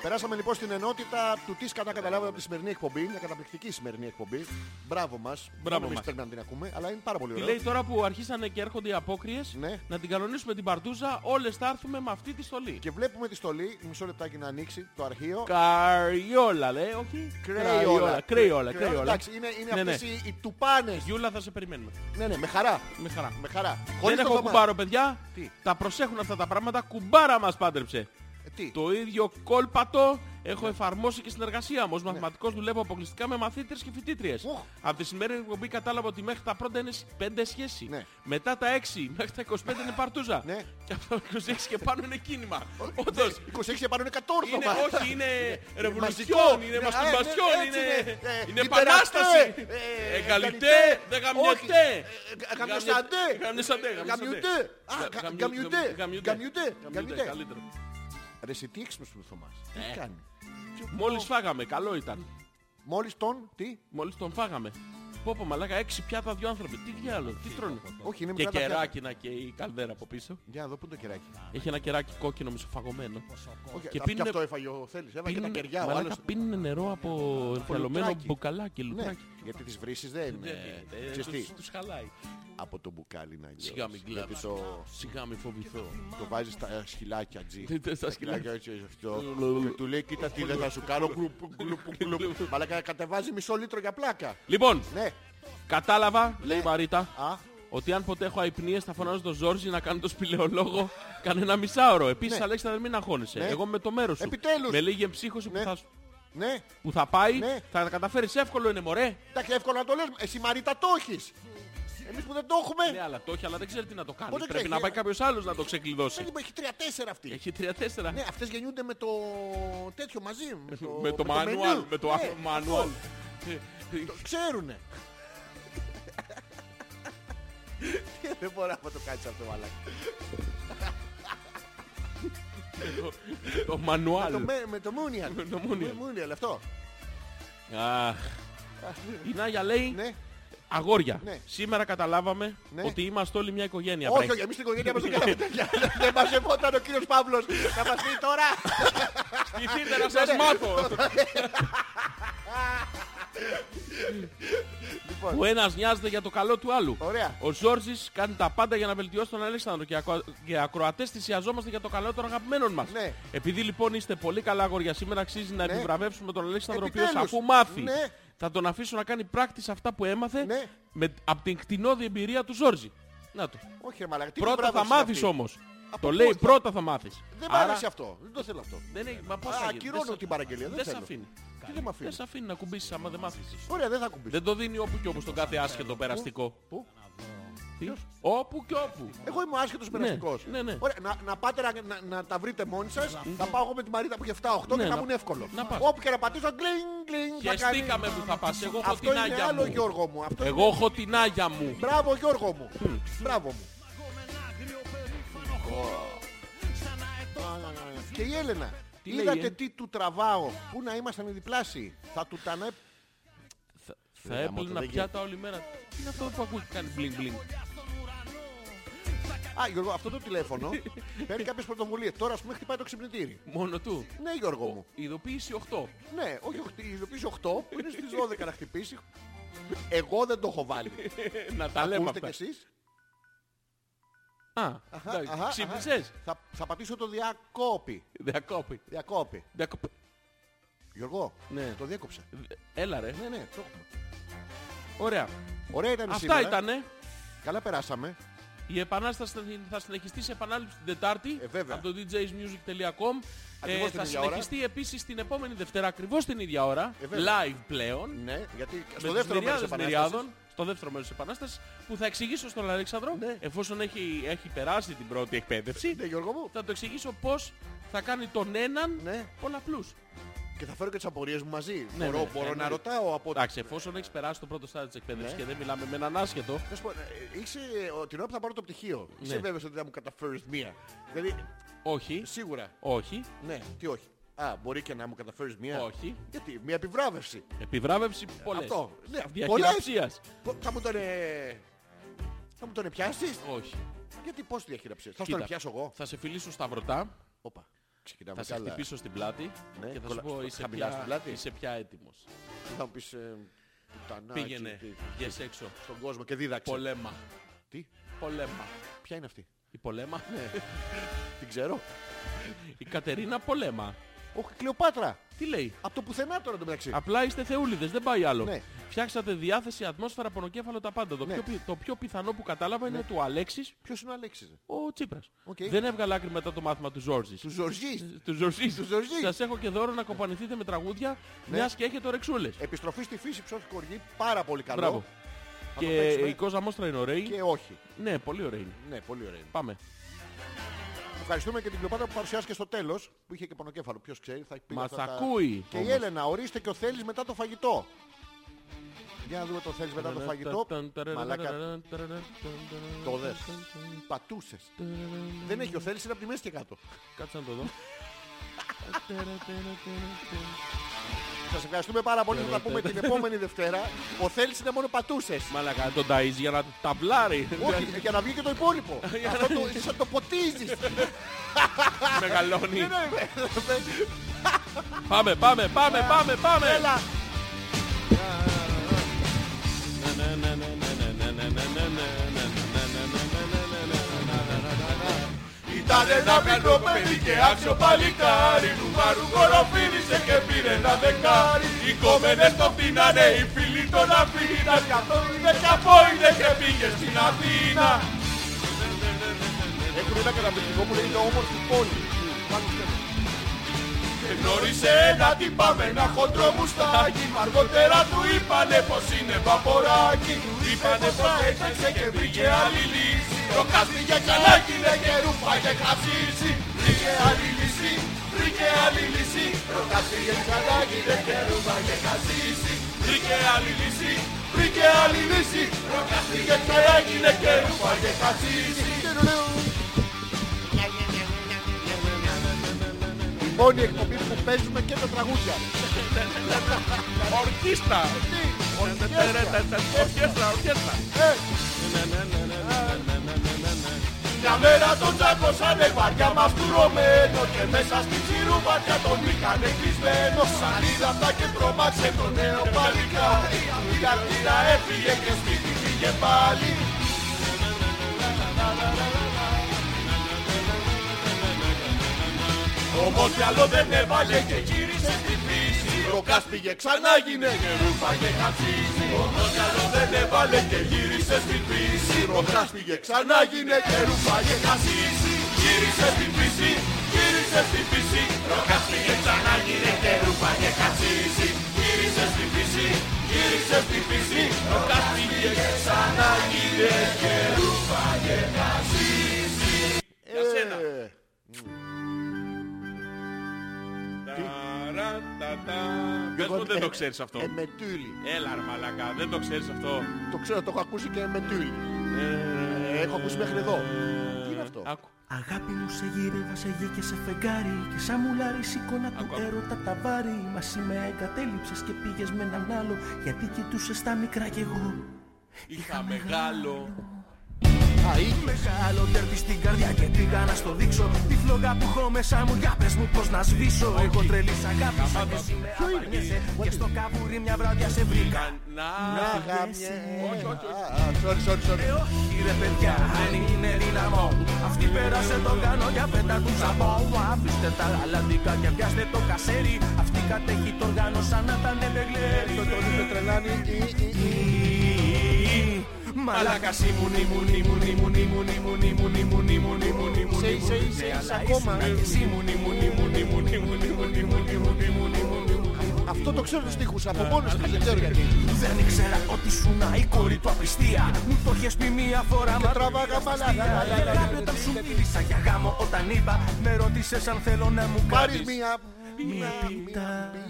S1: Περάσαμε λοιπόν στην ενότητα του τι κατά καταλάβαμε από τη σημερινή εκπομπή. Μια καταπληκτική σημερινή εκπομπή. Μπράβο μας.
S2: Μπράβο
S1: Εμεί
S2: μας.
S1: πρέπει να την ακούμε, αλλά είναι πάρα πολύ
S2: Τι
S1: ωραία.
S2: λέει τώρα που αρχίσανε και έρχονται οι απόκριες,
S1: Ναι.
S2: να την κανονίσουμε την παρτούζα, όλες θα έρθουμε με αυτή τη στολή.
S1: Και βλέπουμε τη στολή, μισό λεπτάκι να ανοίξει το αρχείο.
S2: Καριόλα λέει, όχι.
S1: Κρέιολα.
S2: Κρέιόλα, κρέιόλα.
S1: Εντάξει, είναι, είναι
S2: Ναι,
S1: αυτές οι, οι τουπάνες.
S2: Γιούλα θα σε περιμένουμε.
S1: Ναι, ναι, με χαρά.
S2: Με χαρά.
S1: Με χαρά.
S2: Δεν
S1: το
S2: έχω
S1: δωμά.
S2: κουμπάρο παιδιά.
S1: Τι?
S2: Τα προσέχουν αυτά τα πράγματα. Κουμπάρα μας πάντρεψε.
S1: Ε, Τι.
S2: Το ίδιο κόλπατο
S1: Ναι.
S2: έχω εφαρμόσει και στην εργασία μου. Ως μαθηματικός δουλεύω αποκλειστικά με μαθήτρες και φοιτήτριες.
S1: Οχ.
S2: Από τη σημερινή εκπομπή κατάλαβα ότι μέχρι τα πρώτα είναι 5 σχέση.
S1: Ναι.
S2: Μετά τα 6 μέχρι τα 25 είναι παρτούζα.
S1: Ναι.
S2: Και από τα 26 και πάνω είναι κίνημα.
S1: Ναι,
S2: Όντως.
S1: 26 και πάνω είναι κατόρθωμα.
S2: Είναι, όχι, είναι ρεβολουσιόν,
S1: μαζικό.
S2: είναι
S1: Ναι,
S2: μαστιμπασιόν,
S1: ναι, έτσι
S2: είναι,
S1: είναι. Ε,
S2: είναι
S1: liberté,
S2: επανάσταση.
S1: ε,
S2: Εγκαλιτέ, δεν
S1: όχι,
S2: γαμιωτέ.
S1: ε, γαμιοσαντέ.
S2: Γαμιοσαντέ,
S1: Γαμιουτέ. Α, γα- γαμιουτέ.
S2: Γαμιωτέ.
S1: Γαμιουτέ. Γαμιουτέ.
S2: καλύτερο.
S1: Ρε, εσύ τι έξυπνος που είναι ο Θωμάς. Τι
S2: Ε.
S1: κάνει.
S2: Μόλις φάγαμε, καλό ήταν.
S1: Μόλις τον, τι.
S2: Μόλις τον φάγαμε. Πω πω μαλάκα, έξι πιάτα δυο άνθρωποι. Τι διάλογο, τι τρώνε.
S1: Όχι, είναι
S2: Και
S1: μικρά τα πιάτα.
S2: κεράκινα και η καλδέρα από πίσω.
S1: Για να δω πού είναι το κεράκι.
S2: Έχει ένα κεράκι κόκκινο μισοφαγωμένο.
S1: Όχι,
S2: Και
S1: α,
S2: πίνουνε-
S1: αυτό έφαγε ο Θέλης. Έβαγε και τα
S2: Πίνουνε-
S1: κεριά ο
S2: μαλάκα,
S1: άλλος.
S2: πίνουνε νερό από εμφιαλωμένο
S1: λουτράκι.
S2: μπουκαλάκι,
S1: Ναι,
S2: λουτράκι.
S1: γιατί τις βρύσεις δεν είναι.
S2: Ε,
S1: Ξέρεις τι,
S2: τους- Τους χαλάει.
S1: από το μπουκάλι να λιώσει.
S2: Σιγά μην κλάψεις.
S1: Γιατί το,
S2: Σιγά μη φοβηθώ.
S1: το βάζεις στα ε, σκυλάκια τζι.
S2: Τι- τι- στα
S1: Τα
S2: σκυλάκια.
S1: έτσι, αυτό. Και του λέει κοίτα τι δεν θα σου κάνω. Κλουπ, κλουπ, κλουπ. Μαλάκα κατεβάζει μισό λίτρο για πλάκα.
S2: Λοιπόν,
S1: Ναι.
S2: κατάλαβα, λέει η Μαρίτα,
S1: Α,
S2: ότι αν ποτέ έχω αϊπνίες θα φωνάζω τον Ζόρζι να κάνω το σπηλαιολόγο κανένα μισάωρο. Επίσης,
S1: Ναι.
S2: Αλέξανδρε, μην αγχώνεσαι.
S1: Ναι.
S2: Εγώ με το μέρος σου.
S1: Επιτέλους.
S2: Με λίγη εμψύχωση που
S1: Ναι.
S2: θα σου-
S1: ναι.
S2: που θα πάει,
S1: Ναι.
S2: θα τα καταφέρεις εύκολο είναι μωρέ.
S1: Εντάξει, εύκολο να το λες. Εσύ Μαρίτα το έχεις. Εμείς που δεν το
S2: Ναι,
S1: έχουμε.
S2: αλλά το έχει, αλλά δεν ξέρει τι να το κάνει.
S1: Πώς δεν
S2: Πρέπει
S1: ξέρει,
S2: να πάει
S1: ε?
S2: κάποιος άλλος να το ξεκλειδώσει.
S1: Παιδί μου, Ε, λοιπόν, Έχει τρία-τέσσερα αυτή.
S2: Έχει 3-4.
S1: Ναι, αυτές γεννιούνται με το τέτοιο μαζί. Με το,
S2: Με το
S1: μενού.
S2: manual. Με το
S1: Ναι,
S2: manual.
S1: Το ξέρουνε. Δεν μπορώ να το κάνεις αυτό, μαλάκα.
S2: Το
S1: Το
S2: manual.
S1: με- Με το Μούνιαλ. Με
S2: το Μούνιαλ.
S1: Μούνιαλ, αυτό.
S2: Αχ. Η Νάγια λέει
S1: Ναι.
S2: Αγόρια,
S1: Ναι.
S2: σήμερα καταλάβαμε
S1: Ναι.
S2: ότι είμαστε όλοι μια οικογένεια.
S1: Όχι,
S2: Βρέχει.
S1: όχι, εμείς στην οικογένεια μας δεν κάναμε τέτοια. Δεν μαζευόταν ο κύριος Παύλος να μας πει τώρα.
S2: Κοιτήστε να σας μάθω.
S1: Λοιπόν,
S2: Ο ένας νοιάζεται για το καλό του άλλου.
S1: Ωραία.
S2: Ο Ζόρζης κάνει τα πάντα για να βελτιώσει τον Αλέξανδρο και, ακο... και ακροατές θυσιαζόμαστε για το καλό των αγαπημένων μας.
S1: Ναι.
S2: Επειδή λοιπόν είστε πολύ καλά αγόρια, σήμερα αξίζει να
S1: Ναι. Ε,
S2: επιβραβεύσουμε τον Αλέξανδρο ο οποίος
S1: Επιτέλους.
S2: αφού μάθει
S1: Ναι.
S2: θα τον αφήσω να κάνει πράκτης σε αυτά που έμαθε
S1: Ναι.
S2: με... από την κτηνόδη εμπειρία του Ζόρζη. Να το.
S1: όχι, ρε μαλάκα. τι
S2: πρώτα θα
S1: βράβευση
S2: μάθεις
S1: αυτή.
S2: όμως.
S1: Από
S2: Το
S1: πού
S2: λέει
S1: θα-
S2: πρώτα θα μάθεις.
S1: Δεν μ'
S2: Άρα-
S1: άρεσε αυτό. Δεν το θέλω αυτό.
S2: Δεν έχει, μα πώς
S1: Α,
S2: θα γίνει,
S1: ακυρώνω
S2: δεν σε-
S1: την παραγγελία, δεν
S2: Δεν σε
S1: θέλω.
S2: αφήνει.
S1: Τι δεν με αφήνει.
S2: Δεν σε αφήνει να κουμπίσεις άμα δεν μάθεις.
S1: Ωραία, δεν θα κουμπίσω.
S2: Δεν το δίνει όπου και όπου στον κάθε άσχετο περαστικό.
S1: Πού?
S2: Τι? Όπου και όπου.
S1: Εγώ είμαι ο άσχετος περαστικός.
S2: ναι, ναι.
S1: Ωραία, να, να πάτε να, να, να τα βρείτε μόνοι σας. Θα πάω εγώ με τη Μαρίτα που έχει 7-8
S2: Ναι,
S1: και θα
S2: να-
S1: μου είναι εύκολο.
S2: να πας.
S1: Όπου και να πατήσω, γκλινγκ, γκλινγκ. θα κάνει-
S2: Χεστήκαμε που θα πας. Εγώ έχω
S1: Αυτό
S2: την
S1: είναι
S2: άγια
S1: άλλο
S2: μου.
S1: Γιώργο μου. Αυτό
S2: Εγώ έχω την άγια μου.
S1: Μπράβο Γιώργο μου. Μπράβο μου. Και η Έλενα.
S2: Τι λέει, ε?
S1: Είδατε τι του τραβάω. Πού να ήμασταν οι διπλάσιοι. Θα του τα να...
S2: Θα έπλυνα
S1: δεν
S2: πιάτα όλη μέρα. Τι είναι αυτό που ακούει και κάνει μπλιν μπλιν.
S1: Α, Γιώργο, αυτό το τηλέφωνο παίρνει κάποιες πρωτοβουλίες. Τώρα, ας πούμε, χτυπάει το ξυπνητήρι.
S2: Μόνο του.
S1: Ναι, Γιώργο μου.
S2: Ειδοποίηση 8.
S1: Ναι, όχι, οχτ- η ειδοποίηση 8 που είναι στις 12 να χτυπήσει. Εγώ δεν το έχω βάλει.
S2: Ε, Να τα λέμε
S1: Ακούστε κι
S2: αυτά.
S1: εσείς.
S2: Α,
S1: Αχα,
S2: εντάξει, ξύπνησες.
S1: αχα. Θα, θα πατήσω το διακόπη.
S2: Διακόπη.
S1: Διακόπη.
S2: Διακόπη.
S1: Γιώργο,
S2: Ναι.
S1: το διέκοψα.
S2: Έλα ρε.
S1: Ναι, ναι, το έχουμε.
S2: Ωραία.
S1: Ωραία ήταν
S2: Αυτά
S1: σήμερα.
S2: ήτανε.
S1: Καλά περάσαμε.
S2: Η επανάσταση θα, θα συνεχιστεί σε επανάληψη την Τετάρτη
S1: Ε, βέβαια.
S2: από το djsmusic.com.
S1: Ακριβώς την
S2: Ε, θα
S1: ίδια ώρα.
S2: συνεχιστεί επίσης την επόμενη Δευτέρα ακριβώς την ίδια ώρα.
S1: Ε, βέβαια.
S2: live πλέον.
S1: Ναι, γιατί
S2: με
S1: στο δεύτερο
S2: τις
S1: μέρος
S2: μυριάδες
S1: επανάστασης.
S2: μυριάδων, στο δεύτερο μέρος της Επανάστασης που θα εξηγήσω στον Αλέξανδρο εφόσον έχει, έχει περάσει την πρώτη εκπαίδευση
S1: Ναι, Γιώργο μου.
S2: θα το εξηγήσω πώς θα κάνει τον έναν
S1: Ναι.
S2: πολλαπλούς.
S1: Και θα φέρω και τις απορίες μου μαζί.
S2: Ναι,
S1: μπορώ
S2: ναι, ναι,
S1: μπορώ να
S2: εννοείται.
S1: ρωτάω από...
S2: Εντάξει, εφόσον έχεις περάσει το πρώτο στάδιο της εκπαίδευσης
S1: Ναι.
S2: και δεν μιλάμε με έναν άσχετο
S1: Να σου πω, ε, Είσαι, ο- την ώρα που θα πάρω το πτυχίο, είσαι
S2: Ναι.
S1: βέβαιος ότι θα μου καταφέρεις μία. Δηλαδή,
S2: όχι,
S1: σίγουρα.
S2: όχι,
S1: Ναι, τι όχι. Α, μπορεί και να μου καταφέρεις μία.
S2: όχι.
S1: Γιατί, μία επιβράβευση.
S2: Επιβράβευση πολλές.
S1: Αυτό. Ναι,
S2: Διακυραψίας.
S1: Πο- Θα μου τον... ε, Θα μου τον πιάσεις.
S2: Όχι.
S1: Γιατί πώς τη διαχειραψές. Θα σου
S2: Κοίτα,
S1: τον πιάσω εγώ.
S2: Θα σε φιλήσω σταυρωτά,
S1: Όπα. Ξεκινάμε
S2: θα σε
S1: καλά.
S2: χτυπήσω στην πλάτη
S1: Ναι,
S2: και θα σου
S1: κολλά-
S2: πω είσαι
S1: χαμηλά στην
S2: πια,
S1: πλάτη.
S2: είσαι πια έτοιμος.
S1: Θα μου πεις... ε, πουτανάκι,
S2: Πήγαινε,
S1: τι-
S2: βγες έξω.
S1: Στον κόσμο και δίδαξε.
S2: Πολέμα.
S1: Τι, Ναι.
S2: Πολέμα.
S1: ποια είναι αυτή.
S2: Η Πολέμα.
S1: Την ξέρω.
S2: Η Κατερίνα Πολέμα.
S1: Όχι, Κλεοπάτρα.
S2: Τι λέει.
S1: Από το πουθενά τώρα το μεταξύ.
S2: Απλά είστε θεούλιδες, δεν πάει άλλο.
S1: Ναι.
S2: Φτιάξατε διάθεση, ατμόσφαιρα, πονοκέφαλο, τα πάντα. Το,
S1: Ναι.
S2: πιο, πι- το πιο πιθανό που κατάλαβα είναι του Αλέξης
S1: Ποιος είναι ο Αλέξης. ε?
S2: ο Τσίπρας.
S1: Οκ.
S2: Δεν έβγαλε άκρη μετά το μάθημα του Ζόρζης.
S1: Του Ζορζής.
S2: Του Ζορζής.
S1: Του Ναι. Ζορζής.
S2: Σας έχω και δώρο να κοπανηθείτε με τραγούδια, μιας και έχετε ορεξούλες.
S1: Επιστροφή στη φύση ψώφι κοργή. Πάρα πολύ καλό.
S2: Μπράβο.
S1: Θα το
S2: Και
S1: παίξουμε.
S2: η Κόζα Μόστρα είναι ωραία.
S1: Και όχι.
S2: Ναι, πολύ ωραία είναι.
S1: Ναι, πολύ ωραία. είναι.
S2: Πάμε.
S1: Ευχαριστούμε και την Κλεοπάτρα που παρουσιάστηκε στο τέλος που είχε και πονοκέφαλο. Ποιος ξέρει, θα πει.
S2: Μας
S1: αυτά τα-
S2: ακούει,
S1: Και η
S2: όμως.
S1: Έλενα, ορίστε και ο Θέλει μετά το φαγητό. Για να δούμε το Θέλει μετά το φαγητό. Μαλάκα, το δες. Πατούσες. Δεν έχει ο Θέλει, είναι από τη μέση και κάτω.
S2: Κάτσε να το δω.
S1: Σας ευχαριστούμε πάρα πολύ
S2: Ναι,
S1: που θα τα πούμε την επόμενη Δευτέρα. Ο Θέλει είναι μόνο πατούσες.
S2: Μαλάκα, τον ταΐζεις για να ταυλάρει.
S1: Όχι, για να βγει και το υπόλοιπο. Αυτό το, σαν το ποτίζεις. Ναι,
S2: Μεγαλώνει. Πάμε, πάμε, πάμε, πάμε, πάμε. Έλα.
S1: Ήταν ένα μικρό παιδί και άξιο παλικάρι Του μαρουγόρο φίλησε και πήρε ένα δεκάρι Οι κόμενες το πίνανε, οι φίλοι τον αφήναν Κι αυτό είναι και από είναι και πήγε στην Αθήνα Έχουν ένα καταπληκτικό που λέει το όμορφη πόλη και γνώρισε ένα τυπά με ένα χοντρό μουστάκι Μ' αργότερα του είπανε πως είναι βαποράκι Του είπανε πως έταξε και βρήκε άλλη λύση Το κάστηκε για καλάκινε και ρούφα και καψίσει Βρήκε άλλη λύση, βρήκε άλλη λύση Το κάστηκε για καλάκινε και ρούφα και καψίσει Βρήκε άλλη λύση, βρήκε άλλη λύση Το κάστηκε για καλάκινε και ρούφα και καψίσει Η μόνη εκπομπή που παίζουμε και τα τραγούδια
S2: Ορκίστα. Ορκίστα, ορκίστα.
S1: Μια μέρα τον τσάκωσανε βαριά μαστουρωμένο Και μέσα στη ξηρούβατια τον είχανε κλεισμένο Σαν είδα αυτά και τρομάξε το νέο παλικάρι Η καρτίνα έφυγε και σπίτι πήγε πάλι Όμως κι άλλο δεν έβαλε και γύρισε στη φύση Ο Κας πήγε ξανά γίνε και ρούφα και χατσίζει Όμως κι άλλο δεν έβαλε και γύρισε στη φύση Ο Κας πήγε ξανά γίνε και ρούφα και χατσίζει Γύρισε στη φύση, γύρισε στη φύση Ο Κας πήγε ξανά γίνε και ρούφα και χατσίζει Γύρισε στη φύση, γύρισε στη φύση Ο Κας πήγε ξανά γίνε και ρούφα και χατσίζει
S2: Για
S1: Ε,
S2: σένα.
S1: λοιπόν,
S2: Πες μου
S1: ε,
S2: δεν το ξέρεις αυτό. Ε,
S1: Εμετούλη.
S2: Έλα ρε μαλακά, δεν το ξέρεις αυτό.
S1: Το ξέρω, το έχω ακούσει και με τύλι.
S2: Ε,
S1: Έχω ακούσει μέχρι εδώ. Τι είναι αυτό.
S2: Άκου.
S7: Αγάπη μου σε γύρευα σε γη και σε φεγγάρι Και σαν μουλάρι εικόνα του
S2: Ακόμα.
S7: έρωτα τα βάρη Μαζί με εγκατέλειψες και πήγες με έναν άλλο Γιατί κοιτούσες τα μικρά κι εγώ
S2: Είχα μεγάλο.
S7: Μεγάλο τέρπι στην καρδιά και πήγα να στο δείξω Τη φλόγα που έχω μέσα μου για πες μου πως να σβήσω Έχω τρελής σ' αγάπη σαν και σήμερα απαγνιέσαι Και στο καβούρι μια βράδια σε βρήκα
S2: Να.
S1: Αγάπη.
S7: Εσύ.
S2: Όχι, όχι, όχι.
S1: Α, α, sorry, sorry, sorry.
S7: Ε, όχι ρε παιδιά, δεν είναι δυναμό. Αυτή πέρασε τον κάνω για πέτα του σαμπό. Αφήστε τα γαλαντικά και πιάστε το κασέρι. Αυτή κατέχει τον κάνω σαν να ήταν μπεγλέρι.
S1: Τον είπε τρελάνη.
S7: Μαλάκα ήμουν, ήμουν, ήμουν, ήμουν, ήμουν, ήμουν, ήμουν, ήμουν, ήμουν, ήμουν, ήμουν,
S1: Είσαι, είσαι, είσαι, είσαι ακόμα.
S7: ήμουν, ήμουν, ήμουν, ήμουν, ήμουν, ήμουν, ήμουν, ήμουν, ήμουν, ήμουν, ήμουν.
S1: Αυτό το ξέρω τους τείχους από μόνος τους, δεν ξέρω γιατί.
S7: Δεν ήξερα ότι σου να η κόρη του απιστία Μου το είχες πει μία φορά μα
S1: τραβάγα μπαλά,
S7: Για
S1: λα, λα, λα, λα, λα,
S7: κάποιον όταν σου μίλησα για γάμο όταν είπα Με ρώτησες αν θέλω να μου
S1: Πάρεις
S7: κάνεις
S1: μία...
S2: Μία πίτα.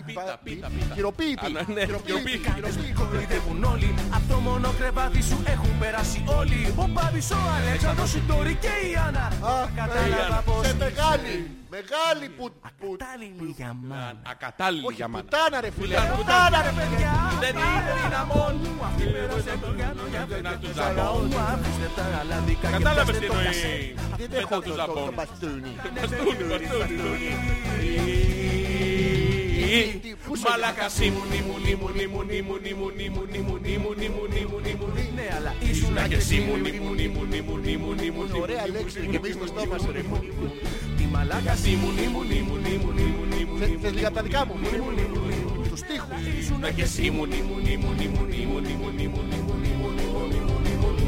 S2: Πίτα, πίτα, πίτα.
S1: Χειροποίητη.
S2: Α, ναι, ναι, χειροποίητη.
S7: Κάντες μη κοροϊδεύουν όλοι Απ' το μόνο κρεβάτι σου έχουν περάσει όλοι Ο Πάπης, ο Αλέξανδρος, η Ντόρη και η Άννα
S1: Α,
S7: Κατάλαβα πως
S1: Σε μεγάλη. Μεγάλη που... που-
S7: Κατάλληλη για μάνα
S2: Ακατάλληλη
S1: Όχι,
S2: για μάνα.
S1: πουτάνα ρε φίλε.
S2: Πουτάνα,
S1: Πουτάνα ρε φίλε.
S7: παιδιά Δεν είναι δυναμόν μου Αυτή πέρασε τον κάνω για πέτα του ζαμόν μου Αφήστε τα γαλανδικά και
S2: Κατάλαβες τι
S7: πιάστε το κασέρι
S2: εννοεί.
S1: Δεν
S2: Μετά
S1: έχω
S2: του
S1: το- το- το
S2: ζαμπόν.
S1: μπαστούνι.
S2: Μπαστούνι, μπαστούνι.
S1: Πού σε
S2: Μαλάκα ήμουν, ήμουν, ήμουν,
S7: Ήμουν, ήμουν, ήμουν, ήμουν, ήμουν, ήμουν, ήμουν, ήμουν, ήμουν. Ναι, αλλά ήσουν
S2: και
S7: και
S2: εσύ,
S7: εσύ
S2: ήμουν,
S7: ήμουν, ήμουν, ήμουν, ήμουν, ήμουν, ήμουν.
S1: Ωραία λέξη να γεμίζεις το στόμα σου ρε.
S7: Τη μαλάκα ήμουν, ήμουν, ήμουν, ήμουν, ήμουν, ήμουν.
S1: Θες- Θες λίγα από τα δικά μου. Τους τείχους.
S7: Ήσουν και εσύ ήμουν, ήμουν, ήμουν, ήμουν, ήμουν, ήμουν, ήμουν, ήμουν, ήμουν, ήμουν, ήμουν, ήμουν, ήμουν.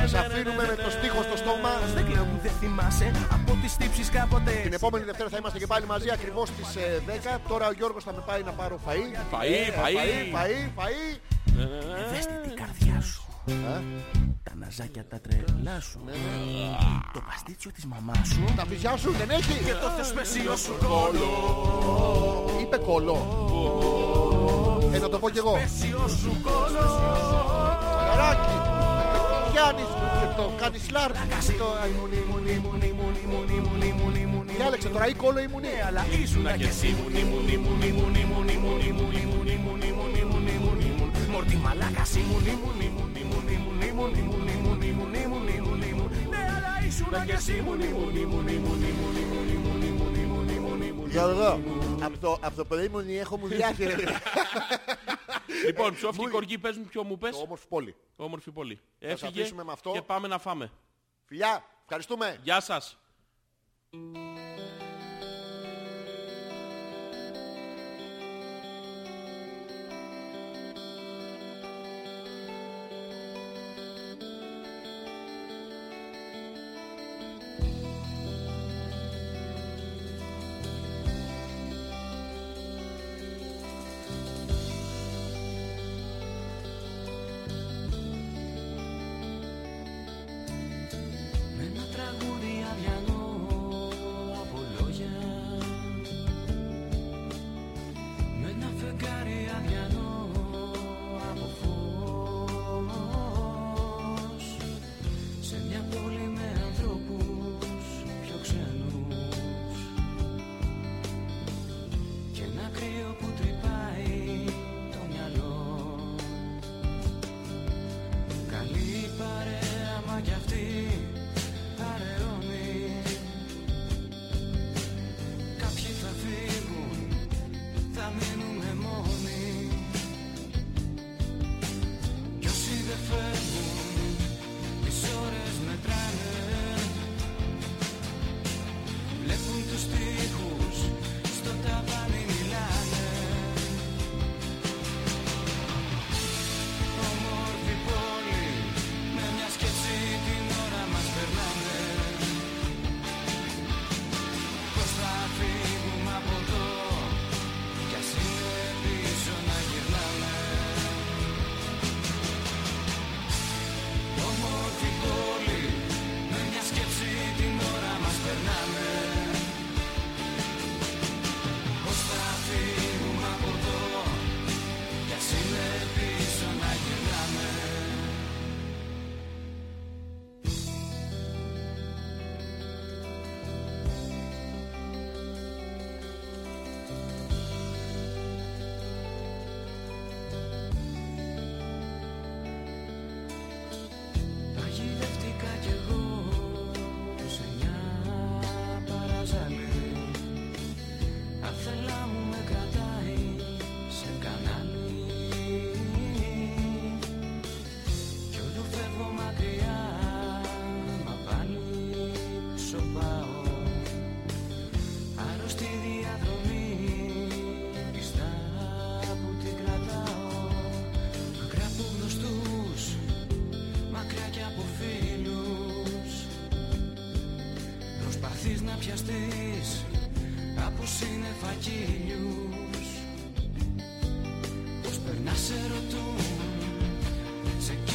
S1: Σας αφήνουμε με το στίχο στο στόμα.
S7: Δεν κλαίω που δεν θυμάσαι από τις τύψεις κάποτε.
S1: Την επόμενη Δευτέρα θα είμαστε και πάλι μαζί ακριβώς στις ε, 10. Τώρα ο Γιώργος θα με πάει να πάρω φαΐ.
S2: Φαΐ,
S1: Ε, Φαΐ,
S2: φαΐ.
S1: φαΐ, φαΐ.
S7: Δέστε την καρδιά σου. Τα ναζάκια τα τρελά σου. Το παστίτσιο της μαμάς σου.
S1: Τα φυσιά σου δεν έχει.
S7: ναι. Το θεσπεσίο σου κόλο.
S1: Είπε κολό. Ε, να το πω κι εγώ.
S7: Θεσπεσίο σου κόλο.
S1: Καράκι. Γιάννης. Και το κάνεις λάρ. Το-
S7: Ήμουν, ήμουν, ήμουν, ήμουν, ήμουν, ήμουν, ήμουν, ήμουν.
S1: Διάλεξε τώρα ή κόλλο ή μουνί.
S7: Ναι, αλλά ήσουν και εσύ. Ήμουν, ήμουν, ήμουν, ήμουν, ήμουν, ήμουν, ήμουν, ήμουν, ήμουν, ήμουν, ήμουν, ήμουν, ήμουν. Μορτή μαλάκας ήμουν, ήμουν, ήμουν, ήμουν, ήμουν, ήμουν, ήμουν, ήμουν, ήμουν, ήμουν, ήμουν, ήμουν. Ναι, αλλά ήσουν και εσύ. Ήμουν, ήμουν, ήμουν, ήμουν, ήμουν, ήμουν, ήμουν, ήμουν, ήμουν, ήμουν, ήμουν.
S1: Γιώργο, από το, απ' το πρωί μου έχω μου διάφορα.
S2: Λοιπόν, ψόφι και κοργή, πες μου ποιο μου πες.
S1: Όμορφη πόλη.
S2: Όμορφη πολύ.
S1: σε αφήσουμε με αυτό.
S2: και πάμε να φάμε.
S1: Φιλιά, ευχαριστούμε.
S2: Γεια σας.
S8: Με ένα τραγούδι αδιανό από λόγια Με ένα φεγγάρι αδιανό από φως Σε μια πόλη με ανθρώπους πιο ξένους Και ένα κρύο που τρυπάει το μυαλό Καλή παρέα μα κι αυτή παρεώνει Κάποιοι θα φύγουν, θα μείνουμε μόνοι Κι όσοι δεν φεύγουν, τις ώρες μετράνε Βλέπουν τους τοίχους, στο ταβάνι μιλάνε όμορφη πόλη με μια σκέψη την ώρα μας
S7: να πιαστείς από σύννεφα κι ήλιους Πώς περνάς σε ρωτούν σε